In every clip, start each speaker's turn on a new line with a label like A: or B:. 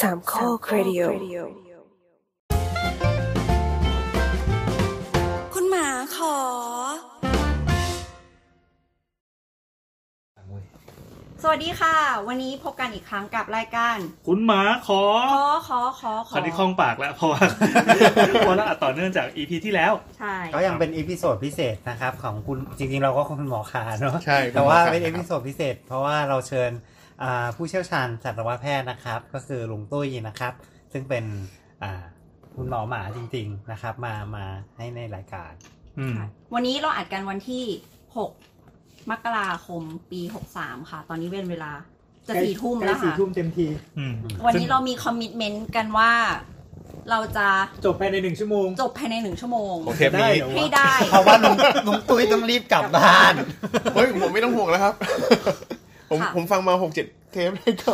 A: สามข้อครดิโอ
B: คุณหมาขอ สวัสดีค่ะ วันนี้พบกันอีกครั้งกับรายการ
C: คุณหมาขอ
B: ขอขอขอ
C: ขอที่คล่องปากแล้วเพราะ ว่า เพราะว่าอัดต่อเนื่องจากอีพีที่แล้ว
B: ใช่
D: ก็ยังเป็นเอพิโซดพิเศษนะครับ ของคุณจริงๆ เราก็คุณหมอคาเนาะ
E: ใช่
D: แต่ว่าเป็น
E: คุ
D: เอ
E: ณหมอคา
D: พิโซดพิเศษ เพราะว่าเราเชิญอ่าผู้เชี่ยวชาญสัตวแพทย์นะครับ ก็คือลุงตุ้ยนะครับ ซึ่งเป็นอ่าคุณหมอหมาจริง ๆนะครับ มามาให้ในรายการ
C: อืม
B: ค่ะวันนี้เราอัดกันวันที่ 6 มกราคมปี 63 ค่ะ ตอนนี้เป็นเวลา จะสี่ทุ่ม
F: ใก
B: แล้ว
F: สี่
B: ค่ะ
F: ทุ่มเต็มที
C: อืม
B: วันนี้เรามีคอมมิชเมนต์กันว่า เราจะ
F: จบภายในหนึ่งชั่วโมง
B: จบภายในหนึ่งชั่วโมง
E: ของเทป
F: ได้
E: นี้
F: เหรอ
B: ให้
F: วะ
B: ได้
D: เพราะว่าลุงลุงตุ้ยต้องรีบกลับบ้าน
E: เฮ้ยผมไม่ต้องห่วงแล้วครับ ผม
B: ค่ะ
E: ผมฟังมาหกเจ็ดเทปแล้วก็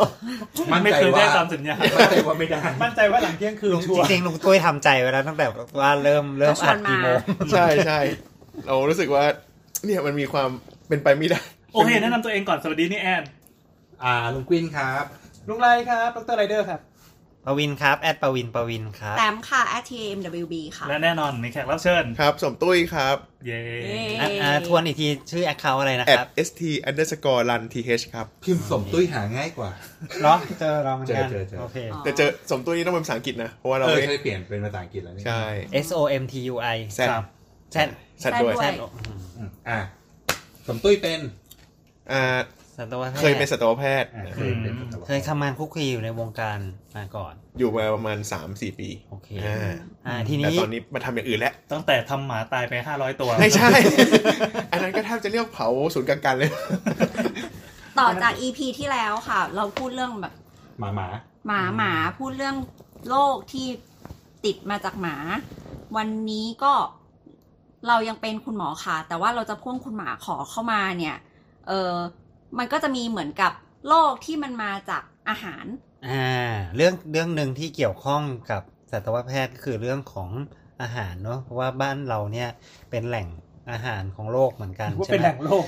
C: มันไม่เคยได้ตามสัญญา
G: มั่นใจว่าไม่ได้
F: มั่นใจว่าหลังเที่ยงคืน
D: ลุง
F: ชัวร์
D: จริงๆลุงตุ้ยทำใจไว้แล้วตั้งแต่ว่าเริ่มเริ่มอัดกี่โมง
E: ใช่ใช่เรารู้สึกว่า เนี่ยมันมีความเป็นไปไม่ได้
C: โอเคแนะนำตัวเองก่อนสวัสดีนี่แอน
G: อ่าลุงกวินครับ
F: ลุงไรครับดรไรเดอร์ครับ
D: ปวินครับแอดปวินปวินครับ
B: แต้มค่ะ at tmwb ค่ะ
C: และแน่นอนมีแขกรับเชิญ
E: ครับ สมตุ้ยครับ
C: เย้
B: เย้
D: อ่ะอ่ะทวนอีกทีชื่อแอคเคาท์อะไรนะ
E: แอ
D: ค
E: ด
D: รับ
E: st underscore run th ครับ
G: พิมพ์สมตุ้ยหาง่ายกว่า
D: เหรอเจอเราเหมือนกัน
G: เจอเจอเจอ
D: โอเค
E: แต่เจอสมตุ้ยนี่ต้องเป็นภาษาอังกฤษนะ เพราะว่าเรา
G: เออ
E: ไม่
G: เคยเปลี่ยนเป็นภาษาอังกฤษแล้วนี่
E: ใช่
D: S O M T U I
E: แซด
C: ครับ
D: แซด
E: แซดด้วย
D: แซด
G: อืมอ่าสมตุ้ยเป็น
E: อ่า
D: สัตวแพทย์
E: เคยเป็นสัตวแพทย์
G: อ่าเคยเป็นสัตวแพท
D: เคยทำงานคุกคีอยู่ในวงการมาก่อน
E: อยู่มาประมาณ 3-4 ปี
D: โอเค
E: อ่า
D: อ่า ที
E: แต่
D: นี้
E: ตอนนี้มาทำอย่างอื่นแล้ว
C: ตั้งแต่ทำหมาตายไป 500 ตัว
E: ไม่ใช่ อันนั้นก็แทบจะเรียกเผาศูนย์กลางกันเลย
B: ต่อจาก EP ที่แล้วค่ะ เราพูดเรื่องแบบ
G: หมาหมา
B: หมาหมาพูดเรื่องโรคที่ติดมาจากหมา วันนี้ก็เรายังเป็นคุณหมอค่ะ แต่ว่าเราจะพ่วงคุณหมาขอเข้ามาเนี่ย เออมันก็จะมีเหมือนกับโรคที่มันมาจากอาหาร
D: อ่าเรื่องเรื่องหนึ่งที่เกี่ยวข้องกับสัตวแพทย์ก็คือเรื่องของอาหารเนาะเพราะว่าบ้านเราเนี่ยเป็นแหล่งอาหารของโลกเหมือนกัน
F: ว่า
D: ใช่
F: เป็น
D: ไห
F: แห
D: ม
F: ล่งโลก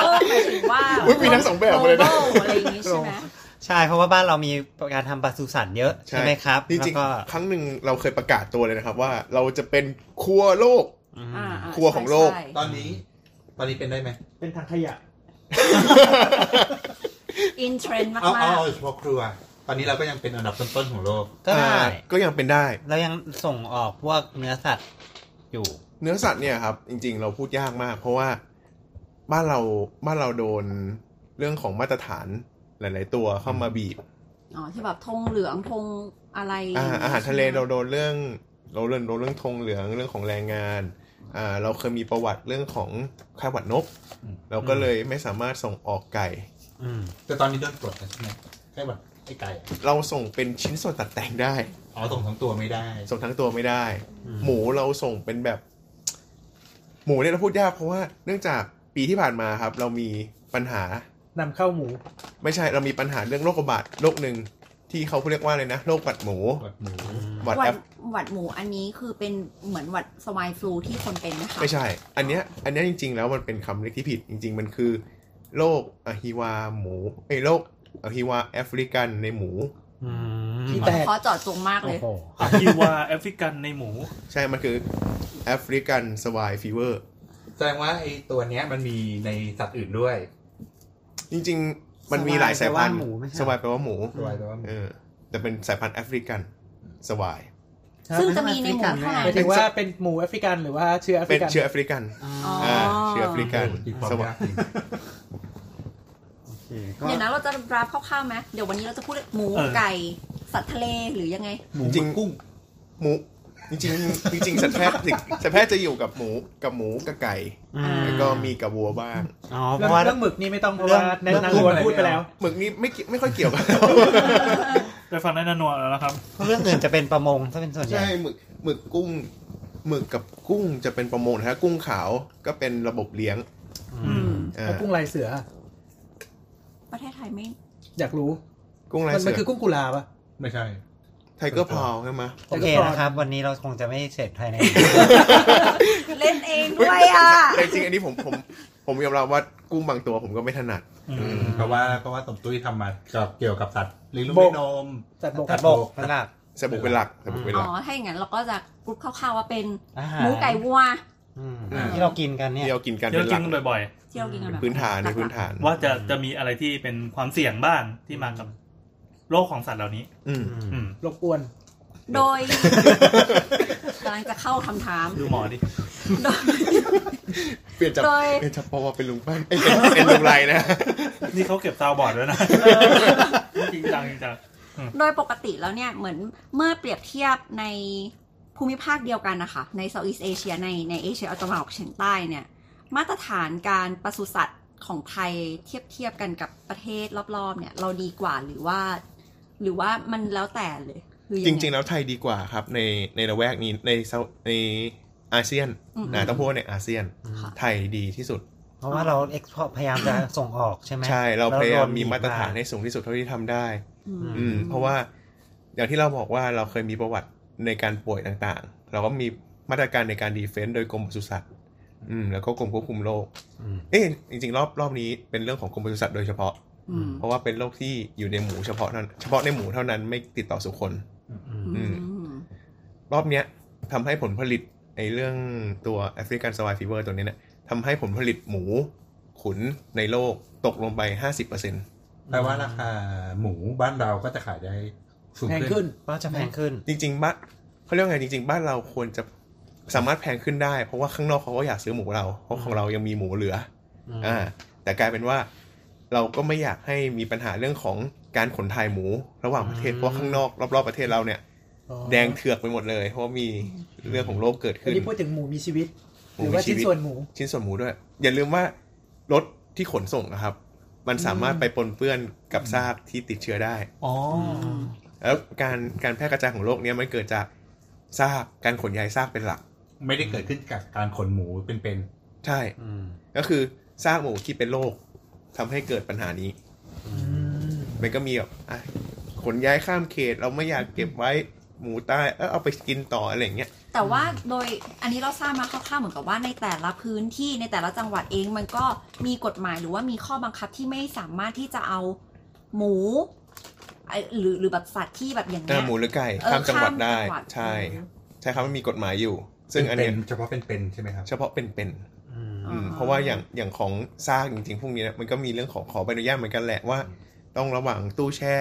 B: โรคหมายถึงว่า
E: อุ๊ยมีทั้งสองแบบเลยนะ
B: โรคอะไรอย่างงี้ใช่ไหม
D: ใช่เพราะว่าบ้านเรามีการทำปศุสัตว์เยอะใช่ไหมครับ
E: จริง
D: แล้วก็
E: ๆครั้งหนึ่งเราเคยประกาศตัวเลยนะครับว่าเราจะเป็นครัวโลก
D: อืม
B: อ่าๆ
E: ครัวของโลก
B: ใช่
G: ตอนนี้ ตอนนี้เป็นได้ไหม
F: เป็นทางขยะ
B: ๆอินเทรนด์มา
G: เอา
B: ก
G: เอาเอาเฉพาะครัว ตอนนี้เราก็ยังเป็นอันดับต้นๆของโลก
D: ก็ได้
E: อ่าก็ยังเป็นได้
D: เรายังส่งออกพวกเนื้อสัตว์อยู่
E: เนื้อสัตว์เนี่ยครับจริง ๆ เราพูดยากมาก เพราะว่าบ้านเราบ้านเราโดนเรื่องของมาตรฐานหลาย ๆ ตัวเข้ามาบีบ
B: ๆอ๋อที่แบบธงเหลืองธงอะไร
E: อ่าอาหารทะเลเราโดนเรื่องเราเรื่องโดนเรื่องธงเหลืองเรื่องของแรงงานอ่าเราเคยมีประวัติเรื่องของค่าหวัดนก
G: อืม
E: เราก็เลยไม่สามารถส่งออกไก่
D: อืม
G: แต่ตอนนี้โดนปลดแล้วใช่ไหมใช่ป่ะไอ้ไก่อะ
E: เราส่งเป็นชิ้นส่วนตัดแต่งได้
G: อ๋อส่งทั้งตัวไม่ได้
E: ส่งทั้งตัวไม่ได้
D: อืม
E: หมูเราส่งเป็นแบบ หมูเนี่ยเราพูดยากเพราะว่าเนื่องจากปีที่ผ่านมาครับ เรามีปัญหา
F: นำเข้าหมู
E: ไม่ใช่เรามีปัญหาเรื่องโรคระบาดโรคหนึ่งที่เขาเรียกว่าอะไรนะโรคหวัดหมู
G: ปลดหมู
E: หวัด
B: หวั
E: แอ
B: ด
E: ฟ
B: หวัดหมูอันนี้คือเป็นเหมือนหวัดสวายฟลูที่คนเป็นนะคะ
E: ไม่ใช่ อันเนี้ยอันเนี้ยจริง ๆ แล้วมันเป็นคำเรียกที่ผิดจริง ๆ มันคือโรคอหิวาหมูไอ้ยโรคอหิวาแอฟริกันในหมู
D: อืม
F: ที่แตก
B: เพราะเจาะจงมากเล
D: โอ้
B: ย
D: โห
C: อาฮิวาแอฟริกันในหมู
E: ใช่มันคือแอฟริกันสวายฟีเวอร์
G: แสดงว่าไอ้ตัวเนี้ยมันมีในสัตว์อื่นด้วย
E: จริง ๆ มันมีหลายสายพันธุ์
D: สวายแปลว่าหมูไม่ใช่
E: สวายแปลว่าหมู
G: ตัวแปลว่าหมู
E: เออแต่เป็นสายพันธุ์แอฟริกันสวาย
B: ซึ่งจะมีในหมูเท่านั้
F: ห
B: น
F: มายถึงว่าเป็นหมูแอฟริกันหรือว่าเชื้อแอฟ
E: เป็
F: ริ
E: น
F: กัน
E: เชื้อแอฟริกัน
B: อ๋ออ่
E: ่าเชื้อแอฟริกัน
G: อีกความ
E: สวาย
G: าย กจริง
D: ก็
B: เดี๋ยวนะเราจะราฟคร่าวๆไหมเดี๋ยววันนี้เราจะพูดหมู
C: เออ
B: ไก่สัตว์ทะเลหรือยังไง
G: หมู
E: จริงกุ้งหมูจริง ๆจริงๆสัตวแพทย์สัตวแพทย์จะอยู่กับหมูกับหมูกับไก่
D: อืม
E: แล้วก็มีกับวัวบ้าง
D: อ๋อเพ
F: เรื่อง
D: ราะว่า
F: เรื่องหมึกนี่ไม่ต้องเพราะ
D: เรื่อง
F: ว่าในนางรวนพูดไปแล้ว
E: หมึกนี่ไม่เกี่ยวไม่ค่อยเกี่ยวกัน
C: ไปฟังได้นานวแล้วนะครับ
D: เรื่องอื่นจะเป็นประมงถ้าเป็นส่วนใหญ่
E: ใช่หมึกหมึกกุ้งหมึกกับกุ้งจะเป็นประมงนะฮะกุ้งขาวก็เป็นระบบเลี้ยง
D: อืม
E: อ่า
F: แล้วกุ้งลายเสือ
B: ประเทศไทยไม่
F: อยากรู้
E: กุ้งลาย
F: มันมั
E: เสื
F: น
E: อ
F: คือกุ้งกุลาปะ
G: ไม่ใช่
E: ไทเกอร์พาวใช่ไหม
D: โอเคนะครับ วันนี้เราคงจะไม่เสร็จภายใน
B: เล่นเองด้วยอ่ะ
E: แต่จริงๆอันนี้ผมผมผมยอมรับว่ากุ้งบางตัวผมก็ไม่ถนัด
C: อืม
G: เพราะว่าเพราะว่าตมตุ้ยทำมากับเกี่ยวกับสัตว์เลี้ยงลูก
F: บ
G: ด้ว
F: ก
G: ยนม
F: จัดบก
G: สัตว์
D: บกเป็นหลัก
E: ใส่บุกเป็นหลักใส่บุกเป็นห
B: อ๋
E: ลั
B: อก ถ้าอย่างนั้นเราก็จะกรุ๊ปคร่าวๆว่าเป็น
D: อาหาร
B: หมูไก่วัว
D: อืม
E: อ่า
D: ที่เรากินกันเนี่ย
E: ที่เรากินกัน
C: ที่
E: เป็
C: เรา
E: นห
C: กิน
E: ลัก
C: กันบ่อย
B: ที่เรากินกันแบบ
E: พื้นฐานในพื้นฐาน
C: ๆ ว่าจะจะมีอะไรที่เป็นความเสี่ยงบ้างที่มากับโรคของสัตว์เหล่านี้
E: อืม
C: อืม
F: รบกวน
B: โด ยกำลังจะเข้าคำถาม
C: ดูหมอดิ
B: โดย
E: เปลี่ยนจาก
B: โดย
E: เปลี่ยนจากปอเป็นลุงป้าเอ้ยเป็นเป็นลุงไรนะ
C: นี่เขาเก็บซาวบอร์ดไว้นะจริงจังจริงจัง
B: โดยปกติแล้วเนี่ยเหมือนเมื่อเปรียบเทียบในภูมิภาคเดียวกันนะคะ ใน Southeast Asia ในในเอเชียตะวันออกเฉียงใต้เนี่ย มาตรฐานการปศุสัตว์ของไทยเทียบเทียบกันกับประเทศรอบๆ เนี่ย เราดีกว่าหรือว่า หรือว่ามันแล้วแต่เลยคือยัไ
E: จริง ๆ แล้วไทยดีกว่าครับ ในในละแวกนี้ในเซาในอาเซียน
B: อืม
E: นะต้องพูดว่าในอาเซียน
D: อืม
E: ไทยดีที่สุด
D: เพราะว่าเราเอ็กพยายามจะส่งออกใช่ไหม
E: ใช่เราพยายามมีมาตรฐาน
D: แล้วเโดนบีบ
E: ให้สูงที่สุดเท่าที่ทำได้
B: อืม
E: อืม เพราะว่าอย่างที่เราบอกว่าเราเคยมีประวัติในการป่วยต่างๆ เราก็มีมาตรการในการดีเฟนต์โดยกรมปศุสัตว์อืมแล้วก็กรมควบคุมโรค
D: อืม
E: เอ๊ะจริงๆรอบรอบนี้เป็นเรื่องของกรมปศุสัตว์โดยเฉพาะ
B: อืม
E: เพราะว่าเป็นโรคที่อยู่ในหมูเฉพาะนั้นเฉพาะในหมูเท่านั้นไม่ติดต่อสู่คน
D: อืม
B: อืม
E: รอบเนี้ยทำให้ผลผลิตในเรื่องตัวแอฟริกันสวายฟีเวอร์ตัวเนี้ยเนี่ยทำให้ผลผลิตหมูขุนในโลกตกลงไป 50%
G: แปลว่าราคาหมูบ้านเราก็จะขายได้สูง
F: แพง
G: ขึ้
F: ขึ้
G: น
F: น
D: ก็จะแพงขึ้น
E: จริง ๆบ้านเขาเรียกว่าไงจริง ๆ บ้านเราควรจะสามารถแพงขึ้นได้ เพราะว่าข้างนอกเขาก็อยากซื้อหมูเราเพราะของเรายังมีหมูเหลือออ่าแต่กลายเป็นว่าเราก็ไม่อยากให้มีปัญหาเรื่องของการขนถ่ายหมู ระหว่างประเทศ
D: อืม
E: เพราะว่าข้างนอกรอบๆประเทศเราเนี่ย แดงเถือกไปหมดเลย เพราะว่ามีเรื่องของโรคเกิด
F: อัน
E: ขึ้น
F: นี้พูดถึงหมูมีชีวิต
E: ห
F: ห
E: มู
F: รือ
E: มี
F: ว่า
E: ชี
F: ชิ้น
E: วิต
F: ส่วนหมู
E: ชิ้นส่วนหมูด้วย อย่าลืมว่ารถที่ขนส่งนะครับ มันสามารถไปปนเปื้อนกับซากที่ติดเชื้อได้
C: อ๋อ
E: แล้วการการแพร่กระจายของโรคเนี้ยมันเกิดจากซากการขนย้ายซากเป็นหลัก
G: ไม่ได้เกิดขึ้นกับการขนหมูเป็น
E: ใช่
D: อืม
E: ก็คือซากหมูที่เป็นโรคทำให้เกิดปัญหานี้
D: อื
F: อื
D: ม
F: ม
E: มันก็มีแบบอ่ะขนย้ายข้ามเขต เราไม่อยากเก็บไว้หมูตายเออเอาไปกินต่ออะไรอย่างเงี้ย
B: แต่ว่าโดยอันนี้เราทราบมาคร่าวๆเหมือนกับว่าในแต่ละพื้นที่ในแต่ละจังหวัดเองมันก็มีกฎหมายหรือว่ามีข้อบังคับที่ไม่สามารถที่จะเอาหมูไอ้หรือหรือแบบสัตว์ที่แบบอย่าง
E: เอ
B: เงี้
E: อย หมูหรือไก่
B: เออ
E: ข้ามจังหวัดได้
B: ข้ามจังหวัด
E: ใช่
B: อืม
E: ใช่ครับมันมีกฎหมายอยู่
G: ๆ
E: ซึ่งอันเนี้ย
G: เป็เฉพาะเป็นๆใช่ไหมครับ
E: เฉพาะเป็นๆ
D: อืม
B: อ๋อ
E: อืมเพราะว่าอย่างอย่างของซากจริงๆพวกนี้นะมันก็มีเรื่องของขอใบอนุญาตเหมือนกันแหละว่า ต้องระหว่างตู้แช่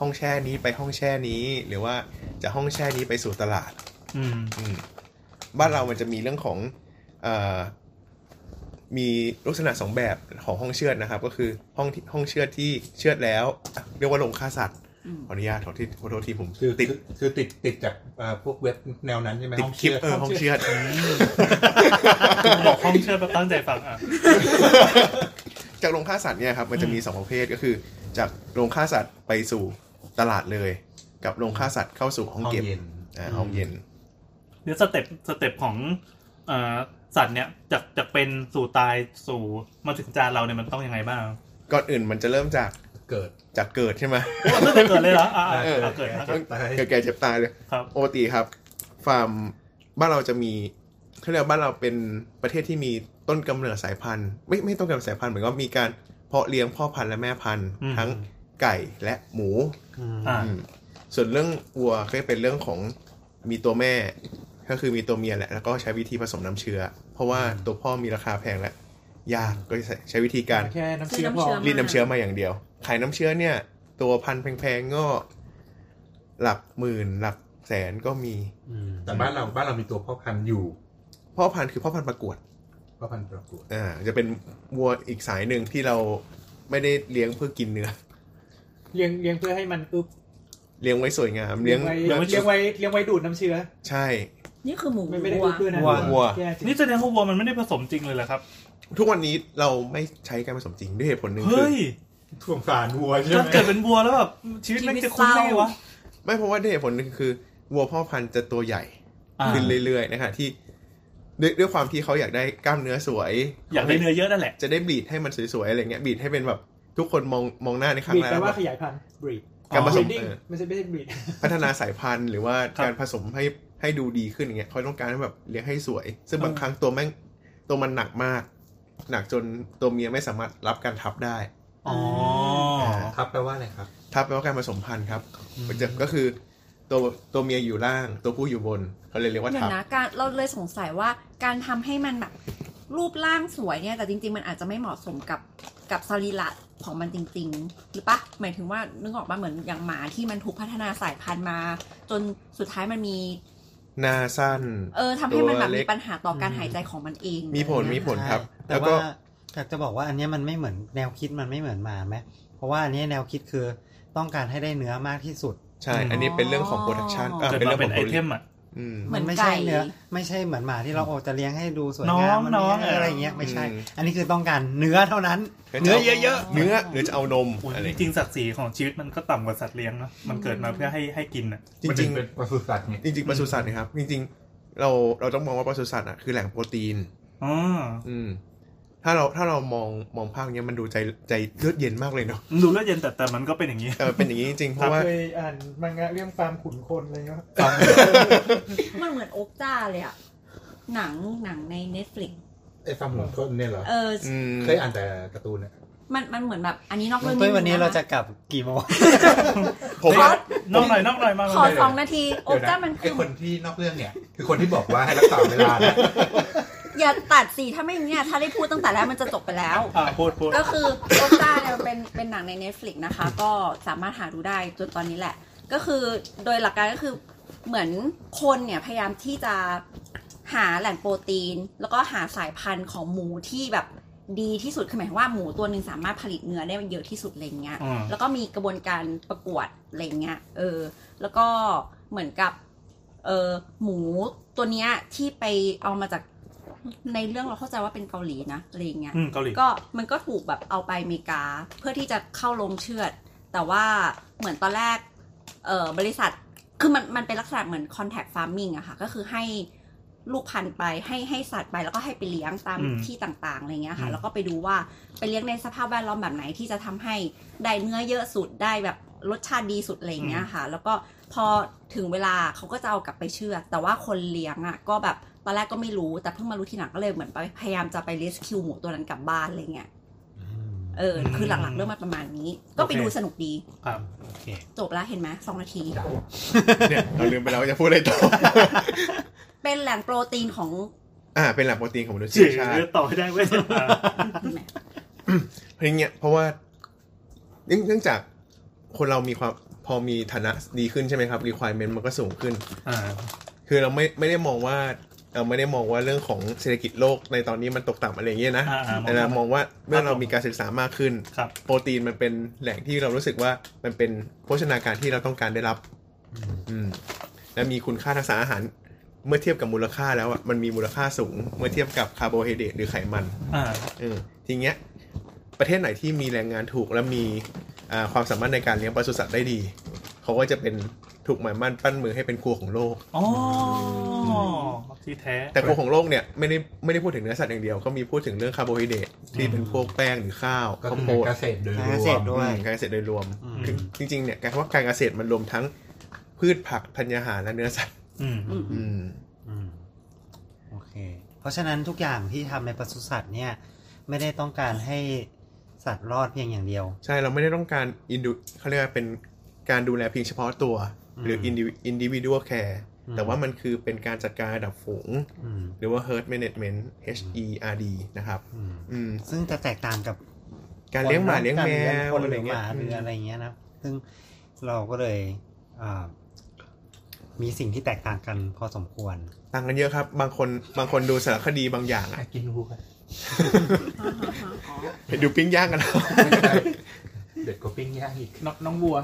E: ห้องแช่นี้ไปห้องแช่นี้ หรือว่าจากห้องแช่นี้ไปสู่ตลาด
C: อืม
E: อืมบ้านเรามันจะมีเรื่องของเออมีลักษณะสองแบบของห้องเชือดนะครับ ก็คือห้องที่ห้องเชือดที่เชือดแล้วอ่ะเรียกว่าลงฆ่าสัตว์
B: อืม
E: ขออนุญาตขอที่ขอโทษทีผม
G: คือติ
E: ติ
G: ด
E: ด
G: คือติดติดจากเอ่อพวกเว็บแนวนั้นใช่ไหม
E: ติด
G: ห้อง
E: คลิป
G: เชือ
E: เอ
G: ด
E: อห้องเชือด
C: บอกห้องเชือดแบบตั้งใจฟังอ่ะ
E: จากโรงฆ่าสัตว์เนี่ยครับมันจะมีสองประเภทก็คือ จากโรงฆ่าสัตว์ไปสู่ตลาดเลย กับโรงฆ่าสัตว์เข้าสู่ห้
G: ห้
E: อ
G: อง ง
E: เก็บ
G: เย็น
E: อ่าห้องเย็น
C: เดี๋ยวสเต็ปสเต็ปของเอ่อสัตว์เนี่ยจากจากเป็นสู่ตายสู่มาถึงจานเราเนี่ยมันต้องยังไงบ้าง
E: ก่อนอื่นมันจะเริ่มจาก
G: เกิด
E: จากเกิดใช่ไหม
C: ตั้งแต่เกิดเลยเหรออ่า
E: เออ
C: เกิดนะค
G: เกิ
C: รับ
G: ดตาย
E: เกิดแก่เจ็บตายเลย
C: ครับ
E: ปกติครับฟาร์มบ้านเราจะมีเขาเรียกว่าบ้านเราเป็นประเทศที่มีต้นกำเนิดสายพันธุ์ ไม่ไม่ต้นกำเนิดสายพันธุ์เหมือนก็มีการเพาะเลี้ยงพ่อพันธุ์และแม่พันธุ์
C: อืม
E: ทั้งไก่และหมู
D: อืม
C: อ่า
E: อืมส่วนเรื่องวัวก็จะเป็นเรื่องของมีตัวแม่ ก็คือมีตัวเมียแหละ แล้วก็ใช้วิธีผสมน้ำเชื้อ เพราะว่าตัวพ่อมีราคาแพงและยากก็ใช้ใช้วิธีการ
F: แค่น้ำเชื้อพอ
B: ซื้อน้ำเชื้อ
E: รีดน้ำเชื้อมาอย่างเดียว ขายน้ำเชื้อเนี่ย ตัวพันธุ์แพงๆก็หลักหมื่นหลักแสนก็มี
D: อืม
G: แต่บ้านเราบ้านเรามีตัวพ่อพันธุ์อยู่
E: พ่อพันธุ์คือพ่อพันธุ์ประกวด
G: พ่อพันธุ์ประกวด
E: อ่าจะเป็นวัวอีกสายหนึ่งที่เราไม่ได้เลี้ยงเพื่อกินเนื้อ
F: เลี้ยงเลี้ยงเพื่อให้มันอึบ
E: เลี้ยงไว้สวยงามเลี้ยง
F: ไว้
E: เลี้ยง
F: เลี้ยงไว้เลี้ยงไว้ดูดน้ำเชื้อ
E: ใช่
B: นี่คือหมู
F: ไม่ไม่ได้
B: วั
F: อึ
B: ว
F: บด้วยนะ
D: วัว
E: วัว
F: แย่จริง
C: นี่แสดงว่าวัวมันไม่ได้ผสมจริงเลยเหรอครับ
E: ทุกวันนี้เราไม่ใช้การผสมจริงด้วยเหตุผลหนึ่งคือ
C: เฮ้ย
G: ท่วงสารวัวใช่
C: ถ้า
G: ไหม
C: เกิดเป็นวัวแล้วแบบชีวิตแม่งจะคุ้มได้ไงวะ
E: ไม่เพราะว่าด้วยเหตุผลหนึงคือวัวพ่อพันธุ์จะตัวใหญ่
C: อ่า
E: ขึ้นเรื่อยๆนะคะที่ด้วยด้วยความที่เขาอยากได้กล้ามเนื้อสวย
C: อยากได้เนื้อเยอะนั่นแหละ
E: จะได้บีดให้มันสวยๆอะไรเงี้ยบีดให้เป็นแบบทุกคนมองมองหน้าในครั้ง
F: บีด
E: แรก
F: แปลว่า
E: ว่า
F: ขยายพันธุ์บรีด
E: การผสม
F: ดิ้ง
E: เออ
F: ไม่ใช่ไม่ใช่บรีด
E: พัฒนาสายพันธุ์หรือว่า
C: ครับ
E: การผสมให้ให้ดูดีขึ้นอย่างเงี้ยเขาต้องการให้แบบเลี้ยงให้สวย ซึ่งบางครั้งตัวแม่งตัวมันหนักมาก หนักจนตัวเมียไม่สามารถรับการทับได้
C: อ๋ออา
G: ครับแปลว่าอะไรครับ
E: ทับแปลว่าการผสมพันธุ์ครับ
D: อืม
E: มันจะก็คือตัวตัวเมียอยู่ล่าง ตัวผู้อยู่บน เขาเลยเรียกว่า
B: เดี๋ย
E: ทับ
B: วนะการเราเลยสงสัยว่าการทำให้มันแบบรูปร่างสวยเนี่ย แต่จริง ๆ มันอาจจะไม่เหมาะสมกับกับสรีระของมันจริง ๆ หรือปะหมายถึงว่านึกออกมาเหมือนอย่างหมาที่มันถูกพัฒนาสายพันธุ์มา จนสุดท้ายมันมี
E: หน้าสั้น
B: เออทำให้มันแบบ
E: ตัวเล็
B: มี
E: ก
B: ปัญหาต่อการหายใจของมันเอง
E: มีผล
B: อะไร
E: มี
B: เงี้ย
E: ผลครับ
D: ใช่
E: แล้
D: แต่
E: วก็
D: ว่าอยากจะบอกว่าอันเนี้ยมันไม่เหมือนแนวคิดมันไม่เหมือนหมาไหมเพราะว่าอันเนี้ยแนวคิดคือต้องการให้ได้เนื้อมากที่สุด
E: ใช่ อันนี้เป็นเรื่องของโปรดักชัน
C: เกิด
E: เป็น
C: มา
E: เรื่อง
C: เป็
E: ขอน ง
C: ไอเทมอ่ะ
E: อืม
B: เหมือน
D: ไม่
B: ไก่
D: ใช่เนื้อไม่ใช่เหมือนหมาที่เราโอจะเลี้ยงให้ดูสวย
C: น้อง
D: งามมั
C: น้อง
D: ไม่
C: เอออ
D: อะไรอย่างเงี้ยไม่ใช่
E: อืม
D: อันนี้คือต้องการเนื้อเท่านั้นเนื้
E: เนื้อ
D: อ
E: เย
D: เย
E: อะ
D: อะ
E: ๆเนื้อหรือจะเอานม
C: โอ้ย
E: อะไร
C: จริงๆศักดิ์ศรีของชีวิตมันก็ต่ำกว่าสัตว์เลี้ยงเนอะมันเกิดมาเพื่อให้ให้กินอ่ะ
E: จ
G: มัน
E: ริ
G: ถึ
E: ง
G: งเป็นปศุสัตว์ไง
E: จริงๆปศุสัตว์นะครับ จริงๆ เราเราต้องมองว่าปศุสัตว์อ่ะคือแหล่งโปรตีน
C: อ๋อ
E: อืม ถ้าเราถ้าเรามองมองภาคเนี้ยมันดูใจใจเลือดเย็นมากเลยเนาะ
C: ดูแล้วเย็นแต่แต่มันก็เป็นอย่างนี้
E: เออเป็นอย่างนี้จริงๆเพราะว่า
F: เคยอ่านมังงะเรื่องฟาร์มขุนคนอะไรเงี้ย
B: มันเหมือนโอกจ้าเลยอะหนังหนังใน Netflix
G: ไอ้ฟาร์มหมูต้นเนี่ยเหรอ
B: เอออ
E: อืม
G: เคยอ่านแต่การ์ตูนอะ
B: มันมันเหมือนแบบอันนี้นอก
D: ลุ
B: เรื่อง ง
D: ตุ้ยวันนี้
B: ดง
D: เราจะกลับกี่โมง
E: ผม
B: ขอ
E: ว่า
C: นอกหน่อยนอกหน่อยมา
B: ขอ
C: มา
B: สองนาทีโอก
G: เดี๋ยวะ
B: จ้ามันคื
G: ไอ้
B: อ
G: คนที่นอกเรื่องเนี่ย คือคนที่บอกว่าให้รักษาเวลานะ
B: อย่าตัดสิถ้าไม่อย่างเงี้ยถ้าได้พูดตั้งแต่แรกมันจะจบไปแล้ว
C: อ่าพูดพูด
B: ก็คือโอซ่าเนี่ยมันเป็นเป็นหนังใน Netflix นะคะ ก็สามารถหาดูได้จนตอนนี้แหละ ก็คือโดยหลักการก็คือเหมือนคนเนี่ยพยายามที่จะหาแหล่งโปรตีน แล้วก็หาสายพันธุ์ของหมูที่แบบดีที่สุดคือหมายความว่าหมูตัวหนึ่งสามารถผลิตเนื้อได้เยอะที่สุดอะไรเงี้ย
C: อ่า
B: แล้วก็มีกระบวนการประกวดอะไรเงี้ย เออ แล้วก็เหมือนกับ เออหมูตัวเนี้ยที่ไปเอามาจากในเรื่องเราเข้าใจว่าเป็นเกาหลีนะอะไรเงี้ย
C: อืมเกาหลี
B: ก็มันก็ถูกแบบเอาไปอเมริกา เพื่อที่จะเข้าลงเชือด แต่ว่าเหมือนตอนแรก เออบริษัท คือมันมันเป็นลักษณะเหมือน contact farming อะค่ะ ก็คือให้ลูกพันธุ์ไปให้ให้สัตว์ไปแล้วก็ให้ไปเลี้ยงตาม
C: อืม
B: ที่ต่างๆอะไรเงี้ยค่ะ
C: อืม
B: แล้วก็ไปดูว่าไปเลี้ยงในสภาพแวดล้อมแบบไหนที่จะทำให้ได้เนื้อเยอะสุดได้แบบรสชาติดีสุดอะไรเงี้ยค่ะ แล้วก็พอถึงเวลาเขาก็จะเอากลับไปเชื่อดแต่ว่าคนเลี้ยงอะก็แบบตอนแรกก็ไม่รู้แต่เพิ่งมารู้ทีหลังก็เลยเหมือนไปพยายามจะไป rescue หมูตัวนั้นกลับบ้านอะไรเงี้ยเอออ
C: ม
B: คือหลักๆเรื่องมันประมาณนี้ ก็ไป
C: โอเค
B: ดูสนุกดี
C: ครับ
D: โอเค
B: จบแล้วเห็นไหมสองนาที
E: เนี่ยเราลืมไปแล้วว่าจะพูดอะไร ต่อ
B: เป็นแหล่งโปรตีนของ
E: อ่าเป็นแหล่งโปรตีนของมนุษย์
C: เจ๋
E: ใช่
C: ต่อให้ได้เว้ย
E: เพราะอย่างเงี้ยเพราะว่าเนื่องเนื่องจากคนเรามีความพอมีฐานะดีขึ้นใช่ไหมครับ requirement มันก็สูงขึ้น
C: อ่า
E: คือเราไม่ไม่ได้มองว่าเราไม่ได้มองว่าเรื่องของเศรษฐกิจโลกในตอนนี้มันตกต่ำอะไรอย่างเงี้ยนะ
C: อ่าอ่ามอง
E: แต่เรามองว่าเมื่อเรา
C: ครับผม
E: มีการศึกษามากขึ้น
C: ครับ
E: โปรตีนมันเป็นแหล่งที่เรารู้สึกว่ามันเป็นโภชนาการที่เราต้องการได้รับ อืม และมีคุณค่าทางสารอาหาร เมื่อเทียบกับมูลค่าแล้วอะมันมีมูลค่าสูง เมื่อเทียบกับคาร์โบไฮเดรตหรือไขมัน
C: อ่า
E: เออทีเนี้ยประเทศไหนที่มีแรงงานถูกและมีอ่าความสามารถในการเลี้ยงปศุสัตว์ได้ดี เขาก็จะเป็นถูกหมายมั่นปั้นมือให้เป็นครัวของโลก
C: อ๋อที่แท้
E: แต่ครัวของโลกเนี่ยไม่ได้ไม่ได้พูดถึงเนื้อสัตว์อย่างเดียว ก็มีพูดถึงเรื่องคาร์โบไฮเดรตที่เป็นพวกแป้งหรือข้าว
G: ก็
E: ข้าว
G: คือ
E: โพด
G: เกษตรโดยร
D: เก
G: ว
D: ษต
G: ม
D: รด้วย
E: อืมการเกษตรโดยรวม
D: อืม
E: จริงๆเนี่ยการว่าการเกษตรมันรวมทั้งพืชผักธัญญาหารและเนื้อสัตว์
C: อืม
B: อืม
E: อืม
D: อืมโอเค เพราะฉะนั้นทุกอย่างที่ทำในปศุสัตว์เนี่ย ไม่ได้ต้องการให้สัตว์รอดเพียงอย่างเดียว
E: ใช่เราไม่ได้ต้องการอินดูเขาเรียกว่าเป็นการดูแลเพียงเฉพาะตัว หรือ
D: ม
E: อินดิอินดิวิวแคร์
D: อืม
E: แต่ว่ามันคือเป็นการจัดการระดับฝูง
D: อืม
E: หรือว่า herd management H E R D นะครับ
D: อืม
E: อืม
D: ซึ่งจะแตกต่างกับ
E: การเลี้ยงหมาเลี้ยงแมว
D: คน
E: อะ
D: ห
E: ไร
D: รือห
E: เงี้ย
D: มาหรืออะไรเงี้ยนะ ซึ่งเราก็เลยอ่ามีสิ่งที่แตกต่างกันพอสมควร
E: ต่างกันเยอะครับ บางคนบางคนดูสารคดีบางอย่างอะ
G: กินวัว
E: ไปดูปิ้งย่างกันแล้ว
G: เด็ดกว่าปิ้งย่างอีก
F: น้องน้องวัว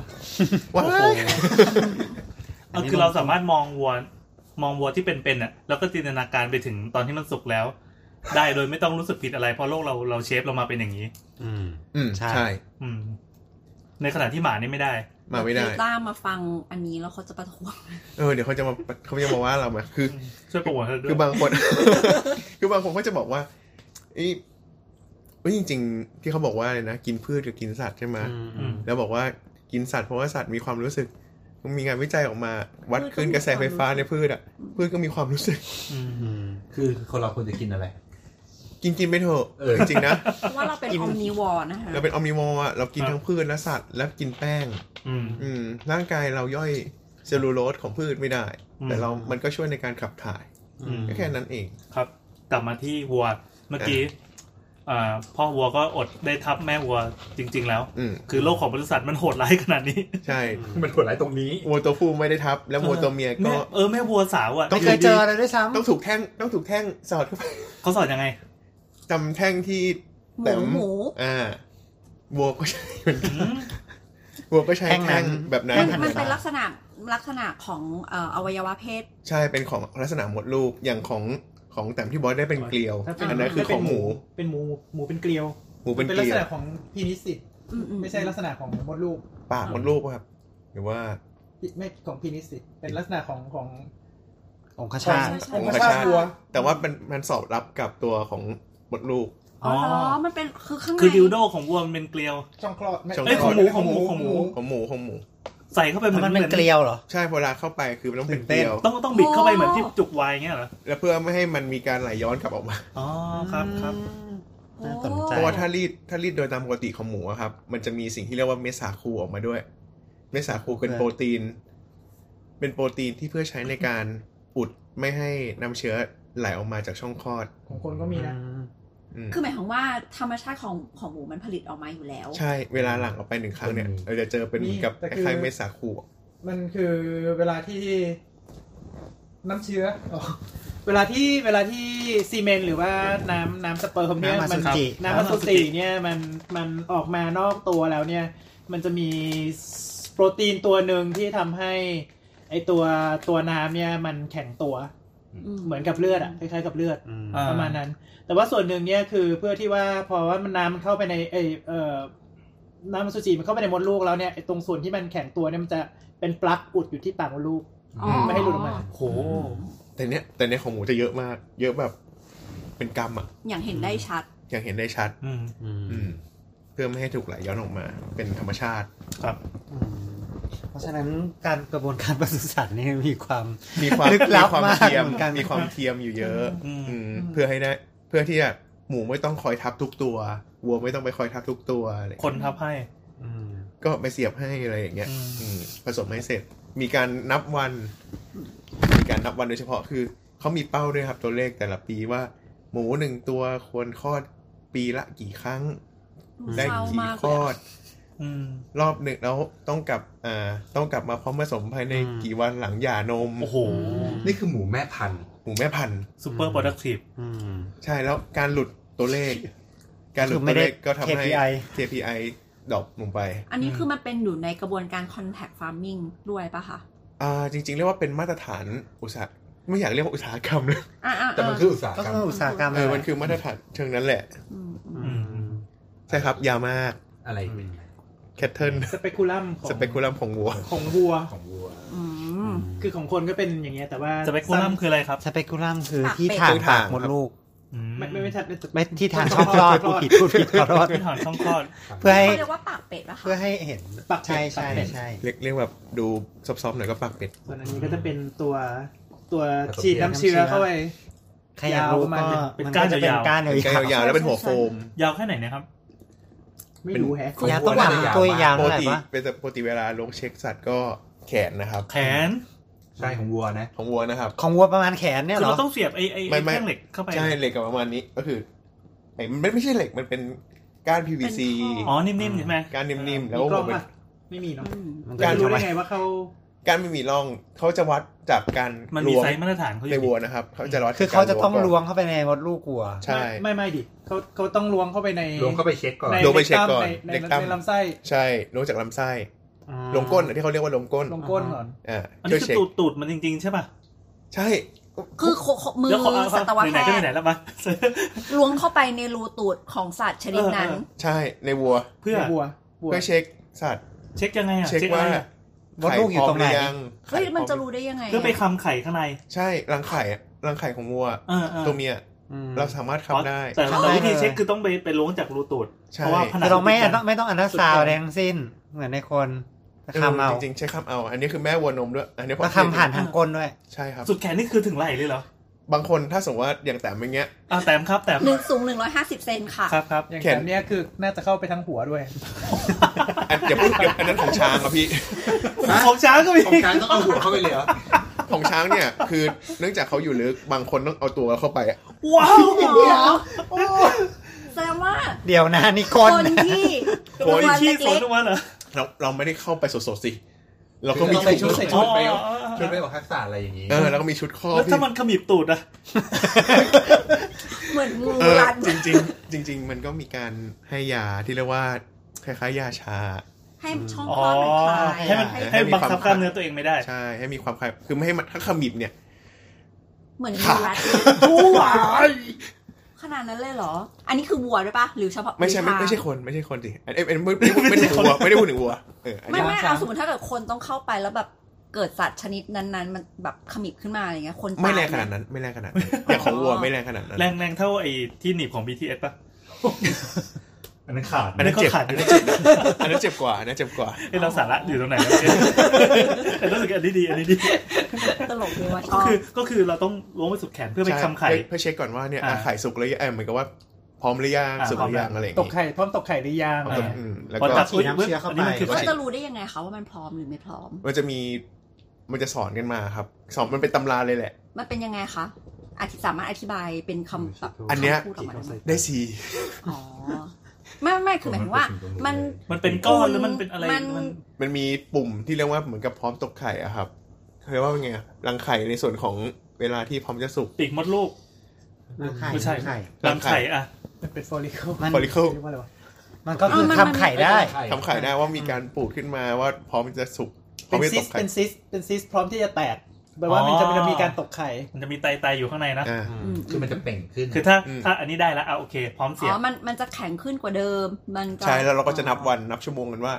E: ว้า
D: โอ้
E: ย
D: โห
C: เออคือเราสามารถมองวัวมองวัวที่เป็นๆอ่ะแล้วก็จินตนาการไปถึงตอนที่มันสุกแล้ว ได้โดยไม่ต้องรู้สึกผิดอะไร เพราะโลกเราเราเชฟเรามาเป็นอย่างนี้
D: อืม
E: อืม
D: ใช่
E: ใช่
C: อืม ในขณะที่หมานี่ไม่ได้
E: มาไม่ได้
B: เดี๋ยวต้ามาฟังอันนี้แล้วเขาจะประท้วง
E: เออเดี๋ยวเขาจะมาเขาจะมาว่าเราไหมา คือ
C: ช่วยโปรโมทให้ด้วย
E: คือบางคน คือบางคนก็จะบอกว่าเอ้ยเอ้ยจริง ๆ ที่เขาบอกว่าเลยนะ กินพืชกับกินสัตว์ใช่ไหม
D: อืมอืม
E: แล้วบอกว่ากินสัตว์เพราะว่าสัตว์มีความรู้สึก มีงานวิจัยออกมา วัด
B: พืชก็มี
E: คลื่นกระแสไฟฟ้า
B: ความรู้
E: ใน
B: สึก
E: พืชอ่ะพืชก็มีความรู้สึก
C: อืม
D: อืม
G: คือคนเราควรจะกินอะไร
E: กินกินไปเถอะ
G: เออ
E: จริงๆนะ
B: เพราะว่าเราเป็น เป็น
E: กิน
B: อมนิวอร์นะคะ
E: เราเป็นออมนิวอร์อะเรากิน
C: ครับ
E: ทั้งพืชและสัตว์ และกินแป้ง
C: อืม
E: อืมร่างกายเราย่อยเซลลูโลสของพืชไม่ได้
C: อืม
E: แต่เรา มันก็ช่วยในการขับถ่าย
D: อืม
E: ก็แค่นั้นเอง
C: ครับ กลับมาที่วัวเมื่อกี้อ่าพ่อวัวก็อดได้ทับแม่วัวจริง ๆ แล้ว
E: อืม
C: คือโลกของบริษัทมันโหดร้ายขนาดนี้
E: ใช่
G: มันโหดร้ายตรงนี้
E: วัวตัวผู้ไม่ได้ทับ แล้ววัวตัวเมียก็
C: แเออแม่วัวสาวอ่ะ
E: ต้
D: ไม่
E: ง
D: เคยเจออะไรด้วยซ้ำ
E: ต้องถูกแท่งต้องถูกแท่งสอดเข้าไป
C: เขาสอนยังไง
E: จำแท่งที่
B: ห
E: แต้
B: มู
E: ม
B: หมู
E: อ่าวัวก็ ใช้เหมือนกัน
C: อืม
E: วัวก็ใช้
D: แท่งนั้
E: แท่ง
D: น
E: แบบนั้น
B: มัน
E: เหมือน
B: มัน
E: กั
B: เป็น
E: น
B: ลักษณะลักษณะของเอ่ออวัยวะเพศ
E: ใช่เป็นของลักษณะหมดลูกอย่างของของแต่มที่บอสได้เป็นเกลียว
F: ถ้าเป็น
E: อันนั้นคือ
F: ถ้า
E: ข
F: เป็
E: องหมู
F: เป็นหมูหมูเป็นเกลียว
E: หมูเป็น
F: เป็น
E: เก
F: ลัก
E: ลีย
F: ษ
E: ว
F: ณะของพินิสิต
B: อืมอืม
F: ไม่ใช่ลักษณะของมดลูก
E: ปากมดลูกป่ะครับหรือว่า
F: ไม่ของพินิสิตเป็นลักษณะของของ
D: องค
F: ขอ
D: ชาง ต
E: ของ
F: อง
E: ก
F: ก
E: ระ
F: ระ
E: ชา
F: ชา
E: ติ
F: กวัว
E: แต่ว่ามันมันสอบรับกับตัวของมดลูก
B: อ๋อเหรอมันเป็นคือข้างใน
C: คือดิวโดของวัวมันเป็นเกลียว
F: ช่องคลอดไม่
E: ช่อง
C: เอ้ย
E: ค
C: ข
E: ล
C: อ
E: ด
C: งหมูของหมูของหมู
E: ของหมูของหมู
C: ใส่เข้าไปเหมือน
D: มันเป็น
C: หอ
D: เกลียวเหรอ
E: ใช่เวลาเข้าไปคือมันต้องเป็น
D: ตื่น
E: เก
D: เต้น
E: ลียว
C: ต้องต้องบิดเข้าไปเหมือนที่จุกไวายเงี้ยเหรอ
E: แล้วเพื่อไม่ให้มันมีการไหลย้อนกลับออกมา
C: อ๋อครับครับ
B: โอ้
D: น่าสนใจ
E: เพราะว่าถ้ารีดถ้ารีดโดยตามปกติของหมูอะครับ มันจะมีสิ่งที่เรียกว่าเมสาคูออกมาด้วย เมสาคูเป็น
D: ครับ
E: โปรตีน เป็นโปรตีนที่เพื่อใช้ในการอุดไม่ให้น้ำเชื้อไหลออกมาจากช่องคลอด
F: ของคนก็มีนะ
E: อืม
B: คือหมายความว่าธรรมชาติของของหมูมันผลิตออกมาอยู่แล้ว
E: ใช่ เวลาหลังออกไปหนึ่งครั้งเนี่ย
G: อืม
E: เราจะเจอเป็นเหมือนกับ
F: แต่
E: ค
F: คือ
E: ล้ายๆเมสาคูอะ
F: มันคือเวลาที่น้ำเชื้ออ๋อเวลาที่เวลาที่ซีเมนต์หรือว่าน้ำน้ำสเปิร์มเนี่ย
D: น้ำอสุ
F: มัน
D: จิ
F: น้ำอสุจิเนี่ยมันมันออกมานอกตัวแล้วเนี่ย มันจะมีโปรตีนตัวหนึ่งที่ทำให้ ไอตัวตัวน้ำเนี่ยมันแข็งตัวเหมือนกับเลือดอะคล้ายๆกับเลือด
D: อืม
C: อ่า
F: ประมาณนั้น แต่ว่าส่วนหนึ่งเนี่ยคือเพื่อที่ว่าพอว่ามันน้ำมันเข้าไปในเออเออน้ำมันสูจิมันเข้าไปในมดลูกแล้วเนี่ยไอ้ตรงส่วนที่มันแข็งตัวเนี่ยมันจะเป็นปลั๊กอุดอยู่ที่ปากมดลูก
B: อ๋อ
F: ไม่ให้หลุดออกมา
C: โห
E: แต่เนี้ยแต่เนี้ยของหมูจะเยอะมาก เยอะแบบเป็นกรรมอะ
B: อย่างเห็นได้ชัด
E: อย่างเห็นได้ชัด
C: อืม
E: อืม เพื่อไม่ให้ถูกไหลย้อนออกมา เป็นธรรมชาติ
C: ครับ
D: อืมเพราะฉะนั้นการกระบวนการปศุสัตว์นี่มีความ
E: มีความ
D: ลึกลับ
E: มีความ
D: มาก
E: เทียม
D: เหมือนกัน
E: มีความเทียมอยู่เยอะ
C: อืม
E: อืมเพื่อให้ได้เพื่อที่จะหมูไม่ต้องคอยทับทุกตัววัวไม่ต้องไปคอยทับทุกตัวอะไร
C: คนทับให้
D: อืม
E: ก็ไปเสียบให้อะไรอย่างเงี้ย
C: อืม
E: อืมผสมให้เสร็จ มีการนับวัน มีการนับวันโดยเฉพาะคือเขามีเป้าด้วยครับตัวเลขแต่ละปีว่า หมูหนึ่งตัวควรคลอดปีละกี่ครั้ง ได้
B: เศร้ามากเลยอะ
E: กี่คลอด
C: อืม
E: รอบหนึ่งแล้วต้องกลับอ่าต้องกลับมาพร้อมผสมภายในกี่วันหลังหย่านม
C: โอ้โห
G: นี่คือหมูแม่พันธุ์
E: หมูแม่พันธุ์
C: ซูเปอร์โปรดักทีฟ
D: อืม
E: ใช่แล้วการหลุดตัวเลข การหลุดตัวเลขก็ทำให้
D: KPI
E: KPI ดรอปลงไป
B: อันนี้คือมันเป็นอยู่ในกระบวนการ contact farming ด้วยปะคะ
E: อ่าจริง ๆ เรียกว่าเป็นมาตรฐานอุตสาหไม่อยากเรียกว่าอุตสาหกรรมเลย
B: อ่าอ่า
G: แต่มันคืออุตสาห
D: ก็
G: กรรม
D: คืออุตสาหกรรม
E: เออมันคือมาตรฐานเชิงนั้นแหละ
D: อืม
E: ใช่ครับ ยาวมาก
G: อะไรเป็น
E: แคทเทิล
F: สเปกุลัมของ
E: สเปกุลัมของวัว
F: ของวัว
G: ของวัว
F: คือของคนก็เป็นอย่างเงี้ยแต่ว่า
C: สเปกโคลัมคืออะไรครับ
D: สเปกุลัมคือที่ทาง
E: ที่ทา
D: ปาง กมดลูก
C: อื
F: ไม่ไม่ไม่ทัด
D: ไม่ที่ทางช่องคลอด
F: ช่
D: พู
F: องคล
D: ด
F: อด
D: ผิดพูดผิดขอโทษ
C: ไม่ถอนช่องคลอด
D: เพื่อให้
B: เขาเรียกว่าปากเป็ดปะคะ
D: เพื่อให้เห็น
F: ปากเป็ด
D: ใช่ใช่
F: ปากเป็ด
D: ใช่
E: เรียกเรียกแบบดูซอฟๆหน่อยก็ปากเป็ด
F: ส่วนอันนี้ก็จะเป็นตัวตัว
G: ผสม
F: ฉีดน้ำเชื้อเข้าไป
D: ใครอยากรู้ก็
C: เป็น
D: มัน
C: ก้า
D: ก็
C: น
D: จะเป็น
C: ยาวๆ
D: ก้าน
E: เป็นก้านยาวๆแล้วเป็นหัวโฟม
C: ยาวแค่ไหนเนะครับ
F: ไม่รู้แฮะ
D: ยาวต้องหวังตัวยาว
E: ป
D: เท่าก ไหร่
E: ติ
D: วะ
E: เป็นปกติเวลาลงเช็คสัตว์ก็แขนนะครับ
C: แขน
G: ใช่ของวัวนะ
E: ของวัวนะครับ
D: ของวัวประมาณแขนเนี่ย
C: คือ
D: เหรอ
C: เราต้องเสียบไอ้ไอ้
E: ไม่
C: ไอ้
E: ไม่
C: แท่งเหล็กเข้าไป
E: ใช่เหล็กกับประมาณนี้ก็คือไอ้มันไม่ใช่เหล็กมันเป็นก้าน PVC
C: อ๋อ นิ่มๆใช่ไหม
E: ก้านนิ่มๆ
F: แล้
E: แล้ว ว
F: กล้
E: หั
F: อ
E: ว
F: ง
E: เป็น
F: ปะไม่มีเนาะ
B: อืม
D: มัน
E: กา
F: จะ
E: ร
F: รู้
D: ทำไม
F: ได้ไงว่าเขา
E: การไม่มีร่องเขาจะวัดจากการ
C: มันมี
E: ล้วง
C: ไซส์มาตรฐานเขาอ
E: ใน
C: ยู่
E: วัวนะครับเขาจะวัด
D: คือเขาจะ
E: กร
D: ต้องล้ว
E: ก่น
D: งเข้าไปในมดลูกวัว
E: ใช่
F: ไม่ไม่ดิเขาเขาต้องล้วงเข้าไปใน
G: ลงเข้าไปเช็คก่อน
F: ใน
E: ล้วงไปเช็คก่อ
F: ใ
E: น
F: น
E: เด็กตั้
F: ใน
E: ม
F: ในลำไส้
E: ใช่ล้วงจากลำไส้ล้วงก้นที่เขาเรียกว่าล้วงก้น
F: ลงก้นก่อน
E: อ่า
C: อัน
E: ช่ว
C: นี้คือ
E: ยเช็ค
C: ตูดตูดมันจริงๆ ใช่ป่ะ
E: ใช่
B: คือโคโคมือ
C: เดี๋ยขเอา
B: สัตว
C: ไห
B: แพ
C: นๆก็
B: ท
C: ไหน
B: ย์
C: ๆแล้วมา
B: ล้วงเข้าไปในรูตูดของสัตว์ชนิดนั้น
C: เออ
E: ใช่ในวัว
C: เพื่อ
F: ในบัวบัว
E: เพื่อเช็คสัตว์
C: เช็คยังไงอ่ะ
E: เช็คว่า
C: อะไรอะ
D: มดลูกอยู่ตรงไหน
E: ข่พมยัง
B: เฮ้ย มันจะรู้
E: ไข่พอ
B: ได้ยังไงอะ
C: เพื่อไปคำไข่ข้างใน
E: มใช่รังไข่อะรังไข่ของวัว
C: เออเออ
E: ตัวเมียเราสามารถ
C: อ๋อ
E: คำได้
C: แต่
D: ทำได้
C: แต่วิธี
D: เลย
C: เช็คคือต้องไปไปล้วงจากรูตูด
E: ใช่
C: เพราะว่าผนั
D: คือเราไม่
C: ติดกัน
D: ไม่ต้องอันตราซาวด์อะไรทั้งสิ้น เหมือนในคนแต่คำเอา
E: จริงๆใช้คำเอา อันนี้คือแม่วัวนมด้วย อันนี้พอ
D: แล้วคำผ่านทางก้นด้วย
E: ใช่ครับ
C: สุดแขนนี่คือถึงไหล่เลยเหรอ
E: บางคนถ้าสมมติว่าอย่างแต้มอย่างเงี้ย
C: อ่ะแต้มครับแต้ม
B: หนึ่งสูงหนึ่งร้อยห้าสิบเซนค่ะ
C: ครับครับ
F: อย่าง
E: แขน
F: แบบเนี้ยคือน่าจะเข้าไปทั้งหัวด้วย
E: อันอย่าพูดเดี๋ยวอันนั้นของช้างครับพี่
C: ของช้างก็มี
G: ของการต้องเอาหัวเข้าไปเลยเหรอ
E: ของช้างเนี่ยคือเนื่องจากเขาอยู่ลึกบางคนต้องเอาตัวเข้าไปอะ
C: ว้าว
B: แสดงว่า
D: เดี๋ยวนะนี่ค
B: คน นที่
C: คน
B: ตัว
C: ขี้สวน
B: เล็ก
C: ออกมาเหรอ
E: เราเราไม่ได้เข้าไปสดๆสิเราก็มี
G: ต้องใส่ชุดใส่ชุดไป
C: อ๋อ
G: ชุดไปของทักษะอะไรอย่างนี้
E: เออเราก็มีชุดครอบ
C: แล้วถ้ามันขมิบตูดอะ
B: ๆเหมือนงู
E: เออ
B: รัด
E: จริงๆจริง ๆ มันก็มีการให้ยาที่เรียกว่าคล้ายๆยาชา
B: ให้ช่องคลอดมันคลาย
C: ให้มัน
E: ให้
C: ให้
E: มี
C: บัง
E: ความ
C: คับ
E: ค
C: ก
E: ลาย
C: ล้ามเนื้อตัวเองไม่ได้
E: ใช่ให้มีความคล้ายคือไม่ให้มันถ้าขมิบเนี่ย
B: เหมือนงูรัดขนาดนั้นเลยเหรอ อันนี้คือวัวด้วยปะหรือเฉพาะ
E: ไม่ใช่ไม่
B: หรือช้า
E: ไม่
B: ง
E: ใช่คนไม่ใช่คนสิอันเอ็มไม่ไม่ไม่ได้วัวไม่ได้พูดถึงวัวเอออัน
B: ไม่
E: นี้
B: ไม่
F: ช้าง
B: เอาสมมติถ้าเกิดคนต้องเข้าไปแล้วแบบเกิดสัตว์ชนิดนั้นๆ มันแบบขมิบขึ้นมาอะไรเงี้ยคนตย
E: ไม่แรงขนาดนั้น ไม่แรงขนาดนั้นอย่างของวัวไม่แรงขนาดนั้น
C: แรงแรงเท่าไอ้ที่หนีบของ BTS ป่ะ
G: อันนั้นขาด
E: อันนั้นเจ็บ
C: ก็ขาด
E: อันนั้นเจ็บอันนั้นเจ็บก ว่าอันนั้นเจ็บกว่า
C: ไอ้เราสาระอยู่ตรงไหนว ะเนี่ยแต่รู้สึกอันนี้ดีอันนี้ดี
B: ตลกดีว่ะช
C: ก็
B: อบ
C: คือก็คือเราต้องล้วงไปสุดแขนเพื่อไป
E: ใช่
C: คำไข่
E: เพื่อเพื่อเช็คก่อนว่าเนี่ยอ่ะ
C: อ่า
E: ไข่สุกหรือยังเอ้ยเหมือนกับว่าพร้อมหรือยัง
C: อ่า
E: สุกหรือยั
C: พร้อม
E: ง
C: แล้ว
E: อะไรอย่าง
F: ตก
E: งี้
F: ไข่พร้อมตกไข่หรือยัง
E: แล้วก็อืมแล้ว
C: พอ
E: ก็
C: จับ
D: ฉีดน้ำเชื้อเข้าไป
C: นนี้มันคือ
E: ก็
B: เรา
E: ฉีด
B: จะรู้ได้ยังไงคะว่ามันพร้อมหรือไม่พร้อม
E: มันจะมีมันจะสอนกันมาครับ สอนมันเป็นตำราเลยแหละ
B: มันเป็นยังไงคะอธิสามารถอธิบายเป็นคำแบบ
E: อันเนี้ย
B: คำพูดออกมาได้ไหม
E: ได้สี
B: อ๋อไม่ไม่คือหมายถึงว่า มัน
C: มันเป็นก้อนหรือมันเป็นอะไร
B: มัน
C: มัน
E: มันมีปุ่มที่เรียกว่าเหมือนกับพร้อมตกไข่อะครับเขาเรียกว่าเป็นไงอะรังไข่ในส่วนของเวลาที่พร้อมจะสุก
C: ปีกมดลูก
D: ไข่
C: ไม่ใช่
D: ไข่
C: รังไข่อะ
F: มันเป็นโฟลิเคิล
D: มัน
E: follicle
F: เรียกว่าอะไรวะ
D: มันก็คือ
B: เออมันมัน
D: ทำไข่ได้
E: ทำไข่ได้ว่ามีการปูดขึ้นมาว่าพร้อมจะสุกพร้
F: เป็
E: อ
F: น
E: ม
F: ซิ
E: จะต
F: ส
E: กไข่
F: เป็นซิสเป็นซิสพร้อมที่จะแตกแปลว่ามันจะมันจะมีการตกไข่
C: มันจะมีไตไตอยู่ข้างในนะ
E: อ่า
B: อืม
G: คือมันจะเป่งขึ้น
C: คือถ้า
E: อืม
C: ถ้าอันนี้ได้แล้วอ่ะโอเค พร้อมเสี
B: อ๋
C: ยบ
B: อมันมันจะแข็งขึ้นกว่าเดิม มันจะ
E: ใช่แล้วเราก็จะนับวันนับชั่วโมงกันว่า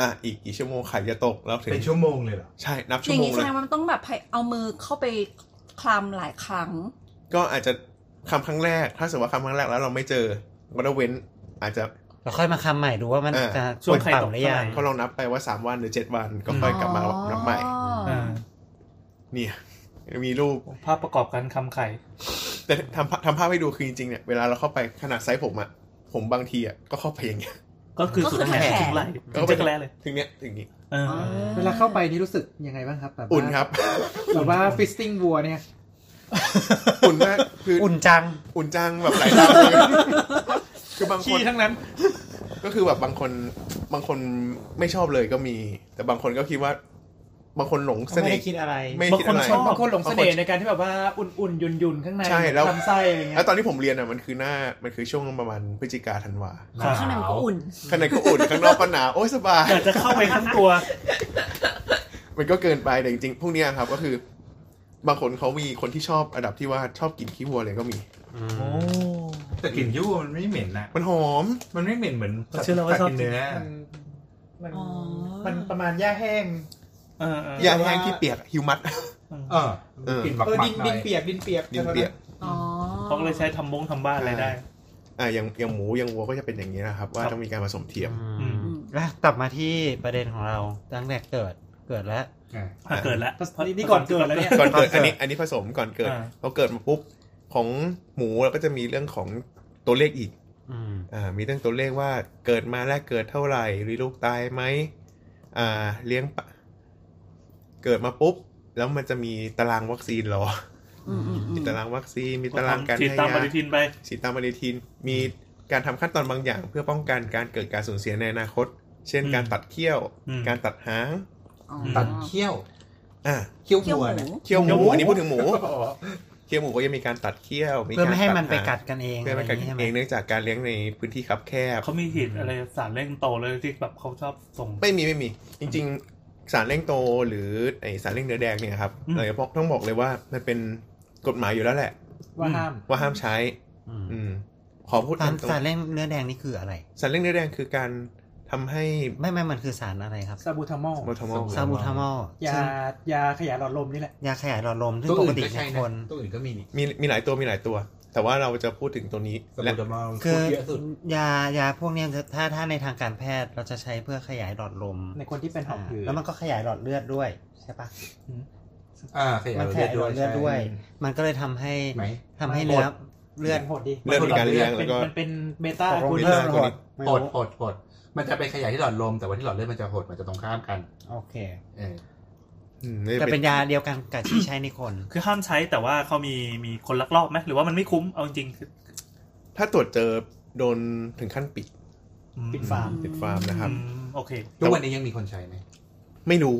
E: อ่ะอีกกี่ชั่วโมงไข่จะตกแล้วถึง
G: เป็นชั่วโมงเลยเหรอ
E: ใช่นับ
B: อ
E: ชั่ว
B: ย่าง
E: โมง
B: นี้แส
E: เลย
B: ดงว่ามันต้องแบบเอามือเข้าไปคลำหลายครั้ง
E: ก็อาจจะคำครั้งแรก ถ้าสมมติว่าคำครั้งแรกแล้วเราไม่เจอก็ต้องเว้นอาจจะ
D: เราค่อยมาคำใหม่ดูว่ามัน
E: เออ
D: จะ
C: ช่วงไข่ต
D: ต่ำ
C: ก
D: หรือยัง
E: เขาลองนับไปว่าสามวันหรือเจ็ดวันก็ค่อยกลับมานับใหม่
C: อ่า
E: เนี่ยมีรูป
C: ภาพประกอบการคำไข่
E: แต่ทำทำภาพให้ดูคือจริงๆเนี่ยเวลาเราเข้าไปขนาดไซส์ผมอะผมบางทีอะก็เข้าไปอย่างเงี้ย
C: ก็คือ
B: ก็
C: สุด
B: คือ
C: แขน
B: แขน
C: ถึงไหล่
E: ก็
C: ถึง
E: ไป
C: จักรแลเลย
E: ถึงเนี้ยถึงนี้
C: เออ
B: อ๋อ
F: เวลาเข้าไปนี่รู้สึกยังไงบ้างครับแบบว่า
E: อุ่นครับ
F: แบบว่าฟิสติ้งวัวเนี่ย
E: อุ่นมากคือ
D: อุ่นจัง
E: อุ่นจังแบบหลายตาเลยคือบางค
F: ขี้
E: น
F: ทั้งนั้น
E: ก็คือแบบบางคนบางคนไม่ชอบเลยก็มี แต่บางคนก็คิดว่า บางคนหลงเส
D: ก็ไม่
E: น่
D: ได้
E: ห์
D: คิดอะไร
E: ไม่
C: บาง
E: คิด
C: คน
E: อะไร
C: ชอบ
F: บางคนหลงเสน่ห์ในการที่แบบว่าอุ่นๆ ยุ่นๆ ข้างใน
E: ใช่แล้ว
F: ลำไส้อะไรเงี้
E: แล้
F: ยว
E: ตอนที่ผมเรียนอ่ะมันคือหน้ามันคือช่วงประมาณพฤศจิกาธันวา
B: ข้างในมันก็อุ่น
E: ข้างในก็อุ่นข้างนอกก็หนาวโอ้ยสบาย
C: อยากจะเข้าไปทั้งตัว
E: มันก็เกินไปแต่จริงๆพวกเนี้ยครับก็คือ บางคนเขามีคนที่ชอบอันดับที่ว่าชอบกินขี้วัวเลยก็มี
C: โอ้
G: แต่กลิ่นยั่วมันไม่เหม็นนะ
E: มันหอม
G: มันไม่เหม็นเหมือน
C: ผมเชื่อแล้วว่าชอบ
G: สัตกินเนื้อ
F: มัน
B: อ๋อ
F: มันประมาณหญ้าแห้ง
C: เออเออ
E: อยาแห้งที่เปียกฮิวมัส
G: เออ
E: เออ
G: กลิ่นหมัก
F: เออ
G: หมั
F: ดิ
G: ก
F: นดินเปียกดินเปียก
E: ดินเปียก
B: อ๋อ
C: เขาก็เลยใช้ทำบงทำบ้านอะไรได้
E: อ่าอย่างอย่างหมูอย่างวัวก็จะเป็นอย่างนี้นะครับ
C: ค
E: ว่า
C: รับ
E: ต้องมีการผสมเทียม
D: อืมแล้วกลับมาที่ประเด็นของเราตั้งแต่เกิดเกิดแล้ว
G: อ่ะ
C: อ่ะเกิดแล้ว
F: นี่นี่ก่อนเกิดแล้วเนี่ย
E: ก่อนเกิด
D: ก่อนเกิด
E: อันนี้อันนี้ผสมก่อนเกิด
C: อ่า
E: พอเกิดมาปุ๊บของหมูเราก็จะมีเรื่องของตัวเลขอีก
D: อืม
E: อ่ามีเรื่องตัวเลขว่าเกิดมาแรกเกิดเท่าไหร่มีลูกตายไหมอ่าเลี้ยงปะเกิดมาปุ๊บ แล้วมันจะมีตารางวัคซีนรอ
B: อืมอืมอื
E: มี
B: ม
E: ตารางวัคซีนมีตารางการ
C: ฉีด
E: ให้
C: ตามป
E: ยา
C: ฏิทินไป
E: ฉีดตามปฏิทินมีการทำขั้นตอนบางอย่าง เพื่อป้องกันการเกิดการสูญเสียในอนาคต เช่น
C: อืม
E: การตัดเขี้ยว
C: อืม
E: การตัดหาง
B: อ๋อ
G: ตัดเขี้ยว
E: อ่ะ
G: เขี้ยว
B: เขี้ยว
G: วัว
B: ห
G: นะ
B: มู
E: เขี้ยวห
C: เขี้ยวหมู
E: มูอันนี้พูดถึงหมู
G: อ๋อ
E: เขี้ยวหมูก็ยังมีการตัดเขี้ยว
D: เพื่อไม่ให้มันไป
E: าร
D: กั
E: ตัา
D: ดกันเอง
E: งเพื่อไม่ให้กัด
D: ะรย่างงี้ใช่ไหม
E: เองเนื่องจากการเลี้ยงในพื้นที่คับแคบ
C: เขามีหินอะไรสารเร่งโตเลยที่แบบเขาชอบส่ง
E: ไม่มีไม่มี จริง ๆ สารเร่งโตหรือไอสารเร่งเนื้อแดงเนี่ยครับ
C: อืม
E: เราจะบอกต้องบอกเลยว่ามันเป็นกฎหมายอยู่แล้วแหละ
F: ว่าห้าม
E: ว่าห้ามใช้
D: อืม
E: อืมขอพูด
D: สาร
E: ตรง
D: สารเล่นเนื้อแดงนี่คืออะไร
E: ๆสารเร่งเนื้อแดงคือการทำให้
D: ไม่ไม่มันคือสารอะไรครับ
F: ซาบูทามอล
E: มอทอมอล
D: ซาบูทามอล
F: ยายาขยายหลอดลมนี่แหละ
D: ยาขยายหลอดลมซึ่ง
G: ตัว
D: ป
G: อื่
D: ก
G: น
D: ติ
G: ก็
D: ใช้
G: ใช่
D: ค
G: นะ
D: น
G: ตัวอื่นก็มีนี่
E: มีมีหลายตัวมีหลายตัว แต่ว่าเราจะพูดถึงตัวนี้
G: สมุ
E: และ
G: ดมาล
D: คือ
G: พูดเยอะสุด
D: ยายาพวกเนี้ยถ้าถ้าในทางการแพทย์เราจะใช้เพื่อขยายหลอดลม
F: ในคนที่เป็นหอบหืด
D: แล้วมันก็ขยายหลอดเลือดด้วยใช่ปะ
C: อืม
D: ส
G: อ่าขยาย
D: มัน
G: หล
D: แผ่
G: อด
D: หลอดเลือดด้วย
G: ใช่
D: มันก็เลยทำให้
G: ไหม
D: ทำให้เนื้อ
F: เลื
D: เลื
F: อ
D: อ
F: ด
D: ด
F: โหดดิ
E: เลือดมีการเลี้ยงแล้วก็
F: มันเป็นเบต้า
D: ตกลง
F: คูลเล
D: เลื
F: อ
D: อด
F: ร์
D: หดไม่
G: หด
D: รู้
G: หดหดมันจะไปขยายที่หลอดลมแต่ว่าที่หลอดเลือดมันจะหดมันจะตรงข้ามกัน
D: โอเค
G: เออ
E: อืมนี่
D: แต่
E: เป็
D: เป็น นยาเดียวกันกับที่ใช้ในคน
C: คือห้ามใช้แต่ว่าเขามีมีคนลักลอบไหมหรือว่ามันไม่คุ้มเอาจริงๆคือ
E: ถ้าตรวจเจอโดนถึงขั้นปิด
C: อืม
F: ปิดฟาร์ม
E: ปิดฟาร์มนะค
C: อื
E: รับ
C: มโอเค
G: ทุกวันนี้ยังมีคนใช้ไหม
E: ไม่รู้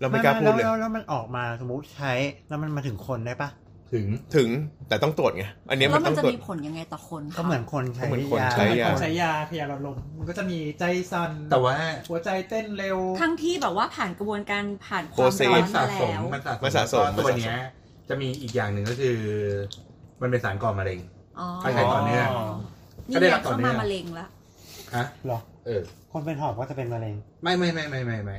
E: เราไม่กล้าพูดเลย
D: แวแวแล้วมันออกมาสมมติใช้แล้วมันมาถึงคนได้ปะ
G: ถึง
E: ถึงแต่ต้องตรวจไงอันเนี้ย
B: แล้ว
E: มั
B: น มั
E: ต้
B: น
E: อง
B: จะ
E: ตรวจ
B: มีผลยังไงต่อคนคะ
D: ก็เหมือนคนใช้
E: ก็เหมือนคน
D: ยา
E: ใช้ยา
F: ใช้ยาขยายหลอดลม มันก็จะมีใจสั่น
G: แต่ว่า
F: หัวใจเต้นเร็ว
B: ทั้งที่แบบว่าผ่านกระบวนการผ่านควา
E: โปร
B: ม
E: เซส
B: ร้อ
G: มัน นสะ
B: มาแล้ว
G: สมมันสะสม
E: มันสะสม
G: แล้วก็ตัวเนี้ย จะมีอีกอย่างหนึ่งก็คือ มันเป็นสารก่อมะเร็ง
B: อ๋อ
G: ไปไหนต่อเนี่ย
B: นี่
G: ก็ได้
B: ยั
G: รั
B: ง
G: บต่อ
B: เข้า
G: เนื่
B: มา
G: อง
B: มะเร็งละ
G: ฮะ
D: เหรอ
G: เออ
D: คนเป็นหอบก็จะเป็นมะเร็ง
G: ไม่ไม่ไม่ไม่ไม่ไม่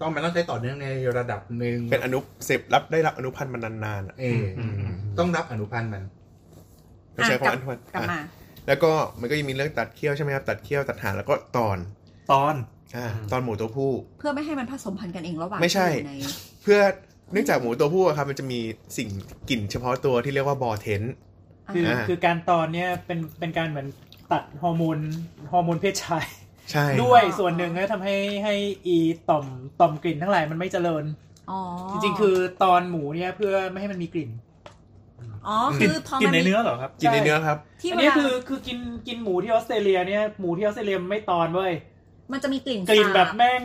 G: ต้องมันต้องใช้ต่อเนื่องในระดับหนึ่ง
E: เป็นอนุเสพรับได้รับอนุพันธ์มานานๆอะ
G: เอออ
E: ม
G: ต้องรับอนุพันธ์มัน
E: ไม่ใช่ของ
B: อ่ะ
E: อันทวน
B: กลับ
E: อ่ะ
B: มา
E: แล้วก็มันก็ยังมีเรื่องตัดเขี้ยวใช่ไหมครับ ตัดเขี้ยวตัดหางแล้วก็ตอน
C: ตอน
E: อ่า
D: อืม
E: ตอนหมูตัวผู้
B: เพื่อไม่ให้มันผสมพันธุ์กันเองระหว่าง
E: ไม่ใช่
B: ที่อยู่น
E: เพื่อเนื่องจากหมูตัวผู้อะครับมันจะมีสิ่งกลิ่นเฉพาะตัวที่เรียกว่าบอเทน
F: คืออา คือการตอนเนี่ยเป็นเป็นการเหมือนตัดฮอร์โมนฮอร์โมนเพศชาย
E: ใช่
F: ด้วยส่วนหนึ่งก็ทำให้ให้อีต่อมต่อมกลิ่นทั้งหลายมันไม่เจริญ
B: อ๋อ
F: จริงๆ คือตอนหมูเนี่ยเพื่อไม่ให้มันมีกลิ่น
B: อ๋อคือพอ
C: กิน
B: มัน
C: ใน
B: มี
C: เนื้อเหรอครับ
E: กินในเนื้อครับ
B: ที่
F: อัน
B: เว
F: นี้
B: ลา
F: คือคือกินกินหมูที่ออสเตรเลียเนี่ยหมูที่ออสเตรเลียไม่ตอนเว้ย
B: มันจะมีกลิ่น
F: กลิ่นแบบ
B: สา
F: แม่ง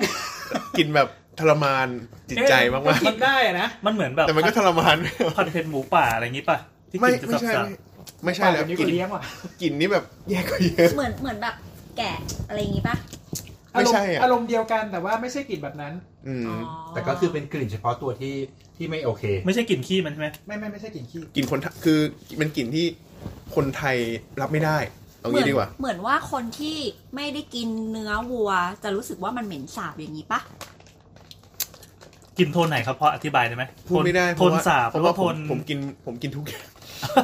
E: กินแบบทรมานจิตใจมาก
F: กินได้อะนะ
C: มันเหมือนแบบ
E: ๆแต่มันก็ทรมาน
C: ผัดเผ็ดหมูป่าอะไรอย่างนี้ป่ะที่
E: ไม่
C: กินจะ
E: ไม่ใช่
C: สับ
E: ไม่ใช่แล้ว
F: ป่าเดี๋ยวนี้
E: กลิ่น
F: กูเลี้ยงว่ะ
E: กลิ่นนี่แบบแย่กว่าเยอะ
B: เหมือนเหมือนแบบแกะอะไรอย่างงี้ป่ะ
E: ไม่ใช่อะ
F: อารมณ์เดียวกันแต่ว่าไม่ใช่กลิ่นแบบนั้น
E: อืม
B: อ๋อ
G: แต่ก็คือเป็นกลิ่นเฉพาะตัวที่ที่ไม่โอเค
C: ๆไม่ใช่กลิ่นขี้มันใช่ไหม
F: ไม่ไม่ไม่ใช่กลิ่นขี้
E: กลิ่นคนไทคือมันกลิ่นที่คนไทยรับไม่ได้เอางี้ดีกว่า
B: เหมือนว่าคนที่ไม่ได้กินเนื้อวัว จะรู้สึกว่ามันเหม็นสาบอย่างนี้ป่ะ
C: กลิ่นโทนไหนครับพออธิบายได้ไหม
E: พูดไม่ได้เพ
C: โทน
E: ราะว่า
C: สาบ
E: เพ
C: หรื
E: ราะ
C: อ
E: ว่า
C: ว่า
E: ผ
C: โท
E: ม
C: น
E: ผมกินผมกินทุกอย่าง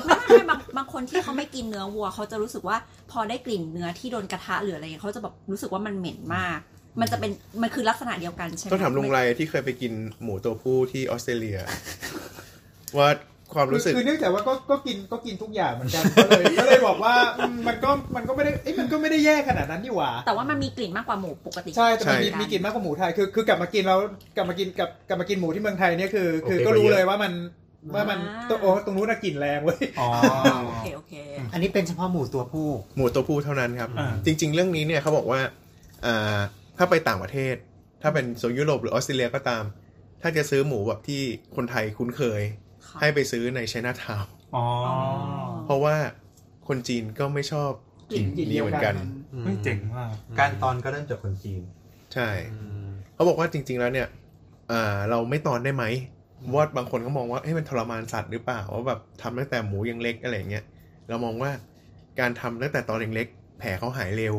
B: ไม่ไม่บางบางคนที่เขาไม่กินเนื้อวัวเขาจะรู้สึกว่าพอได้กลิ่นเนื้อที่โดนกระทะหรืออะไรเงี้ยเขาจะแบบรู้สึกว่ามันเหม็นมาก มันจะเป็นมันคือลักษณะเดียวกันใช่ไหม
E: ต้องถามลุงไรที่เคยไปกินหมูตัวผู้ที่ออสเตรเลีย ว่าความรู้สึก
F: คือเนื่องจากว่าก็ก็กินก็กินทุกอย่างเหมือนกันก็เลยก็เลยบอกว่าอืมมันก็มันก็ไม่ได้เอ้ยมันก็ไม่ได้แย่ขนาดนั้นนี่หว่า
B: แต่ว่ามันมีกลิ่นมากกว่าหมูปกติ
F: ใช่แต่มันมี
B: เหอ
F: มีกลิ่นมากกว่าหมูไทยคือคือกลับมากินแล้วกลับมากินกับกลับมากินหมูที่เมืองไทยเนี่ยคือคือ
G: โอเค
F: ก็
G: กว่า
F: รู้
G: เยอะ
F: เลยว่ามันว่ามันตัวโอ้ตรงนู้นน่ะกลิ่นแรงเว้ย
G: อ๋อ
B: โอเคโอเค
D: อันนี้เป็นเฉพาะหมูตัวผู้
E: หมูตัวผู้เท่านั้นครับ
C: อ่า
E: จริง ๆ เรื่องนี้เนี่ยเขาบอกว่าอ่าถ้าไปต่างประเทศ ถ้าเป็นโซนยุโรปหรือออสเตรเลียก็ตาม ถ้าจะซื้อหมูแบบที่คนไทยคุ้นเคย
B: ค่ะ
E: ให้ไปซื้อในไชน่าทาวน์
C: อ๋อ
E: เพราะว่าคนจีนก็ไม่ชอบ
B: กลิ่น
F: กลิ่น
E: นี้เหมือนกัน
C: ไม่เจ๋งมาก
G: การตอนก็เริ่มจากคนจีน
E: ใช่ เขาบอกว่าจริง ๆ แล้วเนี่ยอ่าเราไม่ตอนได้ไหมว่าบางคนก็มองว่าเอ้ยมันทรมานสัตว์หรือเปล่าว่าแบบทำตั้งแต่หมูยังเล็กอะไรอย่างเงี้ยเรามองว่าการทำตั้งแต่ตอนเล็กๆแผลเขาหายเร็ว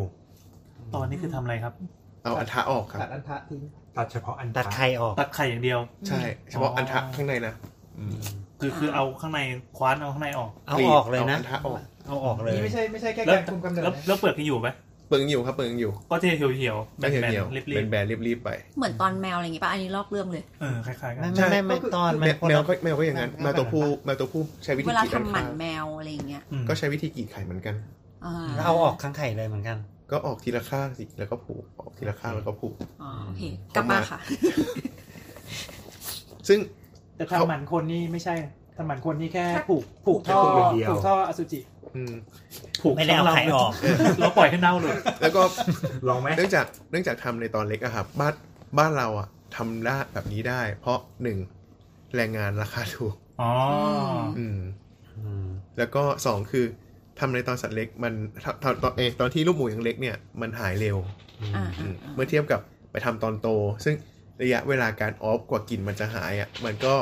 C: ตอนนี้คือทำอะไรครับ
E: เอาอันทะออกครับ
F: ตัดอันทะทิ้ง
G: ตัดเฉพาะอัน
D: ตัดไข่ออก
C: ตัดไข่อย่างเดียว
E: ใช่เฉพาะอันทะข้างในนะ
C: คือคือเอาข้างในคว้านเอาข้างในออก
D: เอาออกเลยนะ
E: อาอัทออก
D: เอาออกเลย
F: นี่ไม่ใช่ไม่ใช่แค่
C: แล้ว
F: การคุมกำเนิด
C: แล้ว
F: นะ
C: แล้วเปลือกยังอยู่ไหม
E: เปลืองอยู่ครับเปลืองอยู่
C: ก็จะเหี่ยวเหี่ยวๆแบนแบน
E: ยว
C: ๆรีบ
E: เรียนแบนรีบๆไป
B: เหมือนตอนแมวอะไรอย่างงี้ป่ะอันนี้ลอกเรื่องเลย
C: ๆเออคล้ายๆกัน
D: ไม่
E: ใช่
D: ไม่ไม่ไม่ตอน
E: แม
D: มัน
E: ว
D: คน
E: แมว
D: ละ
E: ก็แมวก็อย่างนั้น
D: แมว
E: แมวตัวผู้แมวตัวผู้ใช้วิธี
B: เวลาก
E: รีด
B: ทำหมัน
E: ข้าง
B: แมวอะไรอย่างเงี้ย
C: อืม
E: ก็ใช้วิธีกรีดไข่เหมือนกัน
B: อ่า
D: แล้วเอาออกข้างไข่เลยเหมือนกัน
E: ก็ออกทีละข้างสิแล้วก็ผูกออกทีละข้างแล้วก็ผูก
B: อ๋อโอเคกลับมาค่ะ
E: ซึ่ง
F: แต่ทำหมันคนนี่ไม่ใช่ทำหมันคนนี่แค่ผูกผูก
G: แค่
F: ท่อ
G: ผูกอย่างเดียว
F: ผูกท่ออสุจิ
E: อืม
C: ผูก
D: ไม่ได้เอา
C: ทั้งลำ
D: ไข่ออก
C: เราปล่อยให้เน่าหลุด
E: แล้วก็
G: ลองไหม
E: เนื่องจากเนื่องจากทำในตอนเล็กอะครับบ้านบ้านเราอะทำได้แบบนี้ได้ เพราะหนึ่งแรงงานราคาถู ก
C: อ๋อ
E: อืม
D: อืม
E: แล้วก็สองคือทำในตอนสัตว์เล็กมันทำทำตอนเอยตอนที่ลูกหมูยังเล็กเนี่ยมันหายเร็ว
B: อ่า
E: อื ม
B: อ่า
E: เมื่อเทียบกับไปทำตอนโต ซึ่งระยะเวลาการออฟกว่ากลิ่นมันจะหายอะมันก็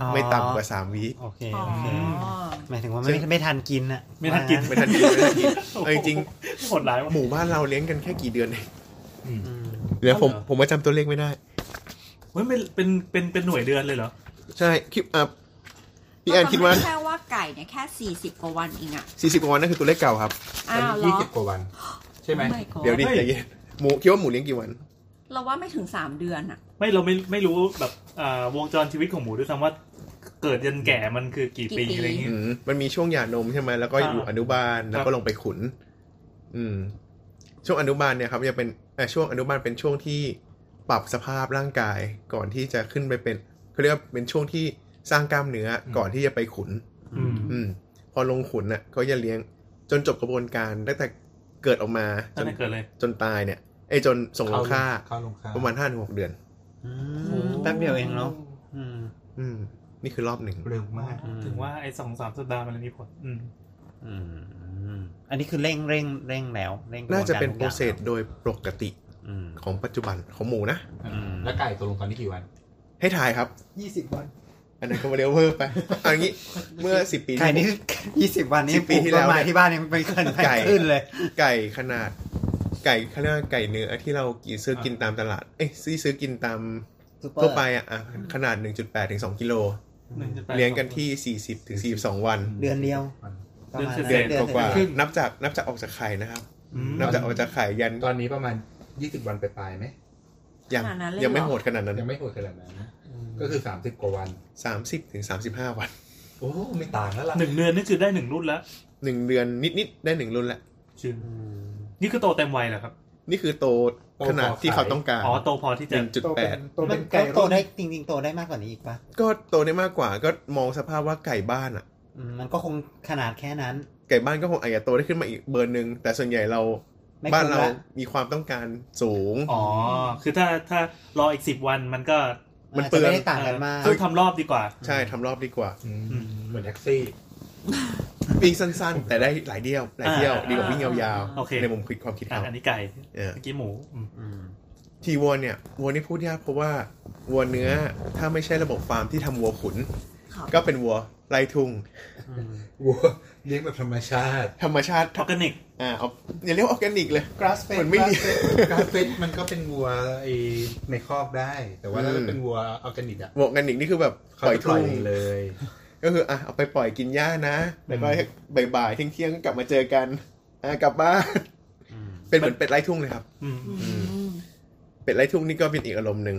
D: อ๋อ
E: ไม่ต่ำกว่าสามวิ
D: โอเค
B: อ๋อ
D: โอเคหมายถึงว่า
E: ซึ่
D: ไม่
E: ง
D: ไม่ทันกินอะ
C: ไม่ทันกิน
E: ไม่ทันกินไม่ทันกินเอาจริง
C: โหดร้ายว่ะ
E: ๆหมู่บ้านเราเลี้ยงกันแค่กี่เดือนเอง
D: อืม
E: เดี๋ยวผมผมมาจำตัวเลขไม่ได้
C: เฮ้ยเป็นเป็นเป็นเป็นหน่วยเดือนเลยเหรอ
E: ใช่คิดอ่ะพี่แอนคิดว่า
B: แต่มัไม่แค่ว่าไก่เนี่ยแค่สี่สิบกว่าวันเองอ่ะ
E: 40กว่าวันนั่นคือตัวเลขเก่าครับ
B: อ้าวเหร
G: ยี่
B: อ
G: สิบกว่าวัน ใช่ไหม
B: โอ้ my god
E: เดี๋ยวดิใจเย็นหมูคิดว่าหมูเลี้ยงกี่วัน
B: เราว่าไม่ถึงสามเดือนอ่ะ
C: ไม่เราไม่ไม่รู้แบบอ่าวงจรชีวิตของหมูด้วยซ้ำว่า เกิดยันแก่มันคือกี่ปี
B: กี่ปี
C: อะไรอย่างเงี้ย
E: อืมมันมีช่วงหย่านมใช่ไหมแล้วก็อยู่
C: อ่า
E: อนุบาลแล้ว
C: ครั
E: ก็
C: บ
E: ลงไปขุน อืม ช่วงอนุบาลเนี่ยครับจะเป็นเอ่อช่วงอนุบาลเป็นช่วงที่ปรับสภาพร่างกายก่อนที่จะขึ้นไปเป็นเขาเรียกว่าเป็นช่วงที่สร้างกล้ามเนื้ออ
G: ม
E: ก่อนที่จะไปขุน
C: อืม
E: อืม พอลงขุนน่ะก็จะเลี้ยงจนจบกระบวนการตั้งแต่เกิดออกมาจ
C: ตั้ง
E: น
C: แต่เกิดเลย
E: จนตายเนี่ยไอ้ยจนส่งลงค่า
G: เข้าลงค่า
E: ประมาณห้าถึงหกเดือน
D: อื
B: อื
D: ม
B: ม
D: แป๊บเดียวเองเนาะอืม
E: อืม นี่คือรอบหนึ่ง
G: เร็วมาก
D: อืม
C: ถึงว่าไอ้สองสามสัปดาห์มันมีผลอืม
D: อืมอืมอันนี้คือเร่งเร่งเร่งแล้วเร่ง
E: น่าจะเป็น
D: ก
E: โประ
D: บว
E: ร
D: น
E: เซ
D: การ
E: สโดยปกติ
D: อืม
E: ของปัจจุบันของหมูนะ
D: อืม
G: แล้วไก่ตกลงตอนนี้กี่วัน
E: ให้ถ่ายครับ
F: ยี่สิบวัน
E: อันนั้นก็มาเร็วเพิ่มไปเอาอย่างนี้ เมื่อสิบปี
D: ไก่
E: ที่
D: นี่ยี่สิบวันนี้
E: 10ปีที่
D: ลูกต้นไม้
E: แล้วเนี่ย
D: ที่บ้านยังไม่เคย
E: ไก่
D: ขึ้นเลย
E: ไก่ขนาด ไก่เขาเรียกว่าไก่เนื้อที่เรากินซื้อกินตามตลาด เอ้ยซื้อซื้อกินตามทั่วไปอ่ะอ่ะขนาด 1.8ถึง2กิโลเลี้ยงกันที่ 40ถึง42 วัน
D: เดือนเดียว
C: เดือนเศษ
E: เดือนกว่า
C: ครึ่ง
E: ๆนับจากนับจากออกจากไข่นะครับ
C: อืม
E: นับจากออกจากไข่ยัน
G: ตอนนี้ประมาณ 20 วันไปปลายๆไหม
E: ยัง
B: ขนาดนั้นเลยเหรอ
E: ยังไม่โหดขนาดนั้น
G: ยังไม่โหดขนาดนั้นนะก็คือ 30 กว่าวัน
E: 30ถึง35 วัน
G: โอ้ไม่ต่างแล้วล่ะ
C: หนึ่งเดือนนี่คือได้หนึ่งรุ่นแล้ว
E: 1 เดือนนิด ๆ ได้ 1 รุ่นละ
C: ชื่อนี่คือโตเต็มวัยเหรอครับ
E: นี่คือโตขนาดที่เขาต้องการ
C: อ๋อโตพอที่จะ
F: โตเป็น
E: 1.8
F: โต
D: มั
F: เป็น นไก่
D: โต
F: รุ่น
D: ได้จริงๆโตได้มากกว่านี้อีกปะ
E: ก็โตได้มากกว่าก็มองสภาพว่าไก่บ้านอ่ะ
D: อืมมันก็คงขนาดแค่นั้น
E: ไก่บ้านก็คงอาจจะโตได้ขึ้นมาอีกเบอร์หนึ่งแต่ส่วนใหญ่เรา
D: ไม่
E: บ้าน
D: คุ้ม
E: เรา
D: ละ
E: มีความต้องการสูง
C: อ๋อ คือถ้าถ้ารออีกสิบวันมันก็
E: มัน
D: อาจ
E: เปลื
D: จะ
E: อง
D: ไม่ได้ต่างกันมาก
C: ซึ่งทำรอบดีกว่า
E: ใช่ทำรอบดีกว่า
G: อืมเหมือนแท็กซี่
E: วิ่งสั้นๆ แต่ได้หลายเดี่ยวหลายเดี่ยว
C: อ่า
E: ดีกว่าวิ่งยาว
C: โอเค
E: ๆ ในมุมคิดความคิด
C: อ่ะ
E: เขา
C: อันนี้ไก่
E: เออ
C: เมื่อกี้หมูอืม
D: อืม
E: ทีวัวเนี่ยวัวนี่พูดยากเพราะว่าวัวเนื้อถ้าไม่ใช่ระบบฟาร์มที่ทำวัวขุน
B: ครับ
E: ก็เป็นวัวไล่ทุ่ง
D: อืม
G: วัวเลี้ยงแบบธรรมชาติ
E: ธรรมชาติ
C: ออร์แกนิก
E: อ่าเอาอย่าเรียกว่าออร์แกนิกเลย
F: กราสเฟ
E: มันไม่มี
G: กาเฟตมันก็เป็นวัวไอในคอกได้ แต่ว่าถ้า
E: อืม
G: เป็นวัวออร์แกนิกอ่ะ
E: วัวออร์แกนิกนี่คือแบบ
G: เขา
E: ปล่อย
G: จะปล่
E: ทุ่
G: อย
E: ง
G: เลย
E: ก็คืออ่ะเอาไปปล่อยกินหญ้านะแล้วก็บ่ายๆเที่ยงๆก็กลับมาเจอกันอ่ะกลับ บ้าน
D: อืม
E: เป็นเหมือนเป็ดไล่ทุ่งเลยครับ
C: อืม
B: อืม
E: เป็ดไล่ทุ่งนี่ก็เป็นอีกอารมณ์หนึ่ง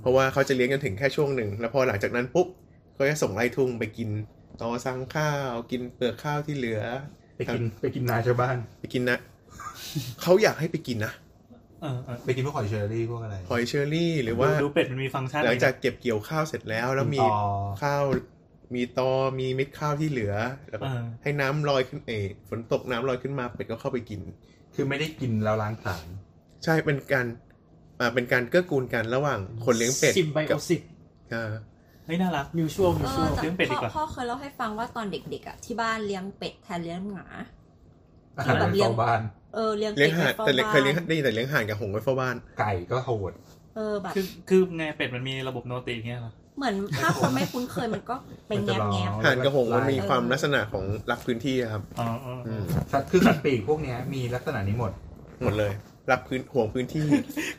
E: เพราะว่าเขาจะเลี้ยงจนถึงแค่ช่วงหนึ่ง แล้วพอหลังจากนั้นปุ๊บก็จะส่งไล่ทุ่งไปกินตอสั่งข้าว กินเปลือกข้าวที่เหลือ
G: ไปกินไปกินนาชาวบ้าน
E: ไปกินนะ เขาอยากให้ไปกินนะ
C: เออเออ
G: ไปกินพวกหอยเชอรี่พวกอะไร
E: หอยเชอรี่หรือว่า
C: ดูเป็ดมันมีฟังก์ชัน
E: หลังจากเก็บเกี่ยวข้าวเสร็จแล้ว แล้วมี
G: ต่อ
E: ข้าวมีตอมีเม็ดข้าวที่เหลือแล้วก็
C: เออ
E: ให้น้ำลอยขึ้นเอยฝนตกน้ำลอยขึ้นมาเป็ดก็เข้าไปกิน
G: คือไม่ได้กินแล้วล้างสาร
E: ใช่เป็นการอ่าเป็นการเกื้อกูลกันระหว่างคนเลี้ยงเป็ด
F: ซิมไบ
E: กั
F: โอซิก
E: อ่า
C: เฮ้ยน่ารัก
F: มิวชั่วมิ
B: เอ
F: วชั่ว
B: อแต่
C: เลี้ยงเป็ดดีกว่า
B: พ่อพ่อเคยเล่าให้ฟังว่าตอนเด็กๆอ่ะที่บ้านเลี้ยงเป็ดแทนเลี้ยงหมา
G: อาหาร
B: แบบเลี้ยง
G: เฝ้าบ้าน
B: เออเลี้ยง
E: เลี้
B: เป็ด
E: ยงห่าน
B: ไว้ฝ้
E: แต่เคยเลี้ยง
B: บ้าน
E: ได้ยินแต่เลี้ยงห่านกับหงส์ไว้เฝ้าบ้าน
G: ไก่ก็โหด
B: เออแบบ
C: คือคือไงเป็ดมันมีระบบโนติอย่างเงี้ยเหรอ
B: เหมือนถ้าคนไม่คุ้นเคยมันก็เป็นแงบแงบ
G: มันจะร้อง
E: ห่านกับหงส์มันมี
B: เออ
E: ความลักษณะของรักพื้นที่อะครับ
C: อ๋ออ๋ออ๋อ
G: สัตว์คือสัตว์ปีกพวกเนี้ยมีลักษณะนี้หมด
E: หมดเลยรักพื้นห่วงพื้นที่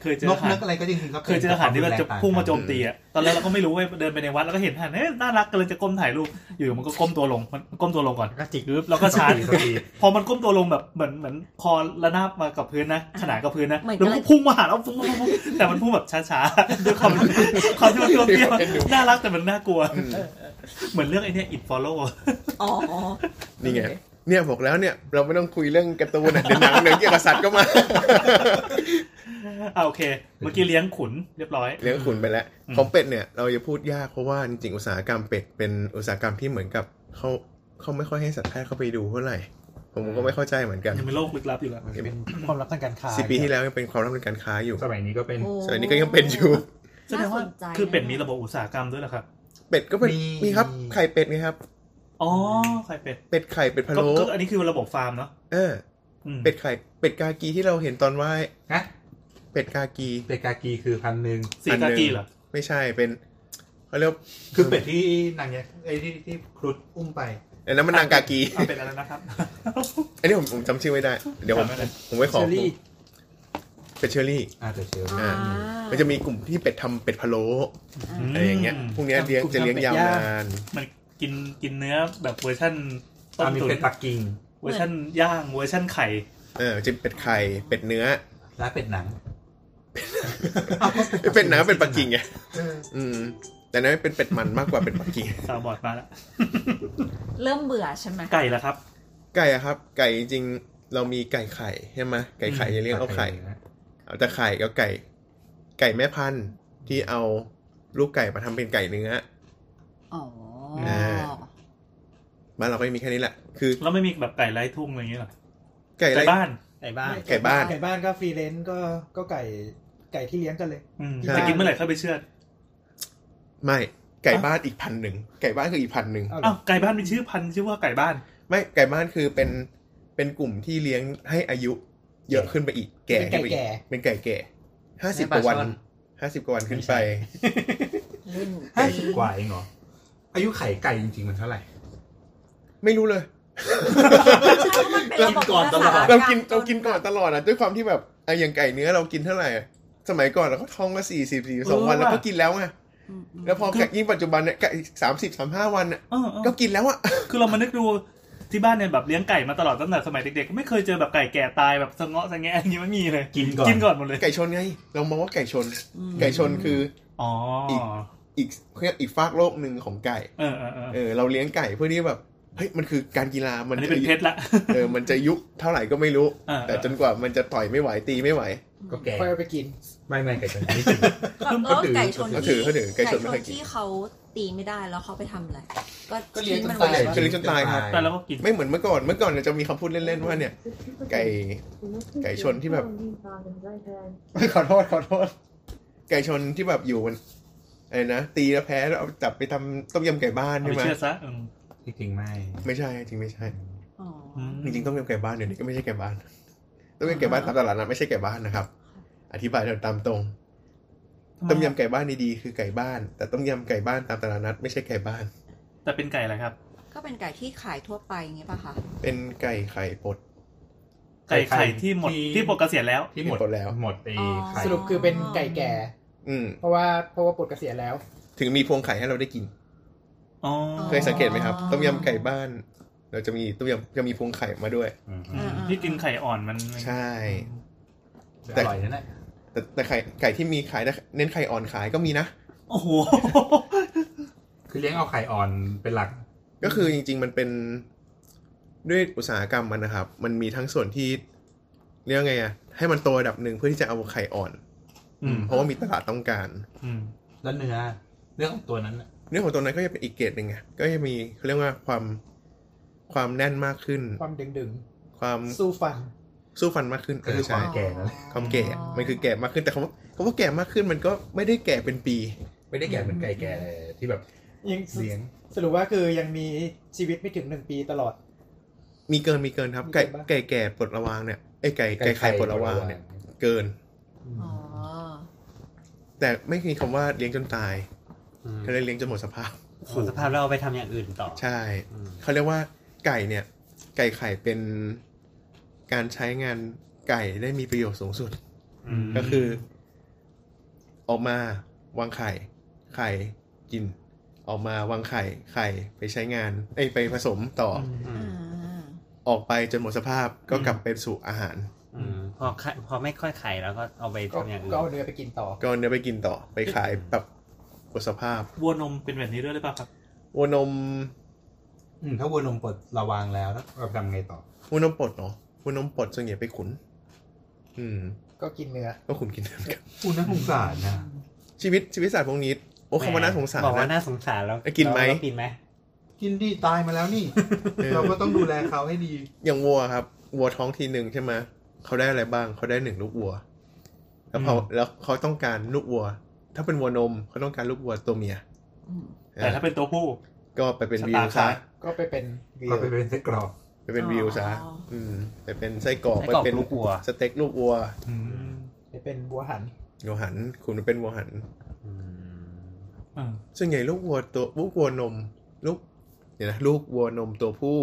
C: เคยเจอน
G: ก
C: หา
G: นึ
C: ด
G: กอะไรก็จริงๆก็ป็น
C: เคยเจออาหารที่มันจะพุ่งมาโจม
E: อืม
C: ตีอ่ะ ตอนแรกเราก็ไม่รู้เว้ยเดินไปในวัดแล้วก็เห็นอาหารเอ๊ะน่ารักกำลังจะก้มถ่ายรูป อยู่มันก็ก้มตัวลง มันก้มตัวลงก่อน
D: ก็จิก
C: หรือแล้วก็ชาร์จ
G: สปีด
C: พอมันก้มตัวลงแบบเหมือนเหมือนคอระนาบมากับพื้นนะ ขนานกับพื้นนะ
B: เหมือนกั
C: แล้
B: น
C: วมันก็พุ่งมาหาเรา พุ่งพุ่งพุ่งแต่มันพุ่งแบบช้าๆด้วยความความที่มันโจม ตีมันน่ารักแต่มันน่ากลัว เหมือนเรื่องไอ้เนี่ย it follow อะ
B: อ๋อ
E: นี่ไงเนี่ยบอกแล้วเนี่ยเราไม่ต้องคุยเรื่องการ์ตูนอะเดี๋ยวหนังเดี๋ยวเกี่ยวกับสัตว์ก็มา
C: อ่ะโอเค เมื่อกี้เลี้ยงขุนเรียบร้อย
E: เลี้ยงขุนไปแล้ว
C: อืม
E: ของเป็ดเนี่ยเราจะพูดยากเพราะว่าจริงๆอุตสาหกรรมเป็ดเป็นอุตสาหกรรมที่เหมือนกับเขาเขาไม่ค่อยให้สัตว์แพทย์เข้าไปดูเท่าไหร่ผมก็ไม่เข้าใจเหมือนกัน
C: ยังเป็นโลกลึกลับอยู่แล้ว
G: มันจะเป็น
F: ความลับทางการค้า
E: สิบปีที่แล้วยังเป็นความลับในการค้าอยู่
G: สมัยนี้ก็เป็น
B: โอ้
E: สมัยนี้ก็ยังเป็นอยู่
C: แสดงว่า
B: น่สนใจ
C: คือเป็ดมีระบบอุตสาหกรรมด้วยเหรอครับ
E: เป็ดก็เป็นมีครับไข่เป็ดไงครับ
C: อ๋อไข่เป็ด
E: เป็ดไข่เป็ดพะ
C: ก็
E: โล้
C: ก็อันนี้คือระบบฟาร์มเนาะ
E: เออ
C: อืม
E: เป็ดไข่เป็ดกากีที่เราเห็นตอนไหว่า
G: นะ
E: เป็ดกากี
G: เป็ดกากีคือพันหนึ่ง
C: สี
E: อันหนึ่
C: กาง กีเหรอ
E: ไม่ใช่เป็นเขาเรียก
G: คือเป็ดที่นางเนี้ยไอ้ที่ที่ครุฑอุ้มไป
E: ไอ้นั้นมันนางกากี
C: เอาเป็นอะไรนะครับ
E: อันนี้ผมผมจำชื่อไม่ได้ เดี๋ยวผม
C: จำไม่ได้
E: ผมไว้ข
F: เช
E: อ
F: อรี่
E: เป็ดเชอรี่
G: อ่าแต่เชล
B: อ่า
E: มันจะมีกลุ่มที่เป็ดทำเป็ดพะโล้
C: ม
E: อะไรอย่างเงี้ยพวกเนี้ยเลี้ยงจะเลี้ยงยาวนาน
C: มันกินกินเนื้อแบบเวอร์ชั่นต้
G: อ่าม มี
C: ตุ๋น
G: เป็ดปักกิ่ง
C: เวอร์ชั่นย่างเวอร์ชั่นไข่
E: เออจะเป็ดไข่เป็ดเนื้อ
G: และเป็ดหนัง
E: เป็ดหนังเป็ดปักกิ่งไง
G: เออ
E: อืม แต่นั้นเป็นเป็ดมันมากกว่าเป็ดปักกิ่ง
C: สาวบอดมาแล้ว
B: เริ่มเบื่อใช่ไหม
C: ไก่ละครับ
E: ไก่อะครับ ไก่จริงๆเรามีไก่ไข่ใช่ไหมไก่ไข่จะเรียกเอาไข่
G: นะ
E: เอาแต่ไข่กับไก่ ไก่แม่พันธุ์ที่เอาลูกไก่มาทำเป็นไก่เนื้อ
B: อ๋อ
E: เออ บ้านเราก็มีแค่นี้แหละ คือ
C: แล้วไม่มีแบบไก่ไร้ทุ่งอะไรอย่างเงี้ยหรอ
E: ไก่ไร
C: ไก่บ้าน
D: ไก่บ้าน
E: ไก่บ้าน
F: ไก่บ้านก็ฟรีเลนซ์ก็ก็ไก่ไก่ที่เลี้ยงกันเลย
C: อืม
F: ใช่
C: จะกินเมื่อไหร่ค่อยไปเชือด
E: ไม่ไก่บ้านอีกพันหนึ่งไก่บ้านคืออีกพันหนึ่ง
F: เอาเหร
C: อ้า
F: อ
C: วไก่บ้านมีชื่อพันธุ์ชื่อว่าไก่บ้าน
E: ไม่ไก่บ้านคือเป็นเป็นกลุ่มที่เลี้ยงให้อายุ เยอะขึ้นไปอีกแก่
F: เป็น
E: ขึ้
F: ไก่
E: นไปอีก
F: แก่
E: เป็นไก่แก่ห้าสิบกว่าวันห้าสิบกว่าวันขึ้นไป
B: ลื่น
G: ห้าสิบกว่าเองเหรอ อายุไข่ไก่จริงๆมันเท่าไหร่
E: ไม่รู้เลย
B: ใช่เพราะมัเป็ระบบ
G: กินก่อนตลอด
E: เรากินเรากินก่อนตลอดอ่ะด้วยความที่แบบไอ้อย่างไก่เนื้อเรากินเท่าไหร่อะสมัยก่อนเราก็ท้องละสี่สิบสี่สองวั
C: เออว่ะ
E: นแล้วก็กินแล้วไง
B: อืม
E: แล้วพอไก่ยิ่งปัจจุบันเนี่ยไก่สามสิบสามห้าวันน่ะ
C: เออเออ
E: ก็กินแล้วอ่ะ
C: คือเรามานึกดูที่บ้านเนี่ยแบบเลี้ยงไก่มาตลอดตั้งแต่สมัยเด็กๆ ไม่เคยเจอแบบไก่แก่ตายแบบสะเงาะสะแงะอย่างเงี้ยไม่มีเลย
G: กินก่อน
C: กินก่อนหมดเลย
E: ไก่ชนไง เรามองว่าไก่ชน
B: อืม
E: ไก่ชนคือ
C: อ๋อ
E: อีกเพื่ออีกฟากโลกหนึ่งของไก่
C: เออเออเออ
E: เออเราเลี้ยงไก่เพื่อที่แบบเฮ้ยมันคือการกีฬามั
C: อั
E: น
C: นนี้เป็นเพชรละ
E: เออมันจะยุคเท่าไหร่ก็ไม่รู้
C: เออ
E: แต่จนกว่ามันจะต่อยไม่ไหวตีไม่ไหว
G: ก็แก่
F: ค่อยเอาไปกิน
G: ไม่ไม่ไก่ชนไม่กิน
B: แล้วไก่ชน
E: เขาถือเขาถือไก่ชนไม่ค่อยกิน
B: ที่เขาตีไม่ได้แล้วเขาไปทำอะไร
F: ก็เลี้ยงจน
B: ไว้
F: ตาย
E: จนเลี้ยงจนตายครับ
C: แต่เราก็กิน
E: ไม่เหมือนเมื่อก่อนเมื่อก่อนเนี่ยจะมีคำพูดเล่นๆว่าเนี่ย ไก่ไก่ชนที่แบบ ขอโทษขอโทษ ไก่ชนที่แบบอยู่มันอะไรนะตีแล้วแพ้แล้วเอาจับไปทำต้มยำไก่บ้าน
C: เอาไป
E: ใช่ไหม
C: เชือดซะอืม
G: ที่จริงไม่
E: ไม่ใช่จริงไม่ใช่
B: อ๋ออ
C: อืม
E: จริงๆต้มยำไก่บ้านเดี๋ยวนี้ก็ไม่ใช่ไก่บ้านต้มยำไก่บ้านตามตลาดนะไม่ใช่ไก่บ้านนะครับ อธิบายตามตรง ต้มยำไก่บ้านดีๆคือไก่บ้าน แต่ต้มยำไก่บ้านตามตลาดนัดไม่ใช่ไก่บ้าน
C: แต่เป็นไก่อะไรครับ
B: ก็เป็นไก่ที่ขายทั่วไปอย่างเงี้ยป่ะคะ
E: เป็นไก่ไข่ปด
C: ไก่ไข่ที่หมด
G: ที่
C: ที่ปกเกษียณแล้ว
G: ที่หมด
E: หมดแล้ว
G: หมดไอ้ไข่
F: สรุปคือเป็นไก่แก่
E: อืม
F: เพราะว่าเพราะว่าปลดเกษียณแล้ว
E: ถึงมีพวงไข่ให้เราได้กิน
C: อ๋อ
E: เคยสังเกตไหมครับ ต้มยำไก่บ้าน เราจะมีต้มยำจะมีพวงไข่มาด้วย
G: อืม
C: อืมที่กินไข่อ่อนมัน
E: ใช่
G: อร่อยนั่นแหละ
E: แต่แต่ไข่ไก่ที่มีขายนะเน้นไข่อ่อนขายก็มีนะ
C: โอ้โห
G: คือเลี้ยงเอาไข่อ่อนเป็นหลัก
E: ก็คือจริง ๆ มันเป็นด้วยอุตสาหกรรมมันนะครับ มันมีทั้งส่วนที่เรียกว่าไงอะให้มันโตระดับหนึ่งเพื่อที่จะเอาไข่อ่อน
C: อืม
E: เพราะว่ามีตลาดต้องการ
C: อืม
G: แล้วเนื้อเนื้อของตัวนั้นน่ะ
E: เรื่องของตัวนั้นก็จะเป็นอีกเกรดหนึ่งไงก็จะมีเขาเรียกว่าความความแน่นมากขึ้น
F: ความดึงดึง
E: ความ
F: ๆสู้ฟัน
E: สู้ฟันมากขึ้น
G: ก็คือค
E: ใช่
G: วามแก่นั่นแหละ
E: ความแก่ มันคือแก่มากขึ้น แต่คำว่าคำว่าแก่มากขึ้นมันก็ไม่ได้แก่เป็นปี
G: ไม่ได้แก่เหมือนไก่แก่ที่แบบ
F: ยัง
G: เลี้ยง
F: สรุปว่าคือยังมีชีวิตไม่ถึงหนึ่งปีตลอด
E: มีเกินมีเกินครับ ไก่
F: มีเกินปะ
E: ไก่แก่ปลดระวางเนี่ยไอ้ยไก่ไก่ไข่ปลดระวางเนี่ยเกิน
B: อ๋อ
E: แต่ไม่มีคำว่าเลี้ยงจนตายเขาเรียกเลี้ยงจนหมดสภาพ
D: หมดสภาพแล้วเอาไปทำอย่างอื่นต่อ
E: ใช่
D: อืม
E: เขาเรียกว่าไก่เนี่ย ไก่ไข่เป็นการใช้งานไก่ได้มีประโยชน์สูงสุด
C: อืม
E: ก็คือ ออกมาวางไข่ ไข่กิน ออกมาวางไข่ไข่ไปใช้งานเอ้ยไปผสมต่ออ
D: อื
B: อ่
D: มา
E: ออกไปจนหมดสภาพก็กลับไปสู่อาหาร
D: อืมพอไข่พอไม่ค่อยไข่แล้วก็เอาไป
F: ก็
D: ทำอย่างอื่น
F: ก็เอาเนื้อไปกินต่อ
E: ก็เอาเนื้อไปกินต่อไปขายแบบหมดสภาพ
C: วัวนมเป็นแบบนี้ด้วยหรือเปล่าครับ
E: วัวนม
G: อืมถ้าวัวนมปลดระวางแล้วแล้วเราทำไงต่อ
E: วุ้นนมปลดเนาะวุ้นนมปลดส่วนใหญ่ไปขุน อืม
F: ก็กินเนื้อ
E: ก็ขุนกินเหมือนกัน
G: คุณน่าสงสารนะ
E: ชีวิตชีวิตสัตว์พวกนี้ โอ้คำว่าน่าสงสาร
D: บอกว่า
E: นะ
D: น่าสงสารแล้ว
E: จะกินไหม
D: เรากินไหม
G: กินดีตายมาแล้วนี่
E: เออ
G: เราก็ต้องดูแลเขาให้ดี
E: อย่างวัวครับ วัวท้องทีหนึ่งใช่ไหมเขาได้อะไรบ้าง เขาได้หนึ่งลูกวัว แล้วเขา
C: อืม
E: แล้วเขาต้องการลูกวัว ถ้าเป็นวัวนมเขาต้องการลูกวัวตัวเมีย
B: อืม
C: แต่ถ้าเป็นตัวผู้
E: ก็ไปเป็น
C: ส
E: วิ
C: ตาว ร์ท
E: ซะ
C: ซะ
F: ก็ไปเป็นวิว
G: เราไปเป็นไส้กรอก
E: ไปเป็นวิวซะ
B: อ๋ออื
E: อืม ไปเป็นไส้กรอก
D: ไส้
E: ไป
D: กรอก
E: เป็น
D: ลูกวัว
E: สเต็กลูกวัว
F: ไปเป็นบัวหัน
E: วัวหัน คุณเป็นวัวหัน
D: อืม
C: เออ
E: ส่วนใหญ่ลูกวัวตัวลูกวัวนมลูกเดี๋ยวนะลูกวัวนมตัวผู้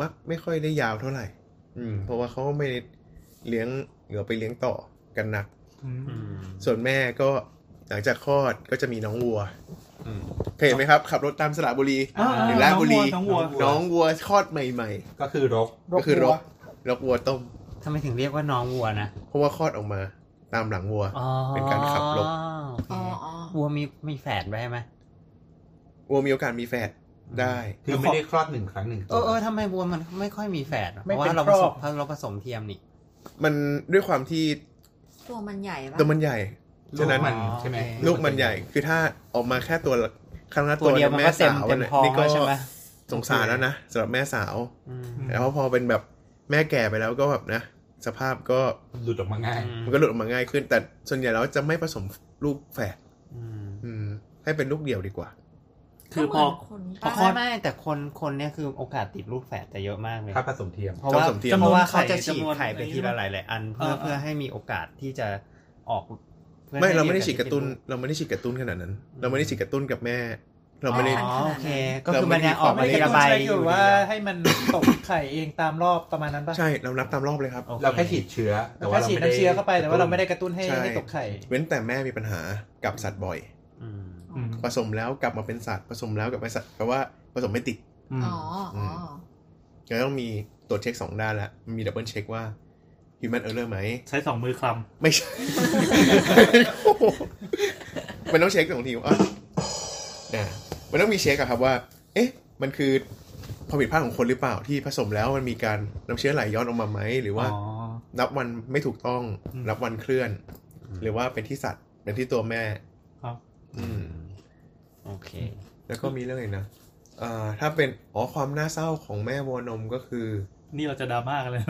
E: มักไม่ค่อยได้ยาวเท่าไหร่ อืม เพราะว่าเขาไม่ได้เลี้ยงหรือไปเลี้ยงต่อกันหนัก
C: อืม
D: อืม
E: ส่วนแม่ก็หลังจากคลอดก็จะมีน้องวัวเคยเห็นไหมครับ ขับรถตามสระบุรี
C: อ่า
E: เห็นแล้วบุรี
C: น้องวัวน้
E: น้
C: องวัว
E: องวัวคลอดใหม่
G: ก็คือรก
E: ๆ ก็คือรกรกวัวต้ม
D: ทำไมถึงเรียกว่าน้องวัวนะ
E: เพราะว่าคลอดออกมาตามหลังวัว เป็นการขับรถ
D: อ๋อโอเค
B: อ๋ออ๋อ
D: วัวมีมีแฝดไว้ใช่ไหม
E: วัวมีโอกาสมีแฝดได้
G: คือไม่ได้คลอดหนึ่งครั้งหนึ่งตั
D: เอ
G: ว
D: อเออทำไมวัวมันไม่ค่อยมีแฝดอะเพ
F: ไม่
D: ราะ
F: เป็น
D: ว่าเราผส
F: ครอบ
D: มเพราะเราผสมเทียมนี่
E: มันด้วยความที่
B: ตัวมันใหญ่ปะ
E: ตัวมันใหญ่
G: ลูก
E: ฉะนั้น
G: มันใช่ไหม
D: อ๋อ
E: ลูกมันใหญ่ คือถ้าออกมาแค่ตัวละครั้งละ
D: ตัวเดียวมัน
E: แม่
D: ก็เต็ม
E: สาว
D: เต็ม
E: เนี่ย
D: ท้อง
E: นี่ก็
D: แล้วใช่ไหม
E: สงสารแล้วนะสำหรับแม่สาว
D: อืม
G: ม
E: แต่ว่าพอเป็นแบบแม่แก่ไปแล้วก็แบบนะ สภาพก็
G: หลุดออกมาง่าย
E: มันก็หลุดออกมาง่ายขึ้น แต่ส่วนใหญ่แล้วจะไม่ผสมลูกแฝด
D: อืม
E: อืม ให้เป็นลูกเดี่ยวดีกว่า
C: คือพ
B: ก็
C: อ
B: เหมืนคน
D: เพราะ
B: ปะ
D: ไม่ไม่แต่คนคนเนี่ยคือโอกาสติดลูกแฝดจะเยอะมากเลย
G: ถ้าผสมเทียม
D: เพราะว่า
E: จำนวนเทียม
D: เพราะว่าเขา
C: จำนวนไข่
D: จะฉีดไข่
C: จำนวน
D: ไปทีละหลายหลายๆอัน เพื่อ
C: เออ
D: เพื่อให้มีโอกาสที่จะออกพื่อ
E: ไม่
D: ให้
E: เราไม่ได้ฉีด
D: โอก ส
E: ระตุ้น
D: ที่จ
E: เราไม่ได้ฉีดกระตุ้นขนาดนั้น เราไม่ได้ฉีดกระตุ้นกับแม่ เราไม่ได้
D: อ๋อ
B: ขนาดนั้น
D: โอเค ก็คือมันยังออก
E: เร
D: มา
F: ไม่
D: ที
F: ได้ดู
D: ละใบ
F: เช็ค
D: อ
F: อยู่ ยู่
D: ดี
F: ว่า
D: อะ
F: ให้มันตกไข่เองตามรอบประมาณนั้นป่ะ
E: ใช่เรานับตามรอบเลยครับ
D: โอ
G: เราแค่ฉีดเชื้อ แต่
F: เรา
G: ว่า
F: แค่ฉีด
G: เราไม่ได้
F: น้ำเชื้อเข้าไปแต่ว่าเราไม่ได้กระตุ้นให้
E: ใช่
F: ให้ตกไข่
E: เว้นแต่แม่มีปัญหากับสัตว์บ่อย
D: อืม
G: อืม
E: ผสมแล้วกลับมาเป็นสัตว์ผสมแล้วกลับมาเป็นสัตว์แปลว่าผสมไม่ติด
G: อืม
B: อ๋ออ๋อ
E: ก็ต้องมีตรวจเช็คสองด้านละมีดับเบิลเช็คว่า human error ไหม
C: ใช้สองมือคล
E: ไม่ใช่ มันต้องเช็คสองทีว่าอ่ะมันต้องมีเช็คอะครับว่า เอ๊ะ มันคือความผิดพลาดของคนหรือเปล่าที่ผสมแล้วมันมีการน้ำเชื้อไหลย้อนออกมาไหม หรือว่า
D: อ๋อ
E: นับวันไม่ถูกต้อง
D: อืม
E: นับวันเคลื่อน หรือว่าเป็นที่สัตว์ เป็นที่ตัวแม่
C: ำครับ
E: อืม
D: โอเค
E: แล้วก็มีเรื่องอะไรนะอ่าถ้าเป็นอ๋อความน่าเศร้าของแม่วัวนมก็คือ
C: นี่เราจะดราม่ากันเลย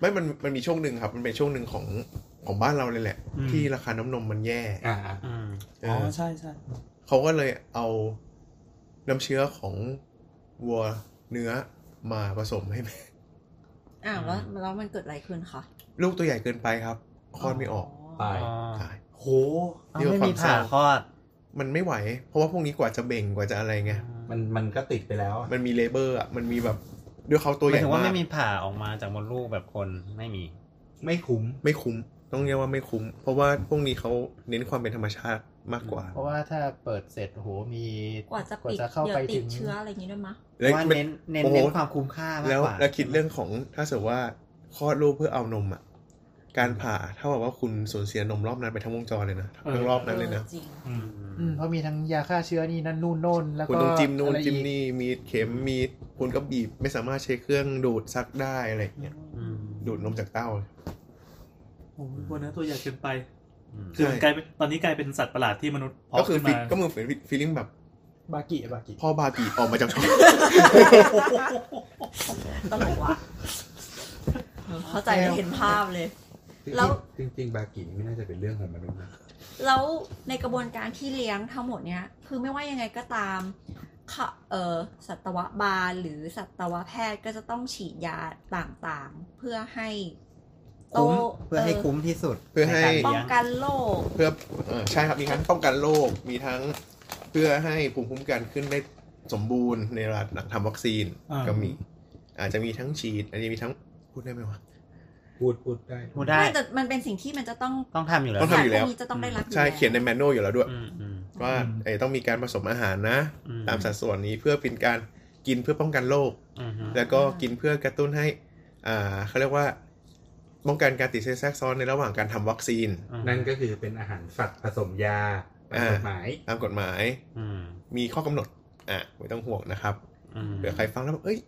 E: ไม่มันมันมีช่วงหนึ่งครับ มันเป็นช่วงหนึ่งของของบ้านเราเลยแหละ
C: อืม
E: ที่ราคาน้ำนมมันแย่
G: อ่า
D: อืม
E: เอออ๋
D: อ๋อใช่ใช่
E: เขาก็เลยเอาน้ำเชื้อของวัวเนื้อมาผสมให้แม่
B: อ้าวแล้วแล้วมันเกิดอะไรขึ้นคะ
E: ลูกตัวใหญ่เกินไปครับคลอดไม่ออก
G: ตาย
D: อ๋อ
E: ตาย
D: โห
E: นี่คือ
D: ไม่มี
E: ความเศร้า
D: ผ่าคลอด
E: มันไม่ไหว เพราะว่าพวกนี้กว่าจะเบ่งกว่าจะอะไรไง
G: มันมันก็ติดไปแล้ว
E: มันมีเลเบอร์อ่ะมันมีแบบด้วยเขาตัว
D: ห
E: ให
D: มาย
E: ญ่
D: ถึง
E: มา
D: ว่าก ไม่มีผ่าออกมาจากมดลูกแบบคนไม่มี
G: ไม่คุ้ม
E: ไม่คุ้ม ต้องเรียกว่าไม่คุ้ม เพราะว่าพวกนี้เขาเน้นความเป็นธรรมชาติมากกว่า
F: เพราะว่าถ้าเปิดเสร็จโอ้โหมี
B: กว่าจะปิด
F: เข้า
B: เดี๋ย
F: ไป
B: วติ
F: ถึ
B: ด
F: ง
B: เชื้ออะไรอย่างนี้ด้วยมะ
E: แล้ว
D: ว่า
E: มัน
D: เน้นเน้น
E: โอ้โห
D: เน้นความคุ้มค่ามาก
E: แล้ว
D: กว่า
E: แล้วคิดเรื่องของถ้าสมมติว่าคลอดลูกเพื่อเอานมอ่ะการผ่าเท่ากับว่าคุณสูญเสียนมรอบนั้นไปทั้งวงจรเลยนะทั้งรอบนั้นเลยนะ
B: ออจริง
C: อืม
F: อืมเพราะมีทั้งยาฆ่าเชื้อนี่นั่นนู่นโน่นแล้ว
E: คุณ
F: ก็
E: ต้องจิ้มนู่น
F: อะไรอีก
E: จิ้มนี่มีเข็มมีคุณก็บีบไม่สามารถใช้เครื่องดูดซักได้อะไรอย่างเงี้ย
D: อืม
E: ดูดนมจากเต้า
C: โอ้โหวัวเนื้อตัวใหญ่เกินไป
D: อืม
C: คือ
E: ใช่
C: กลายเป็นตอนนี้กลายเป็นสัตว์ประหลาดที่มนุษย์เพาะ
E: ก็คือ
C: ขึ้น
E: ฟิ
C: มา
E: ก็มือเป็นฟีลิ่งแบบ
F: บากิบากิ
E: พ่อบาบีออกมาจากท้อง
B: ตลก ว่ะเออเข้าใจเห็นภาพเลย แล้ว
G: จริงๆจริงๆ บากิไม่น่าจะเป็นเรื่องของมนุษย์นะ
B: แล้วในกระบวนการที่เลี้ยงทั้งหมดเนี้ยคือไม่ว่ายังไงก็ตามค่ะเออสัตวบาลหรือสัตวแพทย์ก็จะต้องฉีดยาต่างๆ เพื่อให้โต
D: คุ้มเพื่อให้คุ้มที่สุด
E: เพื่อให้
D: นการ
B: ป้อง
D: เลี้ยง
B: กันโรค
E: เพื่อเออใช่ครับมีทั้งป้องกันโรคมีทั้งเพื่อให้ภูมิคุ้มกันขึ้นได้สมบูรณ์ในระดับหลังทำวัคซีน
C: อ่า
E: ก็มี อาจจะมีทั้งฉีดอาจจะมีทั้งพูดได้ไหมวะ
G: พูดพูดได้
D: พูดได้
B: ไม่แต่มันเป็นสิ่งที่มันจะต้อง
D: ต้องทำอยู่แล้ว
E: ต้องทำอยู่แล้
B: สัต
E: ว
B: พกนี้จะต้องได้รับอยู่
E: ใช่เขียนใน
B: แล้ว
E: แมนนวลอยู่แล้วด้วย
D: อืมอืม
E: ว่า
C: อืม
E: เอ้ยต้องมีการผสมอาหารนะ
D: อื
E: ตามสัดส่วนนี้เพื่อเป็นการกินเพื่อป้องกันโรค
D: อืมฮึ
E: แล้วก็กินเพื่อกระตุ้นให้ อ่าเขาเรียกว่าป้องกันการติดเชื้อแทรกซ้อนในระหว่างการทำวัคซีน
G: นั่นก็คือเป็นอาหารสัตว์ผสมยาตามกฎหมาย
E: ตามกฎหมาย
D: อืม
E: มีข้อกำหนด อ่ะไม่ต้องห่วงนะครับ
D: อืม
E: เผื่อใครฟังแล้วแบบเอ้ย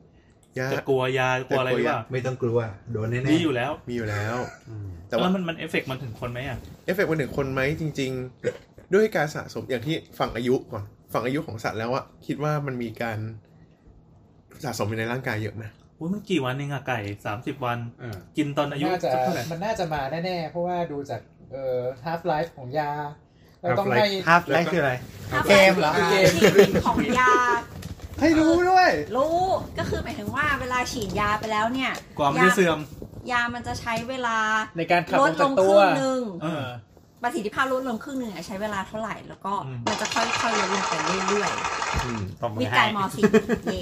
E: ยา
C: จะกลัวยากลัวอะไรหรือเปล่า
G: ไม่ต้องกลัว โดนแน่
C: ดีอยู่แล้ว
E: มีอยู่แล้ว
D: อืม
C: แล้ว
E: แต่่าว
C: มันมันเอฟเฟกมันถึงคนไหมอ่ะ
E: เอฟเฟกต์มันถึงคนไหมจริง ๆ ด้วยการสะสมอย่างที่ฝั่งอายุก่อนฝั่งอายุของสัตว์แล้วอะคิดว่ามันมีการสะสมอยู่ในร่างกายเยอะไหม
C: อุ้ยมันกี่วันเองอะไก่สามสิบวัน
G: ๆเออ
C: กินตอนอายุ
F: น่าจะ
C: สักเท่าไหร่
F: มันน่าจะมาแน่ๆ เพราะว่าดูจากเอ่อ half life ของยา เราต้องให้
D: ภาพแรกคืออะไร
B: ถ้า
F: เกมเหรอเกม
B: ที่เป็นของยา
F: ให้รู้ด้วย
B: รู้ก็คือหมายถึงว่าเวลาฉีดยาไปแล้วเนี่ย
C: กว่ามันจะเสื่อม
B: ยามันจะใช้เวลา
F: ในการขับ
B: ล
F: ออก
B: ดล
F: จาก
B: ง
F: ตั
B: คว รึ่งหนึ่ง
C: เออ
B: ประสิทธิภาพลดลงครึ่งหนึ่งอะใช้เวลาเท่าไหร่ แล้วก็
C: อืม
B: มันจะค่อยๆลดลงไปเรื่อย
E: อืม
D: ต้อง
B: ๆ
D: มื
B: วิ
D: อ
B: จั
D: ให้
B: ยมอสิเย่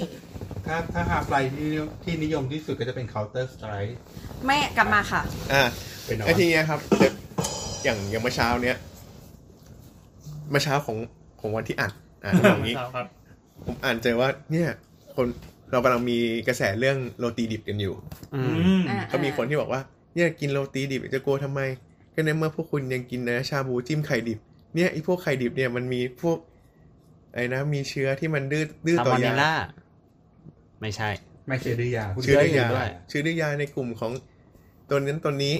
G: ถ้าถ้าฮาไฟที่ที่นิยมที่สุดก็จะเป็น counter strike
B: แม่กลับมาค่ะ
E: อ่ะ
G: เป็น
E: ไอ้ทีเนี้ยครับแต่อย่างอย่างเมื่อเช้าเนี้ยเมื่อเช้าของของวันที่อัดอ่านอย่างนี้
C: ครับ
E: ผมอ่านเจอว่า เนี่ย คนเรากำลังมีกระแสเรื่องโรตีดิบกันอยู่
D: อื
C: อื
D: ม
C: ม
B: อ่ะ
E: ก็มีคนที่บอกว่า เนี่ยกินโรตีดิบจะกลัวทำไม ก็ในเมื่อพวกคุณยังกินเนื้อชาบูจิ้มไข่ดิบ เนี่ยไอ้พวกไข่ดิบเนี่ยมันมีพวกไอ้นะมีเชื้อที่มันดื้อดื้อ
D: ซา
E: ต่
D: ม
E: อ
D: อนเน
E: ยา
D: ลล่าไม่ใช่
G: ไม่เชื่อดื้อยา
E: เชื้อดื้อ
D: เชื้อย
E: า
D: ดื้อยา
E: เชื้อดื้อยาในกลุ่มของตัวนั้นตัวนี้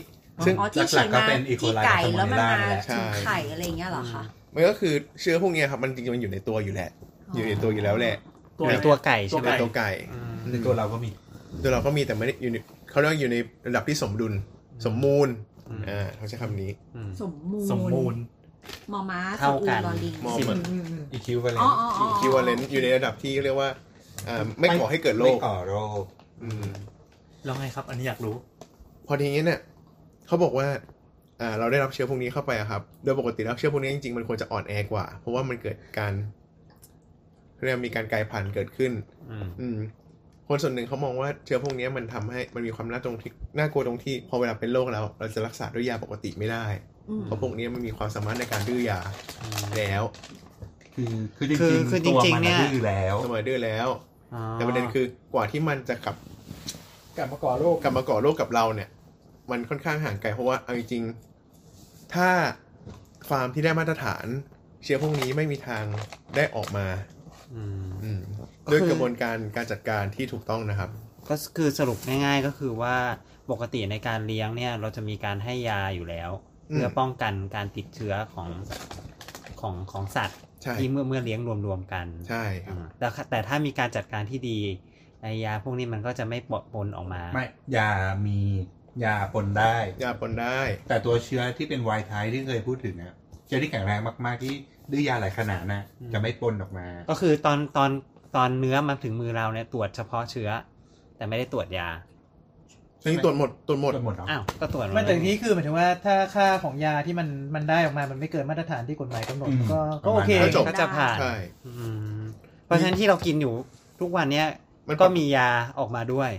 E: ซึ่ง
B: อ๋อที่ฉีดมาที่ไก่แล้วมันมาถึง
E: ใช่
B: ไข่อะไรอย่างเงี้ยเหรอคะ
E: มันก็คือเชื้อพวกเนี้ยครับมันจริงๆมันอยู่ในตัวอยู่แหละ อยู่ในตัวอยู่แล้วแหละ
C: ตัว
D: ในตัวไก่ใช่
E: ใน
D: ไหม
E: ตัวไก่
G: ในตัวเราก็มี
E: ตัวเราก็มีแต่ไม่ได้อยู่ในเขาเรียกว่าอยู่ในระดับที่สมดุล สมมูลอ่าเขาใช้คำนี้
D: อืม
B: สมมูล
C: สมบูรณ์
B: มอม้า
D: เท่ากัน
B: สะอูลอลิง
E: มอ
B: อืม
G: EQ ไปเลย
B: อ๋ออ๋ออ๋อ
E: คิวเลนอยู่ในระดับที่เรียกว่าอ่าไม่ก่อให้เกิดโร
G: ไม่
E: ค
G: ก่อโรค
E: อืม
C: แล้วไงครับ อันนี้อยากรู้
E: พอทีนี้เนี่ยเขาบอกว่าอ่า เราได้รับเชื้อพวกนี้เข้าไปอะครับ โดยปกติแล้วเชื้อพวกนี้จริงๆมันควรจะอ่อนแอกว่า เพราะว่ามันเกิดการเรียกว่ามีการกลายพันธุ์เกิดขึ้น
D: อืม
E: อืม คนส่วนหนึ่งเขามองว่าเชื้อพวกนี้มันทำให้มันมีความน่าตรงที่น่ากลัวตรงที่พอเวลาเป็นโรคแล้ว เราจะรักษาด้วยยาปกติไม่ได้
B: อืม
E: เพราะพวกนี้มันมีความสามารถในการดื้อยาแล้ว
G: คือคือจ
D: คื
G: ริ
D: อง คือ
G: ๆ
D: จ
G: ตัว
D: ริง
G: มั
D: ๆ
G: น
D: เนี่ย
G: ดื้อแล้ว
E: สมัยดื้อแล้ว
D: อ๋อ
E: แต่ประเด็นคือกว่าที่มันจะกลับ
F: กลับมาก่อโรค
E: กลับมาก่อโรคกับเราเนี่ย มันค่อนข้างห่างไกลเพราะว่าเอาจริงๆถ้าฟาร์มที่ได้มาตรฐาน เชื้อพวกนี้ไม่มีทางได้ออกมา
D: ม
E: อืม
D: ก็คือ
E: ด้วยกระบวนการการจัดการที่ถูกต้องนะครับ
D: ก็คือสรุปง่าย ๆ ก็คือว่าปกติในการเลี้ยงเนี่ย เราจะมีการให้ยาอยู่แล้ว
E: อืม
D: เพื่อป้องกันการติดเชื้อของของของสัตว์
E: ใช่
D: ที่เมื่อเมื่อเลี้ยงรวมๆกัน
E: ใช่ครับ
D: อ่าแต่แต่ถ้ามีการจัดการที่ดีไอยาพวกนี้มันก็จะไม่ปะปนออกมา
G: ไม่ยามียาปนได้
E: ยาปนได้
G: แต่ตัวเชื้อที่เป็นไวท์ไทที่เคยพูดถึงอะเชื้อที่แข็งแรงมาก ๆ ที่ดื้อยาหลายขนาดนะ
D: อืม
G: จะไม่ปนออกมา
D: ก็คือตอนตอนตอนเนื้อมาถึงมือเราเนี่ยตรวจเฉพาะเชื้อ แต่ไม่ได้ตรวจยา
E: ซึ่งตรวจหมดตรวจหมด
G: ปนหมดเหรอ
D: อ้าวก็ตรวจ
F: มันแต่นี้คือหมายถึงว่าถ้าค่าของยาที่มันมันได้ออกมา มันไม่เกินมาตรฐานที่กฎหมายกำหนดก็ก็โอเค
E: ก็จบ
D: ก็จะผ่าน
E: ใช่
D: อืมเพราะฉะนั้นที่เรากินอยู่ทุกวันเนี่ย
E: มัน
D: ก็มียาออกมาด้วย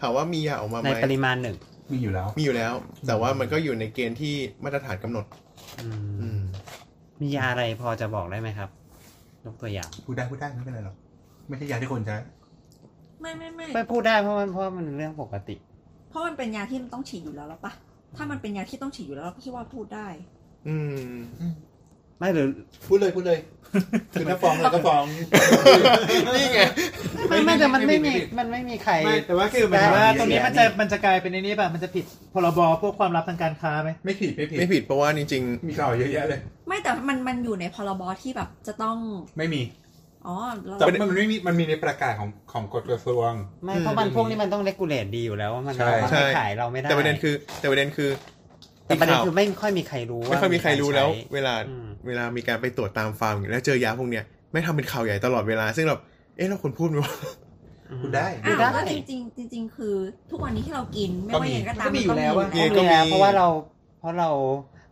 E: ถามว่ามียาออกมาไห
D: ใน
E: ม
D: ปริมาณหนึ่ง
G: มีอยู่แล้ว
E: มีอยู่แล้ว แต่ว่ามันก็อยู่ในเกณฑ์ที่มาตรฐานกำหนด อืม
D: มียาอะไรพอจะบอกได้ไหมครับยกตัวอย่าง
G: พูดได้พูดได้ไม่เป็นไรหรอกไม่ใช่ยาที่คนใช้
B: ไม่ไม่ไม่
D: ไม่พูดได้เพราะมันเพราะมันเป็นเรื่องปกติ
B: เพราะมันเป็นยาที่มันต้องฉีดอยู่แล้วหรอปะถ้ามันเป็นยาที่ต้องฉีดอยู่แล้วเราก็คิดว่าพูดได้
E: อืม
D: ไม่หรือ
G: พูดเลยพูดเลยคือถ้าฟ้องเราก็ฟ้อง
E: นี่ไง
D: ไม่ไม่แต่มันไม่มี
G: ไม่มี
D: มันไม่มีใคร
F: ไม่แต่ว่าคือหมายถึงว่าตรงนี้มัน
D: แต่
F: จะมันจะกลายเป็นในนี้ป่ะมันจะผิดพรบพวกความลับทางการค้าไหม
G: ไม่ผิดไม่ผิด
E: ไม่ผิดเพราะว่าจริง
G: มีข่าวเยอะแยะเลย
B: ไม่แต่มันมันอยู่ในพรบที่แบบจะต้อง
G: ไม่มี
B: อ๋อเรา
G: แต่มันไม่มีมันมีในประกาศของของกฎกระทรวง
D: ไม่
E: อืม
D: เพราะมันพวกนี้มันต้องเลกูเลตดีอยู่แล้วว่ามัน
G: ใช่
D: มันไม่ขายเราไม่
E: ๆ
D: ได้
E: แต่ประเด็นคือ แต่ประเด็นคือ
D: แต่ประเด็น
E: ข่าว
D: คือไม่ค่อยมีใครรู้ว่า
E: ไม่ค่อยมีใครรู้แล้ว
D: ใช้
E: เวลา
D: อืม
E: เวลามีการไปตรวจตามฟาร์มอย่างเงี้ยแล้วเจอยาพวกเนี้ยไม่ทำเป็นข่าวใหญ่ตลอดเวลา ซึ่งแบบเอ๊ะเราควรพูดไหม วะ
G: พูดได้
B: อ้าว
D: ได้
B: แล้วจริงๆจริง ๆ คือ ทุกวันนี้ที่เรากินไม่
G: ก็
B: ว่า
G: มี
B: ยังไงก็ตาม
F: ก็มีอยู่แล้วว่า
E: มี
D: ก็
E: ก็
D: มี
E: มี
D: เพราะว่าเราเพราะเรา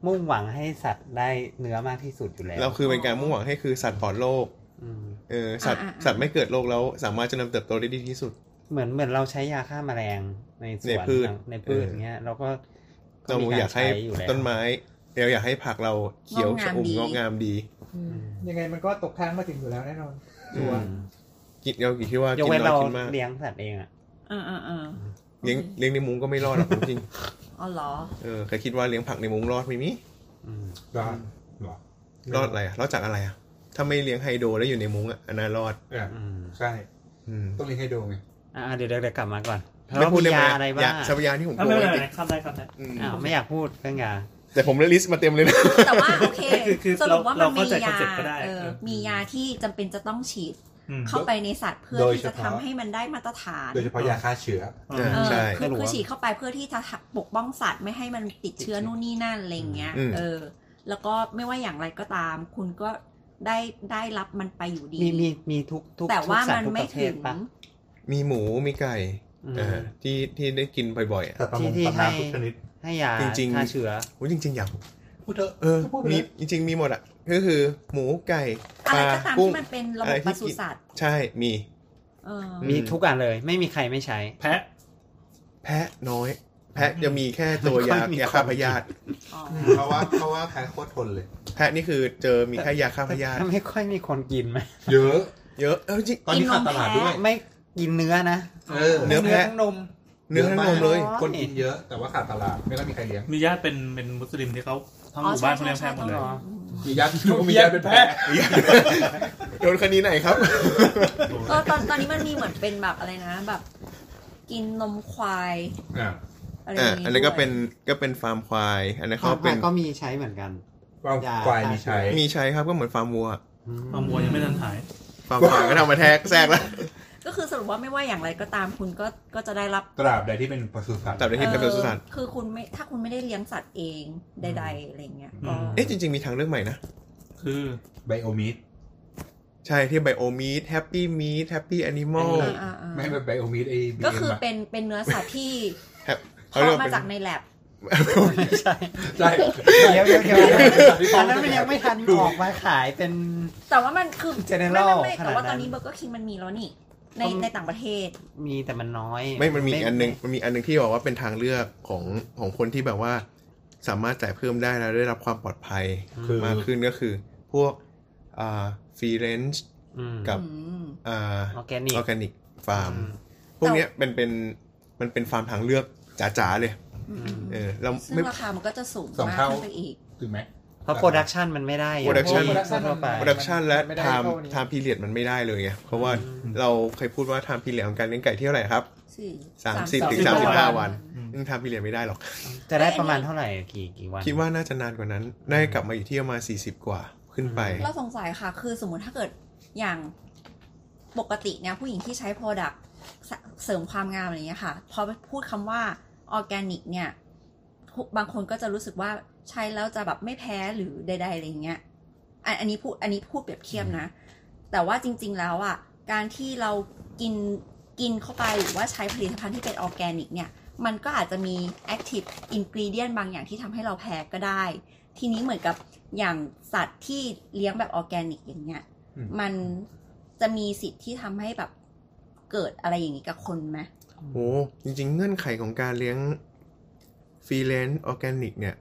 D: มุ่งหวังให้สัตว์ได้เนื้อมากที่สุดอยู่แล้ว
E: เราคือเป็นการมุ่งหวังให้คือสัตว์ปลอดโรค
D: อืม
E: เออสัตว์สัตว์ไม่เกิดโรคแล้วสามารถจะนำเติบโตได้ดีที่สุด
D: เหมือนเหมือนเราใช้ยาฆ่าแมลงในสวน
E: ในพืช
D: ในพืชอย่างเงี้ยเราก็
E: เรา
D: มี
E: อยากให้
D: ช้อยู่แล้ว
E: ต้นไม้เราอยากให้ผักเราเขียวชอุ่มงอกงามดี
F: ยังไงมันก็ตกค้างมาถึงอยู่แล้วแน่นอน
D: อืม
E: กินเราคิดว่าย
D: ก
E: กิน
D: เว้น
E: น้
D: เรา
E: อยกินมาก
D: เลี้ยงสัตว์เองอ่ะ
B: เออเออเออ
E: เลี้ยงเลี้ยงในมุ้งก็ไม่รอดหรอกจริง
B: อ๋อเหรอ
E: ๆเออใครคิดว่าเลี้ยงผักในมุ้งรอดไหมมิ
D: อืม
G: รอดเหรอ
E: รอดอะไรอะรอดจากอะไรอ่ะถ้าไม่เลี้ยงไฮโดรแล้วอยู่ในมุ้งอ่ะอันนั้นรอด
G: เออ
D: อืม
G: ใช่
E: อืม
G: ต้องเรียนให้ดูไง
D: อ่าเดี๋ยวเดี๋ยวเดี๋ยวกลับมาก่อน
E: ไม่
D: แล้ว
E: พูด
D: มี
E: ได้ไหม
D: ยาอะไรบ้าง
E: ยาสัพยาที่ผมก
C: อ่ะ
E: ลั
C: ไม่
E: ว
C: เป็นไร
E: ไว้ติด
C: นะข้ามได้ข้ามได้
E: อืม
D: อ้าวไม่อยากพูดเรื่องยา
E: แต่ผมได้ลิสต์มาเต็มเลยนะ
B: แต่ว่าโอเค
C: ไม่คือคือ
B: สรุปว่ามัน
C: เรา
B: มี
C: เข้าใจคอย
B: าน
C: เซ็ปต์ก็ได้
B: เออ
C: เออ
B: มียาที่จำเป็นจะต้องฉีด
C: อืม
B: เข้าไปในสัตว์เพื่อที่จะทำให้มันได้มาตรฐาน
G: โดยเฉพาะยาฆ่าเชื้อ
C: เออ
B: เออ
E: ใช่
B: คือ
D: ไม่รู้
B: คือ
D: ว่า
B: ฉีดเข้าไปเพื่อที่จะปกป้องสัตว์ไม่ให้มันติดเชื้อนู่นนี่นั่นอะไรอย่างเงี้ย
E: อืม
B: เออ แล้วก็ไม่ว่าอย่างไรก็ตาม คุณก็ได้ได้รับมันไปอยู่ดี
D: มีมีมีทุกทุก
B: แต่ว่า
D: ทุกสั
B: มั
D: ต
B: น
D: ว์ทุกป
B: ไม่
D: ระเภ
B: ถึ
D: ท
B: ง
D: ปะ
E: มีหมูมีไก่
D: อืม
E: เออที่ที่ได้กินบ่อยๆอ่ะ
G: แต่ประมง
D: ที่
G: ปลา
D: ให้
G: น้ำทุกชนิด
D: ให้ยา
E: จริงๆ
D: ฆ่าเชื้อ
E: โอ้ยจริง ๆ อย่าง
G: พูดเถอะ
E: เออ
G: พูดไป
E: มี
G: เลย
E: จริง ๆ มีหมดอ่ะก็คือ หมูไก่
B: อะ
E: ป
B: ไร
E: ลา
B: ก็ตาม
E: กุ้ง
B: ที่มันเป็นระ
E: อะ
B: บบ
E: ไรที่
B: ป
E: กิน
B: ศุสัตว์
E: ใช่มี
B: เออ
E: ม
D: มีทุกอันเลย ไม่มีใครไม่ใช้
C: แพะ
E: แพะน้อย แพะจะมีแค่ตัว
D: ไม่
E: ยา
D: ค่อยมี
E: ยาฆ่าพยาธิ
B: อ๋อ
G: เพราะว่าเพราะว่าแพ้โคตรทนเลย
E: แพะนี่คือเจอมีแค่ยาฆ่าพยาธิ
D: แต่ไม่ค่อยมีคนกินไหม
G: เยอะ
E: เยอะเออจริง
G: ตอนนี้ขาดตลาดด้วย
D: ไม่กินเนื้อนะ
G: เออ
E: เนื้อแพะ
F: ทั้งนม
E: เนื้อทั้งนมเลย
G: คนกินเยอะแต่ว่าขาดตลาดไม่ต้องมีใครเลี้ยง
C: มีญาติเป็นเป็นมุสลิมที่เขาทั้งหมู่บ้านเขาเลี้ยงแพะหมดเลย
G: มีญาติพี่น้องมีญาติเป็นแพะ
E: โดนคดีไหนครับ
B: ก็ตอนตอนนี้มันมีเหมือนเป็นแบบอะไรนะแบบ กินนมควาย
G: อ่า
B: อะไร
E: อ่า
B: ย่างงี้
E: อันนี้ก็
B: ด้วย
E: เป็นก็เป็นฟาร์มควาย อันนี้
D: ควา
E: เขา
D: ม
E: เป็น
D: ก็มีใช้เหมือนกัน
G: ความควายมีใช้
E: มีใช้ครับก็เหมือนฟาร์มวัว
D: อืม
C: มางวัวยังไม่ทันหาย
E: ฟาร์มควายก็ทำมาแทรกแทรกแล้ว
B: ก็คือสรุปว่าไม่ว่าอย่างไรก็ตามคุณก็ก็จะได้รับ
G: ตราบใดที่เป็นปศุสัตว์
E: จับได้ที่กระทรวงสุสาน
B: เอ่อคือคุณไม่ถ้าคุณไม่ได้เลี้ยงสัตว์เองใดๆอะไรเงี้ย
C: อื
B: ก็
C: ม
E: เอ๊ะจริง ๆ มีทางเลือกใหม่นะ
C: คือ
G: ไบโอมิด
E: ใช่ที่ไบโอมีทแฮปปี้มีทแฮปปี้แอนิมอล
B: อ่าอ่าอ่า
G: ไม่ไบโอมิดไอบี
B: ก็
G: เอ็
B: คือ
G: ม
B: เป็นเป็นเนื้อสัตว์ที่
E: เขาเรีย
B: เพาะ
E: กว่า
B: มา
E: เป็น
B: จากในแลบ
G: ใช่
D: เดี๋ยวเดี๋ยวเดี๋ยวอันนั้นมันยังไม่ทันออกมาขายเป็น
B: แต่ว่ามันคือ
D: General
B: ไม่ไม่ไม่
D: ขนาดนั้น
B: แต่ว่าตอนนี้เบอร์เกอร์คิงมันมีแล้วนี่ ในในต่างประเทศ
H: มีแต่มันน้อย
E: ไม่มันมีอีกอันนึงมันมีอันนึงที่บอกว่าเป็นทางเลือกของของคนที่แบบว่า สามารถจ่ายเพิ่มได้แล้วได้รับความปลอดภัย
G: คือ
E: มากขึ้นก็คือ พวกอ่าฟรีเรนจ์กับ
B: อืม
E: อ่า
H: ออร์แกนิก
E: ออร์แกนิกฟาร์ม
H: อืม
E: พวกเนี้ยเป็นเป็นมันเป็นฟาร์มทางเลือกจ๋าๆเลย
B: อืม
E: เออเรา
B: ซึ่ง
E: ไม่
B: ราคามันก็จะสูง
G: สอง
B: มาก
G: เท่า
B: ขึ้นไปอีก
G: ถูกไหม
H: เพราะโปรดักชันมันไม่ได้อย่าง
E: Production
H: ที่ทั่วๆไป
E: โปรดักชันและ
F: มันไม่ได้
E: ไทม์
F: เท่านี้
E: ไทม์พีเรียดมันไม่ได้เลยไงเพราะว่า
H: อืม
E: เราเคยพูดว่าไทม์พีเรียดของการเลี้ยงไก่ที่เท่าไหร่ครับ
B: สี่
E: สามสิบถึง
F: สามสิบ
E: 35วัน
C: อืม
E: ซึ่งไทม์พีเรียดไม่ได้หรอก
H: จะได้ประมาณเท่าไหร่กี่กี่วัน
E: คิดว่าน่าจะนานกว่านั้น ได้กลับมาอยู่ที่ประมาณ40 กว่าขึ้นไป
B: เราสงสัยค่ะ คือสมมติถ้าเกิดอย่างปกติเนี่ยผู้หญิงที่ใช้ Product เสเสริมความงามอะไรอย่างเงี้ยค่ะพอพูดคำว่าออร์แกนิกเนี่ยทุกบางคนก็จะรู้สึกว่าใช้แล้วจะแบบไม่แพ้หรือใดๆอะไรอย่างเงี้ยอันอันนี้พูดอันนี้พูดเปรียบเทียบนะ แต่ว่าจริง ๆ แล้วอ่ะการที่เรากินกินเข้าไปหรือว่าใช้ผลิตภัณฑ์ที่เป็นออร์แกนิกเนี่ย มันก็อาจจะมี active ingredient บางอย่างที่ทำให้เราแพ้ก็ได้ ทีนี้เหมือนกับอย่างสัตว์ที่เลี้ยงแบบออร์แกนิกอย่างเงี้ย
G: อืม
B: มันจะมีสิทธิ์ที่ทำให้แบบเกิดอะไรอย่างนี้กับคนไหม
E: โอ้จริงๆ เงื่อนไขของการเลี้ยงฟรีแลนซ์ออร์แกนิกเนี่ย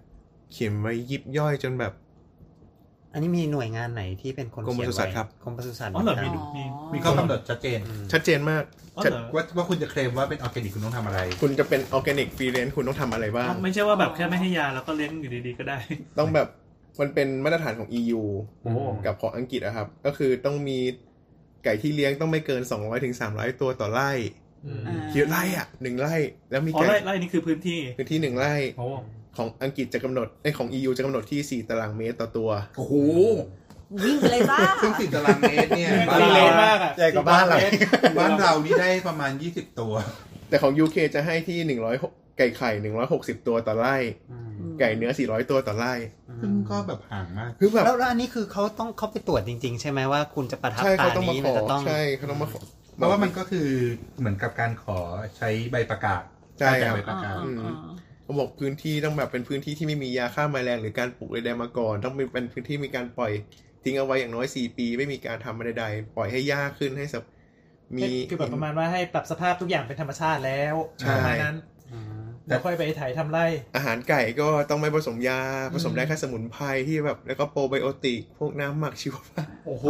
E: เขียนไว้ยิบย่อยจนแบบ
H: อันนี้มีหน่วยงานไหนที่เป็นคน
E: กรมปศุสัตว์
H: เขียนไว้
E: ครับ
H: กรมปศุสัตว์
C: อ๋อเหรอมี
H: ห
C: มี
G: มีข้อกำหนดชัดเจน
H: อืม
E: ชัดเจนมาก
C: อ๋อ
E: ชัด
C: เหรอ
G: ว่าว่าคุณจะเคลมว่าเป็นออร์แกนิกคุณต้องทำอะไร
E: คุณจะเป็นออร์แกนิกฟรีแลนซ์คุณต้องทำอะไรบ้าง
C: ไม่ใช่ว่าแบบแค่ไม่ให้ยาแล้วก็เลี้ยงอยู่ดีๆก็ได้
E: ต้องแบบมันเป็นมาตรฐานของ EU
C: โอ้
E: กับของอังกฤษอะครับ ก็คือต้องมีไก่ที่เลี้ยงต้องไม่เกิน 200ถึง300 ตัวต่อไร่
B: อ่า
E: เกี่ยวไร่อ่ะหนึ่งไร่แล้วมี
C: อ๋อ
E: ไก่
C: ไร่ไร่นี่คือพื้นที่
E: พื้นที่หนึ่งไร่
C: โอ้
E: ของอังกฤษจะกำหนดไอยของ EU จะกำหนดที่ 4 ตารางเมตรต่อตัว
G: โอ้โห
B: วิ่งไปเลยจ้า
G: ซึ่งสิบตารางเมตรเนี่ย
C: บ้านเรา
F: เลนมากอ่ะ
E: ใหญ่กว่าบ้านเรา
G: บ้านเรานี่ได้ประมาณ 20 ตัว
E: แต่ของ UK จะให้ที่ 100 ไก่ไข่ 160 ตัวต่อไร่ ไก่เนื้อ 400 ตัวต่อไร่
G: ซึ่งก็แบบห่างมาก
E: คือแบบ
H: แล้วแล้วอันนี้คือเขาต้องเขาไปตรวจจริง ๆ ใช่ไหมว่าคุณจะประทับ
E: ใช่
H: ตา
E: เขาต้องมา
H: นี้
E: ข
H: มัน
E: อ
H: จะต้อง
E: ใช่เขาต้องมาขอ
G: เพราะว่ามันก็คือเหมือนกับการขอใช้ใบประกาศ
E: ใช่ครับ
G: ใบประกาศ
E: ม เขาบอกพื้นที่ต้องแบบเป็นพื้นที่ที่ไม่มียาฆ่าแมลงหรือการปลูกใดๆมาก่อน ต้องเป็นเป็นพื้นที่มีการปล่อยทิ้งเอาไว้อย่างน้อย 4 ปี ไม่มีการทำอะไรใดๆปล่อยให้หญ้าขึ้นให้สับมี
F: คือแบบประมาณว่าให้ปรับสภาพทุกอย่างเป็นธรรมชาติแล้ว
E: ใช่
F: ประมาณนั้น
G: แต่
F: แล้วค่อยไปไถทำไร่
E: อาหารไก่ก็ต้องไม่ผสมยาผสม
F: อืม
E: ได้แค่สมุนไพรที่แบบแล้วก็โปรไบโอติกพวกน้ำหมักชีวภาพ
F: โอ้โห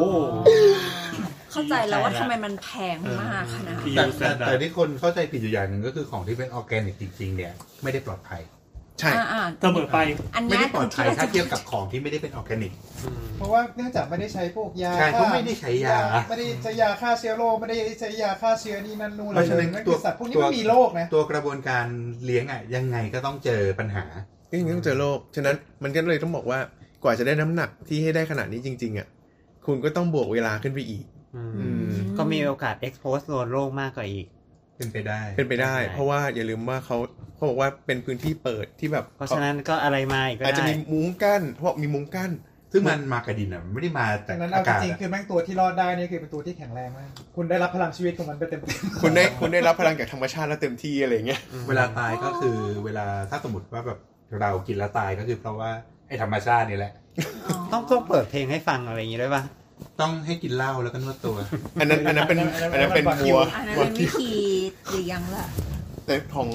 B: เข้าใจแล้วว่าทำไมมันแพงมากขนาดนั้น
C: EU
G: แต่แต่
C: standard
G: แต่ที่คนเข้าใจผิดอยู่อย่างหนึ่งก็คือของที่เป็นออร์แกนิกจริง ๆ เนี่ย ไม่ได้ปลอดภัย
E: ใช่
B: อ่าอ่า
C: เสมอไป
B: อัน
G: ไม่
B: เนี้
G: ได้ปลอดภัย
B: ที่
G: ถ้า
B: จะ
G: เทียบกับของที่ไม่ได้เป็นออร์แกนิก
F: เพราะว่าเนื่องจากไม่ได้ใช้พวกยา
G: ใช่เพราะ
F: ฆ่
G: ไม่ได้ใช้ยา
F: ไม่ได้ใช้ยาฆ่าเชื้อโรคไม่ได้ใช้ยาฆ่าเชื้อนี่นั่นนู่น
G: เพราะฉะนั้น
F: ลย
G: ตัว
F: คือสัตว์พวกนี้
G: ตัว
F: ไม่มีโรคนะ
G: ตัวกระบวนการเลี้ยงอ่ะยังไงก็ต้องเจอปัญหา
E: ก็ยังต้องเจอโรค ฉะนั้นมันก็เลยต้องบอกว่า กว่าจะได้น้ำหนักที่ให้ได้ขนาดนี้จริง ๆ อ่ะ คุณก็ต้องบวกเวลาขึ้นไปอีก
H: อืม
E: อืม
H: ก็มีโอกาส expose โดนโรคมากกว่าอีก
G: เป็นไปได้
E: เป็นไปได้
H: ใช่
E: เพราะว่าอย่าลืมว่าเขาเขาบอกว่าเป็นพื้นที่เปิดที่แบบ
H: เพราะฉะนั้นก็อะไรมาอีกก็
E: อาจจะ
H: ได้
E: มีมุ้งกั้น เพราะมีมุ้งกั้น
G: ซึ่งมันมากระดินอ่ะมันไม่ได้มาจา
F: ดั
G: ก
F: งนั้นเอา
G: อา
F: จ
G: กาศ
F: ริง
G: อะ
F: ๆคือแม่งตัวที่รอดได้นี่คือเป็นตัวที่แข็งแรงมาก คุณได้รับพลังชีวิตของมันไปเต็มๆ
E: คุณได้คุณได้รับพลังจากธรรมชาติแล้วเต็มที่อะไรอย่างเงี้ย
G: เวลาตายก็คือเวลาถ้าสมมติว่าแบบเรากินแล้วตายก็คือเพราะว่าไอ้ธรรมชาตินี่แหละ
H: ต้องต้องเปิดเพลงให้ฟังอะไรอย่างนี้ด้วยป่ะ
G: ต้องให้กินเหล้าแล้วก็นวดตัว
E: อันนั้นอันนั้นเป็นอันนั้นเป็นวัว
B: อันนั้น
E: วัว
B: เป็นวิธีหรือยังล่ะ
E: แต่ของ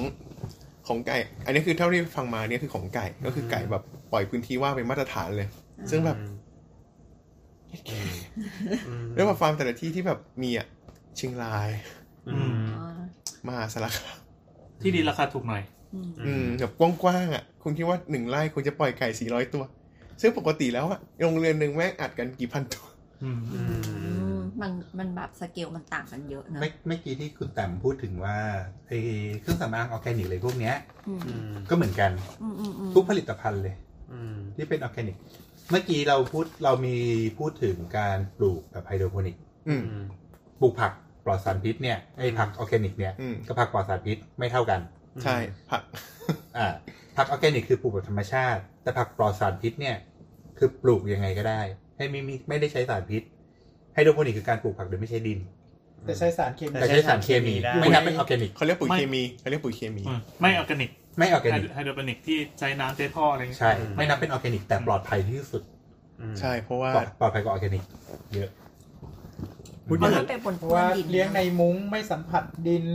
E: ของไก่ อันนี้คือเท่าที่ฟังมาเนี่ยคือของไก่ ก็คือไก่แบบปล่อยพื้นที่ว่างเป็นมาตรฐานเลย ซึ่งแบบ เรียกว่าฟาร์มแต่ละที่ที่แบบมีอ่ะเชียงราย
C: อืม
B: อ๋อ
E: มหาสารคาม
C: ที่ดินราคาถูกหน่อย
B: อืม
E: อืมแบบกว้างๆอ่ะคุณคิดว่าหนึ่งไร่คุณจะปล่อยไก่สี่ร้อยตัว ซึ่งปกติแล้วอะโรงเรือนหนึ่งแม่งอัดกันกี่พันตัว
C: อืม
H: อืม
B: มันมันแบบสเกลมันต่างกันเยอะนะ
G: เมื่อเมื่อกี้ที่คุณแต้มพูดถึงว่าไอเครื่องสำอางออร์แกนิกอะไรพวกเนี้ย
B: อืม
H: อืม
G: ก็เหมือนกัน
B: อืมอืมอืม
G: ทุกผลิตภัณฑ์เลย
H: อืม
G: ที่เป็นออร์แกนิก เมื่อกี้เราพูดเรามีพูดถึงการปลูกแบบไฮโดรโปนิก
E: อืม
H: อืม
G: ปลูกผักปลอดสารพิษเนี่ยไอผักออร์แกนิกเนี่ย
E: อืม
G: กับผักปลอดสารพิษไม่เท่ากัน
E: ใช่ผัก
G: อ่าผักออร์แกนิกคือปลูกแบบธรรมชาติ แต่ผักปลอดสารพิษเนี่ยคือปลูกยังไงก็ได้ ให้ไม่มีไม่ได้ใช้สารพิษไฮโดรโปนิกคือการปลูกผักโดยไม่ใช้ดิน
F: แต่ใช้สารเคมี
G: แต่ใช้สารเคมี ไม่นับเป็นออร์แกนิก
E: เขาเรียกปุ๋ย
C: ไม่
E: เคมีเขาเรียกปุ๋ยเคมี
C: อืมไม่ออร์แกนิก
G: ไม่ออร์แกนิก
C: ไฮโดรโปนิกที่ใช้น้ำใช้ท่ออะไรเงี้ย
G: ใช่ ไม่นับเป็นออร์แกนิก แต่ปลอดภัยที่สุด
H: อืม
E: ใช่เพราะว่า
G: ปลอดปลอดภัยกว่าออร์แกนิก เยอะ
E: พูด
B: มั
E: ยาน ก
B: ก็เป็นปน
F: เพ
B: เปื้
F: ราะ
B: อน
F: ว่า
B: ดิน
F: เลี้ยงในมุ้งไม่สัมผัสดิน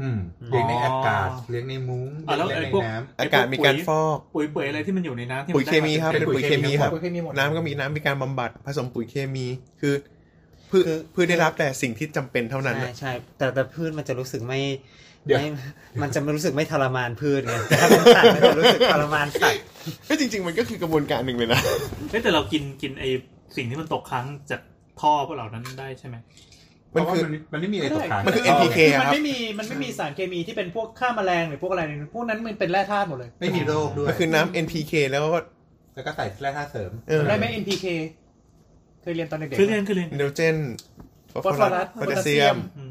G: อืมเลี้ยงในอากาศเลี้ยงในมุ้ง
C: อ่ะแล้ว
G: เลี้ยง
C: ไอ้
G: ใน
C: พวก
G: น้ำ
E: อากาศมีการฟอก
C: ปุ๋ยเปื่อยอะไรที่มันอยู่ในน้ำที่น
E: ปุ๋ยเคมีครับ
C: ได้า
E: เป็นปุ๋ยเคมีครับ
F: ปุ๋ยเคมีหมด
E: น้ำก็มีน้ำมีการบำบัดผสมปุ๋ยเคมีคือพืช
G: คือ
E: พืชได้รับแต่สิ่งที่จำเป็นเท่านั้น
H: ใช่
E: น่ะ
H: ใช่แต่แต่พืชมันจะรู้สึกไม่
G: เดี๋ยว
H: ไม่มันจะไม่รู้สึกไม่ทรมานพืชไงแต่ถ้าเป็นสัตว์มันจะรู้สึกทรมานสัตว์
E: ก็จริง ๆ มันก็คือกระบวนการหนึ่งเลยนะ
C: เอ้ยแต่เรากินกินไอสิ่งที่มันตกค้างจากท่อพวกเหล่านั้นได้ใช่ไหม
E: มัน
G: เพราะว่า
E: คือ
G: มันมันไม่มีอะไรตกค้าง
E: มันคือ
G: ถูกต้ง
E: NPK
F: คือ
E: อะ
F: มัน
E: ครับ
F: ไม่มีมันไม่มีสารเคมีที่เป็นพวกฆ่าแมลงหรือพวกอะไรเลยพวกนั้นมันเป็นแร่ธาตุหมดเลย
G: ไม่มีโรคด้วย
E: มันคือน้ำ NPK แล้วก็
G: แล้วก็ใส่แร่ธาตุเสริม
E: เออ
F: ได้ไหม NPK เคยเรียนตอนเด็กๆ
C: คือเรียน
F: ไหม
C: คือเรียน
E: ไนโตรเจนฟอส
F: ฟอสฟอรั
E: ฟอรัส
F: ส
E: โพ
F: โพ
E: แทส
F: แทสเซี
E: เซีย
F: ย
E: ม
F: ม
C: อืม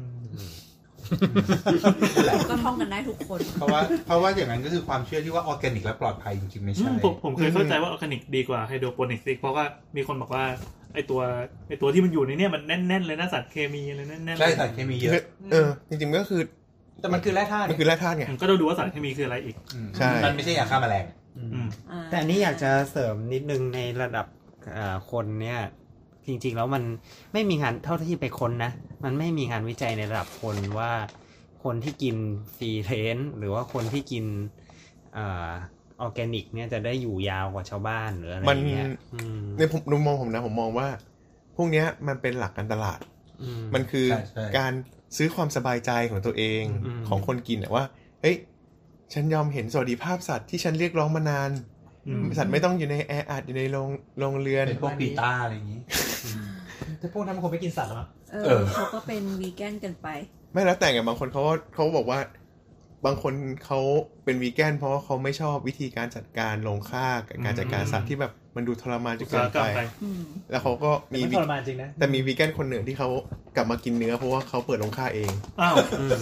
B: ก็ท่องกันได้ทุกคน
G: เพราะว่าเพราะว่าอย่างนั้นก็คือความเชื่อที่ว่าออร์แกนิกและปลอดภัยจริงๆไม่
C: อื
G: ใช่
C: มผมผมเคยเข้าใจว่าออร์แกนิกดีกว่าไฮโดรโปนิกสิเพราะว่ามีคนบอกว่าไอตัวไอตัวที่มันอยู่ในเนี่ยมันแน่น ๆ เลยนะสารเคมีอะไรแน่นๆ
G: ใช่สารเคมีเยอะ
E: เออ จริงๆก็คือ
F: แต่มันคือแร่ธาตุ
E: มันคือแร่ธาตุไง
C: อืมก็ต้องดูว่าสารเคมีคืออะไรอีก
G: อืม
E: ใช่
G: มันไม่ใช่ยาฆ่าแมลง
C: อืม
B: อ่า
H: แต่อันนี้อยากจะเสริมนิดนึงในระดับอ่าคนเนี่ยจริง ๆ แล้วมันไม่มีงานเท่าที่ไปค้นนะ มันไม่มีงานวิจัยในระดับคนว่า คนที่กินฟรีเทนหรือว่าคนที่กินอ่าออร์แกนิกเนี่ยจะได้อยู่ยาวกว่าชาวบ้านหรืออะไรอย่างเงี้ย
E: มัน
H: อืม
E: ในผมมุมมองผมนะผมมองว่า พวกเนี้ยมันเป็นหลักการตลาด
H: อืม
E: มันคือ
G: ใช่ใช่
E: การซื้อความสบายใจของตัวเอง
H: อืม
E: ของคนกินอะว่า เฮ้ย ฉันยอมเห็นสวัสดิภาพสัตว์ที่ฉันเรียกร้องมานาน
C: อืม
E: สัตว์ไม่ต้องอยู่ในแออัดอยู่ในโรงโรงเรือน
G: เป็นพวกปีต้าอะไรอย่างนี้
F: แต่พวกนั้นมันคงไม่กินสัตว์หรอกมั้ง
B: เอ
G: เอ
B: อ
G: อ
B: เขาก็เป็นวีแกนกันไป
E: ไม่แล้วแต่ไงบางคนเขาก็เขาก็บอกว่า บางคนเขาเป็นวีแกนเพราะว่าเขาไม่ชอบวิธีการจัดการโรงฆ่ากับการจัดการสัตว์ที่แบบมันดูทรมานจ
C: อุ
E: น
C: ต
E: เกิ
C: สาห
E: น
C: กรรม
E: ไป
C: ไป
B: อืม
E: แล้วเขาก็
F: แต่
E: มี
F: มัน
E: วี
F: ทรมานจริงนะ
E: แต่มีวีแกนคนหนึ่งที่เขากลับมากินเนื้อเพราะว่าเขาเปิดโรงฆ่าเอง
C: อ้าว
H: อืม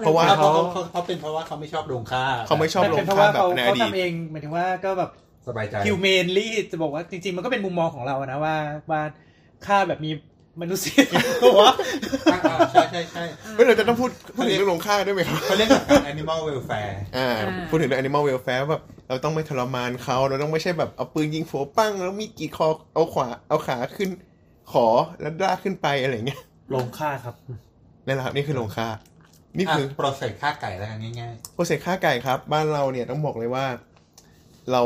E: เพราะว่า
G: เขา
E: เขา
G: เขาเขาเป็นเพราะว่าเขาไม่ชอบโรงฆ่า
E: เขาไม่ชอบ
F: แต่
E: โร
F: เป็น
E: ง
F: เพราะ
E: ฆ่า
F: ว่า
E: แบบ
F: เขา
E: ในอ
F: เขา
E: ดีต
F: ทำเองหมายถึงว่าก็แบบ
G: สบายใจ
F: ฮิวแมนลี่จะบอกว่าจริงๆ มันก็เป็นมุมมองของเราอะนะว่าว่าค่าแบบมีมนุษ ยธรรมวะ
G: อ่าอ่าใช่ใช่ใช่
E: ไม่เราจะต้องพูดพูดถึงเรื่องโรงฆ่าด้วยไหมครับ
G: เขาเรียกหลักการ animal welfare
E: อ่าพูดถึงเรื่อง animal welfare แบบเราต้องไม่ทรมานเขาเราต้องไม่ใช่แบบเอาปืนยิงหัวปั้ง แล้วมีดกรีดคอเอาขวาเอาขาขึ้น ขอแล้วลากขึ้นไปอะไรเงี้ย
C: โรงฆ่าครับ
E: นั่นแหละครับนี่คือโรงฆ่า นี่
G: อ่ะ
E: คือ
G: process ฆ่าไก่แล้วกันง่าย
E: โปรเซสฆ่าไก่ครับ บ้านเราเนี่ยต้องบอกเลยว่า เรา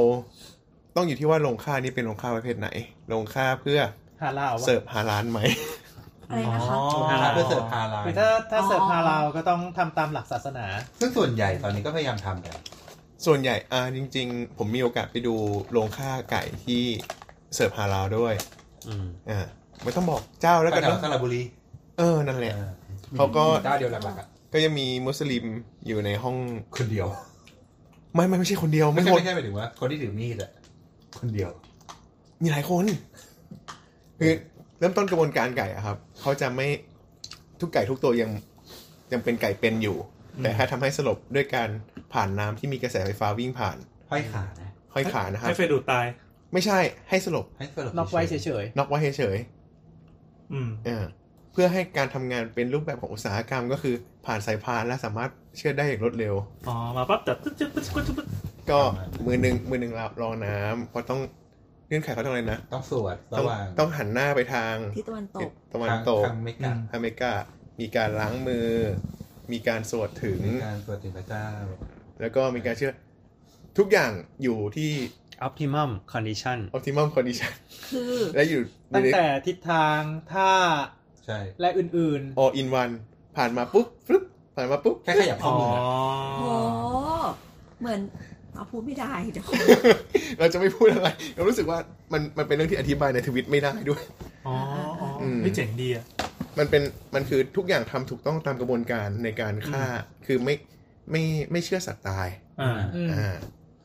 E: ต้องอยู่ที่ว่าโรงฆ่านี่เป็นโรงฆ่าประเภทไหนโรงฆ่าเพื่อ
F: ฮาลาวอะ
E: เสิร์ฟฮาลาลไหม
B: อะไรนะคะ
C: อ๋อ
G: ๆฆ่าเพื่อเสิร์ฟฮาลาล
F: คือถ้าถ้า
B: อ๋อ
F: เสิร์ฟฮาลาวก็ต้องทำตามหลักศาสนา
G: ซึ่งส่วนใหญ่ตอนนี้ก็พยายามทำกัน
E: ส่วนใหญ่อ่าจริง ๆ ผมมีโอกาสไปดูโรงฆ่าไก่ที่เสิร์ฟฮาลาลด้วย
H: อืม
E: อ่าไม่ต้องบอกเจ้าแล้วกัน
G: แถว
E: เนาะ
G: สระบุรี
E: เออนั่นแหละ
G: ออ
E: เขาก็
G: มีเจ้าเดียวหลักๆอะ
E: ก็จะมีมุสลิมอยู่ในห้อง
G: คนเดียว
E: ไม่ไม่ไม่ใช่คนเดียว
G: ไม่
E: ไม่ห
G: ใช่
E: มด
G: ไม่ใช่หมายถึงว่าคนที่ถือมีดอะคนเดียว
E: มีหลายคนคือเริ่มต้นกระบวนการไก่อะครับเขาจะไม่ทุกไก่ทุกตัวยังยังเป็นไก่เป็นอยู่ แต่ถ้าทำให้สลบด้วยการผ่านน้ำที่มีกระแสไฟฟ้าวิ่งผ่าน
G: ห้อยขานะ
E: ห้อยขานะครับ
C: ให้ไฟดูดตาย
E: ไม่ใช่ให้สลบ
G: ให้สลบ
F: ล็อกไว้เฉย
E: น็อกไว้เฉย
C: อืม
E: ๆเออเพื่อให้การทำงานเป็นรูปแบบของอุตสาหกรรม ก็คือผ่านสายพานและสามารถเชื่อดได้อย่างรวดเร็ว
C: อ๋อ มาปั๊บจับจึ๊บจึ๊บจึ๊บจึ๊บจึ๊บ
E: ก็มือหนึ่งมือหนึ่งรอน้ำเพราะต้องเงื่อนไขเขาต้องอะไรนะ
G: ต้องสวดระ
E: ต้อง
G: หว่าง
E: ต้องหันหน้าไปทาง
B: ที่ตะวันตก
E: ตะวันตก
G: ทางเมกา
E: อเมริกา มีการล้างมือ มีการสวดถึง
G: มีการสวดถึงพระเจ้า
E: แล้วก็มีการเชื่อ ทุกอย่างอยู่ที่
H: optimum condition
E: optimum condition
B: คือ
E: และอยู่
F: ๆ
E: ใน
F: ตั้งแต่ทิศทางท่า
G: ใช่
F: และอื่น
E: all in one ผ่านมาปุ๊บฟึ๊บไป หันมาปุ๊บ
G: แค่ขยับข้อมืออะ
B: โหเหมือนเอาพูดไม่ได้เดี๋ยว
E: เราจะไม่พูดอะไร เรารู้สึกว่ามันมันเป็นเรื่องที่อธิบายในทวิตไม่ได้ด้วย
C: อ๋ออ๋ออ๋อไม่เจ๋งดีอ่ะ
E: มันเป็นมันคือทุกอย่างทำถูกต้องตามกระบวนการในการฆ่า คือไม่ไม่ไม่เชื่อสัตว์ตาย
C: อ่า
F: อืม
E: อ่า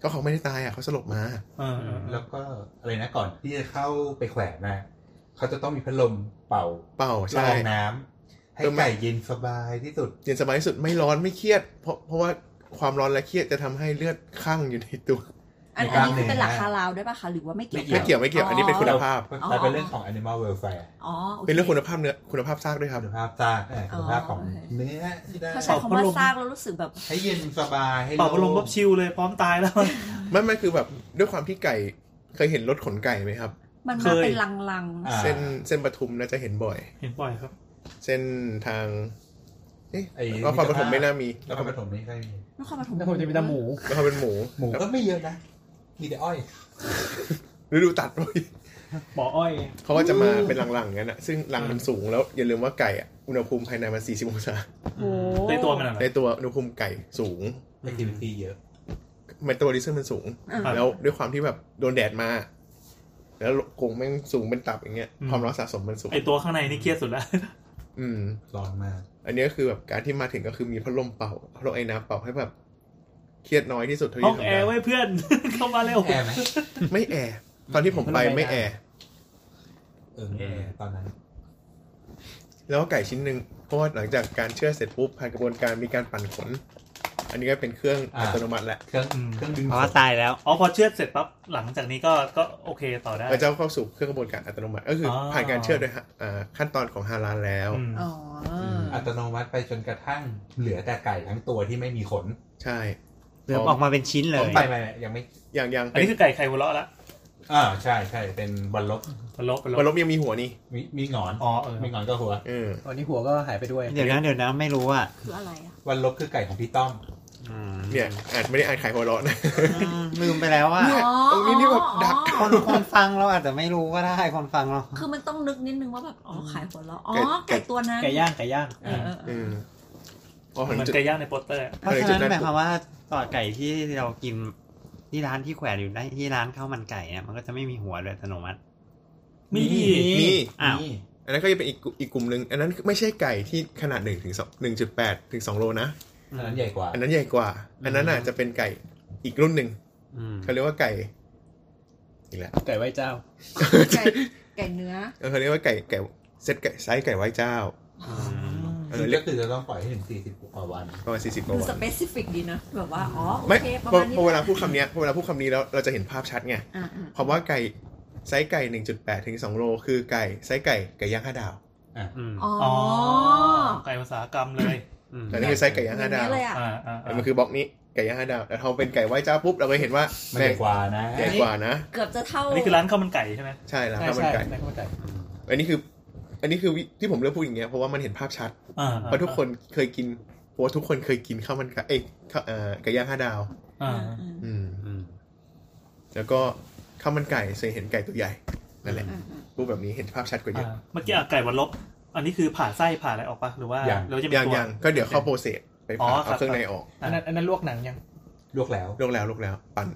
E: ก็เขาไม่ได้ตายอ่ะเขาสลบมา
C: อ่าอ่า
G: แล้วก็อะไรนะก่อนที่จะเข้าไปแขวนนะเขาจะต้องมีพัดลมเป่า
E: เป่า
G: ละ
E: ใช่
G: อองน้ำให้
E: เออมัน
G: ไก่เย็นสบายที่สุด
E: เย็นสบายที่สุดไม่ร้อนไม่เครียด เพราะเพราะว่าความร้อนและเครียดจะทำให้เลือดข้างอยู่ในตัว
B: อันอันนี้คือเป็นหลักคาราลด้วยป่ะคะหรือว่าไม่เกี่ยว
E: ไม่เกี่ยวไม่เกี่ยว อันนี้เป็นคุณภาพ
G: ก็กลายเป็นเรื่องของ animal welfare
B: อ๋อโ
E: เป็นเรื่องคุณภาพเนื้อคุณภาพซากด้วยครับ
G: คุณภาพซากเออคุณภาพของ
B: อ๋อโอเค
G: เนื้อที่ได้
B: เขาใช้คำว่าซากแล้วรู้สึกแบบ
G: ให้เย็นสบายให้
C: เป่าพัดลมปั๊บ
G: โง
C: ชิวเลยพร้อมตายแล้ว
E: ไม่ไม่คือแบบด้วยความที่ไก่เคยเห็นรถขนไก่ไหมครับ
B: มัน
C: เค
B: มาย เป็นลัง
G: อ่า
E: เส้นเส้นปทุมน่าจะเห็นบ่อย
C: เห็นบ่อยครับ
E: เส้นทางเอ๊ะ
G: ไอ้
E: นครปฐมไม่น่ามี
G: นครปฐมไม่ค่อยมี
B: ๆนครปฐม
F: แล้วผมจะมีแตาหมู
E: นครเป็นหมู
G: หมูก็ไม่เยอะนะ มีแต่อ้อย
E: ฤดูตัดเลย
F: บ่ออ้อย
E: เขาก็จะมาเป็นหลังๆอย่างนั้นอะซึ่งหลังมันสูงแล้วอย่าลืมว่าไก่อะอุณหภูมิภายในมัน 40องศา
B: โอ้โห
C: ในตัวมันอะไร
E: ในตัวอุณหภูมิไก่สูง
G: แอคทิวิตี้เยอะ
E: มันตัวดิซึมมันสูง
B: อ่ะ
E: แล้วด้วยความที่แบบโดนแดดมา แล้วกรงแม่งสูงเป็นตับอย่างเงี้ยความร้อนสะสมมันสูง
C: ไอตัวข้างในนี่เครียดสุดละ
E: อืม
G: ร้อนมาก
E: อันนี้ก็คือแบบการที่มาถึงก็คือมีพัดลมเป่าพัดลมไอ้น้ำเป่าให้แบบเครียดน้อยที่สุดเท่า
C: ห้อ
E: ที่
C: ง
E: ทำ
C: แอ
E: ได้
C: ร์ไว้เพื่อน เข้ามาเร็ว
G: แอร์ไหม
E: ไม่แอร์ตอนที่ผมไป
F: พัดลมไอ้น้ำ
E: ไม่แอร์
G: เออไม่แอร์ตอนนั้น
E: แล้วก็ไก่ชิ้นหนึ่งเพราะว่าหลังจากการเชื่อดเสร็จปุ๊บผ่านกระบวนการมีการปั่นขน อันนี้ก็เป็นเครื่อง
G: อ่า
E: อัตโนมัติแหละ
G: เครื่อง
C: อืม
G: เครื่องดึง
H: เพราะว่าตายแล้ว
C: อ๋อพอเชือดเสร็จปั๊บหลังจากนี้ก็ก็โอเคต่อได้
E: ก็จะเข้าสู่เครื่องกระบวนการอัตโนมัติ ก็คืออ
C: อ
E: ผ่านการเชื่อดด้วยฮะอ่าขั้นตอนของฮาลาลแล้ว
C: อืม
B: อ๋ออ
E: ม
G: อัตโนมัติไปจนกระทั่งเหลือแต่ไก่ทั้งตัวที่ไม่มีขน
E: ใช่
H: เหลือออกมาเป็นชิ้นเลย
G: ไปไปไปยังไม่
E: อย่างอย่าง
C: อันนี้คือไก่ไข่หัวเราะละ
G: อ่าใช่ใช่เป็นบอลลบ
C: หัวเราะหัว
E: วันล
C: เราะ
E: บยังมีหัวนี่
G: มีมีหงอน
C: อ๋อเออ
G: มีหงอนก็หัว
E: เออ
F: ตอนนี้หัวก็หายไปด้วย
H: เดี๋ยวนะเดี๋ยวนะไม่รู้อ่ะ
B: คืออะไรอ่ะ
G: บอลลบคือไก่ของพี่ต้อม
H: อืม
E: เนี่ยอาจไม่ได้อ่านขายหัวเราะนะ
H: อืมลืมไปแล้วว่า
E: เนี่ยตรงนี้นี่แบบดัก
B: อ๋อ
H: คนคนฟังเราอาจจะไม่รู้ก็ได้คนฟังเรา
B: คือมันต้องนึกนิดนึงว่าแบบอ๋อขายหัวเราะอ๋อ
E: ไก่
B: ไก่ตัวนั้น
F: ไก่ย่างไก่ย่าง
B: เออเออเอ
E: เอ
B: อ
E: อพอ
C: เห
E: ถึง
C: มือน
E: จุด
C: ไก่ย่างในโปสเตอร์อะ
H: เพราะฉะ
E: จุด
H: นั้น
E: นั้น
H: หมายความว่าต่อไก่ที่เรากินที่ร้านที่แขวนอยู่ในที่ร้านข้าวมันไก่เนี่ยมันก็จะไม่มีหัวโดยอัตโนมัติ
C: มี
F: มี
E: มี
H: อ้าว
G: นี่
E: อันนั้นก็จะเป็นอีกกลุ่มอีกกลุ่มหนึ่งอันนั้นไม่ใช่ไก่ที่ขนาด1ถึง1 8ถึง2โลนะ
G: อันนั้นใหญ่กว่า
E: อันนั้นใหญ่กว่า อันนั้นอาจจะเป็นไก่อีกรุ่นหนึ่ง
H: อืม
E: เขาเรียกว่าไก่ อีกแล้ว
F: ไก่ไหว้เจ้า
B: ไก่ไก่เนื้อ
E: เขาเรียกว่าไก่ไก่เซตไก่ไซส์ไก่ไหว้เจ้า
H: อืม
E: เอ
G: คืออ
E: เรี
G: ก็
E: ยก
G: คือจะต้องปล่อยให้ถึงสี่สิบกว่าวัน
E: ประมาณสี่สิบก
B: ดู
E: ว่า
B: ส
E: วัน
B: เปซิฟิกดีนะแบบว่าอ๋อโอ
E: ไม่
B: เคประ
E: พอ
B: มาณนี้
E: พอเวลาพูดคำเนี้ยพอเวลาพูดคำนี้แล้วเราจะเห็นภาพชัดไง
B: อ่ะอ่ะ
E: คำว่าไก่ไซส์ไก่ 1.8ถึง2โลคือไก่ไซส์ไก่ไก่ย่างห้าดาว
H: อืม
B: อ๋อ
C: อ๋อไก่อุตสาหกรรมเลย
H: อืม
E: แต่นี่คือไซส์ไก่ย่า
B: อ
E: ง
B: ย่า
E: ห้าง ดา
B: นี้
E: ว
B: เลยอ่ะ
C: อ่าอ่า
E: แต่มันคือบล็อกนี้ไก่ย่างห้าดาวแต่พอเป็นไก่ไหว้เจ้าปุ๊บเราก็เห็นว่า
G: มัน
E: แม่
G: ให
E: ง
G: ญ่กว่านะ
E: ใหญ่กว่านะ
B: เกือบจะเท่า
C: อันนี้คือร้านข้าวมันไก่ใช่ไหม
E: ใช่แล้ว
F: ใช่
E: ข้าวมัน
F: ใช่
E: ไก่
F: ไก่ข้าวมันไก่
E: อันนี้คือ อันนี้คือวิที่ผมเลือกพูดอย่างเงี้ยเพราะว่ามันเห็นภาพชัด
C: อ่า
E: เพราะทุกคนเคยกินเพราะว่าทุกคนเคยกินข้าวมันไก่เอ้ยข้าวเอ่อไก่ย่างห้าดาว
C: อ่า
B: อ่ะอ่ะ
E: อืม
H: อืม
E: แล้วก็ข้าวมันไก่เคยเห็นไก่ตัวใหญ่นั่นแหละ
B: อ่ะอ่ะ
E: รูปแบบนี้เห็นภาพชัดกว่าเย
C: อ่า
E: อะ
C: เมื่อกี้อะไก่วันลบ อันนี้คือผ่าไส้ผ่าอะไรออกปะหรือว่า
G: ยัง
C: เราจะมี
E: อย่าง
C: ตัว
E: อย่างก็เดี๋ยวเข้าโปรเซสไป
C: อ๋อครั
E: ผ่าเอา
C: บ
E: เครื่องในออก
F: อันนั้นอันนั้นลวกหนังยัง
G: ลวกแล้ว
E: ลวกแล้วลวกแล้ว ปั่น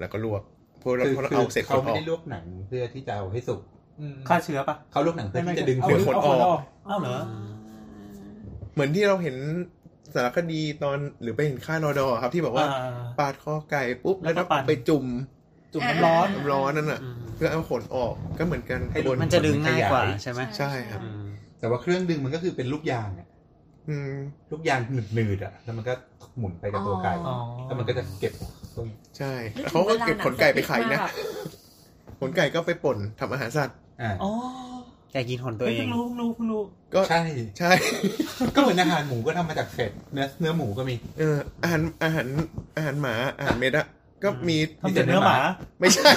E: แล้วก็ลวกพอเรา
G: คือ
E: พอเรา
G: คือ
E: เอาเสร็จ
G: เขา
E: ก็อ
G: ไม่
E: อก
G: ได้ลวกหนังเพื่อที่จะเอาให้สุก
F: อืม
C: ฆ่าเชื้อปะ
G: เขาลวกหนังเพื่อที่จะดึง
F: เอา
E: ดี๋
G: ข
E: ยว
G: น
E: ขน
F: เอาขน
E: อ
F: อ
E: อ
F: อก ก
C: อ้าวเหรอ
E: เหมือนที่เราเห็นสารคดีตอนหรือไปเห็นค่ายรอดอครับที่แบบว่า ปาดคอไก่ปุ๊บ
C: แล้
E: แล้
C: ก็
E: ว วก็
C: ปั่น
E: ไปจุ่ม
F: จุ่มน้ำร้อน
E: น้ำร้อนนั่นน่ะ
H: อืม
E: เพื่อเอาขนออกก็เหมือนกันกระบวน
H: มันจะดึงง่ายกว่าใช่ไหม
E: ใช่ครับ
H: อืม
G: แต่ว่าเครื่องดึงมันก็คือเป็นลูกยางอะ
E: อืม
G: ลูกยางหนืดๆอ่ะแล้วมันก็หมุนไปกับตัวไก่
C: อ๋อ
G: แล้วมันก็จะเก็บตรง
E: ใช่
B: นึถึง
E: เขาก็เก็บ
B: วลาหนัง
E: ขนไก่ไปขายนะ
B: สติ๊ก
E: ขนไก่ก็ไปป่นทำอาหารสัตว์
G: อ่า
C: อ๋อ
H: แกกินคนตัว
C: เฮ้ย
H: เอง
C: เพิ่งรู้เพิ่งรู้เพิ่งรู้
E: ก็
G: ใช่
E: ใช่
G: ก็เหมือนอาหารหมูก็ทำมาจากเศษเนื้อเนื้อหมูก็มี
E: เอออาหารอาหารอาหารหมาอาหารเม็ดอะก็มี
C: ทำจากเนื้อหมา
E: ไม่ใช่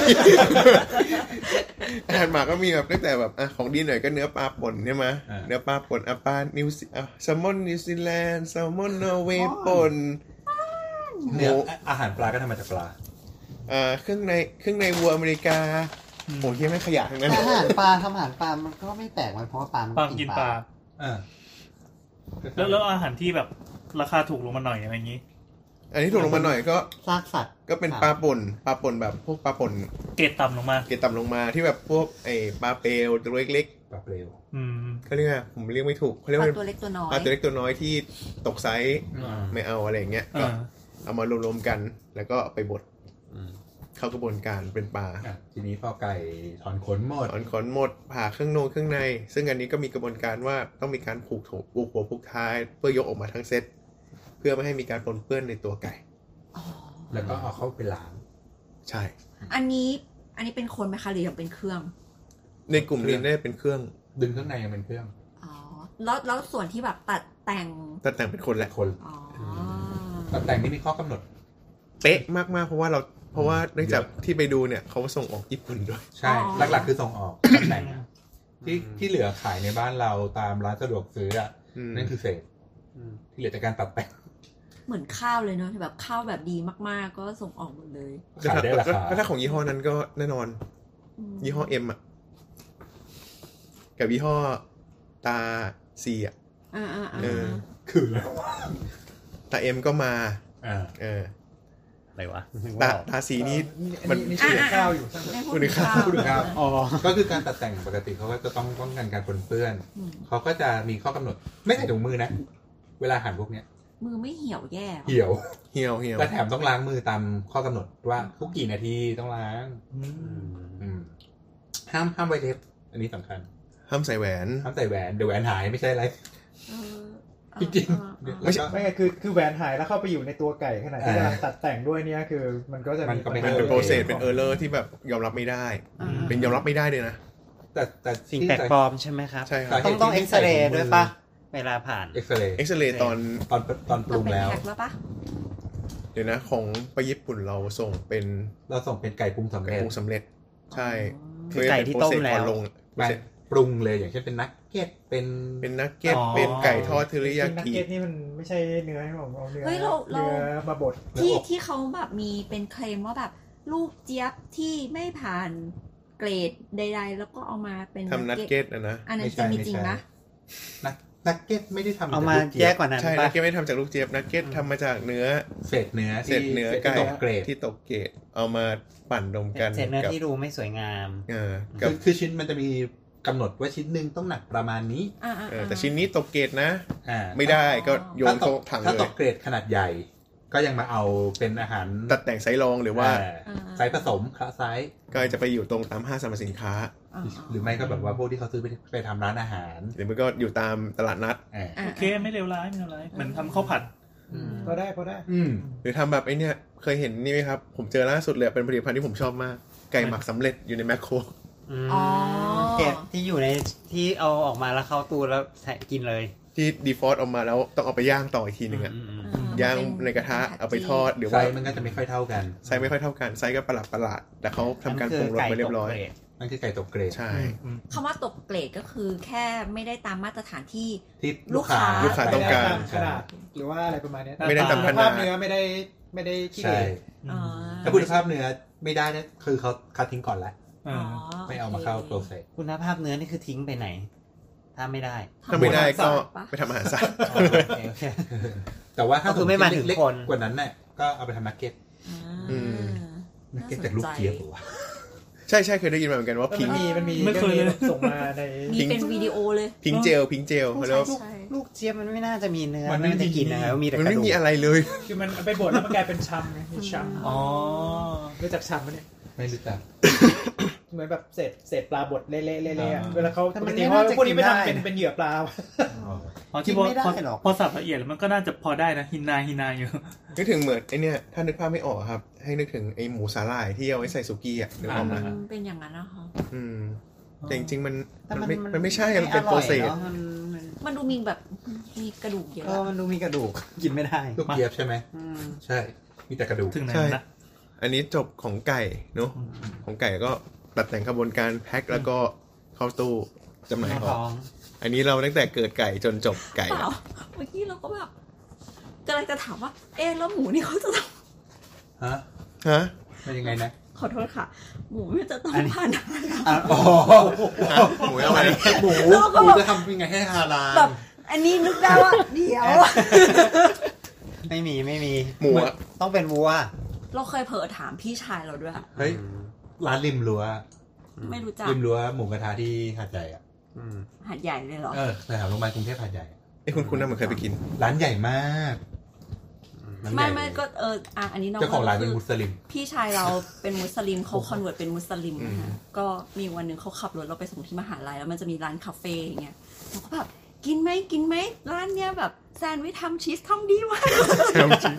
E: อาหารหมาก็มีแบบตั้งแต่แบบอ่ะของดีหน่อยก็เนื้อปลาป่นใช่ไหม
G: อ่า
E: เนื้อปลาป่นอ่ะปลานิวซีอ่ะแซลมอนนิวซีแลนด์แซลมอนนอร์เวย์ป่น
G: เนื้อ
E: หมู
G: อาหารปลาก็ทำมาจากปลา
E: อ่าเครื่องในเครื่องในวัวอเมริกาโหเหี้ยไม่งขยะทั้งนั้น
H: อาหารปลาทำอาหารปลามันก็ไม่แปลกมันเพราะว่าปลามัน
C: ปลากินปลา
G: อ่า
C: แล้วแล้วอาหารที่แบบ ราคาถูกลงมาหน่อยอะไรอย่างนี้
E: อันนี้ถูกลงมาหน่อยก็
D: ซากสัตว์
E: ก็เป็นปลาป่นปลาป่นแบบพวกปลาป่น
C: เกรดต่ำลงมา
E: เกรดต่ำลงมาที่แบบพวกไอ้ปลาเปลวตัวเล็ก
G: ปรับเร็ว
C: อืม
E: ๆเขาเรียกว่าผมเรียกไม่ถูกเขาเรียก
B: ปลา
E: ว่าเป็น
B: ตัวเล็กตัวน้อย
E: ปลาตัวเล็กตัวน้อยที่ตกไซส์ไม่เอาอะไรอย่างเงี้ยก็
C: อ่า
E: เอามารวมๆกัน แล้วก็เอาไปบดเข้ากระบวนการเป็นปลา
G: อ่ะทีนี้พอไก่ถอนขนหมด
E: ถอนขนหมดผ่าเครื่องโนงเครื่องใน ซึ่งอันนี้ก็มีกระบวนการว่าต้องมีการผูกถูกผูกหัวผูกท้าย เพื่อยกออกมาทั้งเซตเพื่อไม่ให้มีการปนเปื้อนในตัวไก่
G: แล้วก็เอาเข้าไปล้าง
E: ใช่
B: อันนี้อันนี้เป็นคนไหมคะหรือยังเป็นเครื่อง
E: ในกลุ่มนี้ได้เป็นเครื่อง
G: ดึงข้างในยังเป็นเครื่อง
B: อ๋อ แล้วแล้วส่วนที่แบบตัดแต่ง
E: ตัดแต่งเป็นคนแหละ
G: คน
B: อ๋อ
G: ตัดแต่งนี่มีข้อกำหนด
E: เป๊ะมากๆเพราะว่าเราเพราะว่าเนื่องจากที่ไปดูเนี่ยเขาส่งออกญี่ปุ่นด้วย
G: ใช่ หลักๆคือส่งออกตัดแต่งอะที่ที่เหลือขายในบ้านเราตามร้านสะดวกซื้ออ่ะ
E: อืม
G: นั่นคือเศษที่เหลือจากการตัด แต่ง
B: เหมือนข้าวเลยเนอะที่แบบข้าวแบบดีมากๆ ก็ส่งออกหมดเลย
G: ขายได้ราคา
E: ก็ถ้าของยี่ห้อนั้นก็แน่นอน
B: ม
E: ยี่ห้อเอ็มอ่ะกับยี่ห้อตาซีอ่ะ
B: อ่าอ่าอ่า
E: เออ
G: คือ
E: ตาเอ็มก็มา
G: อ่า
E: เออ
H: อะไรวะ
E: ตาตาซีนี่ มั
G: มัน นนี่ชื่อข้าวอยู่
B: ในพวก
E: พูดถึงข้าว
B: ข้าว
G: พูดถึงข้าว
H: อ๋อ
G: ก็คือการตัดแต่งปกติเขาก็จะต้องป้องกันการปนเปื้อน
B: อืม
G: เขาก็จะมีข้อกำหนด ไม่ใส่ถุงมือนะ เวลาหั่นพวกเนี้ย
B: มือไม่เหี่ยวแย่เหรอ
G: เหี่ยว
E: เหี่ยวเหี่ยว
G: และแถมต้องล้างมือตามข้อกำหนดว่าทุกกี่นาทีต้องล้าง อืม ห้ามห้ามไวเล็บ อันนี้สำคัญ
E: ห้ามใส่แหวน
G: ห้ามใส่แหวนเดี๋ยวแหวนหายไม่ใช่อะไร
B: เออเออ
G: จริง
B: เออเออ
G: ๆแล้วก็
F: ไม่ไงคือคือแหวนหายแล้วเข้าไปอยู่ในตัวไก่ขนาด
G: อ่าก
F: ที่ำลังตัดแต่งด้วยเนี่ยคือ มันก็จะ
G: มันก็ไม่
E: มันเป็นโป
G: เอ
E: ร
G: อ
E: เซสเป็นเออร์เลอร์ที่แบบยอมรับไม่ได้
B: อ่า
E: เป็นยอมรับไม่ได้เลยนะ
G: แต่แต่
H: สิ่งแปลกปลอมใช่ไหมครับ
E: ใช่ค
G: สา
E: รับ
G: ห
H: ต้อง
G: ตุ
H: ต้องเอ็
G: ที่
H: กซ
G: ไม่ใส่
H: เรย์
G: ถุงมือ
H: ด้วยปะเวลาผ่าน
G: เอ็กซเรย์
E: เอ็กซเรย์ตอน
G: ตอนตอนป
B: ต้อ
G: รุ
B: ง
G: ง
B: เป็น
G: แล้ว
B: แพ็คแล้วปะ
E: เดี๋ยวนะ ของไปญี่ปุ่นเราส่งเป็น
G: เราส่งเป็นไก่ปรุงสำ
E: กระ
G: เร็จ
E: ปรุงสำเร็จ ใช่
H: คือไก่ที่ต้มแล้ว
E: เป็นโปรเซสก่อนลง
G: ไปปรุงเลยอย่างเช่นเป็นนักเก็ตเป็น
E: เป็นนักเก็ต
C: อ๋อ
E: เป็นไก่ทอดเทอริยา
F: กินนัก
E: กิ
F: เก็ตนี่มันไม่ใช่เนื้อให้ผมเอาเนื้อ
B: เฮ้ยเราเรา
F: เนื้อมาบด
B: ที่ที่เขาแบบมีเป็นเคลมว่าแบบ ลูกเจี๊ยบที่ไม่ผ่านเกรดใด ๆ แล้วก็เอามาเป็น
E: ทำนักเก็ตนะนะ
B: อันนั้
G: ไม่
B: นจะ
G: ใช่
B: มี
G: ไม่
B: จริง
G: ใช่
B: นะ
G: นักนักเก็ตไม่ได้ทำจ
H: เอามา
G: ลูจี๊
H: แย
G: บ
H: กกว่านั้น
E: ใช่
H: ปะ
E: นักเก็ตไม่ได้ทำจากลูกเจี๊ยบ นักเก็ตทำมาจากเนื้อ
G: เศษเนื้อ
E: เศษเนื้อ
G: ที่
E: ไก่
G: ตกเกรด
E: ที่ตกเกรดเอามาปั่นรวมกัน
H: เสร็จเนื้อ
E: กับ
H: ที่ดูไม่สวยงาม
E: เออ
G: คื
E: กับ
G: อคือชิ้นมันจะมีกำหนดว่าชิ้นหนึ่งต้องหนักประมาณนี้
B: อ่าๆๆ
E: เออแต่ชิ้นนี้ตกเกรดนะ
G: อ่า
E: ไม่ได้ก็โยน
G: ถ้าต
E: เข้าก ถัง
G: ถ้า
E: เล
G: ต
E: ย
G: กเกรดขนาดใหญ่ ก็ยังมาเอาเป็นอาหาร
E: ตัดแต่งไซส์รองหรือว่า
G: อ่
B: อ่า
G: ไซส์ผสมคละไซส์
E: ก็จะไปอยู่ตรงตามห้างสรรพสินค้า
B: อ่าๆ
G: หรือไม่ก็แบบว่าพวกที่เขาซื้อไปไปทำร้านอาหาร
E: หรือมันก็อยู่ตามตลาดนัด
G: อ่า
B: าๆ
C: โอเคไม่เลวร้ายไม่เลวร้ายเหมือนทำข้าวผัด
F: ก็ได้ก็ได้
G: อืม
E: หรือทำแบบไอ้เนี่ยเคยเห็นนี่ไหมครับ ผมเจอล่าสุดเลยเป็นผลิตภัณฑ์ที่ผมชอบมาก ไก่หมักสำเร็จอยู่ในแมคโคร
H: อืม
B: อ๋อ
H: เก็บที่อยู่ในที่เอาออกมาแล้วเข้าตู้แล้วใส่กินเลย
E: ที่ดีฟอสออกมาแล้วต้องเอาไปย่างต่ออีกทีหนึ่งอะ
H: มมม
B: อ่า
E: ย่าง
B: เป็
E: ในกระทะ
B: ผั
E: เอาไป
B: จีน
E: ทอดหรือ
G: ไซ
E: ว่า
G: ส์มันก็จะไม่ค่อยเท่ากัน
E: ไซส์ไม่ค่อยเท่ากันไซส์ก็ประหลาดประหลาดๆแต่เขาทำการปรุงรสไปเรียบร้อย
G: นั่นคือไก่ตกเกรด
E: ใช่
B: คำว่าตกเกรดก็คือแค่ไม่ได้ตามมาตรฐานที่
G: ที่
B: ลูกค้า
E: ลูกค้าต้องการ
F: ขนาดหรือว่าอะไรประมาณเนี้ย
E: ไม่ได้ตาม
F: คุ
E: ข
F: ณ
E: นา
F: ภา
E: ด
F: พเนื้อไม่ได้ไม่ได้ขี้
G: ใช่
F: เกียจ
B: อ๋อ
G: ถ้าคุณภาพเนื้อไม่ได้นะคือเขาคัดทิ้งก่อนแล้ว
B: อ๋อ
G: ไม่เอามาเข้าโปรเซส
H: คุณภาพเนื้อนี่คือทิ้งไปไหน ถ้าไม่ได้
E: ถ้าไม่ได้ก็
B: ปะ
E: ไปทำอาหารสัตว์
G: แต่ว่าถ้า
H: ก็คือไม่มาถึง
G: เล็ก
H: คน
G: กว่านั้นน่ะก็เอาไปทำนักเก็ต
B: อ่า
E: อืม
G: นักเก็ตจากลูกเจี๊ยบเหรอวะ
E: ใช่ใช่เคยได้ยินมาเหมือนกันว่า
F: เออ
E: พิง
F: มันมีมันมี
C: ไม่เคยเลย
F: รื่องนี้ส่งมาใน
B: มีเป็นวิดีโอเลย
E: พิงเจลพิงเจลเขาเรียกว่า
B: ใช่
H: ลูกเจี๊ยบมันไม่น่าจะมีเนื้อ มันไม่ได้กินนะครับมีแต่
E: มัน
H: กระ
E: ไม่
H: ดูก
E: มีอะไรเลย
F: คือมันเอาไปบดแล้วมันกลายเป็นชำไงมีชำ
C: อ๋อ
F: รู้จักชำไหมเนี่ย
G: ไม่รู้จัก
F: เหมือนแบบเศษเศษปลาบดเละๆเละๆอะ
G: อ่า
F: เวลาเขาปกติเขาเอาพวกนี้ไปทำเป็นเป็นเหยื่อปลา
C: อ๋อที่พอพอพอสับละเอียดแล้วมันก็น่าจะพอได้นะฮินนาฮินนาอยู่
E: นึกถึงเหมือนไอเนี่ยถ้านึกภาพไม่ออกครับ ให้นึกถึงไอหมูสาหร่ายที่เอาไว้ใส่สุกี้อ่ะนึกออกไหม
B: อืมเป็นอย่างนั้นนะคะ
E: อืม แต่จริงๆมัน
H: แต่
E: มันไม่มันไม่ใช่อะมันเป็น
H: อ
E: โปร
H: ย
E: เซส
H: อะมันมัน
B: มันดูมีแบบมีกระดูกเยอะ
H: เออมันดูมีกระดูก กินไม่ได้
G: ลูกเจี๊ยบใช่ไหม
H: อืม
G: ใช่ มีแต่กระดูก
C: ถึงไหน
E: ใช่
C: นะ
E: อันนี้จบของไก่เนาะ
C: อืม
E: ของไก่ก็ตัดแต่งขบวนการแพ็คแล้วก็เข้าตู้จำหน่ายออก
H: ท้อง
E: อันนี้เราตั้งแต่เกิดไก่จนจบไก่
B: เปล่าเมื่อกี้เราก็แบบกำลังจะถามว่า เอ๊ะแล้วหมูนี่เขาจะต้อง
G: ฮะ
E: ฮะ
G: มันยังไงนะ
B: ขอโทษค่ะ หมูมันจะต้อง
H: อันนี้
B: ผ่านอะไรนะ
H: อ่ะ
G: อ๋อ
E: อ่ะหมูเอาไว้
G: หมู
B: แล้วก็
G: หมู
B: แบบ
G: จะทำยังไงให้ฮาลาล
B: แบบไอ อันนี้นึกได้ว่า เดี๋ยว
D: ไม่มีไม่มี
E: หมูอะ
D: ต้องเป็นวัว
B: เราเคยเผลอถามพี่ชายเราด้วย
G: เฮ้ย ร้านริมรั้ว
B: ไม่รู้จัก
G: ริมรั้วหมูกระทะที่หาดใหญ่อะ
H: อืม
B: หัดใหญ่เลยเหรอ
G: เออสถานโรงพยาบาลกรุงเทพหาดใหญ่อะ
E: ไอ้ยคุณคุณน่าเหมือนเคยไปกิน
G: ร้านใหญ่มากร้านใหญ่
B: ไม่ไม่ก็เอออ่ะอันนี้น้อง
G: เจ้าของร้านเป็น
B: คือ
G: มุสลิม
B: พี่ชายเราเป็นมุส ลิมเขาคอนเวิร์ตเป็นมุสลิม
E: อืม
B: นะคะก็มีวันหนึ่งเขาขับรถเราไปส่งที่มหาลัยแล้วมันจะมีร้านคาเฟ่อย่างเงี้ยเราก็แบบกินไหมกินไหมร้านเนี้ยแบบแซนด์วิชทำชีสทำดีว่ะ
E: แฮมจริง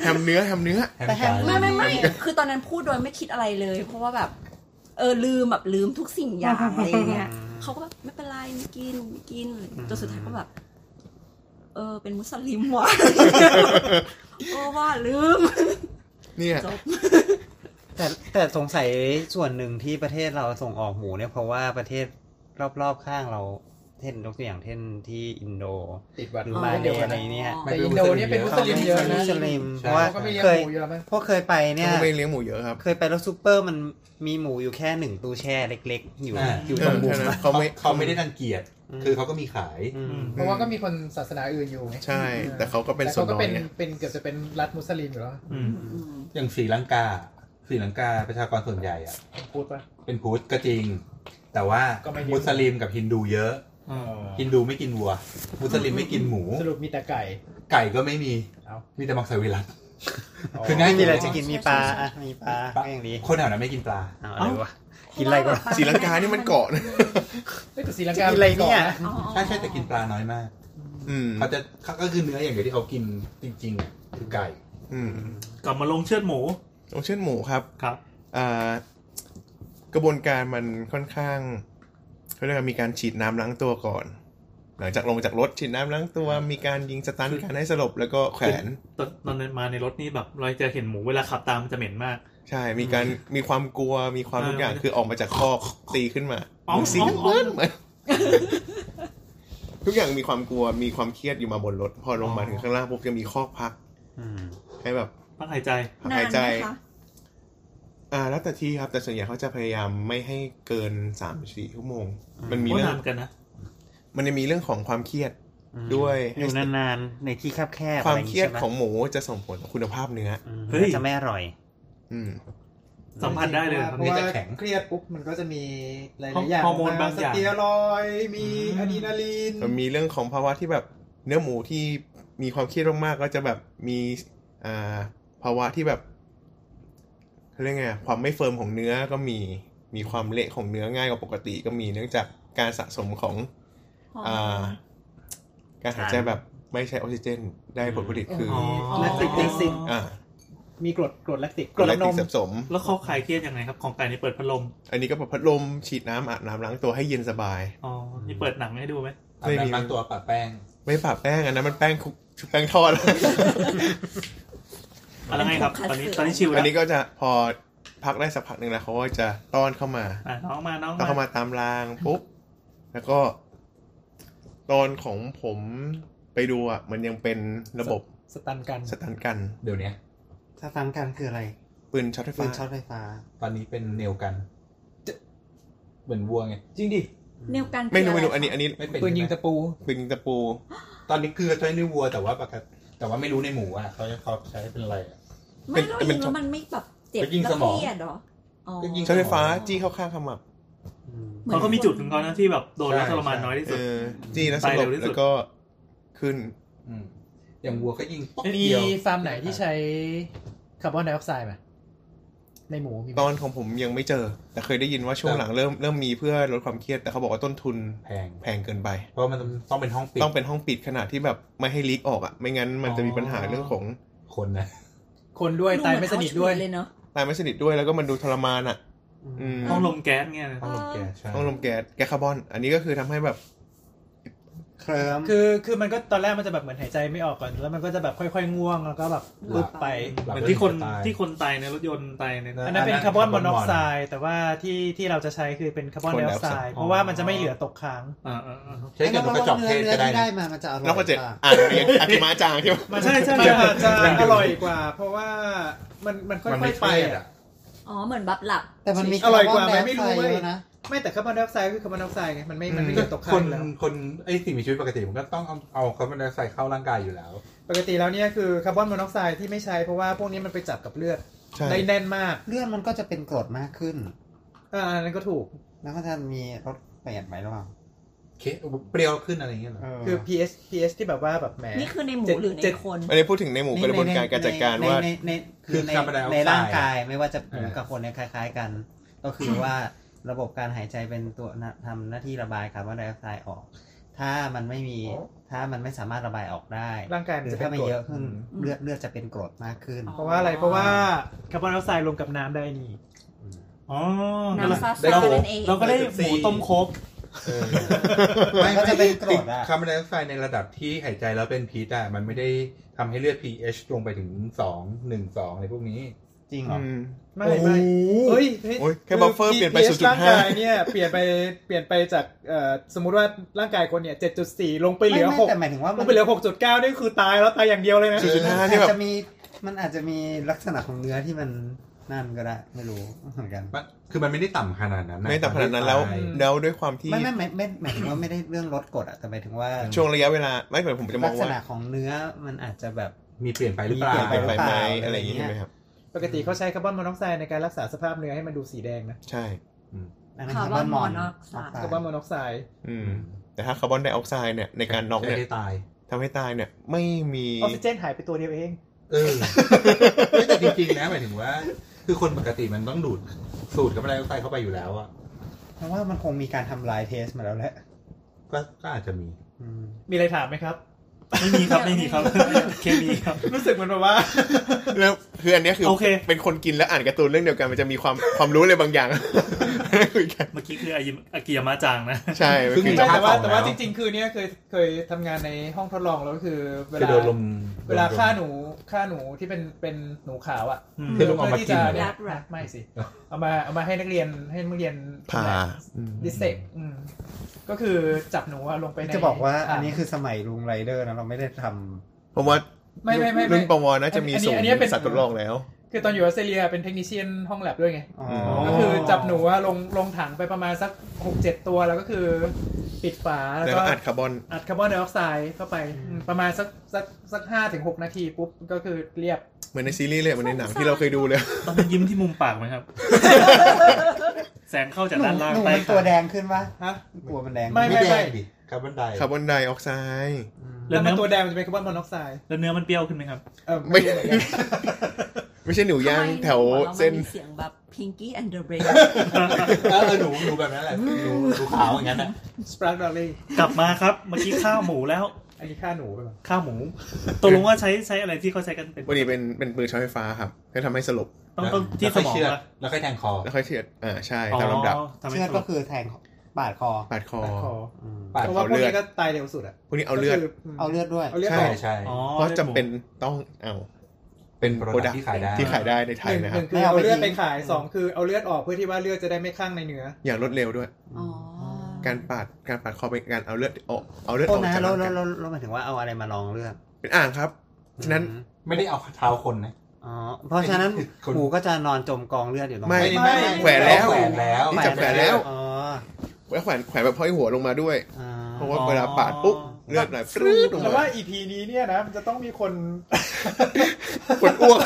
E: แฮมเนื้อแฮมเนื้อ
D: แต่แฮม
B: ไม่ไม่ไม่คือตอนนั้นพูดโดยไม่คิดอะไรเลย เพราะว่าแบบ เออลืมแบบลืมทุกสิ่งอย่างอะไรอย่างเงี้ย
H: อืม
B: เขาก็แบบไม่เป็นไรไม่กินไม่กินอะไรอย่างเงี้ย
H: อืม
B: จนสุดท้ายก็แบบ เออ เป็นมุสลิมว่ะ โอ้ว่าลืม
E: เนี่ย
B: จบ
D: แต่แต่สงสัยส่วนหนึ่งที่ประเทศเราส่งออกหมูเนี่ยเพราะว่าประเทศรอบๆข้างเราเช่นยกตัวอย่างเช่นที่อินโด
I: ติดหวัด
D: หรือมา
I: เดียวกัน
D: ใน
I: นะ
D: นี้ฮะ
I: แต่อินโดเนี่ยเป็นมุสลิมเยอะนะ
D: มุสลิมเพ
G: ใช่
D: ราะว่า
I: เขาก็ไม่เลี้ยง
D: เคย
I: หมูเยอะไหม
D: พวกเคยไปเนี่ย
E: เขาไม่เลี้ยงหมูเยอะครับ
D: เคยไปแล้วซูเปอร์มันมีหมูอยู่แค่หนึ่งตู้แช่เล็กๆ อยู่
G: อ่า
D: อยู่ต
E: เอ
D: ร
E: อง
D: มุม
E: ใช่ไหม
G: เขา
E: เขาไม่
G: เขาไม่ได้รังเกียจคือเขาก็มีขาย
D: อืม
I: เพราะว่าก็มีคนศาสนาอื่นอยู่ไง
E: ใช่ แต่เขาก็เป็น
I: แต่
E: ส่ว
I: เขา
E: น
I: ก็
E: น้อ
I: เป็
E: ย
I: น
E: ไง
I: เป็นเกือบจะเป็นรัฐมุสลิมอยู่แล้ว
C: อืม
B: อืม
G: อย่างศรีลังกาศรีลังกาประชากรส่วนใหญ่อะ
I: พูดปะ
G: เป็นพุทธก็จริง แต่ว่า
I: ก็ไม่เยอะ
G: มุสลิมกับฮินดูเยอะ ฮินดูไม่กินวัว มุสลิมไม่กินหมู
I: สรุปมีแต่ไก่
G: ไก่ก็ไม่มี
I: เอ้า
G: มีแต่มังสวิรัต คื
D: คือ อ
G: ง่า
D: ง่าย ยมีอะไรจะกินมีปลาอ่ะมีปลาก็ยังดี
G: คนแถวนั้นไม่กินปลา
D: เอาอะไรวะ กินอะไรก่อน
E: ศรีลังกานี่มันเกาะนะ
I: เอ้ยแต่ศรีลัง
D: จะ
I: กา
D: กินอะไรเนี่ย
B: อ๋ออ๋อ
G: ใช่ใช่แต่กินปลาน้อยมาก
E: อืม
G: เขาจะเขาก็คือเนื้ออย่างเดียวที่เขากินจริงๆอะคือไก่
E: อืม
C: กลับมาลงเชือดหมู
E: ต้องเช่นหมูครับ
C: ครับ
E: อ่ากระบวนการมันค่อนข้างเขาเรียกว่ามีการฉีดน้ำล้างตัวก่อน หลังจากลงจากรถฉีดน้ำล้างตัว มีการยิงสตันท์การให้สลบแล้วก็แขวน
C: ตอนตอนมาในรถนี่แบบเราจะเห็นหมูเวลาขับตามมันจะเหม็นมาก
E: ใช่มีการมีความกลัวมีความทุกอย่างคือออกมาจากคอกตีขึ้นมา
C: อ๋อ
E: หมูสี
C: อ๋ออ๋อ
E: น้ำเงินเหมือนทุกอย่างมีความกลัวมีความเครียดอยู่มาบนรถ พอลงมาถึงข้างล่างปุ๊บจะมีคอกพัก
D: อืม
E: ให้แบบ
C: พักหายใจ
E: พัก
B: นาน
E: หาย
B: ไห
E: ใจ
B: มคะ
E: อ่าแล้วแต่ที่ครับแต่ส่วนใหญ่เขาจะพยายามไม่ให้เกินสามสี่ชั่วโมง มันมี
C: ก็
E: เรื่อง
C: นานกันนะ
E: มันจะมีเรื่องของความเครียด
D: อืม
E: ด้วย
D: อยู่นานๆในที่แคบๆ
E: ความ
D: อะไร
E: เครียด
D: ใช่ไห
E: ของหมูจะส่งผลต่อคุณภาพเนื้อ
D: อืม
C: เฮ้ย
D: จะไม่อร่อย
E: อืม
C: สัมผัสได้เลย
G: มั
F: เพราะ
G: นไม่
F: ว่า
G: จะแข็ง
F: เครียดปุ๊บมันก็จะมีหลายๆอย่าง
C: ฮอร์โมนบางอย่าง
F: สเตียรอยด์มีอะดรีนาลีน
E: มันมีเรื่องของภาวะที่แบบเนื้อหมูที่มีความเครียดมากๆก็จะแบบมีอ่าภาวะที่แบบเขาเรียกไงอะความไม่เฟิร์มของเนื้อก็มีมีความเละของเนื้อง่ายกว่าปกติ ก็มีเนื่องจากการสะสมของอ่าการหายใจแบบไม่ใช้ออกซิเจนได้ผลผลิตคืออ
C: อ๋อ
F: แลคติกแลคติก
E: อ่า
F: มีกรดกรดแลคติก
E: กรดแลคติกสะสม
C: แล้วเขาคลายเครียดยังไงครับ ของไก่นี่เปิดพัดลม
E: อันนี้ก็แบบพัดลมฉีดน้ำอาบน้ำล้างตัวให้เย็นสบาย
C: อ๋อ นี่เปิดหนังให้ดูไหม
G: อาบน้ำล้างตัวปะแป้ง
E: ไม่ปะแป้งอันนั้นมันแป้งคุกแป้งทอด
C: อะไรไงครับ ตอนนี้ตอนนี้ชิวแล้ว
E: อั
C: น
E: นี้ก็จะพอพักได้สักพักหนึ่งแล้วเขาก็จะต้อนเข้ามา
C: อ่ะน้องมา น้อง
E: ต้อนเข้า
C: มา
E: มาตามรางปุ๊บแล้วก็ ตอนของผมไปดูอ่ะ มันยังเป็นระบบ
F: สตันกัน
E: สตันกัน
G: เดี๋ยวเนี้ย
D: ถ้าตามกันคืออะไร
E: ปืนช็อตไฟ
D: ปื
E: ฟ้าน
D: ช็อตไฟฟ้า
G: ตอนนี้เป็นเนวกัน เหมือนวัวไง
I: จริงดิ
B: เนวกัน
E: ไม่รู้
B: คืะ
E: ไม่รู้อันนี้
B: คะ
E: อันนี้
G: ไม่เป็น
I: ปืนยิง
G: ใช่
I: ตะ
G: ไหม
I: ปู
E: ปืนยิงตะปู
G: ตอนนี้คือใช้ในวัวแต่ว่าปกติแต่ว่าไม่รู้ในหมูอ่ะเขาเขาใช้เป็นอะไรอะ
B: ไม่เรายิงแล้วมันไม่แบบเจ็บ
G: ไปยิง
B: แล้ว
G: สมอง
B: เครียดเหรออ๋อ
G: ก็ยิง
E: ช็อตไฟฟ้า
G: สมอง
E: จี้เข้าข้างขมับ
B: เหมือน
C: เขาก็มีจุดของเขานะที่แบบโดนแล้ว
G: ใช่
C: ทรมานน้อยที่สุ
E: เอ
C: ด
E: อจี้แล้วส
C: ไป
E: ลบ
C: เร็วที่สุด
E: แล้วก็ขึ้น
G: อืมอย่างวัวก็ยิงป๊อก
I: มี
G: เดียว
I: ฟาร์มไหนที่ใช้คาร์บอนไดออกไซด์ไหมในหมูมีไหม
E: ตอนของผมยังไม่เจอ แต่เคยได้ยินว่าช่วงหลังเริ่มเริ่มมีเพื่อลดความเครียดแต่เขาบอกว่าต้นทุน
G: แพง
E: แพงเกินไป
G: เพราะมันต้องเป็นห้องปิด
E: ต้องเป็นห้องปิดขนาดที่แบบไม่ให้ลีกออกอะ่ะ ไม่งั้นมันจะมีปัญหาเรื่องของ
G: คนนะ
F: คนด้วยตายไม่สนิทด้วย
B: เลยเนาะ
E: ตายไม่สนิทด้วยแล้วก็มันดูทรมานอะ่ะ อืม
C: ห้องลมแก๊สเนี่ยนะ
G: ห้องลมแก๊สใช่
E: ต้องลมแก๊สแก๊สคาร์บอน อันนี้ก็คือทำให้แบบ
D: เคลิม
F: คือคือมันก็ตอนแรกมันจะแบบเหมือนหายใจไม่ออกก่อน แล้วมันก็จะแบบค่อยๆง่วงแล้วก็แบบปึ๊บไป
G: หลับ
C: เหมือนที่คน
G: แล้วจะตาย
C: ที่คนตายในรถยนต์ตายใน
G: นะ
F: อันนั้นเป็นคาร์บอนมอนอกไซด์แต่ว่าที่ที่เราจะใช้คือเป็นคาร์บอนไดออกไซด์เพราะว่ามันจะไม่เหลือตกค้าง
C: อ่าอ่าอ่า
G: ใช้กับนกกระจอกเทศ
D: เนื้
G: ก็
D: อ
G: ได้
D: ที่
G: นะ
D: ได้มามันจะอร่อย
E: นอกกระเจ็ด
D: ปะ
E: อ่านเรียนอากิมาจางที่ว่า
C: ใช่ใช่
F: มัน
C: เดี๋ยว
F: อาจจะอร่อยกว่า เพราะว่ามันมันค่
G: มัน
F: อ
G: ไม่
F: ยๆไป
G: ไปอ่ะ
F: อ่ะ
B: อ๋อ เหมือนบับหลับ
D: แต่มันมี
F: อร่อยกว่าไหม
D: คร์บน
F: ไม่รู้เว้ย
D: ดออกซด์ด้วนะ
F: ไม่แต่คาร์บอนไดออกไซด์คือคาร์บอนไดออกไซด์ไงมันไม่มันไม่เกิดตก
G: ค
F: ค้าง
G: น
F: อยู่แล้ว
G: คนไอ้สิ่งมีชีวิตปกติมันก็ต้องเอาเอาคาร์บอนไดออกไซด์เข้าร่างกายอยู่แล้ว
F: ปกติแล้วเนี่ยคือคาร์บอนมอนอกไซด์ที่ไม่ใช้เพราะว่าพวกนี้มันไปจับกับเลือด
E: ใช่
F: ได้แน่นมาก
D: เลือดมันก็จะเป็นกรดมากขึ้น
F: อ่าอันนั้นก็ถูก
D: แล้วก็จะมีรสเปลี่ยนไปหรือเปล่า
G: เคเปรี้ยวขึ้นอะไรอย่างเงี้ยเหรอ
F: คือ pH pH ที่แบบว่าแบบแหม
B: นี่คือในหมู
F: เจ็ด
B: หรือใน
F: เจ็ด
B: คน
E: ไม่ได้พูดถึงในหมู่กระบวนการการจัดการว่า
D: ในในใน
G: คือ
D: ใน
G: คาร์บอนไดออกไซด์
D: ในร่างกายไม่ว่าจะห
G: เอ
D: มู
G: อ
D: กับคนเนี่ยคล้าย ๆกัน ก็คือว่าระบบการหายใจเป็นตัวนะทำหน้าที่ระบายคาร์บอนไดออกไซด์ออก ถ้ามันไม่มีถ้ามันไม่สามารถระบายออกได้
F: ร่างกายมัน
D: หรือ
F: จะเป็
D: ถ้าน มั
F: ก
D: น
F: รด
D: เยอะขึ้น
B: อืม
D: เลือดเลือดจะเป็นกรดมากขึ้น
F: เพราะว่าอะไรเพราะว่าคาร์บอนไดออกไซด์รวมกับน้ำได้นี่
C: อ๋อ
B: น้ำซา
G: ได้
B: ซา
G: โค้ก
B: นั่นเอง
C: เราก็ได้หมูต้มโคก
G: เออ
D: มันก็จะเป็นกรดอะ
G: คาร์บอนไดออกไซด์ในระดับที่หายใจแล้วเป็นพิษอ่ะมันไม่ได้ทำให้เลือด pH ลงไปถึงสองหนึ่งสองอะไรพวกนี้
D: จริงเหรอ
F: ไม่ไม่เฮ้ยฮ้ย
E: โอ้ยแค่ buffer
F: ที่
E: เปลี่ยนไป
F: pH
E: 0.5
F: ร่างกายเนี่ย เปลี่ยนไปเปลี่ยนไปจากเอ่อสมมุติว่าร่างกายคนเนี่ย 7.4 ลงไปเหลือ
D: ไม่ไม่แต่หมายถึงว่า
F: 6ล
D: มั
F: ง
D: น
F: ไปเหลือ 6.9 นี่คือตายแล้วตายอย่างเดียวเลยนะ
E: จุดห้า
D: มัน
E: ที่
D: อา
E: แบ
D: จ
E: บ
D: จะมีมันอาจจะมีลักษณะของเนื้อที่มันนั่นก็ได้ไม่รู้เหมือนกัน
G: มันคือมันไม่ได้ต่ำขนาดนั้นนะ
E: ไม่แต่ขนาดนั้นแล้ว
G: ไม่ได้ตาย
E: แล้วด้วยความที่
D: ไม่ไม่ไม่ไม่หมายถึงว่าไม่ได้เรื่องลดกรดอะแต่หมายถึงว่า
E: ช่วงระยะเวลา ไม่เหมือนผมจะม
D: ลั
E: อง
D: กษ
E: ว่า
D: ณะของเนื้อมันอาจจะแบบ
G: มีเปลี่ยนไปหรือเปล่า
D: มี
E: เปลี่ยนไป
D: ห
E: ไห
D: รือเป
E: ม
D: ล่า
E: อะไรอย่างนี้ใช่ไหมครับ
F: ปกติเขาใช้คาร์บอนมอนอกไซด์ในการรักษาสภาพเนื้อให้มันดูสีแดงนะ
E: ใช่
D: อันนั้น
B: คาร์บอนมอนอกไซด์
F: คาร์บอนมอนอกไซด์
E: อืมแต่ถ้าคาร์บอนไดออกไซด์เนี่ยในการน็อก
G: ไม่
E: เนี่ย
G: ได้ตาย
E: ทำให้ตายเนี่ยไม่มี
F: ออกซิเจนหายไปตัวเดียวเอง
G: เออเฮ้ยแต่จริงๆนะหมายถึงว่า คือคนปกติมันต้องดูดสูดคาร์บอนไดออกไซด์เข้าไปอยู่แล้วอ่ะ
D: เพราะว่ามันคงมีการทำลายเทสมาแล้วแหละ
G: ก็ก็อาจจะมี
D: อืม
F: มีอะไรถามไหมครับ
C: ไม่มีครับไม่มีครับเคมีครับ
F: รู้สึกเหมือนแบบว่า
E: แล้วคืออันเนี้ยคือ
C: โอเค
E: เป็นคนกินแล้วอ่านการ์ตูนเรื่องเดียวกันมันจะมีความความรู้อะไรบางอย่าง คุยกัน
C: เมื่อกี้คืออายิมอากิยามะจังนะ
E: ใช่มันคือ
F: ไม่แต่ว่าแต่ว่าจริง ๆ คือเนี่ยเคยเคยทำงานในห้องทดลองแล้วก็คือเว
G: คือ
F: ลา
G: โดนลม
F: เวลา
G: โดนม
F: ฆ่าหนูฆ่าหนูที่เป็นเป็นหนูขาวอ่ะ
C: อืม
G: คือต้องเอามากินเหรอ
F: เพื่อที่จะไม่สิเอามาเอามาให้นักเรียนให้นักเรียน
E: ผ่า
F: ดิเซกก็คือจับหนูอะลงไปใน
D: จะบอกว่าอันนี้คือสมัยลุงไรเดอร์นะเราไม่ได้ท
E: ผมว่า
F: ไม่ไม่ไม่
E: รุ่
F: ไม่
E: นปวน่าจะมี
F: อันนี้
E: สูง
F: อันนี้เป็น
E: สัตว์ทดลองแล้ว
F: คือตอนอยู่ออสเตรเลียเป็นเทคนิชเชียนห้องแลบด้วยไง
D: ำอ๋อ
E: อ๋อ
F: ก็คือจับหนูอะลงลงถังไปประมาณสักหกเจ็ดตัวแล้วก็คือปิดฝาแล้ว
E: แล้ว
F: ก็
E: ก็อัดคาร์บอน
F: อัดคาร์บอนไดออกไซด์เข้าไปอืมประมาณสักสักสักห้าถึงหกนาทีปุ๊บ ก็คือเรียบ
E: เหมือนในซีรีส์เลยเหมือนในหนังที่เราเคยดูเลย
C: ตอนนั้นยิ้มที่มุมปากไหมครับ แสงเข้าจากด้านล่าง
D: หนู
C: ใต้
D: มัน
C: ขา
D: ตัวแดงขึ้นปะ
F: ฮะ
D: ตัวมันแดง
F: ไม่
G: ไม่แดงดิคาร์บอนไดออกไซ
E: คาร์
G: ด์
E: บอนไดออกไซด์
C: แล้
F: แล้ววมั
C: เนื้
F: น
C: อ
F: ตัวแดงมันจะเป็นคาร์บอนมอนอกไซด์
C: แล้วเนื้อมันเปรี้ยวขึ้นไหมครับ
F: เออ
E: ไม่
F: ไม่รู้เหมือนกัน
E: ไม่ใช่หนูย่างแถวเส้น
B: ทำไมหมีเสียงแบบพิงกี้แอนเดอร์เบรก
G: เออเออหนูหนูแบบนั้นแหละหนูหนูขาวอย่างนั้นอ่ะ
F: สปาร์กดอลลี่
C: กลับมาครับ เมื่อกี้ข้าวหมูแล้ว
F: อันนี้ฆ่าหนูไปก่อน
C: ข้าวหมูตกลงว่าใช้ใช้อะไรที่เขาใช้กันเป็น
E: วันนี้เป็นเป็นปืนช็อตไฟฟ้าครับให้ทำให้สลบ
C: ต้องต้องที่ส
G: แล้วค่ย
C: มอง
G: เชืก
C: นะ
G: แล้วค่อยแทงคอ
E: แล้วค่อยเฉียดอ่าใช่
C: อ๋อ
E: ตามลำดับ
C: ทำให้
D: เชือดก็คือแทงปาดคอ
E: ปาดคอ
F: ตัดคอ
D: อืม
G: ปาด
F: เพราะ
G: คอ
F: ว่าพวก
E: เลือด
F: นี้ก็ตายเร็วสุดอ่ะ
E: พวกนี้เอาเลือด
F: ก็คืม
D: เอาเลือดด้วย
F: เอาเลือด
G: ใช่ใช่
C: อ๋อ
E: เพราะจำเป็นต้องเอา
G: เป็นโปร
E: โปรดั
G: ดั
E: ก
G: ก
E: ต์
G: ที่ขายได้
E: ที่ขายได้ในไท
F: ห
E: ย
F: นึ่ง
E: นะค
F: ห
E: รับ
F: นึ่งคือเอาเลือดไปขายสองคือเอาเลือดออกเพื่อที่ว่าเลือดจะได้ไม่ข้างในเนื้อ
E: อย่างรวดเร็วด้วย
B: อ๋อ
E: การปาดการปาดคอเป็นการเอาเลือดออกเอาเลือด
D: โท
E: อ
D: ษ
E: อก
D: นะ
E: จาก
D: เรา
E: ร่าง
D: เรา
E: กาย
D: เราเราหมายถึงว่าเอาอะไรมารองเลือด
E: เป็นอ่างครับฉะนั้น
D: อืม
G: ไม่ได้เอาเท้าคนนะ
D: อ๋อเพราะฉะนั้น
G: คน
D: หมูก็จะนอนจมกองเลือดอยู่ตรงนั้น
E: ไม่
F: ไม่
E: แขวนแล้ว
G: แขวนแล้ว
E: นี่จับแขวนแล้ว
D: อ๋อ
E: ไว้แขวนแขวนแบบห้อยหัวลงมาด้วย
D: อ๋อ
E: เพราะว่าเวลาปาดปุ๊บเลือดไหลปรื้ดลง
F: แต่
E: มา
F: ว่าอีพีนี้เนี่ยนะมันจะต้องมีคน
E: ปวดอ้วก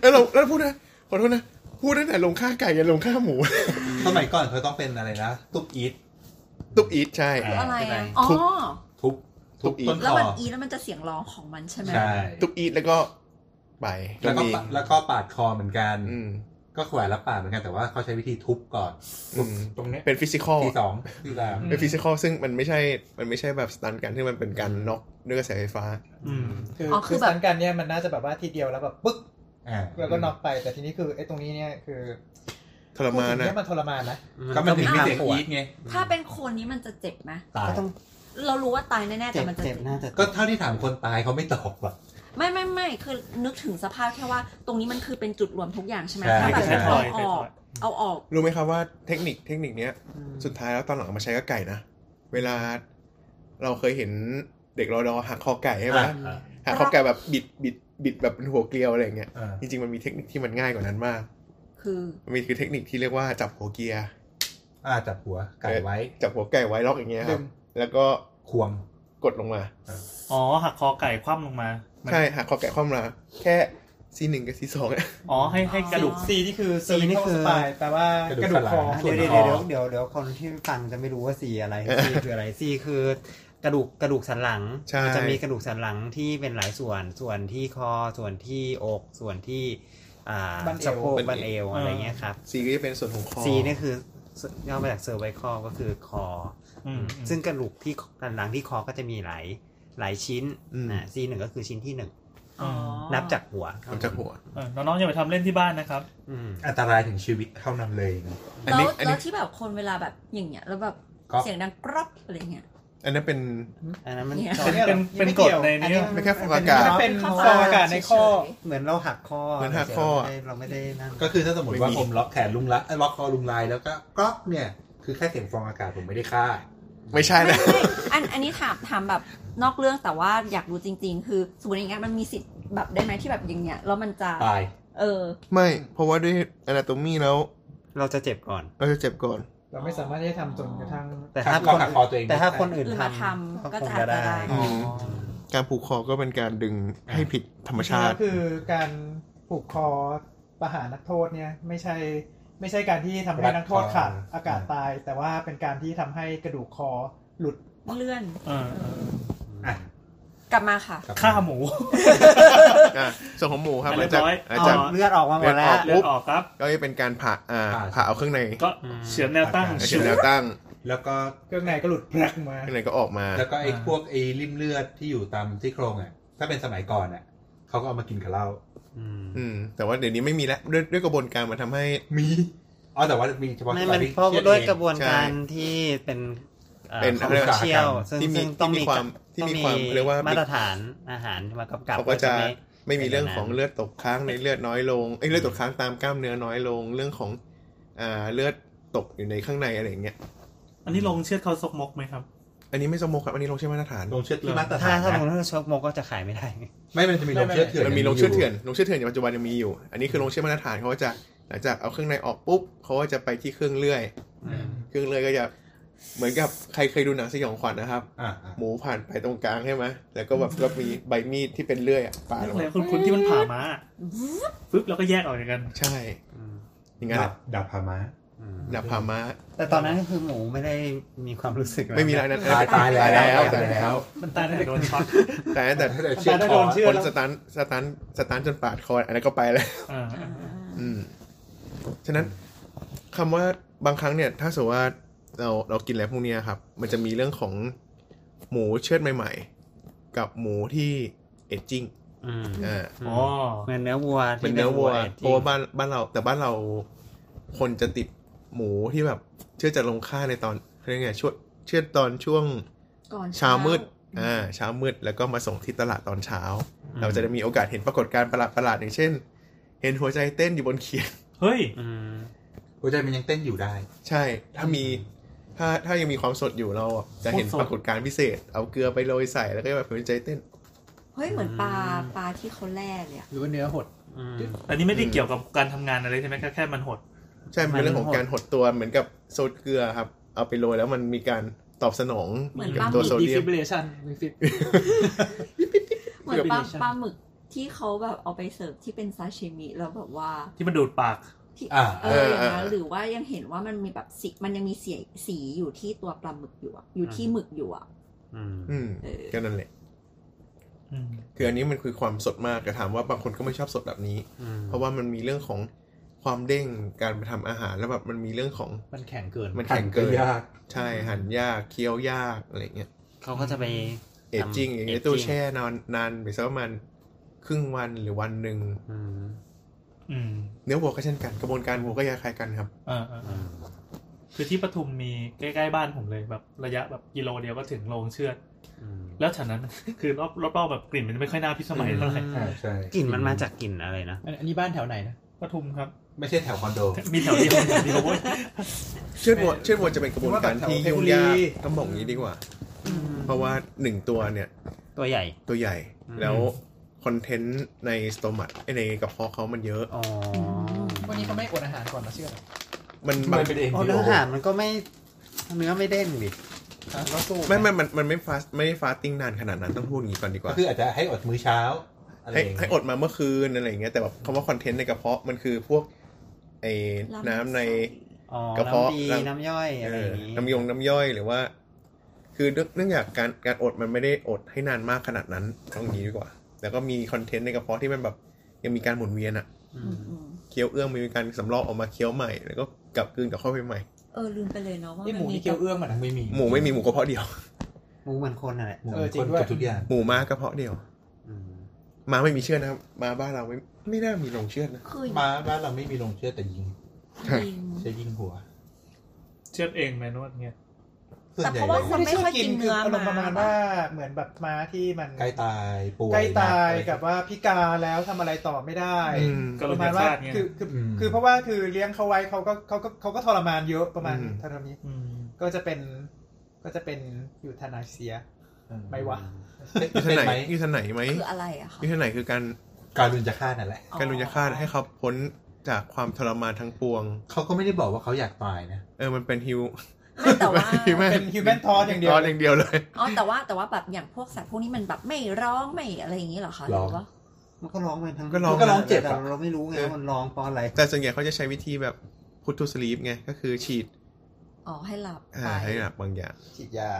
E: แล้วเราแล้วพูดนะขอโทษนะพูดตั้งแต่ลงค่าไก่ยันลงค่าหมู
G: สมัยก่อนเขาต้องเป็นอะไรนะตุ๊บอีท
E: ตุ๊บอีทใช่
B: คืออะไร
G: เป็นไง
B: อะอ๋อ
G: ทุบ
E: ทุบอีท
G: ต้น
B: แล้ว
G: คอ
B: มันอีแล้วมันจะเสียงร้องของมันใช่ไหม
G: ใช่
E: ตุ๊บอีทแล้วก็ไป
G: แล้วก็
E: มี
G: ปะแล้วก็ปาดคอเหมือนกัน
E: อืม
G: ก็แขวนแล้วปาดเหมือนกันแต่ว่าเขาใช้วิธีทุบก่อนทุบ
E: อืม
G: ตรงเนี้ย
E: เป็นฟิสิกอล
G: ที่สองที่สาม
E: เป็นฟิสิกอลซึ่งมันไม่ใช่มันไม่ใช่แบบสตันกันที่มันเป็นการน็อกด้วยกระแสไฟฟ้า
C: อืม
F: คือ
B: อ๋อคื
F: คืออ
B: แบบ
F: สังกันเนี่ยมันน่าจะแบบว่าทีเดียวแล้วแบบปึ๊ก
G: อ่า
F: แล้วก็น็อกไปแต่ทีนี้คือไอ้ตรงนี้เนี่ยคือ
E: ทรมา
F: พู
E: น
F: ดถึง
E: นะ
F: เนี่ยมันทรมานนะ
G: ก็มันถึงมี
B: มันต้อง
G: เสียงอีทไง
B: ถ้าเป็นคนนี้มันจะเจ็บไหม
G: ตาย
D: ก็ต้อง
B: เรารู้ว่าตายแน่ๆ
D: เจ็
B: แต่
D: บ
B: มันจะ
D: เจ็บ
B: เจ็บ
D: น่าจะ
G: ก็เท่าที่ถามคนตายเขาไม่ตอบอ่ะ
B: ไม่ไม่ไม่คือนึกถึงสภาพแค่ว่าตรงนี้มันคือเป็นจุดรวมทุกอย่างใช่ไหม
G: ใช่
B: ถ้าแบบ
C: ใช่
B: เอา
C: ใช่
B: ออกเอาออก
E: รู้ไหมครับว่าเทคนิคเทคนิคเนี้ย สุดท้ายแล้วตอนหลังเอามาใช้กับไก่นะ เวลาเราเคยเห็นเด็กรอดอหักคอไก่ใช่ไหม
G: อ่า
E: หักคอไก่แบบบิดบิดบิดแบบเป็นหัวเกลียวอะไรอย่างเงี้ย
G: อ่า
E: จริงๆมันมีเทคนิคที่มันง่ายกว่านั้นมาก
B: คือ
E: มันมีคือเทคนิคที่เรียกว่าจับหัวเกียร์
G: อ่าจับหัวไก่ไว้
E: จับหัวไก่ไว้ล็อกอย่างเงี้ยครับ แล้วก็
G: ควง
E: กดลงมา
C: อ๋อหักคอไก่คว่ำลงมามัน
E: ใช่หักคอไก่ข้อมลาแค่ซีหนึ่งกับซีสองเนี่ย
C: อ๋อให้ให้กระดูก
F: ซีนี่คือ
D: C นี่คือ
F: cervical spine แปลว่าก ก
G: ระดูก
F: ระดูกคอ
G: สันหลัง
F: ส่วน
D: เดี๋ยว
F: คอ
D: เดี๋ยวเดี๋ยวเดี๋ยวคนที่ฟังจะไม่รู้ว่าสีอะไรสีคืออะไรสีคือกระดูกกระดูกสันหลังมัจะมีกระดูกสันหลังที่เป็นหลายส่วน ส่วนที่คอส่วนที่อกส่วนที่อ่าสะโพกบันเอวอะไรเงี้ยครับ
E: ซีก็จะเป็นส่วนของคอ
D: C นี่คือย่อมาจากเซอร์ไวคอก็คือคอ
C: อืม
D: ซึ่งกระดูกที่สันหลังที่คอก็จะมีหลายหลายชิ้น
E: อืม
D: อ่า C หนึ่งก็คือชิ้นที่หนึ่ง
C: อ๋อ
D: นับจากหัว
E: ทำจากหัว
C: เออน้องๆอย่าไปทำเล่นที่บ้านนะครับ
D: อืม
G: อันตรายถึงชีวิตเท่านั้นเลยนะ
E: อัน
B: แล้ว
E: นี้อัน
B: แล้
E: นี้
B: วที่แบบคนเวลาแบบอย่างเงี้ยแล้วแบบ
G: ก๊อบ
B: เสียงดังกรอบอะไรเงี้ย
E: อันนั้นเป็น
D: อันนั้นมัน
B: เนี่ย
D: จอ
C: เป็
D: ด
C: นเป็นเป็นกฎในนี้
E: ไม่แค่ฟองอากาศ
F: เป็นฟองอากาศในข้อ
D: เหมือนเราหักข้อ
E: เหมือนหักข้อ
D: เราไม่ได้นั่น
G: ก็คือถ้าสมมติว่า
E: ไม่มี
G: ผมล็อกแขนลุงละเอ้ยล็อกคอลุงลายแล้วก็ก๊อกเนี่ย คือแค่เสียงฟองอากาศผมไม่ได้ฆ่า
E: ไม่ใช่
B: ไม่
E: นะ
B: ไม่อันอันนี้ถามถามแบบนอกเรื่องแต่ว่าอยากรู้จริง ๆ คือสมมติอย่างเงี้ยมันมีสิทธิ์แบบได้ไหมที่แบบอย่างเงี้ยแล้วมันจะ
G: ตาย
B: เออ
E: ไม่เพราะว่าด้วย anatomy แล้ว
D: เราจะเจ็บก่อน
E: เราจะเจ็บก่อน
F: เราไม่สามารถที่จะทำจนกระทั่ง
D: แต่ถ้า
G: ครั
D: คน
G: บก็หักคอตัวเอง
D: แต่ถ้าคนอื่น
B: หรือมา
D: ทำ
B: ทำ
D: ก็
B: ก็
D: คง
B: จะ
D: จะได้
B: ได้
E: อืม การผูกคอก็เป็นการดึงให้ผิดธรรมชาติ
F: ก็คือการผูกคอประหารนักโทษเนี่ยไม่ใช่ไม่ใช่การที่ทำให้นักโทษขาด
G: รัดคออ
F: อากาศตาย แต่ว่าเป็นการที่ทำให้กระดูกคอหลุด
B: เลื่อน
C: เออเออ
G: อ่ะ
B: กลับมาค่ะ
G: กลับ
C: ฆ่าหมู
E: อ่ะส่วนของหมูครับห
C: เรี
E: ลั
C: ย
E: ง
C: บ
E: จาก
C: ร้อย
E: หลังจาก
D: เลือดออกมาหมดแล้
E: เลื
C: เลื
D: ว
E: ดก
C: อดออกครับ
E: ก็จะเป็นการผ่าอ่าผ่าเอาเครื่องใน
C: ก็เฉือนแนวตั้ง
E: เฉือนแนวตั้ง
G: แล้วก็
F: เครื่องในก็หลุดแพรกมา
E: เครื่องในก็ออกมา
G: แล้วก็ไอ้
F: อ่า
G: พวกไอ้ริมเลือดที่อยู่ตามที่โครงอ่ะ ถ้าเป็นสมัยก่อนอ่ะเขาก็เอามากินกับเหล้า
E: อืม แต่ว่าเดี๋ยวนี้ไม่มีแล้วด้วยด้วยกระบวนการมันทำให้
G: มีอ๋อแต่ว่ามีเฉพาะ
D: ไม่
G: ส
D: มัน
G: ยที่
D: เพราะ
G: เชื่อ
D: ด้วย
G: เอง
D: กระบวนการ
E: ใช่
D: ที่เป็นอ่อ
E: เป็น
D: ของ
E: เขาเรียกว่า
D: เชี่ยว ซึ่ง
E: ที่มี
D: ซึ่งต้อง
E: ที่
D: มี
E: มีความที่มีความ
D: ต้อง
E: เขาเรียกว่า
D: มาตรฐานอาหารมากำกับ
E: เขาก็จะ
D: ไว้
E: ไม่มีเรื่องของ
D: เป็นอย่างนั้น
E: เลือดตกค้างในเลือดน้อยลงเอ้ยเลือดตกค้างตามกล้ามเนื้อน้อยลง เรื่องของอ่าเลือดตกอยู่ในข้างในอะไรอย่างเงี้ย
C: อันนี้ลงเชือดเขาซกมกไหมครับ
E: อันนี้ไม่สมมติครับ อันนี้ลงเชื่อมาตรฐาน
G: ลงเชือดที่มาตร
D: ถ้า
G: ฐาน
D: ถ้าลง
G: นะ
D: เรื่องชกมกก็จะขายไม่ได้
G: ไม่มันจะมีลงเชือดเถื่อน
E: มันมีลงเชื่อเถื่อน ลงเชื่อเถื่อนอย่างปัจจุบันยังมีอยู่ อันนี้คือลงเชื่อมาตรฐานเขาก็จะหลังจากเอาเครื่องในออกปุ๊บเขาก็จะไปที่เครื่องเลื่อย เครื่องเลื่อยก็จะเหมือนกับใครเคยดูหนังสยองขวัญนะครับ
G: อ่ะ
E: หมูผ่านไปตรงกลางใช่ไหมแล้วก็แบบก็มีใบมีดที่เป็นเลื่อยอะปา
C: เรื่อ
E: ล
C: ง งอะไร
E: มา
C: คุณคุณที่มันผ่ามาปึ๊บแล้วก็แยกออกจากกัน
E: ใช่ อย่างนั้น
G: ดั
E: อะ
G: บดับพามา
E: หนับผ่ามา
D: แต่ตอนนั้นก็คือหมูไม่ได้มีความรู้สึก
E: ไม่มีอะไร
D: แล้ว
E: นั้น
G: ตายตายแล้ว
E: ตายแล้วตายแล้ว
F: มันตายได้
C: โดนช็อต
E: แต่แต่
G: แต่เชือ
F: ตา
G: ด
F: ยได้
G: ค
F: โด
G: อน
F: เชื่อ
E: คน
F: แล้ว
E: สตันสตันสตันจนปาดคออันนั้นก็ไปแล้ว
C: เอ่า
E: อืม ฉะนั้นคำว่าบางครั้งเนี่ย ถ้าสมมติว่าเราเรากินอะไรพวกเนี้ยครับ มันจะมีเรื่องของหมูเชือดใหม่ ๆ กับหมูที่เอจจิ้ง
D: อืม
E: อ่า
C: อ๋อ
D: เหมือนเนื้อวัว
E: เป็
D: ที่
E: นเนื้อวัว
D: ป็
E: เพราะว่าบ้านบ้านเราแต่บ้านเราคนจะติดหมูที่แบบ เชื่อจะลงค่าในตอนเขาเรียกไงช่วงเชื่อตอนช่วง
B: ก่อน
E: เช้ามืดอ่าเช้ามืดแล้วก็มาส่งที่ตลาดตอนเช้า
D: อืม
E: เราจะได้มีโอกาสเห็นปรากฏการณ์ประหลาดๆอย่างเช่น เห็นหัวใจเต้นอยู่บนเขียง
C: เฮ้ย
D: อืม
G: หัวใจมันยังเต้นอยู่ได้
E: ใช่ ถ้ามี ถ้า ถ้ายังมีความสดอยู่เราอ่ะจะเห็น
C: โคตรสด
E: ปรากฏการณ์พิเศษ เอาเกลือไปโรยใส่ แล้วก็แบบหัวใจเต้น
B: เฮ้ยเหมือนปลาปลาที่เขาแล่เลยอะ
F: หรือว่าเนื้อหด
D: อืม
C: อันนี้ไม่ได้เกี่ยวกับการทำงานอะไรใช่ไหมแค่แค่มันหด
E: ใช่ มันเป็นเรื่องของ
D: มันหด
E: การหดตัว เหมือนกับโซดเกลือครับ เอาไปโรยแล้วมันมีการตอบสนอง
B: เหมือน
E: เกี่
B: ป
E: ยว
B: ลา
E: กับ
B: ห
E: ตั
B: มึ
E: ว
B: ก
E: โซ
F: ดี
E: เดีย
F: ฟิ
E: ม
F: บเลชันดีฟิบ
B: เหมือนปลาปลาหมึกที่เขาแบบเอาไปเสิร์ฟที่เป็นซาชิมิแล้วแบบว่า
C: ที่มันดูดปาก
B: ที่
G: อ่า
B: เอออย่างนั้น
E: เออเออ
B: หรือว่ายังเห็นว่ามันมีแบบสีมันยังมีสีสีอยู่ที่ตัวปลาหมึกอยู่อะอยู่ที่หมึกอยู่อะ
D: อืม
E: อืม
B: เออ
E: ก็นั่นแหละ
C: อืม
E: คืออันนี้มันคือความสดมากแต่ถามว่าบางคนก็ไม่ชอบสดแบบนี้
D: อืม
E: เพราะว่ามันมีเรื่องของความเด้ง การไปทำอาหาร แล้วแบบมันมีเรื่องของ
F: มันแข็งเกิน
E: มันแข็งเกิน
G: ยาก
E: ใช่ หั่นยาก เคี้ยวยาก อะไรเงี้ย
D: เขาก็จะไป
E: เอจจิ้งอย่างเงี้ย
D: aging
E: ตู้แช่นอนนานไปสักประมาณครึ่งวันหรือวันหนึ่ง
D: อืม
C: อืม
E: เนื้อวัวก็เช่นกันกระบวนการวัวก็คล้ายๆกันครับ
C: เอ่า
D: อืม
C: คือที่ปทุมมีใกล้ๆบ้านผมเลยแบบระยะแบบกิโลเดียวก็ถึงโรงเชือด แล้วแถวนั้นมัน คือรอบรอบๆแบบกลิ่นมันไม่ค่อยน่าพิสมัยเท่าไหร่
G: อ่าใช่
D: กลิ่นมันมาจากกลิ่นอะไรนะ
F: อันนี้บ้านแถวไหนนะ
C: ปทุมครับ
G: ไม่ใช่แถวคอนโด
C: มีแถวเดียวมีแถวเดียวเว้ย
E: เชือดวัวเชือดวัวจะเป็นกระบวนการที่ยุ่งยา
F: เพชร
E: ก
F: บุรี
E: ต้องบอกงี้ดีกว่า เพราะว่าหนึ่งตัวเนี่ย
D: ตัวใหญ่
E: ตัวใหญ่
D: อืม
E: แล้วคอนเทนต์ในสโตมัตในกระเพาะเขามันเยอะ
D: อ๋อ
F: วันนี้เขาไม่อดอาหารก่อนนะเชื่อ
E: มัน
G: มั
E: บาง
G: นเป็นเอง
D: โอ้เนื้อหามันก็ไม่เนื้อไม่เด้งดิมันก็สู้
E: ไม่ไม่มันมันไม่ฟาสไม่ฟาสติ้งนานขนาดนั้นต้องพูดอย่างนี้ก่อนดีก
G: ก็
E: ว่า
G: คืออาจจะให้อดมื้อเช้าอะไร
E: ให้
G: อย่าง
E: ให้
G: เงี้ย
E: อดมาเมื่อคืนอะไรอย่างเงี้ยแต่แบบคำว่าคอนเทนต์ในกระเพาะมันคือพวกไอ้น้ำใน
D: อ๋อก
E: ระเพาะ
D: น้ำดีน้ำย่อยอะไรอย่างนี้
E: น้ำยงน้ำย่อยหรือว่า คือเนื่องเนื่องจากการการอดมันไม่ได้อดให้นานมากขนาดนั้นต้องอย่างนี้ดีกว่า แล้วก็มีคอนเทนต์ในกระเพาะที่มันแบบยังมีการหมุนเวียนอะ
D: อื
B: อื
D: ม
B: มอืม
E: เคี้ยวเอื้องมีการสำรอกออกมาเคี้ยวใหม่แล้วก็กลับกลืนกลับเข้าไปใหม่
B: เออลืมไปเลยเนาะว่า
F: นี่หมู
B: น
F: นี่เกี๊ยวเอื้องมันนะ
G: ไม่มี
E: หมูไม่มีหมูกระเพาะเดียว
D: หมูเหมือนคนนั่นแหละ
G: หมูเป็นคนกับทุกอย่าง
E: หมูม้ากระเพาะเดียว
D: อืม
E: ม้าไม่มีเชือดนะครับม้าบ้านเราไม่ไม่น่ามีลงเชือดนะ
B: คือ
G: ม้าบ้านเราไม่มีลงเชือดแต่ยิง
B: ยิง
G: ใช้ยิงหัว
C: เชือดเองไหมนวดเงี้ย
G: ส่วน
B: แต่
G: ให
B: เพ
G: ญ่
B: ราะว่าคนไม่ค่อยกินเนื้อ
F: คือารมณ์ประ
B: มา
F: มาณว่าเหมือนแบบม้าที่มัน
G: ใกล้ตายป่วย
F: ใกล้ตาย
G: หนัอะไร
F: กับว่าพิการแล้วทำอะไรต่อไม่ได้
E: อืม
C: ก็
F: ป
C: ลง
F: ระ
C: มา
F: มาณ
C: ล
F: ว่า
C: เงี้ย
F: คือคือ
G: อืม
F: คือเพราะว่าคือเลี้ยงเขาไว้เขาก็เขาก็เขาก็ทรมานเยอะประมาณ
E: อืม
F: เท่านี้
C: อืม
F: ก็จะเป็นก็จะเป็นอยู่ทานาเซีย ไม่วะ
G: เป็น
E: ยุทธ
G: เป็น
E: ไหน
G: ไหม
E: ยุทธไหนไหม
B: คืออะไรอะคะ
E: ยุทธไหนคือการ
G: การุณจะฆ่าตนั่นแหละ
E: การรุนยฆาตให้เขาพ้นจากความทรมานทั้งปวง
G: เขาก็ไม่ได้บอกว่าเขาอยากตายนะ
E: เออมันเป็นฮิว
B: ไม่แต่ว่า
F: เป็น human torch อย่างเดียว
E: ทอสอย่างเดียวเลย
B: อ๋อแต่ว่าแต่ว่าแบบอย่างพวกสัตว์พวกนี้มันแบบไม่ร้องไม่อะไรอย่างนี้เหรอคะห
G: ร้
B: รือ อง ว่า
D: มันก็ร้องมันทั้ง
E: ก็ร้อง
G: ก็ร้องเจ็บ
D: แต่เราไม่รู้ไงว่ามันร้องเพราะอะไร
E: แต่ส่วนใหญ่เขาจะใช้วิธีแบบพุทธสลีปไง ก็คือฉีด
B: อ๋อให้หลับ
E: อ่า
B: ไป
E: ให้หลับบางอย่าง
F: ฉีดยา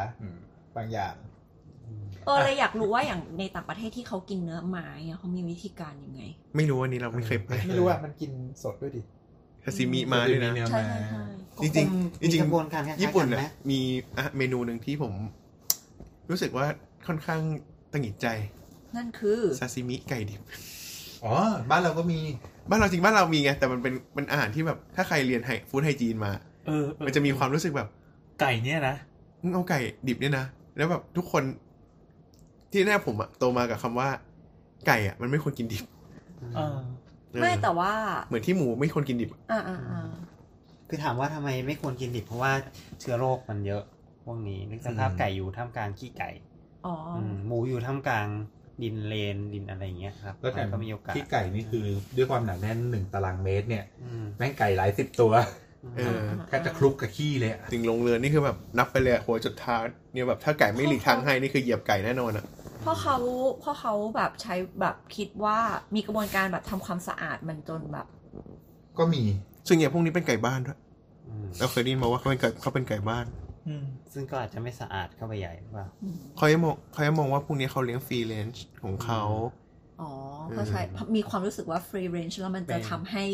F: บางอย่าง
B: เออเลยอยากรู้ว่าอย่างในต่างประเทศที่เขากินเนื้อไม้อะเขามีวิธีการยังไง
E: ไม่รู้อันนี้เราไม่เคยไป
F: ไม่รู้อ่ะมันกินสดด้วยดิ
E: คาซิมิมาด้วยนะ
G: เนื้อ
B: ใช่
G: มา
B: ใช่ใช่
E: จริง
D: ก็คมี
E: ๆ จริง
D: กระบวนการคล้ายๆ
E: ๆ ญี่ปุ่น
D: กั
E: นะ
D: ไหม
E: มีอ่ะเมนูหนึ่งที่ผม รู้สึกว่าค่อนข้างตังหงิดใจ
B: นั่นคือ
E: ซาซิมิไก่ดิบ
G: อ๋อ บ้านเราก็มี
E: บ้านเราจริงบ้านเรามีไง แต่มันเป็นมันอาหารที่แบบ ถ้าใครเรียนไฮฟู้ดไฮจีนมา
C: เออเออ
E: มันจะมีความรู้สึกแบบ
C: ไก่เนี่ยนะ
E: มึงเอาไก่ดิบเนี่ยนะ แล้วแบบทุกคน ที่แน่ผมอะโตมากับคำว่า ไก่อะมันไม่ควรกินดิบ
C: เออ
E: เออ
B: ไม่แต่ว่า
E: เหมือนที่หมูไม่ควรกินดิบ
B: อ่าอ่าอ่า
D: คือถามว่าทำไมไม่ควรกินดิบเพราะว่าเชื้อโรคมันเยอะ พวกนี้นึกสภาพไก่อยู่ท่ามกลางขี้ไก่
B: อ๋ออ
D: มหมูอยู่ท่ามกลางดินเลนดินอะไรอย่างเงี้ยครับ
G: แล้วแต่
D: มันก็มีโอกาส
G: ที่ไก่นี่คือด้วยความหนาแน่นหนึ่งตารางเมตรเนี่ย
D: ม
G: แม่งไก่หลายสิบตัว
E: เออ
G: แทบจะคลุกกับขี้เลยอะ
E: สิ่งลงเรือนี่คือแบบนับไปเลยอะหัวจุดเท้าเนี่ยแบบถ้าไก่ไม่หลีกทางให้นี่คือเหยียบไก่แน่นอนอ่ะ
B: เพราะเขาเพราะเขาแบบใช้แบบคิดว่ามีกระบวนการแบบทำความสะอาดมันจนแบบ
G: ก็มี
E: ซึ่งอย่างพวกนี้เป็นไก่บ้านด้วย
D: อืม
E: เราเคยได้ยินมาว่าเขาเป็นไก่เขาเป็นไก่บ้าน
C: อืม
D: ซึ่งก็อาจจะไม่สะอาดเข้าไปใหญ่หรือเปล่า
E: เขาจะมองเขาจะมองว่าพวกนี้เขาเลี้ยงฟรีเลนซ์ของเขา
B: อ๋อก็ใช่เพราะมีความรู้สึกว่า free range แล้วมันจะ
G: เป็น
B: ทำให้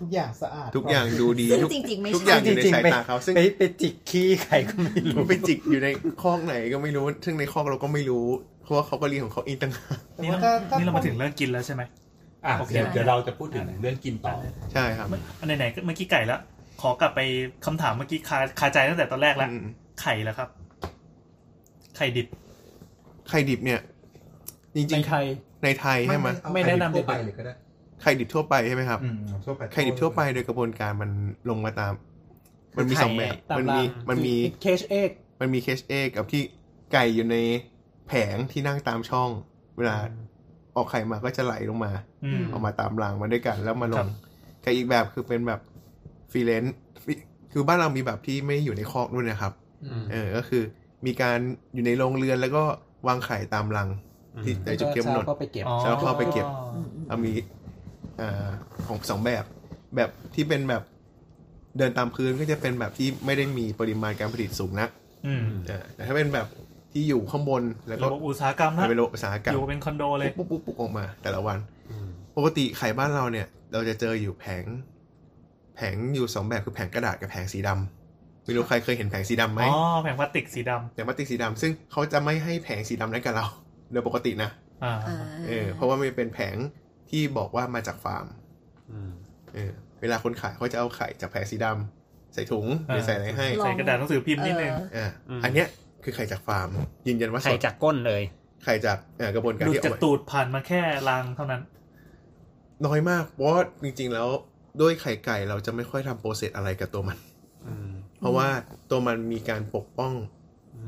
F: ทุกอย่างสะอาด
E: ทุกอย่างดูดี
B: ซึ่ง
E: ทุก
B: จริง ๆ ไม่
E: ทุกอ
B: ใช่
E: ย่างอยู่ในสายตาเขาซึ่ง
D: ไปไปจิกขี้ไก่ก็ไม่รู้
E: ไปจิกอยู่ในคอกไหนก็ไม่รู้ ซึ่งในคอกเราก็ไม่รู้ เพราะว่าเขาก็เลี้ยงของเขาเองต่างหาก
F: แต่
C: นี่
F: ว่า
C: เรา
F: ถ้าถ้า
C: นี่เรา
F: พว
C: มาก ถึงเรื่องกินแล้วใช่ไหม
G: อ่ะ
C: โอเค
G: เดี๋ยวเดี๋ยวเราจะพูดถึงเรื่องกินต่อ
E: ใช่ครับ
C: อันไหนๆก็เมื่อกี้ไก่แล้วขอกลับไปคำถามเมื่อกี้คาคาใจตั้งแต่ตอนแรกแล้ว
E: อืม
C: ไข่แล้วครับ ไข่ดิบ
E: ไข่ดิบเนี่ย จริ
F: ใน
E: ง
F: ไทย
E: ๆในไทยใช่ไหม
G: เอา
F: ไม่แนะนำ
G: ทั่วไปเลยก็ได้
E: ไข่ดิบทั่วไปใช่ไหมครับ
G: อืมเอาทั่วไป
E: ไข่ดิบทั่วไปโดยกระบวนการมันลงมาตาม มันมีสองแบบ
F: ตาม
E: มัน
F: ราง
E: มีมันมี
F: เคชเอก
E: มันมีเคชเอกกับที่ไก่อยู่ในแผงที่นั่งตามช่อง เวลาออกไข่มาก็จะไหลลงมา
C: อืม
E: เออกมาตามรางมาด้วยกันแล้วมาล
C: ครั
E: ง
C: บ
E: ไก่อีกแบบคือเป็นแบบฟรีเลนซ์คือบ้านเรามีแบบที่ไม่อยู่ในคอกด้วยนะครับ เออก็คือมีการอยู่ในโรงเรือนแล้วก็วางไข่ตามรังที่ในจุดเก็บหนด
F: ก็ไปเก็บ
E: เช้าเข้าไปเก็บ
C: อ๋อ
E: เอามีอ่าของสองแบบ แบบที่เป็นแบบเดินตามพื้นก็จะเป็นแบบที่ไม่ได้มีปริมาณการผลิตสูงนัก
C: อืม
E: อ่าแต่ถ้าเป็นแบบที่อยู่ข้างบนแล้วก็
C: ระบบอุตสาหกรรมนะ
E: เป็นโรงอุตสาหกรร
C: อ
E: ม
C: ยู่เป็นคอนโดเลย
E: ปุ๊บปุ๊บปุ๊บปุ๊บออกมา แต่ละวัน ปกติไข่บ้านเราเนี่ย เราจะเจออยู่แผง แผงอยู่สองแบบคือแผงกระดาษกับแผงสีดำไม่รู้ใครเคยเห็นแผงสีดำไหม
C: อ๋อแผงพลาสติกสีดำ
E: แผงพลาสติกสีดำซึ่งเขาจะไม่ให้แผงสีดำนั้นกับเราโดยปกตินะ
C: อ่า
B: อ่า
E: เออเพราะว่ามันเป็นแผงที่บอกว่ามาจากฟาร์มเออเวลาคนขายเขาจะเอาไข่จากแผงสีดำใส่ถุงหรือใส่อะไรให้
C: ใส่กระดาษหนังสือพิมพ์นิดนึง
B: เออ
E: อ่าอันเนี้ยคือไข่จากฟาร์ม ยืนยันว่าส
H: ไข่
E: ด
H: จากก้นเลย
E: ไข่จากเอ่อกระบวนการ
C: หลุด
E: ที่
C: จาก
E: เอา
C: ตูดผ่านมาแค่รางเท่านั้น
E: น้อยมากเพราะว่าจริง ๆ แล้วด้วยไข่ไก่เราจะไม่ค่อยทำโปรเซสอะไรกับตัวมัน เพราะว่าตัวมันมีการปกป้อง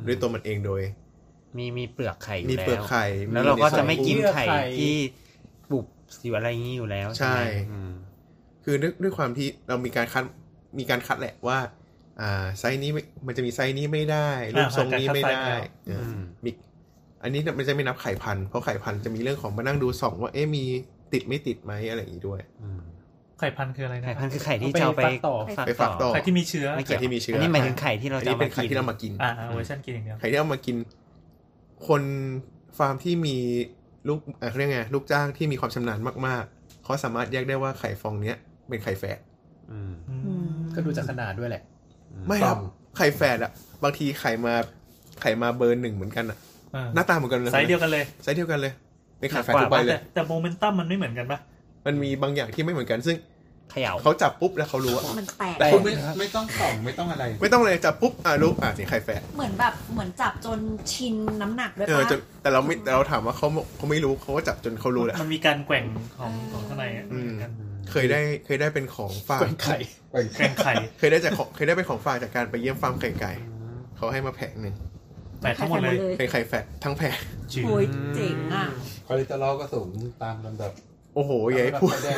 E: ด้วยตัวมันเองโดย
H: มีมีเปลือกไข่อยู่
E: มี
H: แล้
E: เปลือก
H: ว
E: ไข่
H: แล้วเราก็จะไม่กิน
E: มี
H: ไข่
F: เปลือกไข่
H: ที่บุบอยู่อะไรอย่างนี้อยู่แล้ว
E: ใช่
H: ไหมอืม
E: คือด้วยด้วยความที่เรามีการคัด มีการคัดแหละว่า อ่าไซส์นี้ไม่มันจะมีไซส์นี้ไม่ได้รูปทรงนี้ไม่ได้เออมีอันนี้มันจะไม่นับไข่พันธุ์เพราะไข่พันธุ์จะมีเรื่องของมานั่งดูส่องว่าเอ๊ะมีติดไม่ติดไหมอะไรอย่างนี้ด้วย
C: ไข่พันธุ์คืออะไรนะ
H: ไข่พันธุ์คือไข่ที่จะเอาไป
E: ไปฟักต่อ
C: ไข่ที่มีเชื้อ
E: ไข่ที่มีเชื้ออั
H: นนี้หมายถึงไข่ที่เรา
E: อัน
H: จะ
E: นี้
H: เอา
E: เป็น
H: มา
E: ไข่
H: กิน
E: ที่เรามากิน
C: อ่าเวอร์ชันกินอย่างเดียว
E: ไข่ที่เอามากิน คนฟาร์มที่มีลูกเอ่อเขาเรียกไงลูกจ้างที่มีความชำนาญมากๆเขาสามารถแยกได้ว่าไข่ฟองเนี้ยเป็นไข่แฝด
H: อืม
C: อื
B: อื
C: ม
B: ม
I: ก็ดูจากขนาดด้วยแหละ
E: ไม่ครับ
G: ฟอง
E: ไข่แฝดอะบางทีไข่มาไข่มาเบอร์หนึ่งเหมือนกันอะ
C: อ่า
E: หน้าตาเหมือนกันเลย
C: ไซส์เดียวกันเลย
E: ไซส์เดียวกันเลยเป็นไข่แฝดทุกใบเล
C: แต่
E: ย
C: แต่โมเมนตัมมันไม่เหมือนกันปะ
E: มันมีบางอย่างที่ไม่เหมือนกัน ซึ่ง
H: เขย่า
E: เขาจับปุ๊บแล้วเขารู้อะ
B: มันแตก
G: แต่คุณไม่ไม่ต้องส่องไม่ต้องอะไร
E: ไม่ต้องเลยจับปุ๊บอ่ะรู้อ่ะนี่ไข่แฝด
B: เหมือนแบบเหมือนจับจนชินน้ำหนักด้วย
E: เออ
B: ปะ
E: จนแต่เราไม่แต่เราถามว่าเขาเขาไม่รู้เขาก็จับจนเขารู้แหละ
C: มันมีการแกว่งของของข้างในอะ
E: อืม
C: เหมือนกัน
E: เคยได้เคยได้เป็นของฝาก
C: แกว่งไข่
E: เคยได้จากของเคยได้เป็นของฝากจากการไปเยี่ยมฟาร์มไข่ไก่เขาให้มาแผงหนึ่ง
C: แตกทั้งหมดเลย
E: เป็นไข่แฟดทั้งแผง
C: จืด
B: โอ้ยเจ๋งอ่ะ
G: คอเลสเตอรอลก็สูงตามลำดับ
E: โอ้โหยายพูด
G: ไม่ได้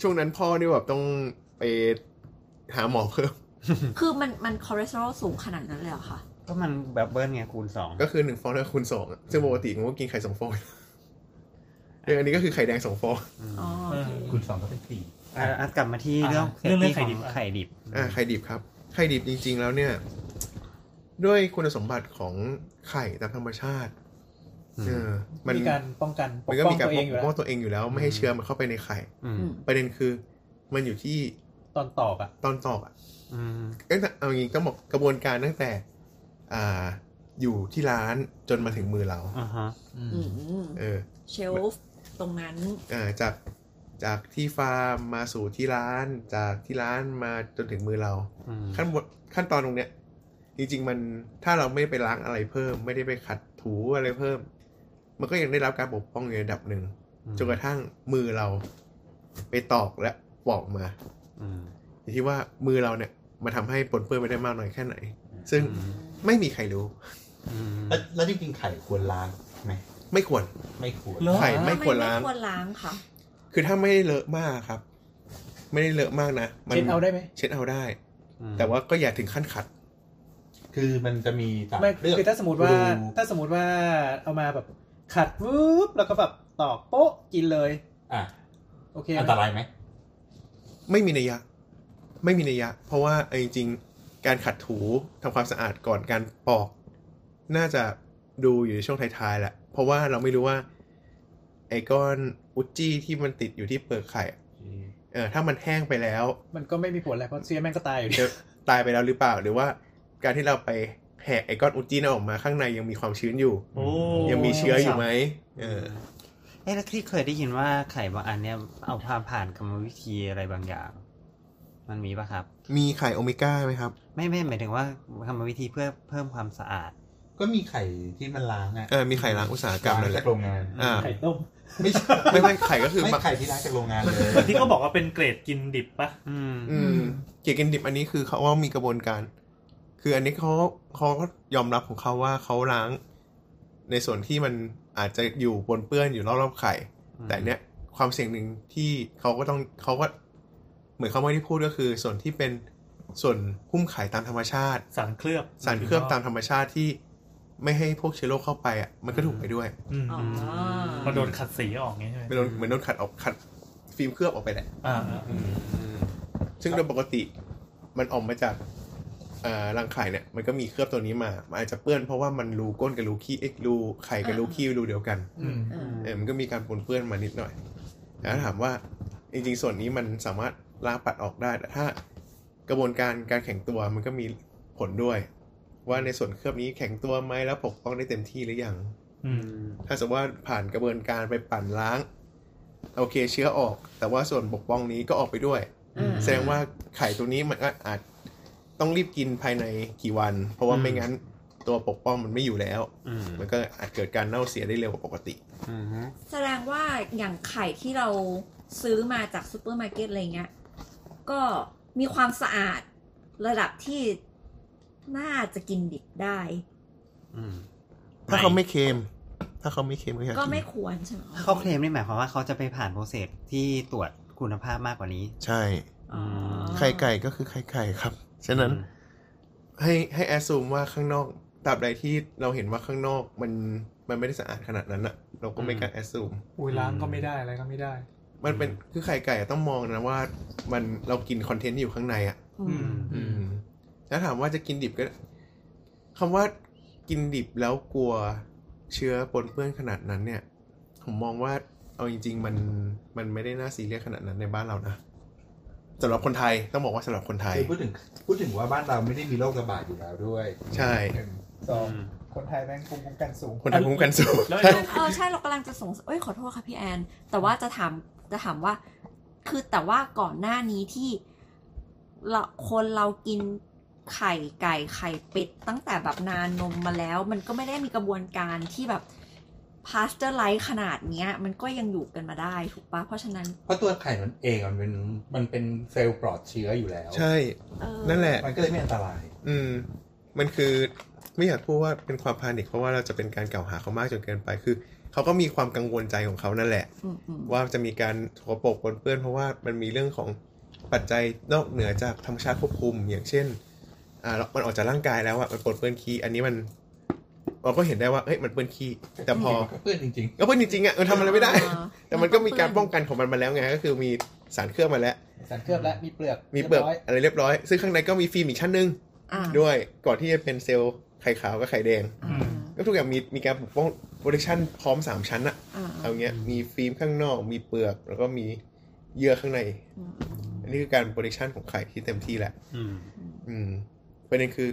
E: ช่วงนั้นพ่อนี่แบบต้องไปหาหมอเพิ่ม
B: คือมันมันคอเลสเตอรอลสูงขนาดนั้นเลยเหรอคะ
H: ก็มันแบบเบิ้ลไงคูณสอง
E: ก็คือหนึ่งฟองเท่าคูณสองอะซึ่งปกติผมก็กินไข่สองฟองเรื่องอันนี้ก็คือไข่แดงสองฟอง
B: อ๋อโอเค
G: คุณสองก็เป็นสี่
H: อ่ะอ่ะกลับมาที่เรื่อง
C: ะเรื่องเรื่องไข่ดิบ
H: ขงไข่ดิบ
E: อ่าไข่ดิบครับ ไข่ดิบจริง ๆ แล้วเนี่ย ด้วยคุณสมบัติของไข่ตามธรรมชาติเออมัน
F: มีการป้องกันปก
E: มันก็
F: ป้อ
E: มี
F: ง
E: การ
F: ตัวเองอยู่
E: ปก
F: แล้ว
E: ป้องตัวเองอยู่แล้ว ไม่ให้เชื้อมันเข้าไปในไข่
H: อืม
B: อืม
E: ประเด็นคือ มันอยู่ที่
F: ตอนตอกอ่ะ
E: ตอนตอกอะ
H: อืม
E: ตั้งแต่เอางี้ก็บอกกระบวนการตั้งแต่ อ่า อยู่ที่ร้านจนมาถึงมือเรา
H: อ่าฮะ
B: อืม
E: เออ
B: เชลฟ์ตรงนั้น
E: อ่าจากจากที่ฟาร์มมาสู่ที่ร้าน จากที่ร้านมาจนถึงมือเรา
H: อืม
E: ขั้นบนขั้นตอนตรงเนี้ย จริง ๆ มันถ้าเราไม่ได้ไปล้างอะไรเพิ่ม ไม่ได้ไปขัดถูอะไรเพิ่ม มันก็ยังได้รับการปกป้องอยู่ระดับหนึ่งจนกระทั่งมือเราไปตอกและปอกมา
H: อืม
E: อยู่ที่ว่ามือเราเนี่ยมาทำให้ปนเปื้อนไปได้มากน้อยแค่ไหน ซึ่งไม่มีใครรู้
H: อืม
G: แล้วแล้วจริงๆไข่ควรล้างไหม
E: ไม่ควร
G: ไม่ควร
C: เหรอ
E: ไข่ไม่ควรล้าง
B: ไม่ควรล้างค่ะ
E: คือถ้าไม่ได้เลอะมากครับ ไม่ได้เลอะมากนะมัน
F: เช็ดเอาได้ไหม
E: เช็ดเอาได้
H: อืม
E: แต่ว่าก็อย่าถึงขั้นขัด
G: คือมันจะมีสาม
F: ไม่
G: เรื่อง
F: คือถ้าสมมติว่า
G: ดู
F: ถ้าสมมติว่าเอามาแบบขัดวุ๊บแล้วก็แบบตอกโป๊ะกินเลย
G: อ่ะ
F: โอเค
G: อันตรายไหม
E: ไม่มีนัยยะ ไม่มีนัยยะ เพราะว่าเอาจริงๆการขัดถูทำความสะอาดก่อนการปอก น่าจะดูอยู่ในช่วงท้ายๆแหละเพราะว่าเราไม่รู้ว่า ไอ้ก้อนอุจจี้ที่มันติดอยู่ที่เปลือกไข่อะเออถ้ามันแห้งไปแล้ว
F: มันก็ไม่มีผลอะไรเพราะเชื้อแม่งก็ตายอยู่ดี
E: จะตายไปแล้วหรือเปล่า หรือว่าการที่เราไปแหกไอ้ก้อนอุจจีนนออกมาข้างในยังมีความชื้นอยู่
C: โอ้
E: ยังมีเชื้ออยู่ไหมเออ
H: เอ๊ะแล้วที่เคยได้ยินว่าไข่บางอันเนี่ยเอาพาผ่านกรรมวิธีอะไรบางอย่าง มันมีปะครับ
E: มีไข่โอเมก้าไหมครับ
H: ไม่ไม่หมายถึงว่าทำวิธีเพื่อเพิ่มความสะอาด
G: ก็มีไข่ที่มันล้างอ่ะ
E: เออมีไข่ล้างอุตสาหกรรมนั่นแห
G: จาก
E: ละ
G: โรงงาน
E: อ่า
F: ไข่ต้ม
G: ไม่ใช่
E: ไม่ไม่ไข่ก็คือ
G: ไม่
E: มา
G: ไข่ที่ล้างจากโรงงานเลย
C: เหมือนที่เขาบอกว่าเป็นเกรดกินดิบปะ
H: อืม
E: อืมเกี่ยวกับดิบอันนี้คือเขาว่ามีกระบวนการ คืออันนี้เขาเขาก็ยอมรับของเขาว่าเขาล้าง ในส่วนที่มันอาจจะอยู่ปนเปื้อนอยู่รอบๆไข่ แต่เนี้ยความเสี่ยงหนึ่งที่เขาก็ต้องเขาก็เหมือนเขาไม่ได้พูดก็คือ ส่วนที่เป็นส่วนหุ้มไข่ตามธรรมชาติ
C: สารเคลือบ
E: สารเคลือบตามธรรมชาติที่ไม่ให้พวกเชื้อโรคเข้าไปอ่ะมันก็ถูกไปด้วย
C: อืม
B: อ๋อ
C: มันโดนขัดสีออกไงใช่ไหม
E: เหมือนโดนเหมือนโดนขัดออกขัดฟิล์มเคลือบออกไปแหละ
C: อ่า
E: ซึ่งโดยปกติมันออกมาจากเอ่อรังไข่เนี่ยมันก็มีเคลือบตัวนี้มามันอาจจะเปื้อนเพราะว่ามันรูก้นกับรูขี้เอ็กรูไข่กับรูขี้รูเดียวกัน
C: อืม
B: เออ
E: เออมันก็มีการปนเปื้อนมานิดหน่อยแล้วถามว่าจริงๆส่วนนี้มันสามารถล้างปัดออกได้แต่ถ้ากระบวนการการแข็งตัวมันก็มีผลด้วย ว่าในส่วนเคลือบนี้แข็งตัวไหมแล้วปกป้องได้เต็มที่หรือยัง
C: อืม
E: ถ้าสมมติว่าผ่านกระบวนการไปปั่นล้าง โอเคเชื้อออก แต่ว่าส่วนปกป้องนี้ก็ออกไปด้วย
B: อืม
E: แสดงว่าไข่ตัวนี้มันก็อาจต้องรีบกินภายในกี่วัน เพราะว่าไม่งั้นตัวปกป้องมันไม่อยู่แล้ว
H: อืม
E: มันก็อาจเกิดการเน่าเสียได้เร็วกว่าปกติ
H: อืม
B: แสดงว่าอย่างไข่ที่เราซื้อมาจากซูเปอร์มาร์เก็ตอะไรเงี้ย ก็มีความสะอาดระดับที่น่าจะกินดิบได้
H: อืม
E: ถ้าเขาไม่เค็มถ้าเขาไม่เค็มก็อย่า
B: ก็
E: กิ
B: ไม่
E: น
B: ควรใช่ไหม
H: เขาเคลมนี่หมายความว่าเขาจะไปผ่านโปรเซสที่ตรวจคุณภาพมากกว่านี้
E: ใช่
B: อ๋อ
E: ไข่ไก่ก็คือไข่ไก่ครับ ฉะนั้น ให้ให้แอสซูมว่าข้างนอกตราบใดที่เราเห็นว่าข้างนอกมันมันไม่ได้สะอาดขนาดนั้นอะเราก็ไม่กล้าแอสซูม
F: อุ้ยล้างก็ไม่ได้อะไรก็ไม่ได้
E: มันเป็นคือไข่ไก่อะต้องมองนะว่า มันเรากินคอนเทนต์ที่อยู่ข้างในอะ
B: อืม
E: อืม แล้วถามว่าจะกินดิบก็คำว่ากินดิบแล้วกลัวเชื้อปนเปื้อนขนาดนั้นเนี่ย ผมมองว่าเอาจริง ๆ มันมันไม่ได้น่าซีเรียสขนาดนั้นในบ้านเรานะสำหรับคนไทยต้องบอกว่าสำหรับคนไทย
G: คือพูดถึงพูดถึงว่าบ้านเราไม่ได้มีโรคระบาดอยู่แล้วด้วย
E: ใช่
F: หนึ่งสองคนไทยแม่งภูมิคุ้มกันสูง
E: คนไทยคุ้มกันสูง
C: แล้ว
B: เออเออใช่เรากำลังจะสงสัยเอ้ยขอโทษค่ะพี่แอน แต่ว่าจะถามจะถามว่า คือแต่ว่าก่อนหน้านี้ที่เราคนเรากินไข่ไก่ไข่เป็ดตั้งแต่แบบนานนมมาแล้ว มันก็ไม่ได้มีกระบวนการที่แบบพาสเจอร์ไลท์ขนาดเนี้ย มันก็ยังอยู่กันมาได้ถูกปะเพราะฉะนั้น
G: เพราะตัวไข่มันเองมันเป็นมันเป็นเซลล์ปลอดเชื้ออยู่แล้ว
E: ใช่
B: เออ
E: นั่นแหละ
G: มันก็เลยไม่อันตราย
E: อืม มันคือไม่อยากพูดว่าเป็นความพานิคเพราะว่าเราจะเป็นการกล่าวหาเขามากจนเกินไปคือเขาก็มีความกังวลใจของเขานั่นแหละ
B: อืมอืม
E: ว่าจะมีการสกปรกปนเปื้อนเพราะว่ามันมีเรื่องของปัจจัยนอกเหนือจากธรรมชาติควบคุม อย่างเช่น อ่ามันออกจากร่างกายแล้วอะมันปนเปื้อนขี้อันนี้มันเราก็เห็นได้ว่าเอ้ยมันเปื้อนขี้แต่พอ
G: ก็เพื่อนจริง
E: ก็เปื้อนจริงๆอะมันทำอะไร ไม่ได้
B: เออ
E: แต่มันก็มีการป้องกันของมันมาแล้วไงก็คือมีสารเคลือบมาแล้ว
F: สารเคลือบและมีเปลือก
E: มีเปลือก
F: รียบร้ย
E: อะไรเรียบร้อย ซึ่งข้างในก็มีฟิล์มอีกชั้นหนึ่ง
B: อ่า
E: ด้วยก่อนที่จะเป็นเซลล์ไข่ขาวกับไข่แดง
B: อ่า
E: ก็ทุกอย่างมีมีการปกป้องโปรดักชันพร้อม 3 ชั้นอะ
B: อ่า
E: เอาเงี้ยมีฟิล์มข้างนอก มีเปลือก แล้วก็มีเยื่อข้างใน
B: อืม
E: อันนี้คือการโปรดักชันของไข่ที่เต็มที่แหละ
H: อืม
E: อืมประเด็นคือ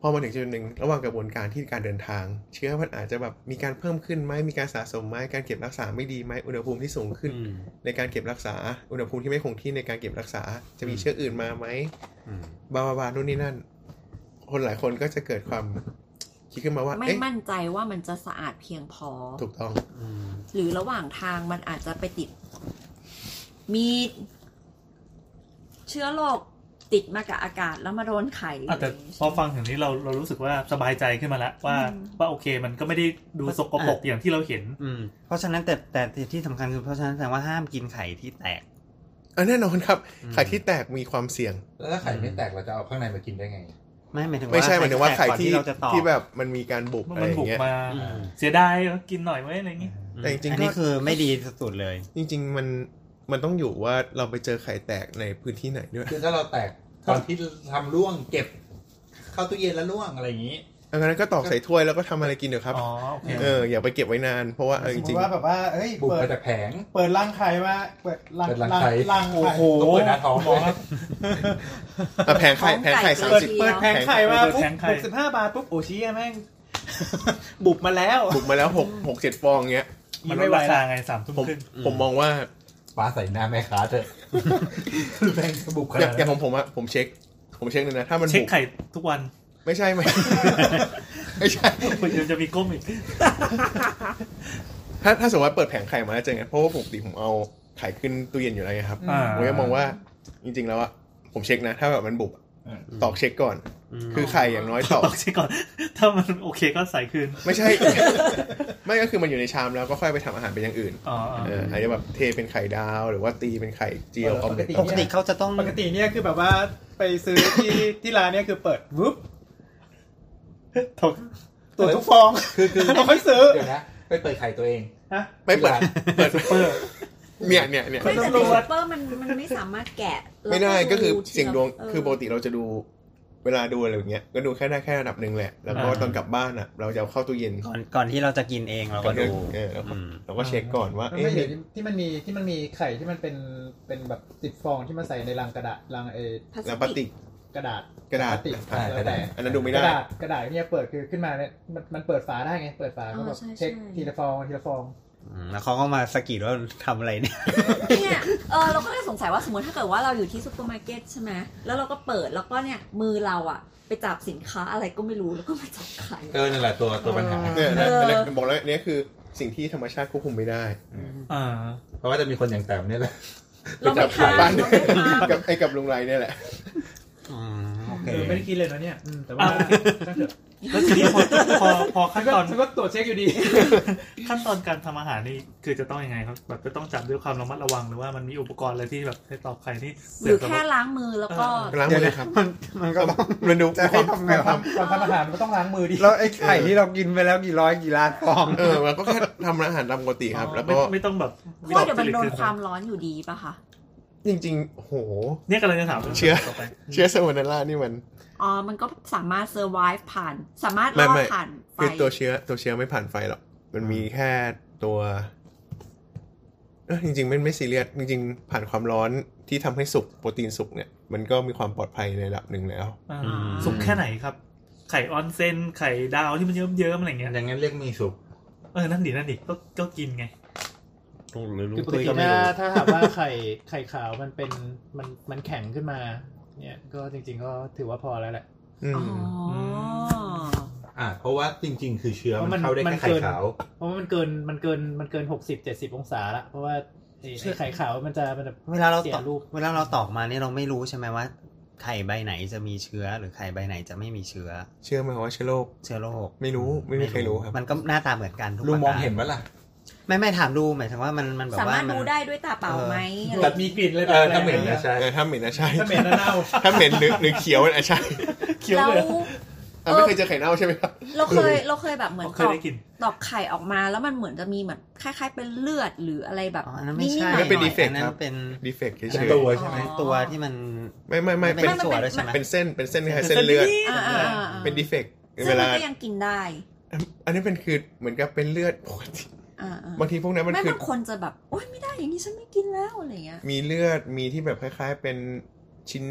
E: พอมาถึงจุดหนึ่งระหว่างกระบวนการที่การเดินทาง เชื้อมันอาจจะแบบมีการเพิ่มขึ้นไหมมีการสะสมไหมการเก็บรักษาไม่ดีไหมอุณหภูมิที่สูงขึ้น
H: อืม
E: ในการเก็บรักษา อุณหภูมิที่ไม่คงที่ในการเก็บรักษา จะมีเชื้ออื่นมาไหม
H: อืม
E: บาบาบานู่นนี่นั่น คนหลายคนก็จะเกิดความ คิดขึ้นมาว่า
B: ไม่
E: เอ๊ะ
B: มั่นใจว่ามันจะสะอาดเพียงพอ
E: ถูกต้อง
H: อืม
B: หรือระหว่างทางมันอาจจะไปติด มีเชื้อโรคติดมากับอากาศแล้วมาโดนไข่
C: อ่ะแต่พอฟังถึงนี้เราเรารู้สึกว่าสบายใจขึ้นมาแล้วว่าว่าโอเค มันก็ไม่ได้ดูสกปรกอย่างที่เราเห็น
H: อืม เพราะฉะนั้นแต่แต่ที่สำคัญคือเพราะฉะนั้นแสดงว่าห้ามกินไข่ที่แตก
E: อ่ะแน่นอนครับ
H: อืม
E: ไข่ที่แตกมีความเสี่ยง
G: ๆ แล้วถ้าไข่ไม่แตกเราจะเอาข้างในมากินได้ไง
H: ไม่หมายถึงว่า
E: ไม่ใช่หมายถึงว่าไข่
H: ก่อน
E: ที่
H: เราจะตอก
E: ที่แบบมันมีการบุก
C: ว่า
E: อะไร
C: มัน
E: อย่า
C: บุ
E: ง
C: ก
E: เงี้ย
C: มา
H: อืม
C: เสียดายเออกินหน่อยไว้ยอะไรอย่างงี้
E: แต่จริงๆ
H: อันนี้
E: ก็
H: คือไม่ดีสุดๆเลย
E: จริง ๆ มันมันต้องอยู่ว่าเราไปเจอไข่แตกในพื้นที่ไหนด้วย
G: คือถ้าเราแตกตอนที่ทำร่วงเก็บ เข้าตู้เย็นแล้วร่วงอะไรอย่างนี้
E: อันนั้นก็ตอกใส่ถ้วยแล้วก็ทำอะไรกินเถอะครับ
C: อ๋อโอเค
E: เอออย่าไปเก็บไว้นาน เพราะว่าเอา
F: สมม
E: จริง
F: ติว่าแบบว่าเอ้ย
G: บุก
F: เปิ
G: มา
F: ด
G: จากแผง
F: เปิดร่างใครว่าเปิดร่าง
G: เปิดรังไข่
F: ร่างโอ้โห
G: ก็เปิดหน้าท้องเลย
E: ๆอ่ะแผงไข่แผงไข่
B: ท้อ
E: สาม
B: ง
E: สิบ
B: ก่
F: เปิดแผงไข่มาปุ๊บ
C: แผงไข่
F: บุกสิบห้าบาทปุ๊บโอชี้แม่ง บุกมาแล้ว
E: บุกมาแล้วหกหกเจ็ดฟองเงี้ย
C: มันล
F: ไม่
C: ด
F: ไหว
C: ราคา
F: ละ
C: ไงสามทุ่ม
E: ผม
C: ครึ่ง
E: ผมมองว่า
G: ฟ้าใส่หน้าแม่ค้าเถอะ คือแม่งบุกข
E: อย่าน
G: าง ด
E: อ
G: นั้
E: ย่าน งของผมอะผมเช็ค ผมเช็คเลยนะ ถ้ามัน
C: เช็ค
E: บุก
C: ไข่ทุกวัน
E: ไม่ใช่ไหม ไม่ใช่
C: คุณยังจะมีก้มอีก
E: ถ้าถ้าสมมติว่าเปิดแผงไข่มาแล้วเจอไงเพราะว่าปกติผมเอาไข่ขึ้นตู้เย็นอยู่แล้วไงครับ
C: อ่า
E: ผมก็มองว่าจริง ๆ แล้วอะผมเช็คนะ ถ้าแบบมันบุบตอกเช็คก่อน
H: อืม
E: คือไข่อย่างน้อยตอก
C: บอกเช็คก่อน ถ้ามันโอเคก็ใส่คืน
E: ไม่ใช่ ไม่ก็คือมันอยู่ในชามแล้วก็ค่อยไปทำอาหารเป็นอย่างอื่น
C: อ๋ออ๋อ
E: เอออาจจะแบบเทเป็นไข่ดาวหรือว่าตีเป็นไข่เจียวออมเล็ต
F: ป
H: ป
F: ก
H: ก
F: ติ
H: ติเขาจะต้อง
F: ปกติเนี่ยคือแบบว่าไปซื้อที่ที่ร้านเนี่ยคือเปิดวุ๊บ
C: ถก
F: ตรวจทุกฟอง
G: คือคือ
F: แล้วค่อยซื้อ
G: เดี๋ยวนะ ไปเปิดไข่ตัวเอง
F: ฮะ
E: ไม่เปิดเปิด
C: เปอร์
E: เนี่ยเนี่ยเนี่ย
B: ไม่แต่
F: ต้
B: ใน
F: องรู้
B: ซู
F: ว่า
B: เปอร์มันมันไม่สามารถแกะแล้ว
E: ไม่ได้ก็คือ
B: ทีละ
E: เสียงดวง
B: เออ
E: คือปกติเราจะดูเวลาดูอะไรอย่างเงี้ยก็ดูแค่ได้แค่ระดับหนึ่งแหละ แล้วก็ตอนกลับบ้านอะเราจะเอาเข้าตู้เย็น
H: ก่อนก่อนที่เราจะกินเองเราก็ดู
E: เออแล้วก็
H: อืม
E: เราก็เช็คก่อนว่า
F: มัน
E: เอ๊ะ
F: ไม่เดี๋ยวที่มันมีที่มันมีไข่ที่มันเป็นเป็นแบบติดฟองที่มาใส่ในรังกระดาษรังเออ
B: พลาส
E: แล้วป
B: ติ
E: ติ
B: ก
E: ก
F: กระดาษ
E: กระดา
F: พ
E: ษ
F: ลติก
E: อ่า
F: แล้วแต่
E: อันนั้นดู
F: ก
E: ไม่ได้
F: ระดาษกระดาษเนี่ยเปิดคือขึ้นมาเนี่ยมันมันเปิดฝาได้ไงเปิดฝาก็แบบเช็คทีละฟองทีละฟอง
H: อืมแล้วเขาก็มาสะกิดว่าทำอะไรเนี่ย
B: เนี่ยเออเราก็เลยสงสัยว่าสมมติถ้าเกิดว่าเราอยู่ที่ซูเปอร์มาร์เก็ตใช่ไหมแล้วเราก็เปิดแล้วก็เนี่ยมือเราอะไปจับสินค้าอะไรก็ไม่รู้แล้วก็มาจับไข่
G: เออนั่นแหละตัวตัวปัญหา
E: เนี่ย
B: เออ
E: เนี่ยบอกแล้วเนี่ยคือสิ่งที่ธรรมชาติควบคุมไม่ได้
C: อ่า
G: เพราะว่าจะมีคนอย่างแต้มเนี่ยแหละ
B: เราไม่
E: กลับ
B: ทำ
E: บ้าน
B: เราไม่ทำ
E: กับไอ้กับลุงไรเนี่ยแหละ
H: โอเค
F: เออไม่ได้คิดเลยนะเนี่ยอืมแต่
C: อ่ะ
F: ว่า
C: โอเค แล้วทีนี้พอพอพอขั้นตอน
F: ฉันก็ตรวจเช็คอยู่ดี
C: ขั้นตอนการทำอาหารนี่คือจะต้องยังไงครับแบบจะต้องจับด้วยความระมัดระวังหรือว่ามันมีอุปกรณ์อะไรที่แบบให้ตอบใครนี่
B: ห
C: เสื
B: รือ
C: อกกับ
B: แค่ล้างมือแล้วก็
E: ล้างมือครับ
D: มันมันก็ต้อง
E: มันดู
D: จะ
E: ค
D: ให้
E: วาม
D: ทำไงครับ
F: ตอนทำอาหารมันก็ต้องล้างมือดิ
D: แล้วไอ้ไข่ที่เรากินไปแล้วกี่ร้อยกี่ล้านฟอง
E: เออมันก็แค่ทำอาหารตามปกติครับ แล้ว
C: ไม่
E: ก็
C: ไม่ต้องแบบ
B: เพราะว่าเดี๋ยวมันโดนความร้อนอยู่ดีป่ะคะ
E: จริงๆโห
C: เนี่ยกำลังจะถาม
E: เชื่อ
C: ต่ไป
E: เชื้อสวานาล่านี่มัน
B: อ๋อ มันก็สามารถเซอร์ไวฟ์ผ่าน สามารถร
E: ไม่
B: อด
E: ไม่
B: ผ่านไฟ
E: คือตัวเชื้อตัวเชื้อไม่ผ่านไฟหรอก มันมีแค่ตัวเอ้อจริงๆไม่ไม่ซีเรียสจริง ๆ ผ่านความร้อนที่ทำให้สุกโปรตีนสุกเนี่ย มันก็มีความปลอดภัยในระดับหนึ่งแล้ว
C: อ่าสุกแค่ไหนครับ ไข่ออนเซนไข่ดาวที่มันเยิ้มเยิ้มๆอะไรเงี้ย
G: อย่างนั้นเรียกมีสุก
C: เออนั่นดินั่นดิก็ก็กินไง
H: หรือลุ
F: คือง ปก
H: ตุ้ย
F: ติ
H: ก็ไม่
F: ถ้า
H: รู้
F: ถ้าหากว่าไข่ไข่ขาวมันเป็นมันมันแข็งขึ้นมา เนี่ยก็จริง ๆ ก็ถือว่าพอแล้วแหละ
E: อืม
B: อ๋อ
G: อ่าเพราะว่าจริง ๆ คือเชื้อ
F: เพราะมั
G: มัน
F: น
G: เข้าได้
F: มัน
G: แค่ไข่
F: เกิน
G: ขาว
F: เพราะว่ามันเกินมันเกินมันเกินหกสิบเจ็ดสิบองศาละเพราะว่าไอ้ไอ้ไข่ขาวมันจะมันจะ
D: เวลาเรา
F: สี
D: ตอย ก
F: รูป
D: เวลาเราตอกมาเนี่ยเราไม่รู้ใช่ไหมว่าไข่ใบไหนจะมีเชื้อหรือไข่ใบไหนจะไม่มีเชื้อ
E: เชื่อไหมว่าเชื้อโรค
D: เชื้อโรค
E: ไม่รู้ไม่มีใครรู้ครับ
D: มันก็หน้าตาเหมือนกันทุก
G: ลุงม
D: ประ
G: อง
D: การ
G: เห็นไหมล่ะ
D: ไม่ไม่ถามดูหมายถึงว่ามันมันแบบว่าม
B: สาารถ
D: น
B: ดูได้ด้วยตาเปล่าไหมอะไร
F: แบบมีกลิ่นเลย
G: เอ
F: แปล
G: อก
F: ๆ
G: ถ้าเหม็น
F: อะไรเงี้
G: นะ
F: ย
G: ใช่
E: เออถ้าเหม็นนะใช่
F: ถ้าเหม็นน่ะเน่า
E: ถ้าเหม็นหรือหรือเขียวน่ะใช่
C: เคี้ยว
B: แล้ว
C: เลยอะ
E: อ่ะไม่เคยเจอไข่เน่าใช่ไหมครับ
B: เราเคยเราเคยแบบเหมือน
C: เค
B: ตอ
C: ย
B: ก
C: ได้กิน
B: ตอกไข่ออกมาแล้วมันเหมือนจะมีเหมือนคล้าย ๆ เป็นเลือดหรืออะไรแบบ
D: อ๋ออันนั้นไม่ใช่
B: ๆห
E: ไม่
B: อยๆ
E: เป็น defect
D: อันนั้
E: ครั
D: น
E: บ
D: เป็น
E: ดีเฟกต์เฉ
G: เป็น
E: ย
G: ตัวใช่ไหม
D: ตัวที่มัน
E: ๆไม่ไม่ไม่เป็น
D: ไม่ ส่วนด้วยใช่ไห
E: เป็นเส้นเป็นเส้นคล้ายๆเส้นเลือด
B: อ่าอ่าอ่า
E: เป็นดีเฟกต์
B: ซึ่
E: เว
B: งมั
E: ลาน
B: ก็ยังกินได้
E: อันนี้เป็นคือเหมือนกับเป็นเลือด ปกติ
B: อ่าอ่า
E: บางทีพวกนั้นมัน
B: ไม่
E: คือ
B: บางคนจะแบบโอ๊ยไม่ได้อย่างนี้ฉันไม่กินแล้วอะไรเงี้ย
E: มีเลือดมีที่แบบคล้าย ๆ เป็นชิ้น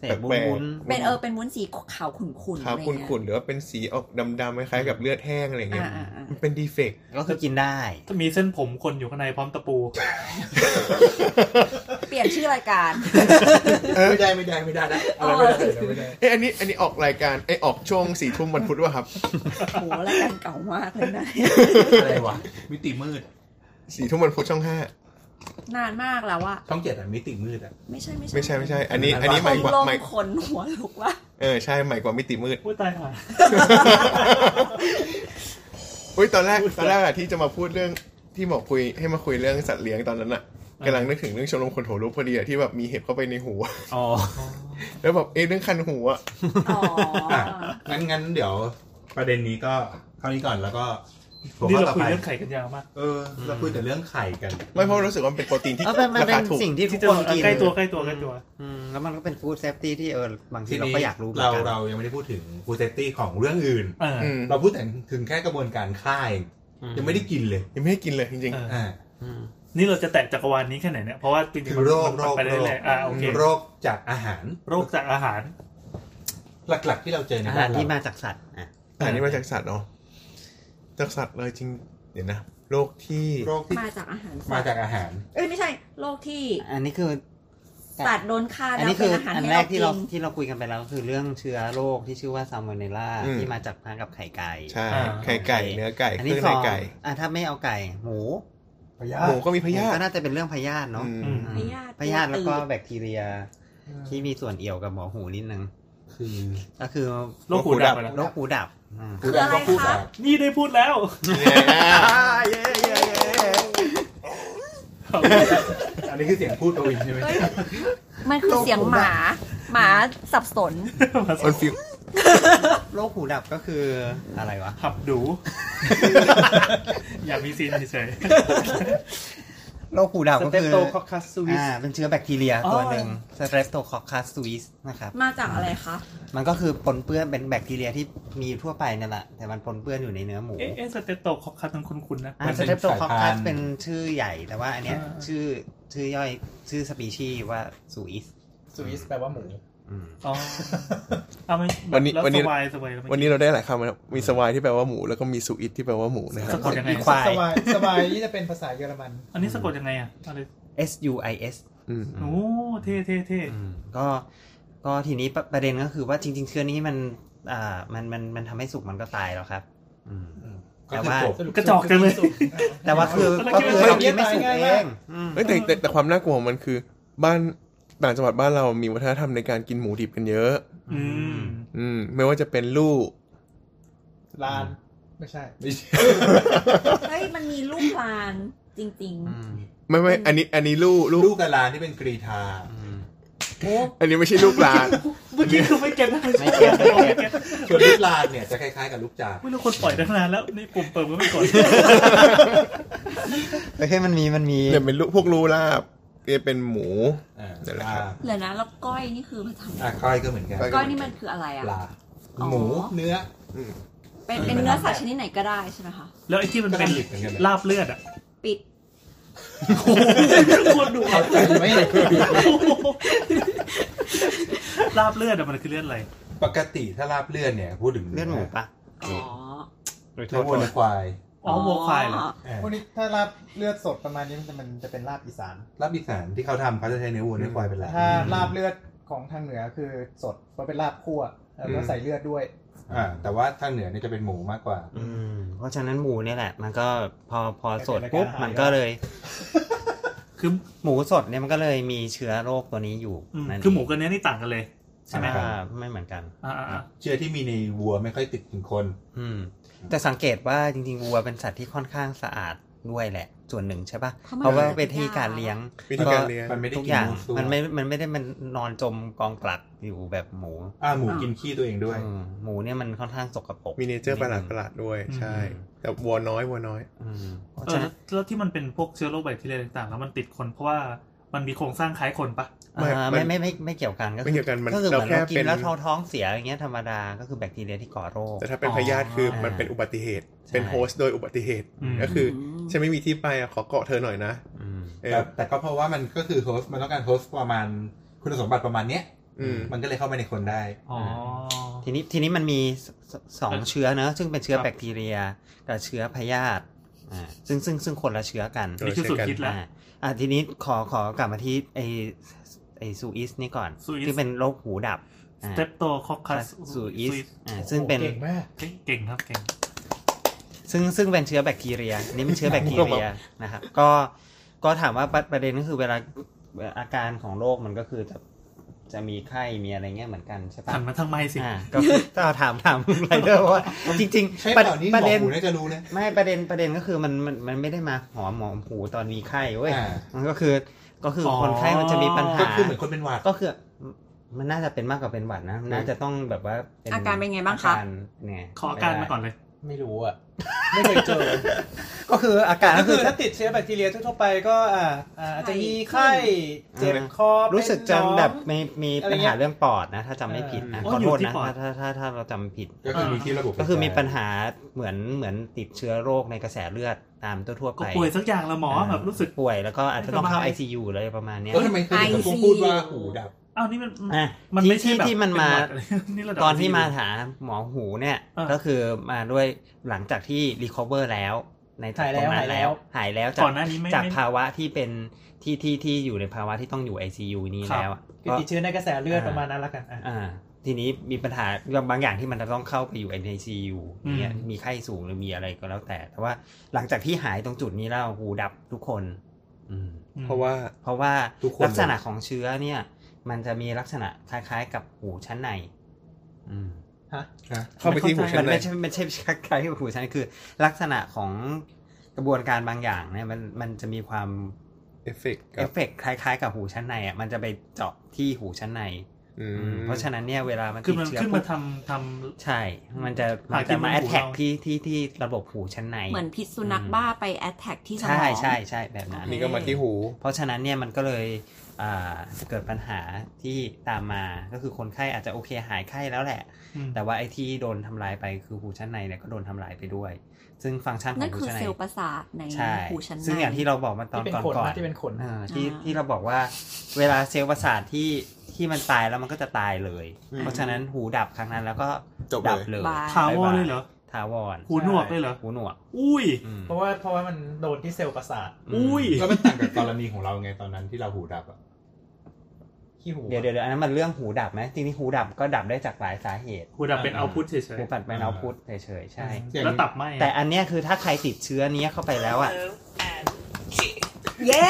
D: เศษบุ้น
B: เป็นเออเป็นวุ้นสีขาวขุ่นๆ
E: ขาว
B: อะไร
E: ขุ
B: เงี้ย่
E: นๆหรือว่าเป็นสีออกดำๆคล้ายๆกับเลือดแห้งอะไรเงี้ย
B: อ่าอ่าอ่า
E: มันเป็นดีเฟกต์
D: ๆก็คือกินได้
C: ถ้ามีเส้นผมคนอยู่ข้างในพร้อมตะปู
B: เปลี่ยนชื่อรายการ
G: ไม่ได้ไม่ได้ไม่ได้นะอะไรไม่ได้อะไรไม่ได้
E: เอ้ยอันนี้อันนี้ออกรายการไอยออกช่วงสี่ทุ่มวันพุธว่ะครับ
B: โหรายการเก่ามากเลยนะ
G: อะไรวะมิติมืด
E: สี่ทุ่มวันพุธช่องห้าน
B: านมากแล้วอะ
G: ช่องเจ็ดอะมิติมืดอะ
B: ไม่ใช่ไม่ใช่
E: ไม่ใช่ไม่ใช่ อันนี้อันนี้
B: ค
E: ใหม่
B: น
E: กว่า
B: ลง
E: ใหม่
B: ขนหัวลุกว่า
E: เออใช่ใหม่กว่ามิติมืด
C: อุ้ยตายห่า
E: อุ้ยตอนแรกตอนแรกอะที่จะมาพูดเรื่องที่บอกคุยให้มาคุยเรื่องสัตว์เลี้ยงตอนนั้นอะกำลังนึกถึงเรื่องชมรมคนหัวลุกพอดีอะที่แบบมีเห็บเข้าไปในหู
D: อ๋อ
E: แล้วแบบเอ้ยเรื่องคันหูอะ
B: อ๋อ
G: อ่ะ งั้นงั้นเดี๋ยวประเด็นนี้ก็เท่านี้ก่อนแล้วก็ผม
C: นี่
G: ว่า
C: เรา
G: ต่อ
C: คุย
G: ไป
C: เรื่องไข่กันยาวมาก
G: เออ เราคุยแต่เรื่องไข่กัน
E: ไม่เพราะรู้สึกว่ามันเป็นโปรตีนที่
D: เออมันมัน
E: รา
D: เป็
E: คาน ถูก
D: สิ่งที่ทุ
C: ที่
D: ก
C: จะ
D: คนกิน
C: ใกล้ตัวใกล้ตัวใกล้ตัว
D: อืมแล้วมันก็เป็นฟู้ดเซฟตี้ที่เออบางทีเราก็อยากรู้เหมือน
G: เรา
D: กัน
G: เรายังไม่ได้พูดถึงฟูเซตี้ของเรื่องอื่น
C: เออ
E: อืม
G: เราพูดแต่ถึงแค่กระบวนการฆ่าเองยังไม่ได้กินเลย
E: ยังไม่ให้กินเลยจริง
C: เออ
G: อ่า
D: อืม
C: นี่เราจะแตะจักรวาลนี้แค่ไหนเนี่ยเพราะว่าจริงๆ
G: คือโรค
C: มันไป
G: โรค
C: เรื่อยๆอ่าโอเค
G: โรคจากอาหาร
C: โรคจากอาหาร
G: หลัก ๆ ที่เราเจอใน
D: อา
G: บ้
D: หาร
G: นเ
D: ที่มาจากสัตว์อ่ะ
E: ๆอันนี้มาจากสัตว์เนาะจากสัตว์เลยจริง เดี๋ยวนะโรคที่
G: โรคที่
B: มาจากอาหาร
G: มา
B: สัตว์
G: จากอาหาร
B: เอ้ยไม่ใช่โรคที่
D: อันนี้คือ
B: สัตว์โดนฆ่า
D: อัน
B: แล้ว
D: นี้
B: เป็
D: คื
B: น
D: อ
B: อาหาร
D: อัน
B: ให้
D: แร
B: เรา
D: ก
B: กิ
D: ที่เรา
B: น
D: ที่เราคุยกันไปแล้วก็คือเรื่องเชื้อโรคที่ชื่อว่าซาโมเนล l า
E: อืม
D: ที่มาจากพันกับไข่ไก่
E: ใช่
C: อ่า
E: ไข่ไก่เนื้อไก่
D: อัน
E: เค
D: ที่
E: รื่อง
D: ส
E: ใน
D: อง
E: ไก่
D: อ่ะถ้าไม่เอาไก่หมู
E: หมูก็มีพ
D: หมู
E: ยาธิ
D: ก็น่าจะเป็นเรื่องพยาธิเนาะ
E: อืม
C: อืม
B: พยาธิ
D: พยาธิแล้วก็
B: ตัวตืด
D: แบคทีเรีย ที่มีส่วนเอี่ยวกับหมอหูนิดนึง
G: คือ
D: ก็คือ
C: โรคหูดับไปแล้ว
D: โรคหูดับอืม
G: คือเราก็พูดแบบ
C: นี่ได้พูดแล้ว
E: เนี่ย
G: อันนี้คือเสียงพูดประวินใช่ไหม
B: เอ้ยมันคือเสียงหมาหมาสับสน
E: มันฟิว
D: โรคหูดับก็คืออะไรวะ
C: หับดู อยากมีซีนเฉย
D: โรคหูดับ
F: ส
D: ก็
F: เต็ป
D: คือ
F: โตคอคัสซูวิส
D: อ่าเป็นเชื้อแบคทีเรียตัวหนึ่งสเตรปโตคอคัสซูอิสนะครับ
B: มาจากอะไรคะ
D: มันก็คือปนเปื้อนเป็นแบคทีเรียที่มีอยู่ทั่วไปนั่นแหละ แต่มันปนเปื้อนอยู่ในเนื้อหมู
C: ๆเอ๊ะเอ๊ะสเตตโตคอกคัสทั้งคุณคุณนะ
D: อ่าสเตรปโตคอคัสเป็นชื่อใหญ่ แต่ว่าอันเนี้ย
C: อ่า
D: ชื่อชื่อย่อยชื่อสปีชีส์ว่าซูอิส
F: ซูวิสแปลว่าหมู
D: อืม
C: อ๋อเอาไม่
E: วันนี้
C: แล้ว
E: วันนี้
C: สวายสวายแล้วไม่
E: วันนี้เราได้หลายคำนะครับมีสวายที่แปลว่าหมูแล้วก็มีสุอิตที่แปลว่าหมูนะครั
C: สะ
E: บ
C: กดยังไง
D: อีควาย
F: สบายสบายนี่จะเป็นภาษาเยอรมัน
C: อันนี้สะกดยังไงอ่ะอะไร
D: S U I S
E: อืม
C: โอ้เท่เท่เท่
D: อืมก็ก็ทีนี้ประประเด็นก็คือว่าจริง ๆ เชื้อนี้มันอ่ามันมันมันทำให้สุกมันก็ตายแล้วครับ อืม
G: ก็คือจบ
C: กระจอกจังเลย
D: แต่ว่าคือก็คือ
F: เรา
D: เรา
F: กิ
D: กิ
F: น
D: น
F: ไม่
D: ไม่
F: สุ
D: สุ
F: ก
D: ก
F: เอ
D: เอง ง
E: เอ้ยแต่แต่แต่ความน่ากลัวของมันคือ บ้านต่างจังหวัดบ้านเรามีวัฒนธรรมในการกินหมูดิบกันเยอะ
C: อืม
E: อืม ไม่ว่าจะเป็นลู่
F: ลานไม่ใช่
E: ไม่ ใช่
B: เฮ้ยมันมีลูกลานจริง
D: อืม
E: ไม่ไม่อันนี้อันนี้ลูกลูก
G: ลูกกะลาที่เป็นกรีธา
D: อืม
E: อันนี้ไม่ใช่ลูกหล าน
F: เมื่อกี้คือไม่เก็ตนะ
D: ไม่เก็ตไม่เก็ต
G: ส่วนลูกลานเนี่ยจะคล้ายๆกับลูกจาก
C: ไม่รู้คนปล่อยตั้งนานแล้วนี่ปุ่มเปิดก็ไม่กด
D: โอเคมันมีมันมี
E: เนี่ยเป็นลูกพวกลูลาบเนี่ยเป็นหมู
G: อ่า
E: นั่นแหละครับ
B: ๆ เหลือนะแล้วก้อยนี่คือมาทำอะไร
G: อ่ะก้อยก็เหมือนกัน
B: ก้อยนี่มันคืออะไรอ่ะ
G: ปลา
B: อ๋อ
G: หมูเนื้อ
B: เป็นเป็นเนื้อสัตว์ชนิดไหนก็ได้ใช่ไหมคะ
C: แล้วไอ้ที่มันเป็น
G: ก็ทำผิดเหมือนกันนะ
C: ลาบเลือดอ่ะ
B: ปิด
C: โคตรดุอ่ะ
F: ไม่
C: ลาบเลือดอะมันคือเลือดอะไร
G: ปกติถ้าลาบเลือดเนี่ย พูดถึง
D: เลือดหมูปะ
B: อ๋อ
D: โดย
G: เนื้
D: ทั่
G: อ
D: ว
G: วั
D: ไป
G: วเนื้อควาย
C: อ๋อวัวควายเหรอ
G: อ่า
F: พวกนี้ถ้าราบเลือดสดประมาณนี้มันจะมันจะเป็นลาบอีสาน
G: ลาบอีสานที่เขาทำเขาจะใช้เนื้อวัวเนื้อควายเป็นหลัก
F: ถ้าลาบเลือดของทางเหนือคือสดเพราะเป็นลาบคั่วแล้วก็ใส่เลือดด้วย
G: อ่าแต่ว่าทางเหนือเนี่ยจะเป็นหมูมากกว่า
D: อืมเพราะฉะนั้นหมูเนี่ยแหละ มันก็พอพอสด
F: เป็นรายการ
D: ปุ๊บ
F: อาหาร
D: มันก็เลย
C: คือ
D: หมูสดเนี่ยมันก็เลยมีเชื้อโรคตัวนี้อยู่
C: อืม
D: นั่นเง
C: คือหมูกับเนื้อนี่ต่างกันเลย ใช่ไหม
D: อ่าไม่เหมือนกัน
C: อ่าอ่า
G: เชื้อที่มีในวัวไม่ค่อยติดถึงคน
D: อืม แต่สังเกตว่าจริงๆวัวเป็นสัตว์ที่ค่อนข้างสะอาดด้วยแหละ ส่วนหนึ่งใช่ปะเพราะว่าเป็นที่การเลี้ยง
E: วิธีการเลี้ยง
G: มันไม่ได้
D: ทุก
G: กิ
D: อนย่าง
G: หมูสู้
D: มันไม่ มันไม่ได้มันนอนจมกองปลักอยู่แบบหมู
G: อ่าหมูกินขี้ตัวเองด้วย
D: อืมหมูเนี่ยมันค่อนข้างสกปรก
E: มีเนเจอร์ประหลาดประหลาดๆด้วย ใช่ แต่วัวน้อยวัวน้อย
D: อืมเพราะ
C: เออ
D: ฉะ
C: แล้
D: นั้
C: วน แล้วที่มันเป็นพวกเชื้อโรคแบคทีเรียต่างๆ แล้วมันติดคนเพราะว่ามันมีโครงสร้างคล้ายคนปะ
E: ไม่
D: อ่า
E: มั
D: ไม่
E: น
D: ไม่ไม่ไม่เกี่ยวกันก็
E: ไม่เกี่ยวกันมัน
D: ก็คือเหมือน
E: เรา
D: เรา
E: แค่
D: กิ
E: เป็น น
D: แล้วท้องท้องเสียอย่างเงี้ยธรรมดาก็คือแบคทีเรียที่ก่อโรค
E: แต่ถ้าเป็นพยาธิคือมันเป็นอุบัติเหตุ เป็นโฮสต์โดยอุบัติเหตุก็คือฉันไม่มีที่ไปอะขอเกาะเธอหน่อยนะ
D: อืม
E: เอ
G: แต่
E: อ
G: แต่ก็เพราะว่ามันก็คือโฮสต์มันต้องการโฮสต์ประมาณคุณสมบัติประมาณเนี้ย
E: อืม
G: มันก็เลยเข้าไปในคนได้
C: อ๋อ
D: ทีนี้ทีนี้มันมีสสสอง
C: เอ่อ
D: เชื้อเนอะซึ่งเป็นเชื้อ
C: ครับ
D: แบคทีเรียกับเชื้อพยาธิอ่าซึ่งซึ่งซึ่งคนละเชื้อกัน
C: นี่คือสูตรคิดแล้ว
D: อ่าอ่าทีนี้ขอขอกลับมาที่ไอไอซูอิสนี่ก่อน
C: ซูอิส
D: ที่เป็นโรคหูดับ
C: สเตปโตคอคัส
D: ซูอิสอ่าซึ่งเป็น
F: เก่งมาก
C: เก่งครับเก่ง
D: ซึ่งซึ่งเป็นเชื้อแบคทีเรียอันนี่เป็นเชื้อแบคทีเรียนะครับก็ก็ถามว่าประประเด็นก็คือเวลาอาการของโรคมันก็คือจะจะมีไข้มีอะไรเงี้ยเหมือนกันใช่ปะ
C: หันมาทางไมค์สิ
D: อ่าก็คือถ้าถามถามไรเดอร์ว่า จริง
G: ใช่
D: ๆ
G: เปล่านี่ห
D: ประ
G: มอ
D: เด็น
G: หมูน่าจะรู้นะ
D: ไม่ประเด็นประเด็นก็คือมันมันมันไม่ได้มาหอมหมอมหูตอนมีไข้เว้ย
G: อ่า
D: มันก็คือก็คืออ
C: อ
D: คนไข้มันจะมีปัญ
G: ก็
D: หา
G: คือเหมือนคนเป็นหวัด
D: ก็คือมันน่าจะเป็นมากกว่าเป็นหวัดนะน่าจะต้องแบบว่า
B: อาการเป็นไงบ้างคะ
D: อรเนี่ย
C: ขออาการมาก่อนเลย
G: ไม่รู้อ่ะ
F: ไม่เคยเจอ
D: ก็คืออาการ
F: ก็
D: ก็
F: คื
D: คือ อ
F: ถ้าติดเชื้อแบคทีเรียทั่วๆไปก็อ่าอ่าอาจจะมีไข้ เจ็บ
D: อ่า
F: คอ
D: รู้สึกจะ
F: เป็นหนอง
D: แบบมีมี
F: อะไร
D: ปัญ
F: เงี้
D: หาย เรื่องปอดนะ ถ้าจำไม่ผิดนะ
C: เออ
D: ขอโทษ
C: อยู่ที่
D: นะ
C: ปอด
D: ถ้าถ้าถ้าเราจำผิด
G: ก็คือมีที่ระบบ
D: ก็คือมีปัญ
G: า
D: หาเหมือนเหมือนติดเชื้อโรคในกระแสเลือดตามทั่วๆ
C: ก็
D: ไป
C: ป่วยสักอย่างละหมอแบบรู้สึก
D: ป่วยแล้วก็อาจจะต้องเข้า
C: ไม่สบาย
D: ICU เลยประมาณเนี้ย
G: ก็ทำไมคือถึงต้องพูดว่าหูดับ
C: อ้าวนี่มัน
D: อ่ะ
C: มัน
D: ที่
C: ไม่ใช่
D: ที่
C: แบบ
D: ที่มันมา
C: เป็นหวัดอะไรนี่ระดับ
D: ตอนที่
C: ICU
D: มาหาหมอหูเนี่ย
C: อ่ะ
D: ก็คือมาด้วยหลังจากที่รีคอเวอร์แล้ว ในจก
F: หายแล้ว
D: ตรงนั้
F: หา
D: น
F: ยแล้ว
D: หายแล้วจาก
C: ก่อนหน้านี้ไม่
D: จาก
C: ไม่
D: ภาวะที่เป็นที่ที่ที่อยู่ในภาวะที่ต้องอยู่ ICU นี้
C: ครับ
D: แล้วอ่ะ
F: คือติดเชื้อในกระแสเลือดประมาณนั้นละกันอ่ะ
D: อ่า ทีนี้มีปัญหาบางอย่างที่มันจะต้องเข้าไปอยู่ใน ICU เนี่ย
C: อืม
D: มีไข้สูงหรือมีอะไรก็แล้วแต่ แต่ว่าหลังจากที่หายตรงจุดนี้แล้วหูดับทุกคน อืม
C: อืม
E: เพราะว่า
D: เพราะว่า
G: ทุกคนเลย
D: ลักษณะของเชื้อเนี่ย มันจะมีลักษณะคล้ายๆ กับหูชั้นในอืม
E: เข้าไปที่หูชั้
D: มัน น
E: ใน
D: ไม่ใช่ไม่ใช่คล้ายๆกับหูชั้นในคือ ลักษณะของกระบวนการบางอย่างเนี่ยมันมันจะมีความ
E: เอฟเฟกต์
D: เอ
E: กับ
D: ฟเฟกต์คล้ายๆ กับหูชั้นในอ่ะมันจะไปเจาะที่หูชั้นใน
E: อื
D: อื
E: ม
D: มเพราะฉะนั้นเนี่ยเวลามัน
C: คือมัน
D: ติดเชื้
C: ขึ้นมา
D: ปุ๊บ
C: ทำทำ
D: ใช่ มันจะ
C: หา
D: มัน
C: กิ
D: จะ
C: นบนหู
D: มาแอทแทก
C: เรา
D: ที่ที่ที่ระบบหูชั้นใน
B: เหมือนพิษสุนัขบ้าไปแอตแทกที่สมอง
D: ใช่ใช่ใช่แบบนั้น
E: อันนี่ก็มาที่หู
D: เพราะฉะนั้นเนี่ยมันก็เลยอ่าเกิดปัญหาที่ตามมาก็คือคนไข้อาจจะโอเคหายไข้แล้วแหละ
C: อืม
D: แต่ว่าไอ้ที่โดนทำลายไปคือหูชั้นในเนี่ยก็โดนทำลายไปด้วย ซึ่งฟังก์ชันขอ
B: นั่
D: ง
B: น
D: หู
B: คือ
D: ชั้นใน
B: เซลล์ประสาทใน
D: ใช่
B: หูชั้นใน
D: ซึ่งอย่างที่เราบอกมาตอ
F: ที่
D: น
F: เป็น
D: ก่อน
F: ขน
D: ก่
F: นะ
D: อน
F: ที่เป็นขน
D: อ่าที่ที่เราบอกว่าเวลาเซลล์ประสาทที่ที่มันตายแล้วมันก็จะตายเลย
E: อืม
D: เพราะฉะนั้นหูดับครั้งนั้นแล้วก็
E: จบเลย
D: ดับเลย
B: บาย
C: ถาวรเลยเหรอ
D: ทาวร
C: หูหนวกเลยเหรอ
D: หูหนวก
C: อุ้ย
D: อืม
F: เพราะว่าเพราะว่ามันโดนที่เซลล์ประสาท
C: อุ้ย
G: ก็มันต่างกับกรณีของเราไงตอนนั้นที่เราหูดับอ่ะ
F: ขี้หู
D: เดี๋ยวเดี๋ยวเดี๋ยวอันนั้นมันเรื่องหูดับไหมจริงๆหูดับก็ดับได้จากหลายสาเหตุ
C: หูดับเป็นเอาพุทเฉย
D: หูปัดเป็นเอาพุทเฉยๆใช่
C: ๆ แล้วตับไหมอะ
D: แต่อันเนี้ยคือถ้าใครติดเชื้อเนี้ยเข้าไปแล้วอ่ะ
B: เย้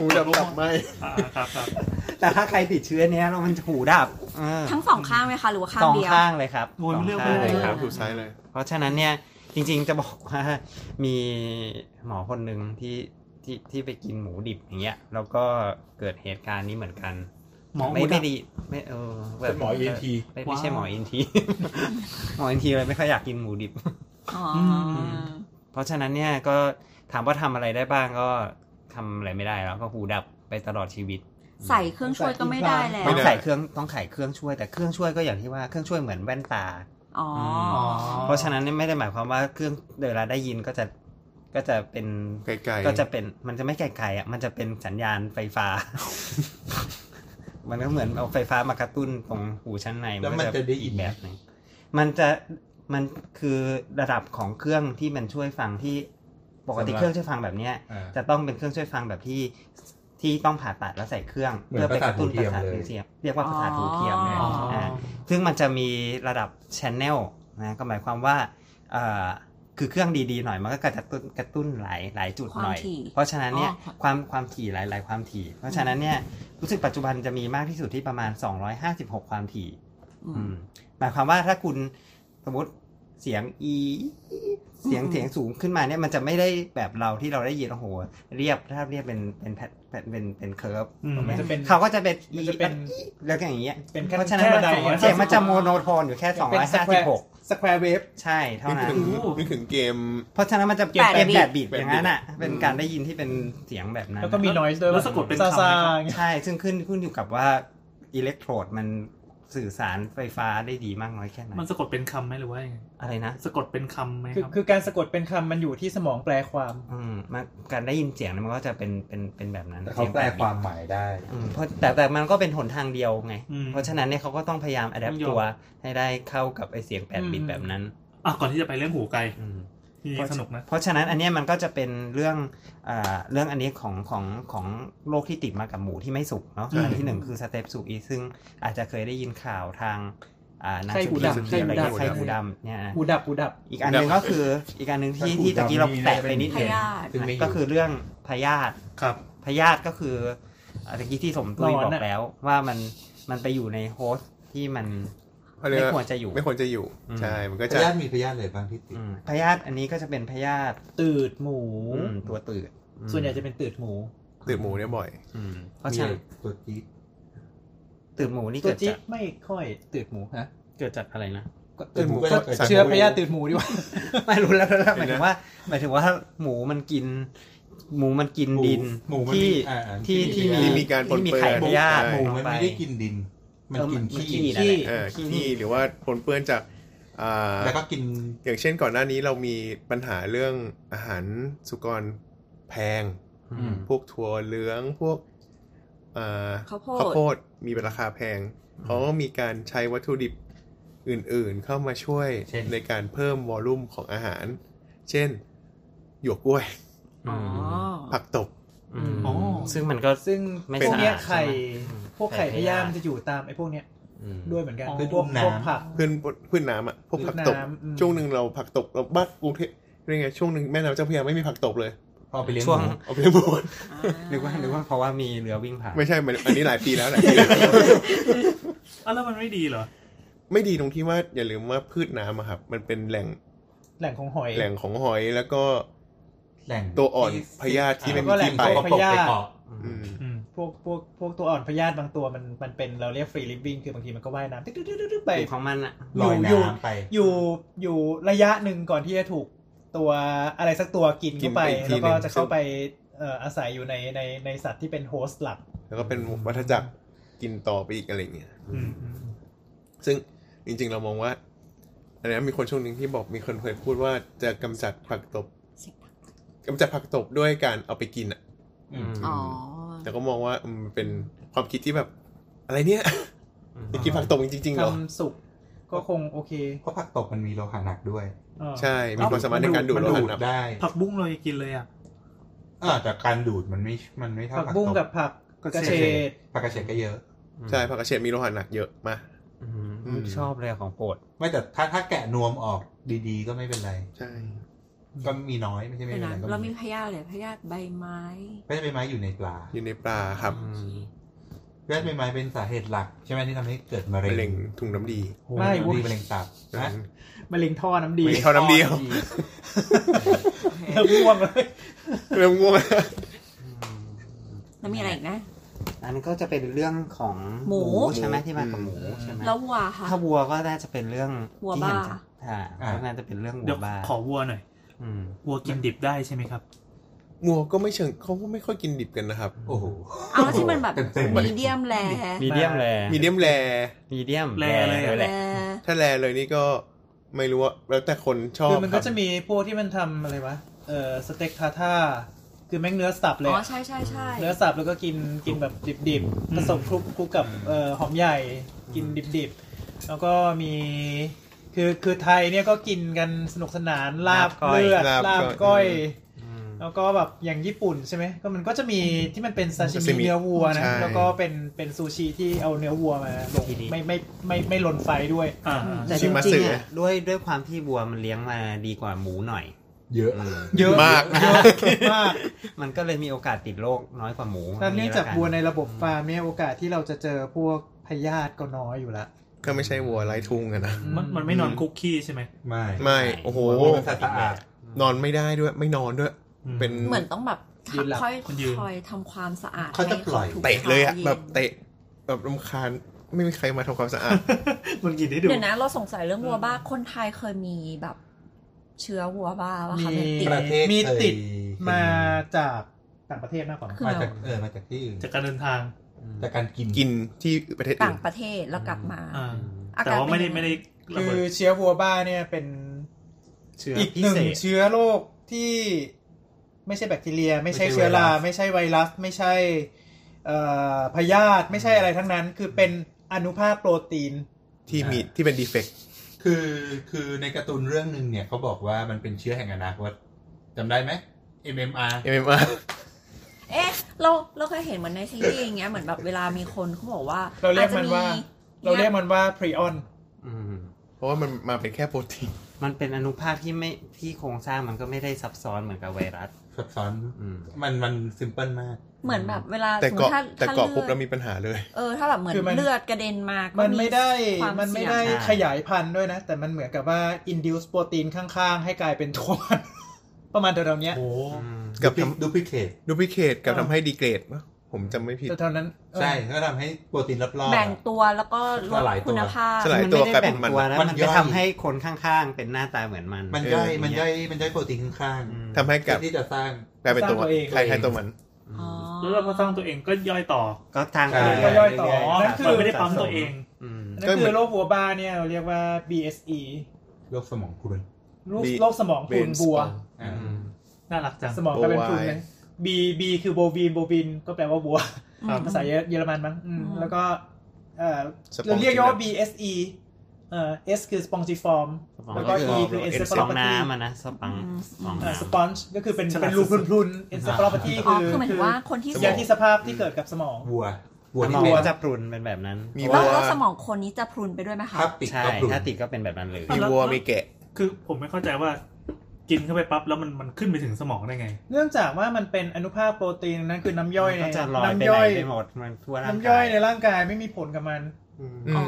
E: หูดับตับไหม
C: อ่าครับครับ
D: แต่ถ้าใครติดเชื้อเนี้ยแล้วมันจะหูดับเออ
B: ทั้งสองข้างไหมคะหรือว่าข้าง
D: สอง
B: เดียว
D: ข้างเลยครับ
C: โอ้ย
D: สง
C: มันเลือกไม่
D: ข้าง
C: ได้
D: เลยครับ
E: ถูกซ้ายเลย
D: เพราะฉะนั้นเนี่ยจริงๆจะบอกว่ามีหมอคนหนึ่งที่ที่ที่ไปกินหมูดิบอย่างเงี้ยแล้วก็เกิดเหตุการณ์นี้เหมือนกัน
C: หมอหมู
D: ไม่
C: ดิ
D: ไม่
C: บ
D: ดีไม่เออแบบ
G: เป็นหมอ ENT
D: ไม่ไม่ใช่หมอเอ็นที หมอเอ็นทีเลยไม่ค่อยอยากกินหมูดิบ
B: อ๋ออ
C: ม
D: เพราะฉะนั้นเนี่ยก็ถามว่าทำอะไรได้บ้างก็ทำอะไรไม่ได้แล้วก็หูดับไปตลอดชีวิต
B: ใส่เครื่องช่วยก็ไม่ได้แล้ว
E: ไม่
D: ต้อง
E: ได้
D: ใส่เครื่องต้องขายเครื่องช่วยแต่เครื่องช่วยก็อย่างที่ว่าเครื่องช่วยเหมือนแว่นตา
B: อ๋อ
D: ม เพราะฉะนั้นเนี่ยไม่ได้หมายความว่าเครื่องเวลาได้ยินก็จะก็จะเป็น
E: ไกลๆ
D: ก็จะเป็นมันจะไม่ไกลๆอ่ะมันจะเป็นสัญญาณไฟฟ้า มันก็เหมือนเอาไฟฟ้ามากระตุ้นตรงหูชั้นใน
G: แล้วมัน
D: ก็
G: จะได้ยิน
D: อีกแบบหนึ่งมันจะมันคือระดับของเครื่องที่มันช่วยฟังที่ปกติเครื่องช่วยฟังแบบเนี้ย
G: อ่า
D: จะต้องเป็นเครื่องช่วยฟังแบบที่ที่ต้องผ่าตัดแล้วใส่เครื่อง
G: เหมือน
D: กระตุ้นประสาท
G: ประสาทหู
D: หู
G: เที
D: เทียม
G: ยมเลย
D: เรียกว่าประสาทหูเทียมเนี่ย
B: อ๋ออ่
D: าซึ่งมันจะมีระดับชแนลนะก็หมายความว่าเอ่อคือเครื่องดีๆหน่อยมันก็กระตุ้นกระตุ้นหลายหลายจุดหน่อย
B: ความถี่
D: เพราะฉะนั้นเนี่ย
B: อ๋อ
D: ความความถี่หลายหลายความถี่ เพราะฉะนั้นเนี่ยรู้สึกปัจจุบันจะมีมากที่สุดที่ประมาณ 256 ความถี่
B: อื
D: อื
B: ม
D: มหมายความว่าถ้าคุณสมมติเสียงอีเสียง
B: อืม
D: เสียงสูงขึ้นมาเนี่ยมันจะไม่ได้แบบเราที่เราได้ยินโอ้โหเรียบถ้าเรียบเป็นเป็นแพทเป็นเป็นเป็นเคิร์ฟ
C: อืม
F: มันจะเป็น
D: เขาก็จะเป็น
F: มั
D: อี
F: นจะเป็น
D: แล้วก็อย่างเงี้ย
F: เป็นแค่
D: เพราะฉะนั้นมัน
F: แค่ระดับ
D: เสียงมันจะโมโนโทนอยู่แค่ 256
F: สแควร์เวฟ
D: ใช่เท่า
E: นึก
D: นั้น
E: ถึงนึกถึงเกม
D: เพราะฉะนั้นมันจะ
F: เกี่ยวกับ
D: เป็น
B: แป
D: แบ
B: ด
D: บ
B: บิ
D: บี
B: ต
D: บอย่างนั้นอ่ะเป็นการได้ยินที่เป็นเสียงแบบนั้น
F: แล้วก็มี noise ด้วย
C: แล้วสะกดเป็น
F: ซา
C: คำไหมครับ
F: ซาอย่างเงี้ย
D: ใช่ซึ่งขึ้นขึ้นอยู่กับว่าอิเล็กโทรดมันสื่อสารไฟฟ้าได้ดีมากน้อยแค่ไหน
C: มันสะกดเป็นคำไหมหรือว่ายังไง
D: อะไรนะ
C: สะกดเป็นคำไหม
F: คือ
C: ครับ
F: คือการสะกดเป็นคำมันอยู่ที่สมองแปลความ
D: อืมมันการได้ยินเสียงเนี่ยมันก็จะเป็นเป็นเป็นแบบนั้น
G: แต่เขาแปลความหมายได้
D: อืมเพราะแต่แต่มันก็เป็นหนทางเดียวไง
C: อืม
D: เพราะฉะนั้นเนี่ยเขาก็ต้องพยายามอัดแอ
C: ต้องยอม
D: ตัวให้ได้เข้ากับไอเสียงแปดบิต
F: อืม
D: แบบนั้น
C: อ่ะก่อนที่จะไปเรื่องหูไกล
D: อืม
C: ที่สนุกนะ
D: เพราะฉะนั้นอันเนี้ยมันก็จะเป็นเรื่องอ่าเรื่องอันนี้ของของของโรคที่ติดมากับหมูที่ไม่สุกเนาะ
C: อืม
D: อันที่หนึ่งคือสเตปสุกอีซึ่งอาจจะเคยได้ยินข่าวทางอ่าหนัง
F: ไข้
D: สื
F: หู
D: อพิมพ์
F: ดำ
D: หรืออะไรเงี้ย
E: ไข้
D: ไข้
E: หูดำ
D: หูดำเนี่ยนะ
F: หูดับหูดับ
D: อีกอันหนึ่งก็คืออีกอันหนึ่งที่ที่ตะกี้เราแตะไปนิด
B: พ
D: หนึ่ง
B: ยาธิ
G: ซึ่งไม่อยู่
D: ก็คือเรื่องพยาธิ
C: ครับ
D: พยาธิก็คืออ่ะตะกี้ที่สมตุย
F: ร้อน
D: บ
F: อะ
D: อกแล้วว่ามันมันไปอยู่ในโฮสต์ที่มัน
E: เขาเรียกา
D: ไม่ควรจะอยู่
E: ไม่ควรจะอยู่
D: อืม
E: ใช่ มันก็
G: พ
E: จะ
G: ยาธิมีพยาธิอะไรบ้างที่ติด
D: อืมพยาธิอันนี้ก็จะเป็นพยาธิ
F: ตืดหมู
D: อืมตัวตืดอืม
F: ส่วนใหญ่จะเป็นตืดหมู
E: ตื่นหมูเนี่ยบ่อย
D: อืมเพราะ
G: มี
D: ฉะ
G: อะ
D: นั้น
G: ไรตัวจี๊ด
D: ตืดหมูนี่
F: ตัว
D: เกิด
F: จิ๊
D: จาก
F: กไม่ค่อยตืดหมูฮะ
D: เกิดจากอะไรนะ
E: ตืดหมูก็
G: ดจาก
F: เชื้อพยาธิตืดหมูดีกว่า
D: ไม่รู้แล้วแล้วหมายถึงว่าหมายถึงว่าหมูมันกิน หมูมันกิน
G: หมู
D: ดิน
G: หมูมัน
D: ที่
G: มีอ่าอ่า
D: ที่ที่
E: ที่มี
D: มี
E: การปน
D: ที่มี
E: เปื้อน
D: ไข่พยาธิ
G: หมูมัน
D: ลงป
G: ไม่ได้กินดิน มันกิน
D: เออมัน
G: ขี้
D: กินขี้
F: ที่
E: เออขี้หรือว่าปนเปื้อนจากอ่า
G: แล้วก็กิน
E: อย่างเช่นก่อนหน้านี้เรามีปัญหาเรื่องอาหารสุกรแพง
D: อืม
E: พวกถั่วเหลืองพวกอ่
B: ข้าวโพด
E: วโพดมีราคาแพงเขาก็มีการใช้วัตถุดิบอื่นๆ เข้ามาช่วย
G: เช่น
E: ในการเพิ่มวอลลุ่มของอาหาร เช่น หยวกกล้วย
B: อ๋อ
E: ผักตบ
D: อืม
C: อ๋อ
D: ซึ่งมันก็
F: ซึ่ง
D: ไม่
F: พวกเนี้ย
D: สะอาด
F: ไข่
D: ใช่ไหม
F: พวกไข่
D: ไข่
F: พยาย
D: พาธิ
F: ธิมันจะอยู่ตามไอ้พวกเนี้ย
D: อืม
F: ด้วยเหมือนกัน
G: คือ
F: พวก
G: น้ำ
F: พวกผัก
E: พื้นพื้นน้ำอ่ะพวกผักต
F: พื้
E: บ
F: นน้ำอืม
E: ช่วงหนึ่งเราผักตบเราบ้านกรุงเทพเป็นไงช่วงหนึ่งแม่น้ำเจ้าพระยาไม่มีผักตบเลย
G: พอไปเลี้ยง
D: ช่วง
G: หมู
E: เอาไปเลี้ยงหมู
D: นึกว่านึกว่าเพราะว่ามีเรือวิ่งผ่าน
E: ไม่ใช่มันอันนี้หลายปีแล้วหลายปีแล้ว
C: อ่ะแล้วมันไม่ดีเหรอ
E: ไม่ดีตรงที่ว่าอย่าลืมว่าพืชน้ำอะครับ มันเป็นแหล่ง
F: แหล่งของหอย
E: แหล่งของหอยแล้วก็
G: แหล่ง
E: ตัวอ่อนพยาธิที่ไม่มีที่ไป
G: แล้วก็
F: พ
G: แหล่งตัว
F: ยาธิ
G: ไปเกาะ
E: อืม
C: อืม
F: พวกพวกพวกตัวอ่อนพยาธิบางตัวมันมันเป็นเราเรียกฟรีลิฟวิ่งคือบางทีมันก็ว่ายน้ำตึ๊ดตึ๊ดตึ๊ดตึ๊ดไป
D: อยู่ของมันอะ
G: ลอย
F: อยู่
G: น้ำไป
F: อยู่อยู่ระยะหนึ่งก่อนที่จะถูกตัวอะไรสักตัวกินเข้าไป
E: กินไปอีกที
F: แล้วก็
E: หนึ่ง
F: จะเข้าไปเอ่ออาศัยอยู่ในในในสัตว์ที่เป็นโฮสต์หลัก
E: แล้วก็เป็นวัฏจักรกินต่อไปอีกอะไรอย่างเงี้ย
C: อืมอืม
E: ซึ่งจริง ๆ เรามองว่าอันนี้มีคนช่วงหนึ่งที่บอกมีคนเคยพูดว่าจะกำจัดผักตบ
B: เสียงดัง
E: กำจัดผักตบด้วยการเอาไปกินอ่ะ
G: อืม
B: อ๋อ
E: แต่ก็มองว่าอืมเป็นความคิดที่แบบ อะไรเนี่ย จะกินผักตบจริงๆเหรอ
F: ทำสุกก็คงโอเค
G: เพราะผักตบมันมีโลหะหนักด้วย
F: อ่า
E: ใช่ มีความสามารถในการดูด
G: มัน
E: โล
G: ดู
E: หะ
G: ด
E: หนัก
G: ได้
C: ผักบุ้งเรายังกินเลยอ่ะ
G: เออแต่การดูดมันไม่มันไม่เท่า
F: ผัก
G: ผัก
F: บุ้ง
G: ตบ
F: กับผักกระเฉด
G: ผักกระเฉดก็เยอะ
E: ใช่ผักกระเฉดมีโลหะหนักเยอะมา
D: อื
E: อื
D: ม
E: ม
D: ชอบเลยของโปรด
G: ไม่แต่ถ้าถ้าแกะนวมออกดีๆ ก็ไม่เป็นไร
E: ใช่
G: ก็มีน้อยไม่ใช่ไม่
B: เดี๋ยวน นะ
G: เป็ไรก็
B: เรามีพยาธิเลยพยาธิใบไม้
G: ก็จะเป็นไม้อยู่ในปลา
E: อยู่ในปลาครับ
D: อืม
G: ก็ ก๊สใบไม้เป็นสาเหตุหลัก ใช่ไหมที่ทำให้เกิดมะ
E: มะ
G: เร็
E: เร็
G: ง
E: งถุงน้ำดี
F: ไม่เว้ย
G: มะเร็งตับนะ
F: มะเร็งท่อน้ำดี
E: มีเท่าน้ำเดียว
F: เริ่มง่วงเลย
E: เริ่มง่วง
B: แล้วมีอะไรอีกนะ
D: อันนั้นก็จะเป็นเรื่องของ
B: หมู
D: ใช่ไหมที่มากับหมูใช่ไหม
B: แล้ววัวค่ะ
D: ถ้าวัวก็น่าจะเป็นเรื่อง
B: วัว
D: ที่
B: บ้า
D: เห็นจากอ่าก็น่าจะเป็นเรื่องวั
C: เดี๋ยว ว
D: บ้า
C: ขอวัวหน่อย
D: อืม
C: วัวกินดิบได้ใช่ไหมครับ
E: งัวก็ไม่เชิงเขาก็ไม่ค่อยกินดิบกันนะครับ
G: โอ้โห
B: เอาแล้วที่มันแบบ
G: เต็มๆ
B: มีเดียมแล
H: มีเดียมแล
E: มีเดียมแร
H: มีเดียม
C: แลเลยอะ
H: แล
B: แล
E: ถ้าแรเลยนี่ก็ไม่รู้ว่าแล้วแต่คนชอบ
F: คือมันก็จะ
E: ครับ
F: มีพวกที่มันทำอะไรวะเออสเต็กทาท่าคือแม่งเนื้อสับเลย
B: อ๋อ
F: อะ
B: ใช่ใช่ใช่
F: เนื้อสับแล้วก็กินกินแบบดิบๆผสมคลุกคลุกกับเอ่อหอมใหญ่กินดิบๆ แล้วก็มีคือคือไทยเนี่ยก็กินกันสนุกสนานลาบเลือดลาบก้อย
D: อืม
F: แล้วก็แบบอย่างญี่ปุ่นใช่ไหมก็มันก็จะมีที่มันเป็นซาชิมิเนื้อวัวนะ
E: ใช่
F: แล้วก็เป็นเป็นซูชิที่เอาเนื้อวัวมาลงไม่ไม่ไม่ไม่ลนไฟด้วย
C: อ่า
D: แต่จ
E: ชิ
D: ริง
E: มัตสึ
D: ๆอ่ะด้วยด้วยความที่วัวมันเลี้ยงมาดีกว่าหมูหน่อย
G: เยอะ
F: เยอะ
E: มาก
F: เยอะมาก
D: มันก็เลยมีโอกาสติดโรคน้อยกว่าหมู
F: แล้วเนื่องจาก
D: อั
F: วัวในระบบฟาร์มเนี่ยโอกาสที่เราจะเจอพวกพยาธิก็น้อยอยู่ละ
E: ก็ไม่ใช่วัวไร้ทุ่งอะนะ
C: มันมันไม่นอนคุกขี้ใช่ไหม
G: ไม่
E: ไม่โอ้โห
G: โอ้มันสะอาด
E: นอนไม่ได้ด้วย ไม่นอนด้วย เป็น
B: เหมือนต้องแบบคอย
C: คุณยืน
B: คอยทำความสะอาด
G: เขาจะปล่อย
B: ให้ขาถูก
E: เตะเลยอะ
B: ช้าน
E: แบบเตะแบบรำคาญไม่มีใครมาทำความสะอาด
C: มันกินได้ดู
B: เดี๋ยวนะเราสงสัยเรื่องวัวบ้าคนไทยเคยมีแบบเชื้อวัวบ้าป่ะคะ
F: มี
B: เป็นติด
G: ประเทศ
F: มีติด
G: เคย
F: มาจากต่างประเทศมากกว่า
B: คือ
G: มา
B: แบ
G: จาก
B: บ
G: เออมาจากที่อื่น
C: จากการเดินทาง
G: จากการกิน
E: กินที่ประเทศ
B: ต่า
E: อื่น
B: งประเทศแล้วกลับมา
C: อ่า
B: อก
C: แต่
B: ร
C: ว่าไม่ได้
B: เป็น
C: ไม่ได้ระ
F: คื
C: เบิด
F: อเชื้อวัวบ้าเนี่ยเป็น
D: เชื้อ
F: อีก
D: พิ
F: หนึ่ง
D: เศษ
F: เชื้อโรคที่ไม่ใช่แบคทีเรีย ไม่ใช่เชื้อรา ไม่ใช่ไวรัส ไม่ใช่เอ่อพยาธิไม่ใช่อะไรทั้งนั้น คือเป็นอนุภาคโปรตีน
E: ที่มีที่เป็นดีเฟกต์
G: คือคือในการ์ตูนเรื่องหนึ่งเนี่ยเขาบอกว่ามันเป็นเชื้อแห่งอนาคตจำได้ไหม MMR
E: เอ็มอาร์
B: เอ๊ะเราเราเคยเห็นเหมือนในซีรีส์อย่างเงี้ยเหมือนแบบเวลามีคนเขาบอกว่า
F: เราเรียกมันว่า
B: อจจะ
F: เราเรียกมันว่าพรีออน
D: อืม
E: เพราะว่ามันมาเป็นแค่โปรตีน
D: มันเป็นอนุภาคที่ไม่ที่โครงสร้างมันก็ไม่ได้ซับซ้อนเหมือนกับไวรัส
G: ซับซ้อน
D: อืม
G: มันมันซิมเพิลมาก
B: เหมือนแบบเวลา
E: แต่เกาะ
B: สมมุ
E: แต่เกาะปุ๊บ
B: เลื
E: แล้
B: อ
E: ว
B: ด
E: มีปัญหาเลย
B: เออถ้าแบบเหมือนเลือดกระเด็นมาก็
F: มันไม่ได้
B: ความ
F: มันไม่
B: เสี่ยง
F: ได้
D: อ่ะ
F: ขยายพันธุ์ด้วยนะ แต่มันเหมือนกับว่า induce โปรตีนข้างๆ ให้กลายเป็นตัวมัน ประมาณเท่าๆเนี้ย
C: โอ้โห
D: อืม
E: กับท
G: ดูพิเคท
E: ดูพิเคทกับทำให้ดีเกรดปะผมจำไม่ผิด
F: เท่าๆนั้น
G: ใช่ก็ทำให้โปรตีนรอบๆ
B: แบ่ง
G: อะ
B: ตัวแล้วก็ลด
G: สลายตัว
B: คุณภาพ
E: สลาย
D: มันไม่ได้แบ่งตัวนะ
G: มัน
D: มัน
G: ย่
D: จะ
G: อย
D: ทำให้คนข้างๆ เป็นหน้าตาเหมือนมัน
G: มัน
E: เออ
G: ย่อยมัน
D: างเงี้
G: ย่อยมันย่อยโปรตีนข้าง
D: อืม
E: ทำให้
G: ๆ
E: กับ
G: เพื่อที่จะสร้าง
E: กลายเป็นตัวใครใครตัวมัน
B: อ๋อ
C: แล้วเราก็สร้างตัวเองก็ย่อยต่อ
D: ก็ทาง
G: ใช่
D: เดิน
F: ก็ย่อยต่อ
C: อ๋อ
D: เรื่
F: นั่น
C: มั
F: คื
C: น
F: อ
C: ไม่ได้ปั๊มตัวเอง
D: อืม
F: นั่นคือโรควัวบ้าเนี่ยเราเรียกว่า BSE
G: โรคสมองคุณ
F: โรค
E: B-
F: โรคสมองพรุนบัว
G: อ่า
D: อืม
C: น่ารักจัง
F: สมองก็เป็นพรุนเลย B B คือโบวีนโบวินก็แปลว่าบัว
B: อืม
C: ครับ
F: ภาษาเยอรมันมั้งอืม
B: อืม
F: แล้วก็เอ่อ
E: สปอง
F: เราเรียกย่อว่า
E: จินอะ
F: BSE เอ่อ S คือ spongiform แล้วก็
D: สม
F: E
D: อง
F: คือ
D: ก็คือสองน้ำอะนะสปังสอง
F: เอ่อ
D: น้ำ
F: sponge ก็คือเป็น
C: ฉลาด
F: เป็นรู
C: สุ
F: พ
C: ด
F: รุนๆ encephalopathy
B: อ๋อ
F: คือ
B: คือหมายถึงว่าคนที่
E: สม
F: ยา
E: อง
F: ที่สภาพที่เกิดกับสมอง
G: วัววัว
D: สม
G: ที่
D: อง
G: เป็น
D: ก็จะพรุนเป็นแบบนั้น
E: มี
B: แล้
E: วั
B: ว
E: ว
B: แล้วสมองคนนี้จะพรุนไปด้วยไหมคะ
G: ถ้าติด
D: ใช่
G: ก็ปลุก
D: ถ้าติดก็เป็นแบบนั้นเลย
E: มีวัวมีแกะ
C: คือผมไม่เข้าใจว่า กินเข้าไปปั๊บแล้วมันมันขึ้นไปถึงสมองได้ไง
F: เนื่องจากว่ามันเป็นอนุภาคโปรตีนนั้นคือน้ำย่อยใน
D: ก็จะลอยไป
F: น้ำ
D: ไหน
F: ย่อย
D: ไปหมดมันทั่วร่าง
F: น้ำย่อยใน
D: กาย
F: ร่างกายไม่มีผลกับมัน
D: อืม
E: อื
B: อ๋อ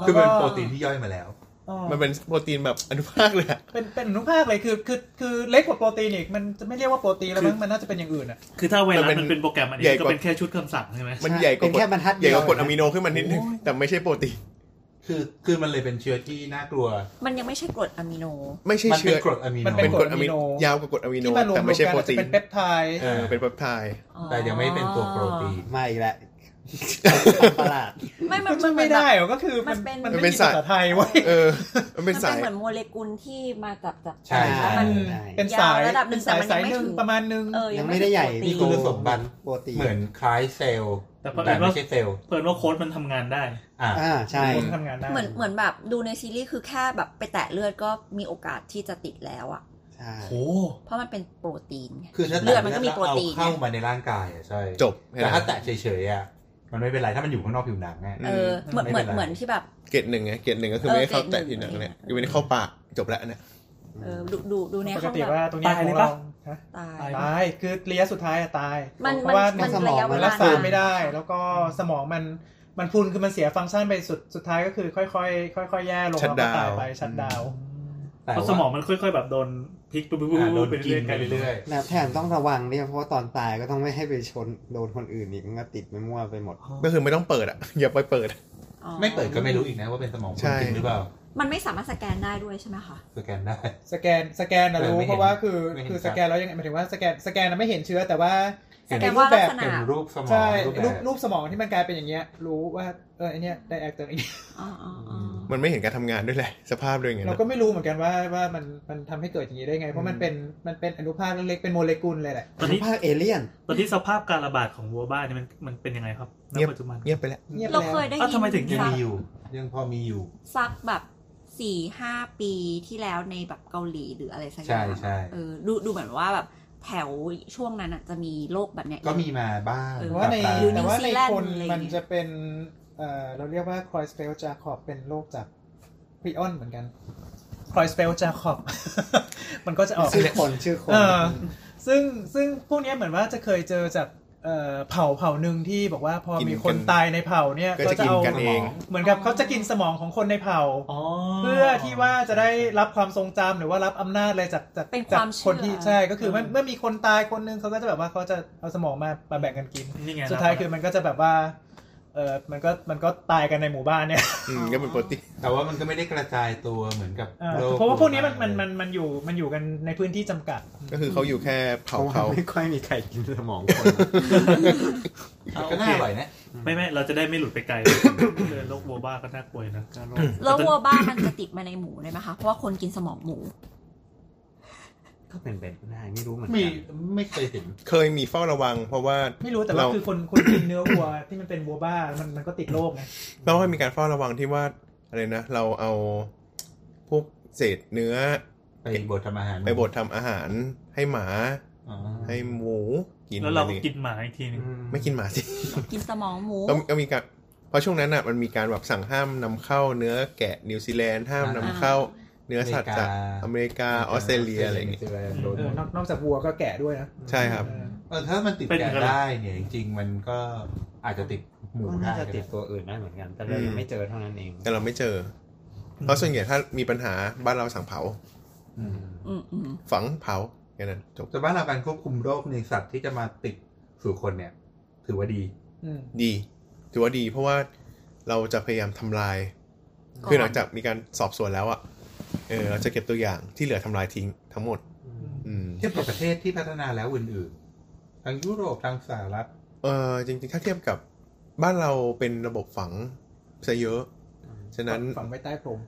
E: ม
G: คือมันเป็นโปรตีนที่ย่อยมาแล้ว
F: อ๋อ
E: มันเป็นโปรตีนแบบอนุภาคเลยอะ
F: เป็นเป็นอนุภาคเลยคือคือคือเล็กกว่าโปรตีนอีกมันจะไม่เรียกว่าโปรตีนแล้วมั้งมันน่าจะเป็นอย่างอื่นอะ
C: คือถ้าไวรัสมันเป็นโปรแกรมอันนี้ก็เป็นแค่ชุดคำสั่งใช่ไหม
E: มันใหญ่ก
D: เป็
E: ว่านก
D: แค่
E: ด
D: บรรทัด
E: ใหญ่
D: เดียว
E: กว่ากดอะมิโนขึ้นมานิดนึงแต่ไม่ใช่โปรตีน
G: คือคือมันเลยเป็นเชื้อที่น่ากลัว
B: มันยังไม่ใช่กรดอะมิโน
E: ไม่ใช่
G: มันเป็
E: เชื้
G: น
E: อก
G: รดอะมิโน
F: มันเป็
E: เป็น น
F: ก
E: ก
F: ร
E: ร
F: ด
E: ด
F: อะ
E: อะ
F: มิ
E: มิ
F: โน
E: โนยาวกว่ากรดอะมิโน
F: ที่มารวม
E: แต่
F: ๆ
E: ไม่ใช่
F: กัน
E: โปร
F: อาจ
E: ตี
F: จะ
E: น
F: เป็นเปปไทด์
E: เออเป็นแบบไทย
G: แต่ยังไม่เป็นตัวโปรตีน
D: มาอีกแล้วประหลาด
B: ไม่มัน
F: มันไม่ได้
B: แบบ
F: เหรอก็คือมัน
B: มันเป็น
F: มันไม่มีภาษาไทยเว้ย
E: เออ มัน
B: มั
E: เป็น น
B: เป็
E: สาน ย
B: เหมือนโมเลกุลที่มาจากจาก
G: ใช่
D: ใช่
F: มัน
D: ใช่
F: เป็นสาย
B: ยาวระดับหนึ่
F: เป็น
B: ง
F: สาย
B: แต่
F: สาย
B: มัน
F: ห
B: ยังไม่
F: นึ่ง
B: ถึง
F: ประมาณหนึ่ง
B: เออ
D: ยังไม่ได้ใหญ่
B: นี่
G: คือสมบัติ
D: โปรตีน
G: เหมือนคล้ายเซลล์
C: แต่เพิ่
G: แต่
C: น
G: ไม่
C: ว่า
G: ใช่เซลล์
C: เพิ่นว่าโค้ดมันทำงานได้
G: อ่า
D: อ่าใช่
F: คนทำงานได้
B: เหมือนเหมือนแบบดูในซีรีส์คือแค่แบบไปแตะเลือดก็มีโอกาสที่จะติดแล้วอ่ะ
D: ใช่
C: โอ้
B: เพราะมันเป็นโปรตีนไง
G: คือถ้า
B: เลือดมันก็มี
G: แล้
B: โปร
G: วเอา
B: ตีน
G: เข้ามาในร่างกายอ่ะใช่
E: จบ
G: แต่ถ้าแตะเฉยๆอ่ะมันไม่เป็นไรถ้ามันอยู่ข้างนอกผิวหนังอ่ะ
B: เออเหมือน
G: ไม่
B: เห
G: เป็
B: มือน นเห
G: ไร
B: มือนที่แบบ
E: เกรดหนึ่งไงเกรดหนึ่งก็คือไม่ได้เข้า
B: เออเกรดหนึ่
E: แตะ
B: ง
E: ที่หนังเนี่ยยังไม่ได้เข้าปากจบแล้วอันเนี่ย
B: เออดูดูดูใน
F: ป
B: ห้
F: ก
B: อง
F: ติ
B: แบบ
F: ว่าตรงเนี้ย
C: ตาย
F: ข
C: เล
F: อย งเรา
C: ปะ
F: ฮะ
B: ตาย
F: ตายคือระยะสุดท้ายอะตาย
B: มัน
F: เพราะว่า
B: มัน
F: สมอ
B: มันระ
F: ง
B: ยะเวลามั
F: มันรักษา
B: าน
F: ไม่ได้ แล้วก็สมองมันมันพรุนคือมันเสียฟังก์ชันไปสุดสุดท้ายก็คือค่อยๆค่อยๆแย่ลง
E: ชั
F: แล้ว
E: ต
F: ก็
E: ดาวน์
F: ตายไปชัดดาวน์
G: แต่
C: เพราะ
G: ว่า
C: สมองมันค่อยๆแบบโดนพลิกปุ๊บปุ๊บปุ๊บ
G: อ่าโดน
C: ไป
G: กิน
C: เรื่อยๆ
G: ไป
C: กันเรื่
G: เรื่
C: อ
G: อย ย
D: แลวแถมต้องระวังด้วยเพราะว่าตอนตายก็ต้องไม่ให้ไปชนโดนคนอื่นอีกมันก็ติดไปมั่วไปหมด
E: ก็คือไม่ต้องเปิดอ่ะ อย่าไปเปิด
B: อ๋อ
G: ๆ ไม่เปิดก็ไม่รู้อีกนะว่าเป็นสมองคุ
E: ใช่
G: ณจริงหรือเปล่า
B: มันไม่สามารถสแกนได้ด้วยใช่ไหมคะ
G: สแกนได้
F: สแกนสแกนนะรู้
G: เออไม่
F: เพ
G: เห็น
F: ราะว่าคือ
G: ไม่เห็น
F: คือ
G: ค
F: ส
G: รับ
F: แกนแล้วยังไงหมายถึงว่าสแกนสแกนน่ะไม่เห็นเชื้อแต่ว่า
B: สแกนว่าลักษณะ
G: เห็นรูปสมอง
F: ใช่
G: รูปแบ
F: รูป
G: บ
F: รูปสมองที่มันกลายเป็นอย่างเงี้ยรู้ว่าเออไอเนี้ยไดแอคเตอร์ไอเนี้ย
B: อ๋ออ๋ออ๋อ
E: มันไม่เห็นการทำงานด้วยแหละ สภาพด้วยไง
F: เราก็ไม่รู้เหมือนกันว่าว่ามันมันทำให้เกิดอย่างนี้ได้ไง เพราะมันเป็นมันเป็นอนุภาคเล็กๆเป็นโมเลกุลเลยแหละ
C: ๆตอนนี้
D: ภาคเอเลี่ยน
C: ตอนนี้สภาพการระบาดของวัวบ้านเนี่ยมันมันเป็นยังไงครับณปัจจุบัน
E: เงียบไปแล้ว
F: เงียบ
B: เรา
F: แล้ว
B: เคยได้ยิ
C: เอ้าทำไมถึง
G: ยัง
B: สัก
G: มีอยู่ยังพอมีอยู่
B: สักแบบสี่ห้าปีที่แล้วในแบบเกาหลีหรืออะไรสักอย่าง
G: ใช่ใช่
B: เออดูดูเหมือนว่าแบบแถวช่วงนั้นอะจะมีโรคแบบเนี้ย
G: ก็มีมาบ้าง
B: เออ
F: แต่ว่าใน
G: ปลย
F: แต่ว่าใน
B: นิวซีแลนด์
F: คน
B: อะไรอย่างเงี้ย
F: มันจะเป็นเอ่อเราเรียกว่าครอยสเปลจาคอบเป็นโรคจากพรีออนเหมือนกันครอยสเปล จาคอบ มันก็จะออก
D: ชื่อคนชื่อคน
F: เออซึ่งซึ่งพวกเนี้ยเหมือนว่าจะเคยเจอจากเอ่อเผ่าเผ่าหนึ่งที่บอกว่าพอมีคน
E: กินกัน
F: ตายในเผ่าเนี่ย
E: ก็
F: ก็
E: จะ
F: จะ
E: กิน
F: เอา
E: กันเอง
F: เหมือนกับเขาจะกินสมองของคนในเผ่า เพื่อที่ว่าจะได้รับความทรงจำหรือว่ารับอำนาจอะไรจากจาก
B: เป็น
F: จาก
B: ความเชื่อ
F: คนที่ใช่ก็คือเมื่อเมื่อมีคนตายคนหนึงเขาก็จะแบบว่าเขาจะเอาสมองมามาแบ่งกันกิน
C: นี่ไง
F: สุดท้ายคือมันก็จะแบบว่าเออมันก็มันก็ตายกันในหมู่บ้านเนี่ย
E: อืมก็เป็นปกติ
G: แต่ว่ามันก็ไม่ได้กระจายตัวเหมือนกับ
F: เออ
G: โค
F: เพราะว่าพวกนี้มันมันมันมันอยู่มันอยู่กันในพื้นที่จำกัด
E: ก็คือเขาอยู่แค่เผา
D: เขาะว่า
E: เขา
D: ไม่ค่อยมีใครกินสมอง คน
C: เอา
G: ก็
C: โอ
G: น่า
C: เค
G: อร่อยนะ
C: ไม่ไม่เราจะได้ไม่หลุดไปไกลเออโรควัวบ้าก็น่ากลัวอยู่นะ
B: แล้ววัวบ้านมันจะติดมาในหมูได้ไหมคะ เพราะว่าคนกินสมองหมู
D: ก็เป็นไปได้ไม่รู้เหมือน
G: มี
D: กัน
G: ไม่เคยเห็น
E: เคยมีเฝ้าระวัง เพราะว่า
F: ไม่รู้แต่ว่า
E: เรา
F: คือคนคนกินเนื้อวัวที่มันเป็นวัวบ้ามันมันก็ติดโรคไง
E: เราให้มีการเฝ้าระวังที่ว่าอะไรนะ เราเอาพวกเศษเนื้อ
G: ไปบททำอาหาร
E: ไปบดทำอาหารให้หมา
G: อ๋อ
E: ให้หมูกิน
C: แล้วเรา
E: อะ
C: ก็
E: ไอย่ง
C: กิ
E: งี้ย
C: นหมาอีกทีหนึง
E: ไม่กินหมาสิ
B: กินสมองหมู
E: ก็ก็มีการเพราะช่วงนั้นอ่ะมันมีการแบบสั่งห้ามนำเข้าเนื้อแกะนิวซีแลนด์ห้ามนำเข้า เนื้อสัตว์จากอเมริกาออสเตรเลียอะไรอย่างเงี้ย
G: นิวซีแลนด์โดน
F: เออนอกนอกจากวัวก็แกะด้วยนะ
E: ใช่ครับ
F: เออ
G: เออถ้ามันติด
C: เป็น
G: แกะ
C: กัน
G: ได้เนี่ยจริง ๆ มันก็อาจจะติดหมู
D: ก็
G: ได้
D: น่าจะ
G: ก็
D: ติ
G: ได้
D: ดตัวอื่นได้เหมือนกัน แต่เรายังไม่เจอเท่านั้นเอง
E: แต่เราไม่เจอ เพราะส่วนใหญ่ถ้ามีปัญหาบ้านเราสั่งเผา
G: อืม
B: อืมอืม
E: ฝังเผาแค่นั้นจบ
G: แต่บ้านเราการควบคุมโรคในสัตว์ที่จะมาติดสู่คนเนี่ย ถือว่าดี
F: อืม
E: ดี ถือว่าดีเพราะว่าเราจะพยายามทำลาย คือหลังจากมีการสอบสวนแล้วอะเออเราจะเก็บตัวอย่างที่เหลือทำลายทิ้งทั้งหมด อืม
G: เทียบกับประเทศที่พัฒนาแล้วอื่นๆทางยุโรปทางสหรัฐ
E: เออจริงๆ ถ้าเทียบกับบ้านเราเป็นระบบฝังซะเยอะ ฉะนั้น
F: ฝังไว้ใต้พรม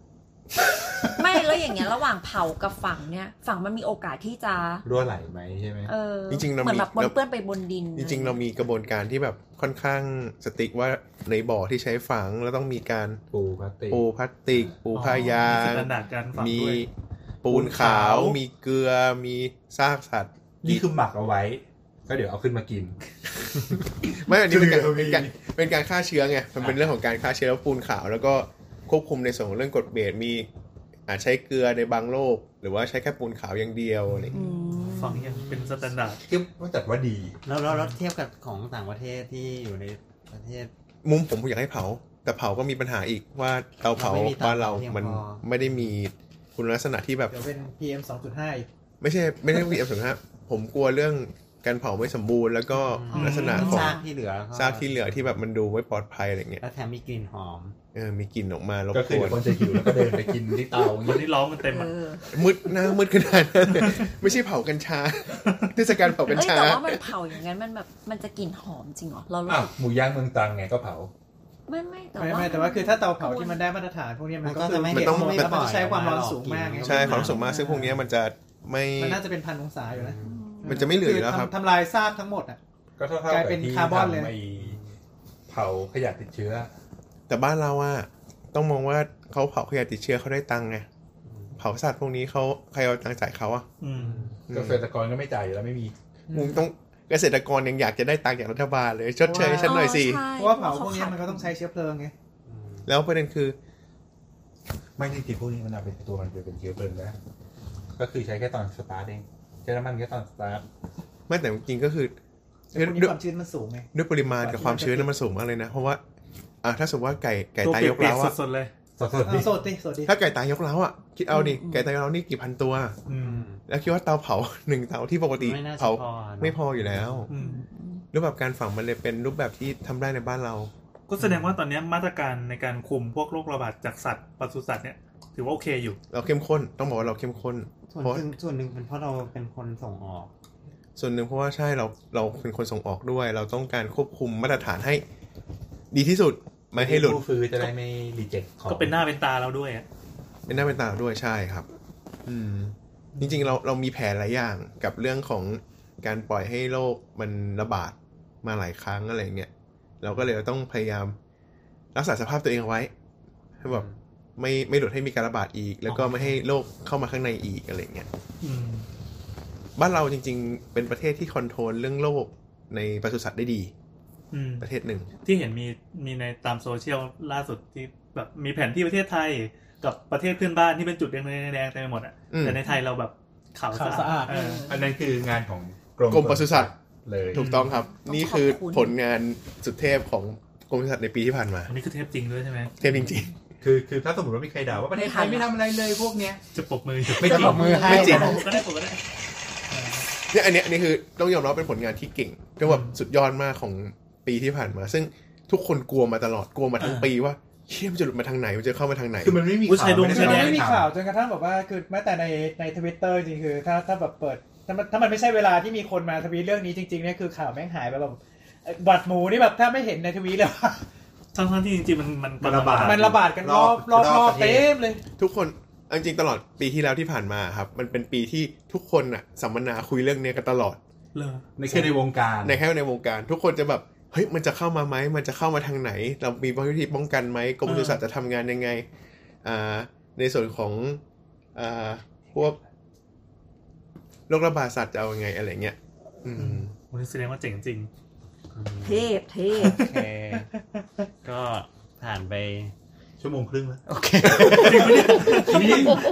B: ไม่แล้วอย่างเงี้ยระหว่างเผากับฝังเนี่ยฝังมันมีโอกาสที่จะ
G: รั่วไหลไหมใช่ไหม
B: เออ
E: จริงๆเรา
B: เหมือ
E: มี
B: นแบบปนเปื้อนไปบนดิน
E: จริงๆ เรา
B: อะไ
E: มีกระบวนการที่แบบค่อนข้างสติ๊กว่าในบ่อที่ใช้ฝังแล้วต้องมีการ
G: ปูพลาสติก
E: ปูพลาสติก ปูผ้ายา
C: มี
E: ง
C: สแตนดาร์ดการฝัง
E: มี
C: ด้วย
E: ปูนขา
G: ปูนขาว ว
E: มีเกลือ มีซากสัตว์
G: นี่คือหมักเอาไว้ ก็เดี๋ยวเอาขึ้นมากิน
E: ไม่ อันนี้เป็นการ
G: เกลือมี
E: เป็นการเป็นการฆ่าเชื้อไง มันเป็นเรื่องของการฆ่าเชื้อแล้วปูนขาว แล้วก็ควบคุมในส่วนของเรื่องกฎเบสมีอาจใช้เกลือในบางโลก หรือว่าใช้แค่ปูนขาวอย่างเดียวอะไรอย่าง
B: อื
E: เงี้ย
B: ม
C: ฝังอย่างเป็นสแตนดาร์ด
G: เทียบว่าจัดว่าดี
D: แล้วแล้วแล้วเทียบกับของต่างประเทศที่อยู่ในประเทศ
E: มุมผมผมอยากให้เผา แต่เผาก็มีปัญหาอีกว่าเตาเผา
D: เราไม่มีเตา
E: บ้านเรา
D: เผาเพียง
E: มัน
D: พอ
E: ไม่ได้มีคุณลักษณะที่แบบ
F: เดี๋ยวเป็น PM 2.5อีก
E: ไม่ใช่ไม่ได้มีอันสำคัญผมกลัวเรื่องการเผาไม่สมบูรณ์ แล้วก็ลักษณะของ
D: ซากที่เหลือก็
E: ซากที่เหลือที่แบบมันดูไม่ปลอดภัยอะไรเงี้ย
D: แล้วแถมมีกลิ่นหอม
E: เออ มีกลิ่นออกมารบ
G: ก็
E: ก
G: คือ
E: ว
G: เดี๋
E: น
G: ยวคนจะหิวแล้วก็เดินไปกินที่เตาอย่าง
C: วัน
G: นี้
C: นี้ร้องกันเต็มอะ
B: เออ
E: มืดหน้ามืดขนาดนั้นเลยไม่ใช่เผากัญชา เทศกาลเผากัญ
B: เอ้ย
E: ชา
B: แต่ว่ามันเผาอย่างนั้นมันแบบมันจะกลิ่นหอมจริงเหรอเรารู้
G: อ้าว
B: สึก
G: หมูย่างเมืองตรังไงก็เผา
B: ไม่ไม่แต่
F: ไม่
B: ว่า
F: ไม่แต่ว่าคือถ้าเตาเผาที่มันได้มาตรฐานพวกเนี้ยมันก็
D: มัน
F: คือ
D: ก็จะไม่
F: เก็บ
E: มันต้อง
F: ไม่
D: ไม่ปล่อย
F: ใช้ความร้อน
D: ออกมา
F: สูงมากไง
E: ใช่
D: ห
E: ความรู้สึกมากซึ่งพวกเนี้ยมันจะไม่
F: มันน่าจะเป็นพันองศาอยู่นะ
E: มันจะไม่เหลืออยู่แล้วครับ
F: ทำทำลายซากทั้งหมดอ่ะ
G: ก็เท่าๆ
F: กลา
G: กั
F: ย
G: บ
F: เป็น
G: ที่
F: คาร์บอนเลย
G: ทำไอ้เผาขยะติดเชื้อ
E: แต่บ้านเราอะต้องมองว่าเขาเผาขยะติดเชื้อเขาได้ตังค์ไงเผาสัตว์พวกนี้เขาใครเอาตังค์จ่ายเขาอะ
C: อืม
G: เกษตรกรก็ไม่จ่ายอยู่แล้วไม่มี
E: มึงต้องเกษตรกรยังอยากจะได้ตังค์จากรัฐบาลเลยชดเชยให้ฉันหน่อยสิ
B: ใช่
F: เพราะว่าเผาพวกเนี้ยมันก็ต้องใช้เชื้อเพลิงไง
E: แล้วประเด็นคือ
G: ไม่จริงๆพวกนี้มันเอาเป็นตัวมันไปเป็นเชื้อเพลิงได้ ก็คือใช้แค่ตอนสตาร์ทเองใช้น้ำมันแค่ตอนสตาร์ท
E: ไม่แต่จริงๆก็คือ
F: แต่คนนี้
E: ด้วย
F: ความชื้นมันสูงไง
E: ด้วยปริมาณกับความชื้นนั้นมันสูงมากเลยนะ เพราะว่าอ่ะถ้าสมมติว่าไก่ไก่ตายยก
C: เปียก
E: เล้าอะ
C: ๆสดๆเลย
G: สดๆดิ
F: สดดิสดดิ
E: ถ้าไก่ตายยกเล้าอะคิดเอาดิ
B: อืม
E: ไก่ตายยกเล้านี่กี่พันตัว
C: อืม
E: แล้วคิดว่าเตาเผา หนึ่งเตาที่ปกติ
H: ไม่น่าจะ
E: เผา
H: พอเนอะ
E: ไม่พออยู่แล้ว
C: อืม
E: รูปแบบการฝังมันเลยเป็นรูปแบบที่ทำได้ในบ้านเรา
C: ก็แสดงว่าตอนเนี้ยมาตรการในการคุมพวกโรคระบาดจากสัตว์ปศุสัตว์เนี่ย ถือว่าโอเคอยู่
E: เราเข้มข้นต้องบอกว่าเราเข้มข้น
H: ส่วน
E: เพราะ
H: หนึ่งส่วนหนึ่งเป็นเพราะเราเป็นคนส่งออก
E: ส่วนหนึ่งเพราะว่าใช่เราเราเป็นคนส่งออกด้วย เราต้องการควบคุมมาตรฐานให้ ดีที่สุดไม่ให้หลุด
G: ผู้ฟื้นจะได้ไม่รีเจ็คของ
C: ก็เป็นหน้าเป็นตาเราด้วยอะ
E: เป็นหน้าเป็นตาเราด้วยใช่ครับ อืม จริงๆเราเรามีแผนหลายอย่างกับเรื่องของการปล่อยให้โรคมันระบาดมาหลายครั้งอะไรอย่างเงี้ยเราก็เลยต้องพยายามรักษาสภาพตัวเองเอาไว้ให้แบบไม่ไม่หลุดให้มีการระบาดอีก แล้วก็ไม่ให้โรคเข้ามาข้างในอีกอะไรอย่างเงี้ย
C: อืม
E: บ้านเราจริง ๆ เป็นประเทศที่คอนโทรลเรื่องโรคในปศุสัตว์ได้ดี
C: อืม
E: ประเทศหนึ่ง
C: ที่เห็นมีมีในตามโซเชียลล่าสุดที่แบบมีแผนที่ประเทศไทยกับประเทศเพื่อนบ้านที่เป็นจุดแดงๆแดงๆเต็มไปหมดอ่ะ
E: อืม
C: แต่ในไทยเราแบบขาว
F: ขาวสะ
C: สะ
F: อาด
C: อาดเออ
G: อันนั้นคืองานของกรม
E: กรมปศุสัตว์
G: เลย
E: ถูกต้องครับ
B: ต้อง
E: นี่คือ
B: ขอบคุณ
E: ผลงานสุดเทพของกรมปศุสัตว์ในปีที่ผ่านมา
C: อันนี้คือเทปจริงด้วยใช่ไหม
E: เทพจริง
G: คือคือถ้าสมมติว่ามีใครด่าว่าประเทศไทยไม่ทำอะไรเลยพวกเนี้ย
C: จะปรบมือ
G: ไม่จริง
F: มือให้
E: ไม่จริง
C: ก็ได้ปรบก็ได้
E: ๆเนี่ยอันเนี้ยอันนี้คือต้องยอมรับเป็นผลงานที่เก่งก็แบบสุดยอดมากของปีที่ผ่านมา ซึ่งทุกคนกลัวมาตลอดกลัวมาทั้งปีว่าเชี่ยมันจะหลุดมาทางไหนมันจะเข้ามาทางไหน
G: คือมันไม่มี
C: ผู้ชายดวง
G: ไม่
C: ชายแดง
F: ไม่มีข่าวจนกระทั่งแบบว่าคือแม้แต่ในในทวิตเตอร์จริงๆคือถ้าถ้าแบบเปิดถ้ามันถ้ามันไม่ใช่เวลาที่มีคนมาทวีตเรื่องนี้จริงๆเนี่ยคือข่าวแม่งหายไปแบบเอ่อบัตรหมูนี่แบบถ้าไม่เห็นในทวีตเลยว่ะ
C: ทั้งทั้งๆที่จริงๆมันมัน
G: มันระบาด
F: มันระบาดกันรอบรอบรอบเต็มเลย
E: ทุกคนเอาจริงๆตลอดปีที่แล้วที่ผ่านมาครับ มันเป็นปีที่ทุกคนอะสัมมนาคุยเรื่องเนี้ยกันตลอด
C: เลย
G: ไม่ใช่ในวงการ
E: ในแค่ในวงการ ทุกคนจะแบบเฮ้ยมันจะเข้ามาไหมมันจะเข้ามาทางไหน เรามีวิธีป้องกันไหมกรมปศุสัตว์จะทำงานยังไงอ่าในส่วนของอ่าพวกโรคระบาดสัตว์จะเอายังไงอะไรเงี้ยอื
C: อื
E: ม
C: ม มันแสดงว่าเจ๋งจริง
B: เทพเทพ
H: โอเค ก็ผ่านไป
G: ชั่วโมงครึ่งแล้ว
H: โอเค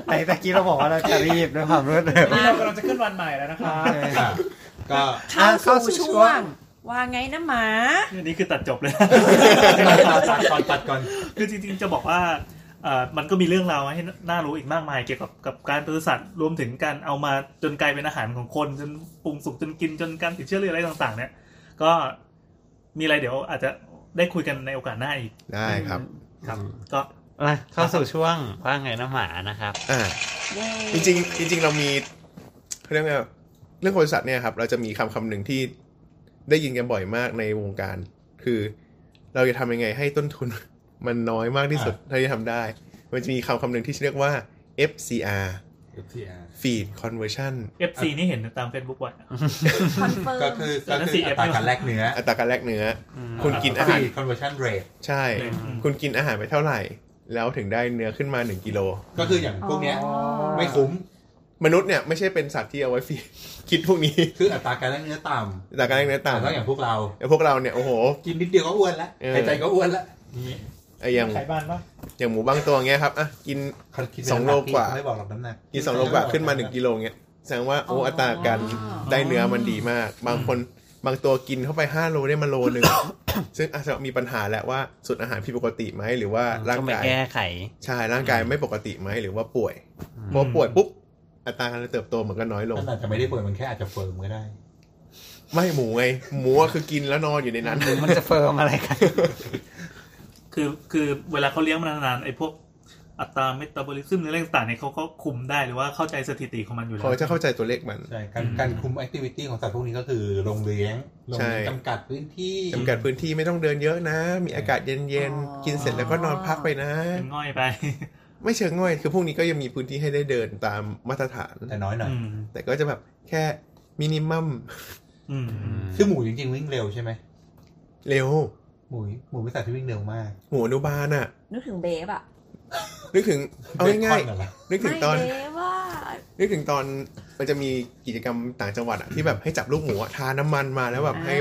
H: ไหนตะกี้เราบอกว่าเราจะรีบด้วยความรวดเร็ว
F: นี่เรากำลังจะขึ้นวันใหม่แล้วนะคะ
G: อ่ะก็
B: เข้าสู่ช่วงว่าไงนะหมา
C: อันนี้คือตัดจบเลย
G: ตัดก่อนตัดก่อน
C: คือจริงๆจะบอกว่าเอ่อมันก็มีเรื่องราวให้น่ารู้อีกมากมาย เกี่ยวกับกับการปศุสัตว์รวมถึงการเอามาจนกลายเป็นอาหารของคนจนปรุงสุกจนกินจนการติดเชื้อหรืออะไรต่าง ๆ เนี่ย ก็มีอะไรเดี๋ยวอาจจะได้คุยกันในโอกาสหน้าอีก
E: ได้ครับ
C: ครับ ก็
H: มาเข้าสู่ช่วงว่าไงนะหมานะครับ
E: อ่า จริงๆจริง ๆ เรามีเขาเรียกไงอะเรื่องบริษัทเนี่ยครับ เราจะมีคำคำหนึ่งที่ได้ยินกันบ่อยมากในวงการ คือ เราจะทำยังไงให้ต้นทุน มันน้อยมากที่สุดเท่าที่ทำได้ มันจะมีคำคำหนึ่งที่เรียกว่า FCR
G: เดี๋ยวเสีย
E: Feed Conversion
C: เอฟซีนี่เห็นตามเฟซบุ๊กไว้
B: คอนเฟิร์
G: ก็
B: ม
G: คือก็คืออัตราการแลกเนื้อ
E: อัตราการแลกเนื้อ คุณกินอาหาร
G: คอนเวอร์ชันเรท
E: ใช่
C: อืม
E: คุณกินอาหารไปเท่าไหร่ แล้วถึงได้เนื้อขึ้นมา 1กิโล
G: ก็คืออย่างพวกเนี้ย
B: อ๋อ
G: ไม่คุ้ม
E: มนุษย์เนี่ยไม่ใช่เป็นสัตว์ที่เอาไว้ฟีดคิ ดพวกนี้
G: คืออัตราการแลกเนื้อต่ำ
E: อัตราการแลกเนื้อต่ำ
G: แล้วอย่างพวกเรา
E: ไอ้พวกเราเนี่ยโอ้โห
G: กินนิดเดียวก็อ้วนแล้ว
E: เออ
G: หายใจก็อ้วนแล้ว
E: ไอ้อย่าง
F: ขายบ้านปะ
E: อย่างหมูบางตัวเงี้ยครับอ่ะกิน
G: เขาคิด
E: สองโลกว่า
G: ไม่บอกหรอกน้ำหนัก
E: กินสองโลกว่าขึ้นมาหนึ่งกิโลเงี้ยแสดงว่าโอ้อัตราการได้เนื้อมันดีมาก บางคนบางตัวกินเข้าไปห้าโลได้มาโลหนึ่ง ซึ่งอาจจะมีปัญหาแหละว่าสูตรอาหารผิดปกติไหมหรือว่าร่าง
H: ก็ไป
E: กาย
H: แก้ไข
E: ใช่ร่างกายไม่ปกติไหมหรือว่าป่วย
H: อืม
E: พอป่วยปุ๊บอัตราการเติบโตมันก็น้อยลง
G: มันอาจจะไม่ได้เปิดมันแค่อาจจะเฟิร์มก็ได้
E: ไม่หมูไงหมูอะคือกินแล้วนอนอยู่ในนั้น
H: มันจะเฟิร์มอะไรกัน
C: คือคือเวลาเขาเลี้ยงมานานๆไอ้พวกอัตราเมตาบอลิซึมหรืออะไรต่างๆเนี่ยเขาก็คุมได้หรือว่าเข้าใจสถิติของมันอยู่แล้ว
E: เขาจะเข้าใจตัวเลขมัน
G: ใช่การการคุมแอคทิวิตี้ของสัตว์พวกนี้ก็คือโรงเลี้ยงโรงเลี้ยง
E: ใช่
G: จำกัดพื้นที่
E: จำกัดพื้นที่ไม่ต้องเดินเยอะนะ มีอากาศเย็นๆกินเสร็จแล้วก็นอนพักไปนะ
C: เป็นง่อยไป
E: ไม่เชิงง่อยคือพวกนี้ก็ยังมีพื้นที่ให้ได้เดินตามมาตรฐาน
G: แต่น้อยหน่อย
C: อืม
E: แต่ก็จะแบบแค่มินิมัม
C: อืม
G: คือหมูจริงๆวิ่งเร็วใช่ไหม
E: เร็ว
G: หมูหมูเป็นสัตว์ที่วิ่งเร็วมาก
E: หมูอนุบาลน่ะ
B: นึกถึงเบฟอะ
E: นึกถึงเอาง่าย
G: บคอนเหรอ
E: ๆนึกถึงตอน
B: ไม่เบฟว่า
E: นึกถึงตอนมันจะมีกิจกรรมต่างจังหวัดอะที่แบบให้จับลูกหมูอะทาน้ำมันมาแล้วแบบให้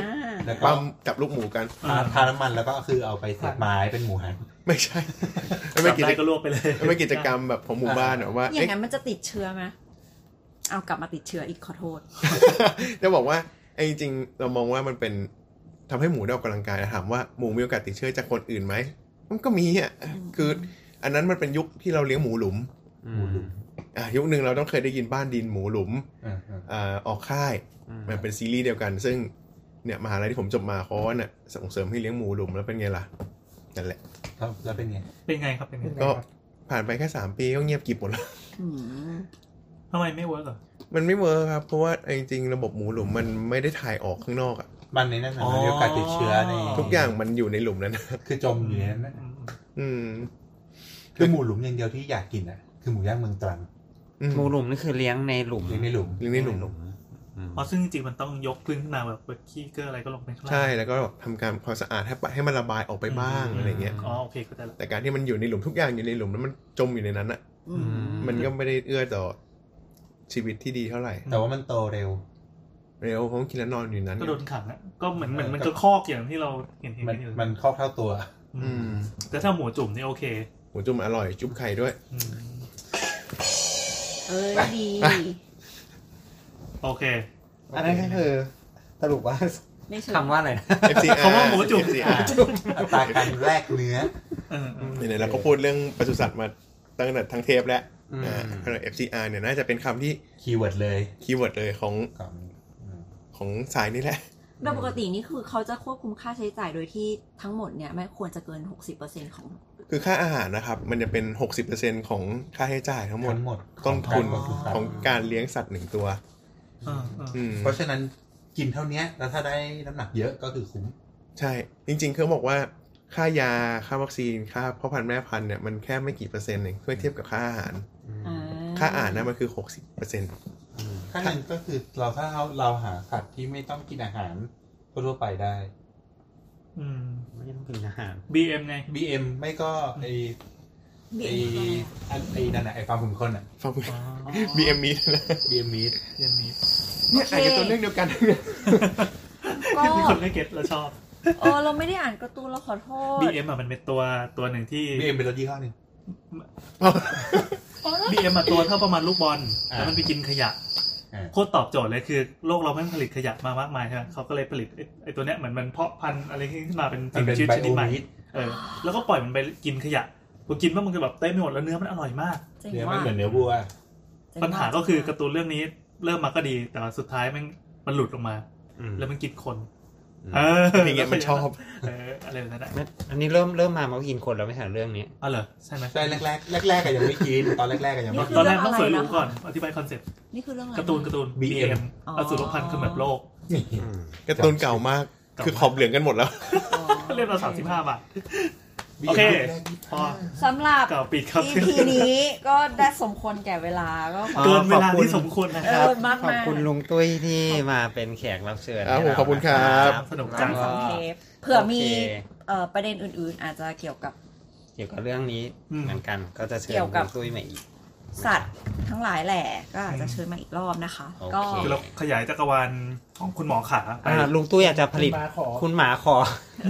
G: แล้วก็
E: ปั๊มจับลูกหมูกัน
G: ทาทาน้ำมันแล้วก็คือเอาไปเสียบไม้เป็นหมูหัน
E: ไม่ใช่ ไม่
C: จับ
E: เป็นกิจ
C: ได้ก็ลวกไปเลย
E: ไม่เป็นกิจกรรมแบบของหมู่บ้านอะว่า
B: อย่า
E: เอ๊ะ
B: งนั้นมันจะติดเชื้อไหม เอากลับมาติดเชื้ออีกขอโทษ
E: จะบอกว่าไอ้จริงๆเรามองว่ามันเป็นทำให้หมูได้ออกกำลังกายนะถามว่าหมูมีโอกาสติดเชื้อจากคนอื่นไหมมันก็มีอ่ะคือ อันนั้นมันเป็นยุคที่เราเลี้ยงหมูหลุม
D: อืม
E: อ่ะยุคหนึ่งเราต้องเคยได้ยินบ้านดินหมูหลุม
G: อ่าอ่า
E: อ่าออกค่าย
D: อืม
E: มันเป็นซีรีส์เดียวกัน ซึ่งเนี่ยมหาลัยที่ผมจบมาเขาก็เนี่ยส่งเสริมให้เลี้ยงหมูหลุมแล้วเป็นไงล่ะนั่นแหละ
G: แล้วแล้วเป็นไง
C: เป็นไงครับเป็นไง
E: ก็ผ่านไปแค่สามปีก็เงียบกริบหมดแล้ว
B: อืม
C: ทำไมไม่เวิร์กเหรอ
E: มันไม่เวิร์คครับ เพราะว่าจริงๆระบบหมูหลุมมันไม่ได้ถ่ายออกข้างนอกอะ
G: มันในนั้นน่ะมันมีโอกาสติดเชื้อใน
E: ทุกอย่างมันอยู่ในหลุมนั้น
G: คือจมอยู่ในนั้นน่ะ
C: อืม
E: อืม
G: คือหมูหลุมอย่างเดียวที่อยากกินอ่ะคือหมูย่างเมืองตรัง
E: อื
D: หมูหลุมนี่คือเลี้ยงในหลุม
G: เลี้ยงในหลุม
E: เลี้ยงในหลุม
D: อืม
C: เพราะซึ่งจริงๆมันต้องยกขึ้นขึ้นมาแบบแบบขี้เกลืออะไรก็ลงไปข้างล่าง
E: ใช่แล้วก็ทำการความสะอาดให้ปะให้มันระบายออกไปบ้างอะไรเงี้ย
C: อ๋อโอเคเข้าใจละ
E: แต่การที่มันอยู่ในหลุมทุกอย่างอยู่ในหลุมแล้วมันจมอยู่ในนั้นอะ
B: อืม
E: มันก็ไม่ได้เอื้อต่อชีวิตที่ดีเท่าไหร่
G: แต่ว่ามันโตเร็ว
E: เร็วเพราะมันกินแล้วนอนอยู่นั้น
C: ก็โดนขังอะก็เหมือนเหมือนมัน
G: เออ
C: ก็คอกอย่างที่เราเห็นเห็น
G: มัน
C: กันอยู่
G: มันครอบเท่าตัว
C: อื
E: อื
C: ม
E: ม
C: แต่ถ้าหมูจุ่มนี่โอเค
E: หมูจุ่มอร่อยจุ๊บไข่ด้วย
C: อืม
B: เอ้ยดี
C: โอเค
D: อันนั้นก็คือสรุปว่า
B: ไม่เชิง
D: คำว่าอะไรนะ
E: FCR
C: คำว่าหมูจุ่ม
E: FCR
G: อัตราการแลกเนื้อ
C: เออเออ
E: ไหนๆเราก็พูดเรื่องปศุสัตว์มาตั้งแต่ทั้งเทปแล้ว
D: อืม
E: อ่าเพราะฉะนั้น FCR เนี่ยน่าจะเป็นคำที่
G: คีย์เวิร์ดเลย
E: คีย์เวิร์ดเลยของ
G: ก่อนอืม
E: ของสายนี่แหละ
B: โดยปกตินี่คือเขาจะควบคุมค่าใช้จ่ายโดยที่ทั้งหมดเนี่ยไม่ควรจะเกิน 60%ของ
E: คือค่าอาหารนะครับ มันจะเป็น 60%ของค่าใช้จ่ายทั้งหมด
G: ทั้งหมด
E: ต้นทุน
G: ของการปศุสัต
E: ของ
G: ว์
E: การเลี้ยงสัตว์หนึ่งตัว
C: เออเออ
E: อืม
G: เพราะฉะนั้นกินเท่าเนี้ยแล้วถ้าได้น้ำหนักเยอะก็คือคุ้ม
E: ใช่ จริงๆเขาบอกว่าค่ายาค่าวัคซีนค่าพ่อพันธุ์แม่พันธุ์เนี่ยมันแค่ไม่กี่เปอร์เซ็นต์เองเมื่อเทียบกับค่าอาหาร
B: อ่
E: ค่าอาหารนะมันคือ 60%เปอร์เซ็นต์
G: ข้างหนึ่งก็คือเราถ้าเราเราหาสัตว์ที่ไม่ต้องกินอาหารทั่วๆไปได้
C: อืม
D: ไม่ต้องกินอาหาร
C: BM ไง
G: BM ไม่ก็ไอ
B: เบีย
G: ไอ
B: ดเบียน
G: อันไอนั่นน่ะไอฟาร์มหุ่นคนอ่ะ
E: ฟัง
C: อ๋อ
E: BM มีนะ
G: BM meat
C: เรียนนี้
E: เนี่ยอาจจะตัวเรื่องเดียวกัน
B: ก็
C: ที่คนไม่เก็ตเราชอบ
B: เออเราไม่ได้อ่านการ์ตูนเราขอโทษ
C: BM อ่ะมันเป็นตัวตัวหนึ่งที่
G: BM เป็นรถยี่ห้อหนึ่ง
C: BM อ่ะตัวเท่าประมาณลูกบอล
G: อ่า
C: แล้วมันไปกินขยะ
G: อ่า
C: โคตรตอบโจทย์เลยคือโลกเราแม่งผลิตขยะมามากมายใช่ไหมเขาก็เลยผลิตไอ้ไอตัวเนี้ยเหมือนมันเพาะพันธุ์อะไรขึ้นมาเป็น
G: มัน
C: สิ่ง
G: เป็น
C: มีชีวิต
G: ไบ
C: ช
G: โอ
C: นิดใหม่
G: มีด
C: เออแล้วก็ปล่อยมันไปกินขยะพอกินว่ามันก็แบบเต็มไปหมดแล้วเนื้อมันอร่อยมาก
B: เจ๋ง
G: เนื้อมั
B: ว่ะ
G: นเหมือนเนื้อวัว
B: เจ๋งว่ะ
C: ปัญหาก็คือการ์ตูนเรื่องนี้เริ่มมาก็ดี แต่ว่าสุดท้ายแมันมันหลุดออกมา
D: อืม
C: แล้วมันกินคน
D: อืม
C: เออ
E: อย่างเงี้ยมันชอบ
C: เอออะไรแบบนั้นอะ
D: ไม่อันนี้เริ่มเริ่มมาเมื่อกินคนแล้วไม่ใช่เรื่องนี้
C: อ๋อเหรอใช่ไหม
G: ใช่แรกแรกแรกแรกๆก็ยังไม่กิน ตอนแรกแรกก็ยังไม่กิน
C: ตอนแรกต้องสวยหรูก่อนอธิบายคอนเซ็ปต์
B: นี่คือเรื่องอะไร
C: การ์ตูนการ์ตูน
G: BM
C: อสุรพันธ์ขมบโลก
E: การ์ตูนเก่ามากคือขอบเหลืองกันหมดแล้ว
B: อ๋อ
C: เล่มละสามสิบห้าบาท
G: BM
C: โอเค
G: แรกๆ
C: พอ
B: สำหรับ
C: เก่าปิดครับ
B: EP นี้ก็ได้สมควรแก่เวลาก็ขอ
C: เกินเวลา
D: ขอบคุณ
C: ที่สมควรนะ
B: เอ
C: ค
B: อ
C: รับ
B: มากๆ
D: ขอบคุณลุงตุ้ยที่มาเป็นแขกรับเชิญ
E: ครับ
D: ให้
E: ผม
D: เา
E: ขอบคุณครับ
D: นะ
C: สนุกจั
B: ทั้
C: ง
B: งสองเทปเผื่อมีเอ่อประเด็นอื่นๆ อาจจะเกี่ยวกับ
D: เกี่ยวกับเรื่องนี้เหมือนกัน ก็จะเชิญ
B: เกี่ยวกับ
D: ลุงตุ้ยมาอีก
B: สัตว์ทั้งหลายแหละก็อาจจะเชิญมาอีกรอบนะคะ
D: โอเค
B: ก็
C: คือเราขยายจักรวาลของคุณหมอขาไป
D: อ่าลุงตุ้ยอาจจะผลิต
F: คุณหมาขอ
D: คุณหมาขอ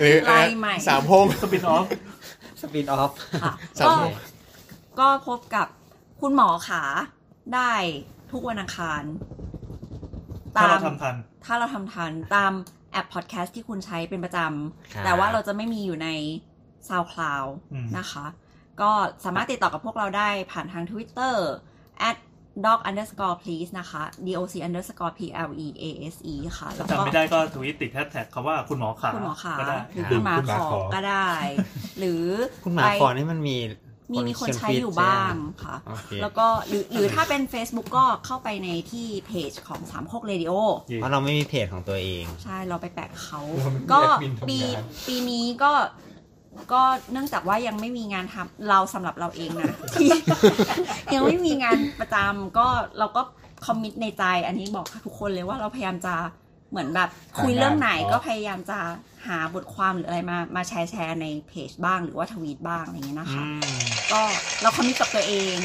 E: หรือ
B: ลายใหม่
E: สามพง
C: สปินออฟ
D: สปีดออฟ
B: ค่ะ
E: สาม
B: ก็
E: โมง
B: ก็พบกับคุณหมอขาได้ทุกวันอังคาร
C: ถ้าเราทำทัน
B: ถ้าเราทำทันตามแอปพอดแคสต์ที่คุณใช้เป็นประจ
D: ครับ
B: ำ แต่ว่าเราจะไม่มีอยู่ใน SoundCloud
C: อืม
B: นะคะ ก็สามารถติดต่อกับพวกเราได้ผ่านทาง Twitter at dog underscore please นะคะ doc underscore please ค่ะ แล้วก็
C: จำไม่ได้ก็ทวิตติดแฮชแท็กคำว่าคุณหมอขา
B: คุณหมอขา
C: ก็ได้
B: หรือคุณหมา
G: คุณหมา
B: ข
G: ข
B: อ
G: อ
B: ก็ได้ หรือ
D: คุณหมา
B: ไป
D: ขอนี่มันมี
B: มีมีคน
D: เขี
B: ใช้
D: ฟีด
B: อยู่บ้าง
D: ใช่ไหม
B: ค่ะ
D: โอเค
B: แล้วก็หรือหรือถ้าเป็น Facebook ก็เข้าไปในที่เพจของสามโคกเรดิโอ
C: เย่
D: เพราะเราไม่มีเพจของตัวเอง
B: ใช่เราไปแปะเขา
G: เราเป็น
B: ก็
G: แอดมินทำงาน
B: ปีปีนี้ก็ก็เนื่องจากว่ายังไม่มีงานทำเราสำหรับเราเองนะ ที่ยังไม่มีงานประจำก็เราก็คอมมิตในใจ อันนี้บอกทุกคนเลยว่าเราพยายามจะเหมือนแบบคุยเรื่องไหนก็พยายามจะหาบทความหรืออะไรมามาแชร์แชร์ในเพจบ้างหรือว่าทวีตบ้างอะไรอย่างเงี้ยนะ
C: อื
B: คะ
C: ม
B: ก็เราคอมมิตกับตัวเอง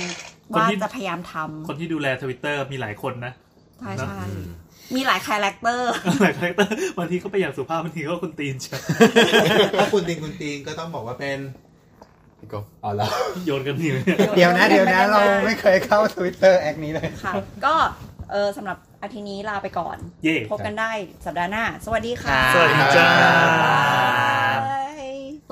C: คน
B: ว่า
C: ที่
B: จะพยายามท
C: คนที่ดูแลทวิตเตอร์มีหลายคนนะ
B: ำใช่
C: เนอะ
B: ใช่ มีหลายคาแรคเตอร์
C: หลายคาแรคเตอร์บางทีก็ไปอย่างสุภาพบางทีก็คนตีนเชียว
G: ถ้าคุณติงคุณติงก็ต้องบอกว่าเป็น
E: พี่ก๊อฟ
G: อ๋อเหรอ
C: โยนกันอยู่
D: เดี๋ยวนะเดี๋ยวนะเราไม่เคยเข้าทวิตเตอร์แอคนี้เลย
B: ค่ะ ก็เออสำหรับอาทิตย์นี้ลาไปก่อน
C: เย่
B: พบกันได้สัปดาห์หน้า สวัสดีค่ะ
C: สวัสดีครับ
E: จ้า